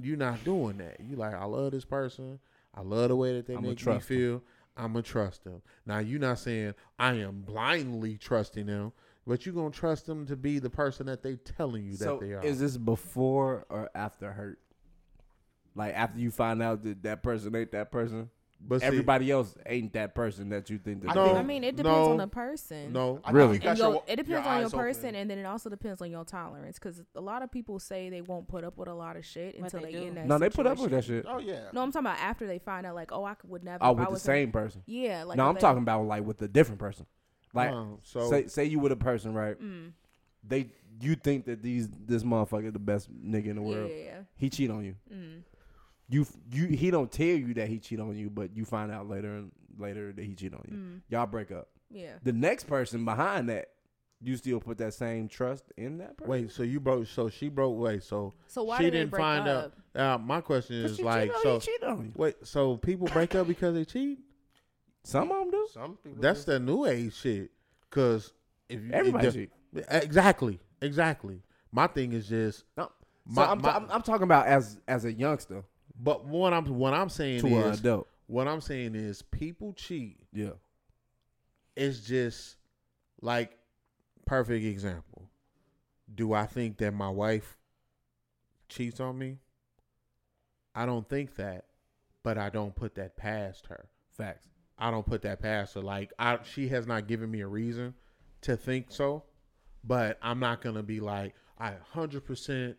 Speaker 1: You're not doing that. You like, I love this person. I love the way that they
Speaker 4: I'ma
Speaker 1: make me
Speaker 4: trust 'em.
Speaker 1: feel. I'm gonna trust them. Now you're not saying I am blindly trusting them, but you're gonna trust them to be the person that they telling you
Speaker 4: So
Speaker 1: that they are.
Speaker 4: is this before or after hurt? Like after you find out that that person ain't that person,
Speaker 1: but see-
Speaker 4: everybody else ain't that person that you think. That
Speaker 3: I think-
Speaker 5: I mean, it depends
Speaker 1: no,
Speaker 5: on the person.
Speaker 1: no,
Speaker 3: I think
Speaker 4: Really?
Speaker 3: you
Speaker 5: And
Speaker 3: got
Speaker 5: your-
Speaker 3: your-
Speaker 5: it depends on
Speaker 3: eyes
Speaker 5: your
Speaker 3: open.
Speaker 5: person, and then it also depends on your tolerance. Because a lot of people say they won't put up with a lot of shit
Speaker 2: But
Speaker 5: until
Speaker 2: they
Speaker 5: they, get
Speaker 2: do.
Speaker 5: in that.
Speaker 4: no, they put up with
Speaker 5: situation.
Speaker 4: that shit.
Speaker 3: Oh yeah.
Speaker 5: No, I'm talking about after they find out, like, oh, I could- would never.
Speaker 4: Oh,
Speaker 5: if I
Speaker 4: with the
Speaker 5: was in-
Speaker 4: same person.
Speaker 5: Yeah, like
Speaker 4: no,
Speaker 5: if
Speaker 4: I'm
Speaker 5: they-
Speaker 4: talking about like with a different person. Like
Speaker 1: no, so
Speaker 4: say say you with a person, right?
Speaker 5: Mm.
Speaker 4: They you think that these this motherfucker the best nigga in the
Speaker 5: Yeah,
Speaker 4: world.
Speaker 5: yeah,
Speaker 4: He cheat on you.
Speaker 5: yeah. Mm.
Speaker 4: You f- you he don't tell you that he cheat on you, but you find out later and later that he cheat on you.
Speaker 5: Mm.
Speaker 4: Y'all break up.
Speaker 5: yeah.
Speaker 4: The next person behind that, you still put that same trust in that person.
Speaker 1: wait, so you broke, so she broke. Wait, so
Speaker 5: So why
Speaker 1: she
Speaker 5: did
Speaker 1: didn't
Speaker 5: they break
Speaker 1: find
Speaker 5: up?
Speaker 1: out. Uh, my question
Speaker 4: 'Cause
Speaker 1: is
Speaker 4: you
Speaker 1: like,
Speaker 4: cheat on,
Speaker 1: so
Speaker 4: you cheat on you.
Speaker 1: wait, so people break up because they cheat?
Speaker 4: Some of them do.
Speaker 3: Some people.
Speaker 1: That's
Speaker 3: do.
Speaker 1: the new age shit. Cause if you,
Speaker 4: Everybody
Speaker 1: if the-
Speaker 4: cheat.
Speaker 1: exactly, exactly. My thing is just,
Speaker 4: No. So
Speaker 1: My-
Speaker 4: I'm,
Speaker 1: my-
Speaker 4: I'm, I'm talking about as as a youngster
Speaker 1: but what I'm what I'm saying
Speaker 4: to an
Speaker 1: is,
Speaker 4: adult.
Speaker 1: what I'm saying is, people cheat.
Speaker 4: Yeah.
Speaker 1: It's just like perfect example. Do I think that my wife cheats on me? I don't think that, but I don't put that past her.
Speaker 4: Facts.
Speaker 1: I don't put that past her. Like I, she has not given me a reason to think so, but I'm not gonna be like I 100 percent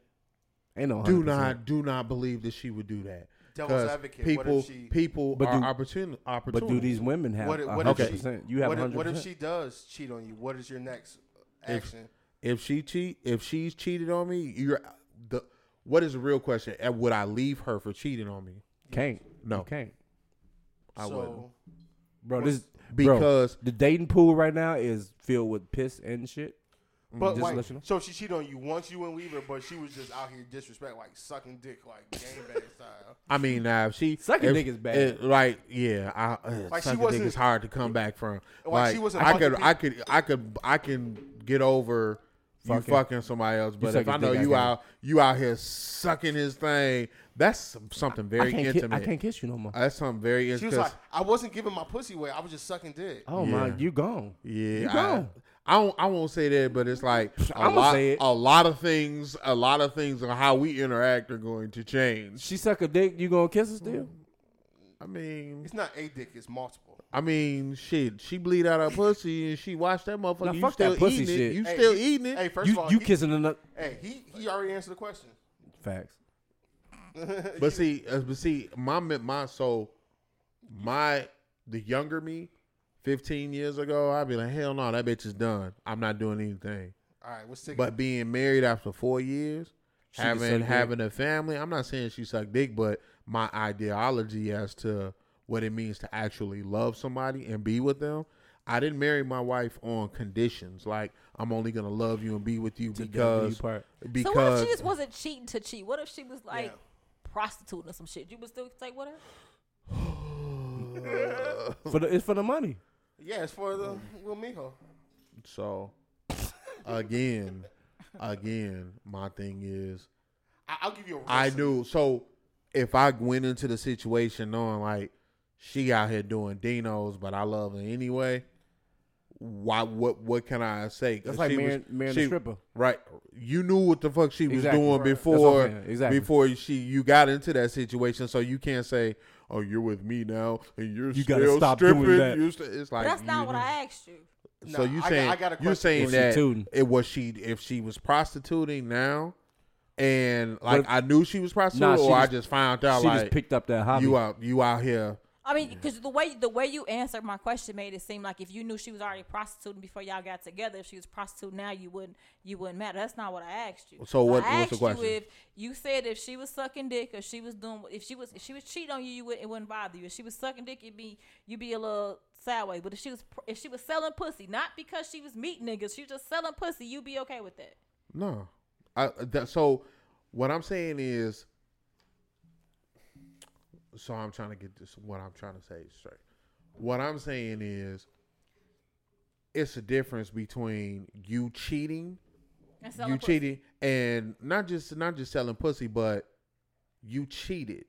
Speaker 4: Ain't no.
Speaker 1: do
Speaker 4: 100%.
Speaker 1: not do not believe that she would do that.
Speaker 3: Devil's
Speaker 1: 'Cause
Speaker 3: advocate, what if
Speaker 1: People,
Speaker 3: she-
Speaker 1: people
Speaker 4: But
Speaker 1: are
Speaker 4: do-
Speaker 1: opportuni-
Speaker 4: But do these
Speaker 1: opportunities.
Speaker 4: women have?
Speaker 3: What, if- what
Speaker 4: 100%?
Speaker 3: if she?
Speaker 4: You have
Speaker 3: what, if-
Speaker 4: 100%.
Speaker 3: what if she does cheat on you? What is your next action?
Speaker 1: if she cheat, if she's cheated on me, you're the. What is the real question? And Would I leave her for cheating on me?
Speaker 4: Can't.
Speaker 1: No.
Speaker 4: You can't.
Speaker 1: I
Speaker 3: so,
Speaker 1: wouldn't.
Speaker 4: Bro, this bro,
Speaker 1: Because
Speaker 4: the dating pool right now is filled with piss and shit.
Speaker 3: But
Speaker 4: Just
Speaker 3: like,
Speaker 4: let you know.
Speaker 3: so she cheated on you once you wouldn't leave her, but she was just out here disrespect, like sucking dick, like gangbang style.
Speaker 1: I mean, nah, if she
Speaker 4: Sucking
Speaker 1: if-
Speaker 4: dick is bad.
Speaker 1: it- like, yeah, I, uh,
Speaker 3: Like, she
Speaker 1: sucking dick
Speaker 3: wasn't-
Speaker 1: is hard to come back from. Like,
Speaker 3: Like, she wasn't
Speaker 1: I could,
Speaker 3: fucking
Speaker 1: I could, I could, I can get over you
Speaker 4: Fucking.
Speaker 1: fucking somebody else, but
Speaker 4: suck
Speaker 1: if I
Speaker 4: his
Speaker 1: know
Speaker 4: dick, I
Speaker 1: you
Speaker 4: can't.
Speaker 1: out, you out here sucking his thing, that's some- something very
Speaker 4: I can't ki-
Speaker 1: intimate. Uh,
Speaker 4: I can't kiss you no more.
Speaker 1: That's something very
Speaker 3: She was
Speaker 1: intimate.
Speaker 3: like, I wasn't giving my pussy away. I was just sucking dick.
Speaker 4: oh
Speaker 1: Yeah.
Speaker 4: my, you gone. you
Speaker 1: yeah,
Speaker 4: gone.
Speaker 1: I, I don't, I won't say that, but it's like a
Speaker 4: I'ma
Speaker 1: lot,
Speaker 4: say it.
Speaker 1: a lot of things, a lot of things on how we interact are going to change.
Speaker 4: She suck a dick. You gonna kiss her still?
Speaker 1: I mean,
Speaker 3: It's not a dick. It's multiple.
Speaker 1: I mean, shit. She bleed out her pussy and she watched that motherfucker.
Speaker 4: Now,
Speaker 1: you
Speaker 4: fuck
Speaker 1: still
Speaker 4: that pussy
Speaker 1: eating it.
Speaker 4: shit.
Speaker 1: You
Speaker 3: Hey,
Speaker 1: still
Speaker 3: he-
Speaker 1: eating it.
Speaker 3: Hey, first
Speaker 4: you
Speaker 3: of all,
Speaker 4: you
Speaker 3: he,
Speaker 4: kissing another?
Speaker 3: Hey, he he already answered the question.
Speaker 4: Facts.
Speaker 1: But see, uh, but see, my me- my so my the younger me, fifteen years ago, I'd be like, hell no, that bitch is done. I'm not doing anything.
Speaker 3: All right, what's ticket?
Speaker 1: But being married after four years,
Speaker 4: can suck
Speaker 1: having
Speaker 4: dick.
Speaker 1: having a family, I'm not saying she sucked dick, but my ideology as to what it means to actually love somebody and be with them. I didn't marry my wife on conditions like I'm only gonna love you and be with you because
Speaker 4: part.
Speaker 2: So what if
Speaker 1: because
Speaker 2: she just wasn't cheating to cheat? What if she was like prostituting or some shit? You would still take whatever.
Speaker 4: for the it's for the money.
Speaker 3: yeah, it's for the
Speaker 1: Mm.
Speaker 3: little mijo.
Speaker 1: so again, again, my thing is
Speaker 3: I, I'll give you a. Real
Speaker 1: I
Speaker 3: scenario.
Speaker 1: knew so if I went into the situation knowing like she out here doing dinos, but I love her anyway. Why? What? What can I say? 'Cause
Speaker 4: That's like
Speaker 1: she was-
Speaker 4: marrying, marrying
Speaker 1: she-
Speaker 4: a stripper.
Speaker 1: Right. You knew what the fuck she was
Speaker 4: Exactly.
Speaker 1: doing
Speaker 4: Right. That's what I'm
Speaker 1: before
Speaker 4: saying. Exactly.
Speaker 1: before she you got into that situation. So you can't say, Oh, you're with me now and you're
Speaker 4: You
Speaker 1: still
Speaker 4: gotta stop doing
Speaker 1: stripping.
Speaker 4: that.
Speaker 1: You're st-" It's like
Speaker 2: But that's
Speaker 1: you
Speaker 2: not what
Speaker 1: knew-
Speaker 2: I asked you.
Speaker 1: So
Speaker 3: Nah,
Speaker 1: you
Speaker 3: I got-
Speaker 1: saying
Speaker 3: I got a
Speaker 1: you
Speaker 3: question.
Speaker 1: saying
Speaker 4: Was she
Speaker 1: that
Speaker 4: tooting?
Speaker 1: it was she if she was prostituting now and like I knew she was prostituting
Speaker 4: Nah, she
Speaker 1: or I
Speaker 4: just-
Speaker 1: just found out
Speaker 4: She
Speaker 1: like
Speaker 4: just picked up that hobby.
Speaker 1: you out you out here
Speaker 2: I mean, because the way the way you answered my question made it seem like if you knew she was already prostituting before y'all got together, if she was prostituting now, you wouldn't you wouldn't matter. That's not what I asked you.
Speaker 1: So what-
Speaker 2: I
Speaker 1: what's
Speaker 2: asked
Speaker 1: the question?
Speaker 2: you if you said if she was sucking dick or she was doing if she was if she was cheating on you, you would, it wouldn't bother you. If she was sucking dick, it'd be you'd be a little sideways. But if she was pr- if she was selling pussy, not because she was meeting niggas, she was just selling pussy, you'd be okay with that.
Speaker 1: No, I that, so what I'm saying is, so I'm trying to get this. What I'm trying to say straight. What I'm saying is, it's a difference between you cheating,
Speaker 2: And
Speaker 1: you
Speaker 2: selling pussy.
Speaker 1: cheating, and not just not just selling pussy, but you cheated.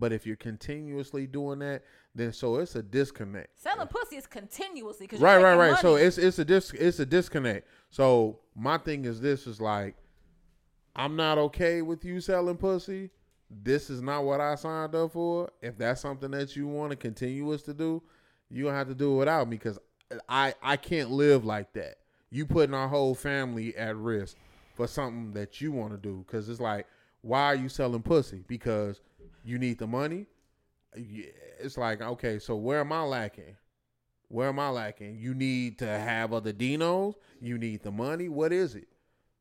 Speaker 1: But if you're continuously doing that, then so it's a disconnect.
Speaker 2: Selling pussy is continuously because
Speaker 1: Right, right, right. So it's it's a dis it's a disconnect. So my thing is this is like I'm not okay with you selling pussy. This is not what I signed up for. If that's something that you want to continue us to do, you gonna have to do it without me because I I can't live like that. You putting our whole family at risk for something that you want to do because it's like why are you selling pussy? Because you need the money. Yeah, It's like okay, so where am I lacking? Where am I lacking? You need to have other dinos. You need the money. What is it?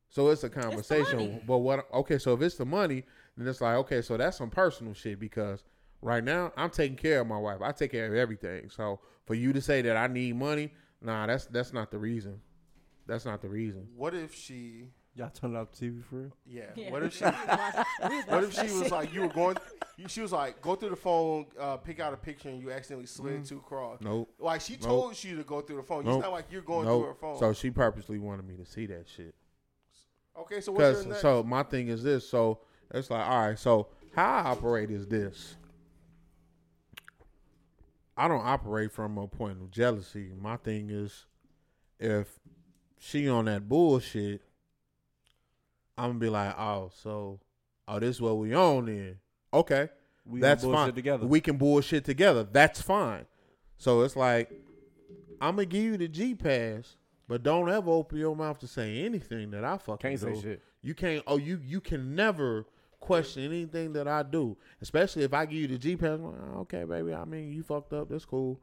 Speaker 1: So it's a conversation.
Speaker 2: money.
Speaker 1: But what? Okay, so if it's the money, then it's like okay, so that's some personal shit because right now I'm taking care of my wife. I take care of everything. So for you to say that I need money, nah, that's that's not the reason. That's not the reason.
Speaker 3: What if she?
Speaker 4: Y'all turn off the TV for real?
Speaker 3: Yeah.
Speaker 2: Yeah.
Speaker 3: What if she? what if she was like you were going? you- She was like, go through the phone, uh, pick out a picture, and you accidentally slid too cross.
Speaker 1: Mm. Nope.
Speaker 3: Like she told you to go through the phone.
Speaker 1: Nope.
Speaker 3: It's not like you're going
Speaker 1: Nope.
Speaker 3: through her phone.
Speaker 1: So she purposely wanted me to see that shit.
Speaker 3: okay. So what's
Speaker 1: Because
Speaker 3: your next?
Speaker 1: so my thing is this. So it's like, all right. So how I operate is this. I don't operate from a point of jealousy. My thing is, if she on that bullshit, I'm gonna be like, oh, so, oh, this is what we on then. Okay,
Speaker 4: We
Speaker 1: that's
Speaker 4: on bullshit
Speaker 1: fine.
Speaker 4: together.
Speaker 1: We can bullshit together. That's fine. So it's like, I'm gonna give you the G pass, but don't ever open your mouth to say anything that I fucking
Speaker 4: Can't say
Speaker 1: do.
Speaker 4: shit.
Speaker 1: You can't. Oh, you you can never question anything that I do, especially if I give you the G pass. Well, okay, baby. I mean, you fucked up. That's cool.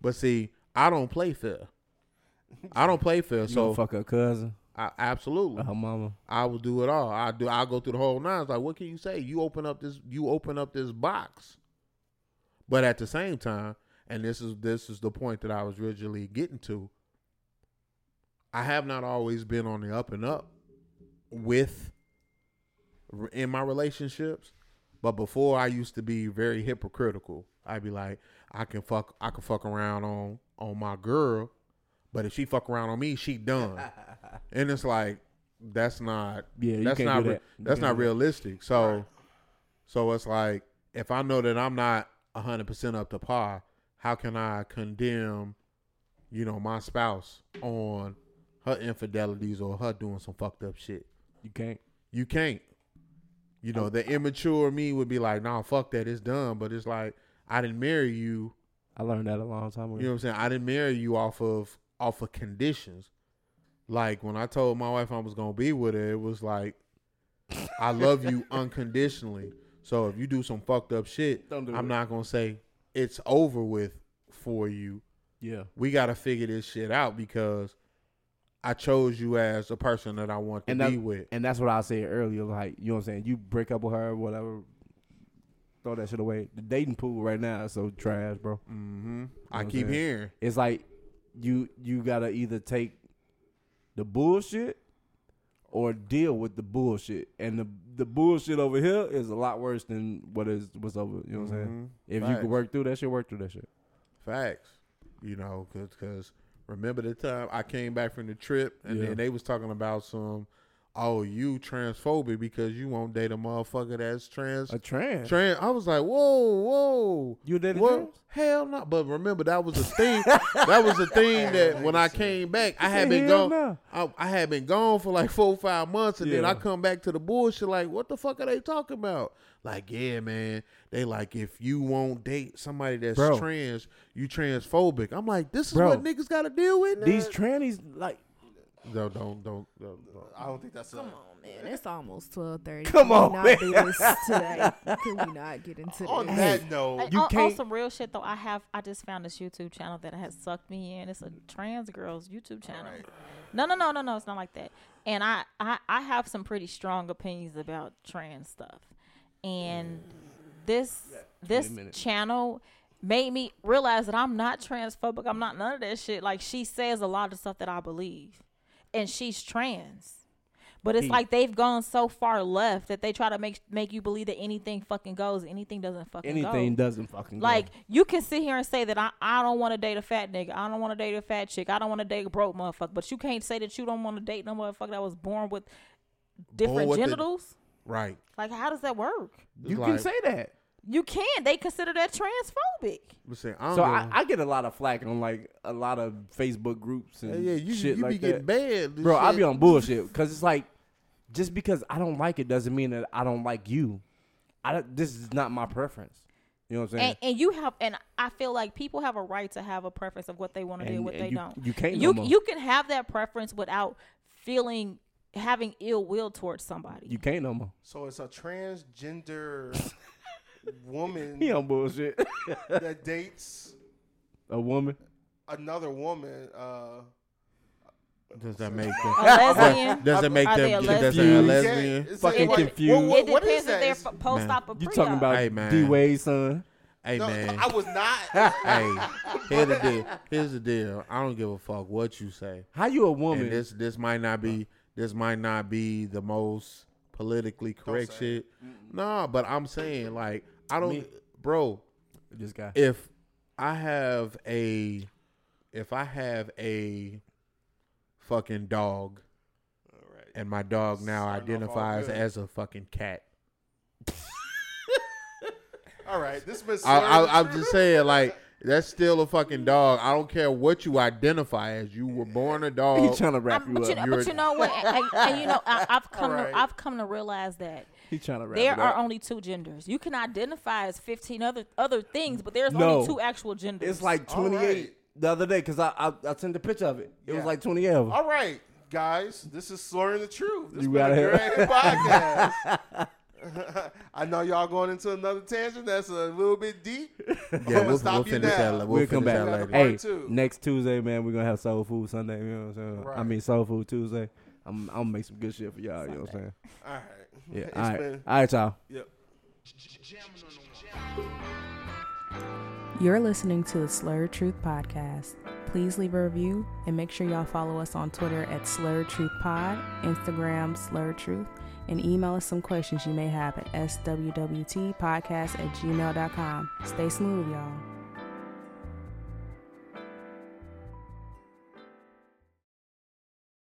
Speaker 1: But see, I don't play fair. I don't play fair.
Speaker 4: You
Speaker 1: So
Speaker 4: so fuck Uh-huh. her cousin,
Speaker 1: I, absolutely,
Speaker 4: or her mama.
Speaker 1: I will do it all. I do. I go through the whole nine. It's like, what can you say? You open up this. You open up this box. But at the same time, and this is this is the point that I was originally getting to. I have not always been on the up and up with in my relationships, but before I used to be very hypocritical. I'd be like, I can fuck, I can fuck around on on my girl, but if she fuck around on me, she done. and it's like that's not
Speaker 4: Yeah, you
Speaker 1: that's
Speaker 4: can't
Speaker 1: not
Speaker 4: do
Speaker 1: re-
Speaker 4: that. You
Speaker 1: that's
Speaker 4: can't
Speaker 1: not
Speaker 4: do that.
Speaker 1: realistic. So so it's like if I know that I'm not hundred percent up to par, how can I condemn, you know, my spouse on her infidelities or her doing some fucked up shit?
Speaker 4: You can't.
Speaker 1: You can't. You know, the immature me would be like, nah, fuck that, it's done. But it's like, I didn't marry you.
Speaker 4: I learned that a long time ago.
Speaker 1: You know what I'm saying? I didn't marry you off of off of conditions. Like when I told my wife I was gonna be with her, it was like, I love you unconditionally. So if you do some fucked up shit,
Speaker 4: Don't do
Speaker 1: I'm
Speaker 4: it.
Speaker 1: not gonna say it's over with for you
Speaker 4: yeah.
Speaker 1: we got to figure this shit out because I chose you as the person that I want to
Speaker 4: and
Speaker 1: be
Speaker 4: that,
Speaker 1: with.
Speaker 4: And that's what I said earlier. Like, you know what I'm saying? You break up with her, whatever. Throw that shit away. The dating pool right now is so trash, bro.
Speaker 1: hmm I
Speaker 4: I'm
Speaker 1: keep
Speaker 4: saying?
Speaker 1: hearing.
Speaker 4: It's like you you gotta either take the bullshit or deal with the bullshit. And the the bullshit over here is a lot worse than what is what's over. You know what I'm saying?
Speaker 1: Mhm.
Speaker 4: If you
Speaker 1: Facts.
Speaker 4: can work through that shit, work through that shit.
Speaker 1: Facts. You know, because remember the time I came back from the trip and
Speaker 4: Yeah.
Speaker 1: then they was talking about some, oh, you transphobic because you won't date a motherfucker that's trans.
Speaker 4: A trans.
Speaker 1: Trans. I was like, whoa, whoa.
Speaker 4: You dated
Speaker 1: What?
Speaker 4: trans?
Speaker 1: Hell no. But remember, that was a thing. that was a thing that when I came back, I had
Speaker 4: said
Speaker 1: been
Speaker 4: hell
Speaker 1: gone. I, I had been gone for like four, five months, and then
Speaker 4: Yeah.
Speaker 1: I come back to the bullshit. Like, what the fuck are they talking about? Like, yeah, man. They like if you won't date somebody that's
Speaker 4: Bro.
Speaker 1: trans, you transphobic. I'm like, this is
Speaker 4: Bro.
Speaker 1: what niggas got to deal with.
Speaker 4: These
Speaker 1: nigga.
Speaker 4: trannies like
Speaker 1: Don't don't don't. don't, don't.
Speaker 3: I don't think that's a.
Speaker 5: Come on, man. It's almost twelve thirty.
Speaker 4: Come on,
Speaker 5: not
Speaker 4: man. Oh,
Speaker 5: Do this today. Can we not get into this?
Speaker 3: On that note,
Speaker 4: You
Speaker 2: on, on
Speaker 4: can't-
Speaker 2: some real shit though. I have I just found this YouTube channel that has sucked me in. It's a trans girls YouTube channel.
Speaker 3: right.
Speaker 2: No, no, no, no, no. It's not like that. And I, I, I have some pretty strong opinions about trans stuff. And this this channel made me realize that I'm not transphobic. I'm not none of that shit. Like she says a lot of stuff that I believe, and she's trans. But it's like they've gone so far left that they try to make make you believe that anything fucking goes, anything doesn't fucking go.
Speaker 4: Anything doesn't fucking go.
Speaker 2: Like you can sit here and say that I, I don't want to date a fat nigga, I don't want to date a fat chick, I don't want to date a broke motherfucker, but you can't say that you don't want to date no motherfucker that was born with different
Speaker 1: with the-
Speaker 2: genitals.
Speaker 1: Right.
Speaker 2: like how does that work?
Speaker 4: you can
Speaker 1: like-
Speaker 4: say that.
Speaker 2: You can't. They consider that transphobic.
Speaker 1: Listen, I don't
Speaker 4: So
Speaker 1: give
Speaker 4: I,
Speaker 1: a-
Speaker 4: I get a lot of flack on like a lot of Facebook groups and
Speaker 1: yeah, you,
Speaker 4: shit
Speaker 1: you
Speaker 4: like
Speaker 1: be
Speaker 4: that.
Speaker 1: getting bad,
Speaker 4: Bro, I be on bullshit because it's like just because I don't like it doesn't mean that I don't like you. I don't, this is not my preference. You know what I'm saying?
Speaker 2: And, and you have, and I feel like people have a right to have a preference of what they want to do
Speaker 4: And-
Speaker 2: and what
Speaker 4: and
Speaker 2: they
Speaker 4: you-
Speaker 2: don't.
Speaker 4: you can't no
Speaker 2: You
Speaker 4: more.
Speaker 2: you can have that preference without feeling having ill will towards somebody.
Speaker 4: you can't no more.
Speaker 3: so it's a transgender woman
Speaker 4: He on bullshit.
Speaker 3: that dates
Speaker 4: a woman.
Speaker 3: another woman. Uh,
Speaker 1: Does that make them?
Speaker 2: a lesbian.
Speaker 1: Does it make
Speaker 2: Are they
Speaker 1: them?
Speaker 2: a
Speaker 1: Does that
Speaker 4: lesbian?
Speaker 1: a
Speaker 4: Yeah.
Speaker 1: lesbian?
Speaker 3: it's
Speaker 4: Fucking
Speaker 3: like-
Speaker 4: confused.
Speaker 3: Well, what-
Speaker 2: it
Speaker 3: what is
Speaker 2: depends if
Speaker 3: that?
Speaker 2: they're
Speaker 3: It's-
Speaker 2: fo- post-op or
Speaker 4: You
Speaker 2: pre-op.
Speaker 4: talking about
Speaker 1: Hey, man.
Speaker 4: D Wade's son?
Speaker 1: Hey
Speaker 3: no,
Speaker 1: man.
Speaker 3: I was not.
Speaker 1: hey, here's the deal. Here's the deal. I don't give a fuck what you say.
Speaker 4: How you a
Speaker 1: And
Speaker 4: woman?
Speaker 1: this this might not be this might not be the most politically correct
Speaker 3: say
Speaker 1: shit. Nah, but I'm saying like I don't, bro.
Speaker 4: this guy.
Speaker 1: If I have a, if I have a, fucking dog,
Speaker 3: All right.
Speaker 1: and my dog now
Speaker 3: Starting off all
Speaker 1: identifies
Speaker 3: good.
Speaker 1: as a fucking cat.
Speaker 3: All right, this been.
Speaker 1: I,
Speaker 3: Slurring
Speaker 1: I, I'm
Speaker 3: the
Speaker 1: just
Speaker 3: Truth.
Speaker 1: saying, like, that's still a fucking dog. I don't care what you identify as. You were born a
Speaker 4: He
Speaker 1: dog.
Speaker 4: trying to wrap
Speaker 2: I'm-
Speaker 4: you
Speaker 2: but,
Speaker 4: up.
Speaker 2: you know,
Speaker 1: You're-
Speaker 2: Um, but you know what? And, and- and you know, I, I've come.
Speaker 3: Alright.
Speaker 2: To, I've come to realize that
Speaker 4: he trying to wrap
Speaker 2: there
Speaker 4: it
Speaker 2: are
Speaker 4: up.
Speaker 2: only two genders. You can identify as 15 other other things, but there's
Speaker 4: No.
Speaker 2: only two actual genders.
Speaker 4: It's like
Speaker 3: All right.
Speaker 4: 28 the other day because I, I I sent a picture of it. It was
Speaker 3: Yeah.
Speaker 4: like 28 of them.
Speaker 3: All right, guys, this is slurring the truth. This
Speaker 4: You
Speaker 3: you
Speaker 4: gotta
Speaker 3: got a
Speaker 4: help.
Speaker 3: great podcast. I know y'all going into another tangent that's a little bit deep.
Speaker 1: yeah,
Speaker 3: I'ma
Speaker 1: we'll,
Speaker 3: stop
Speaker 1: we'll
Speaker 3: you
Speaker 1: finish
Speaker 3: now.
Speaker 1: that. We'll,
Speaker 4: We'll, come
Speaker 1: finish
Speaker 4: back.
Speaker 1: that
Speaker 3: later.
Speaker 4: Hey,
Speaker 3: Part two.
Speaker 4: next Tuesday, man, we're gonna have Soul Food Sunday. You know what I'm saying? I
Speaker 3: Right.
Speaker 4: mean, Soul Food Tuesday. I'm, I'm gonna make some good shit for y'all. You know what I'm saying?
Speaker 3: All right.
Speaker 4: Yeah.
Speaker 3: It's
Speaker 4: all right.
Speaker 3: been-
Speaker 4: All right, y'all.
Speaker 3: Yep.
Speaker 5: You're listening to the Slurred Truth Podcast. Please leave a review and make sure y'all follow us on Twitter at Slurred Truth Pod, Instagram Slurred Truth, and email us some questions you may have at swwtpodcast at gmail.com. Stay smooth, y'all.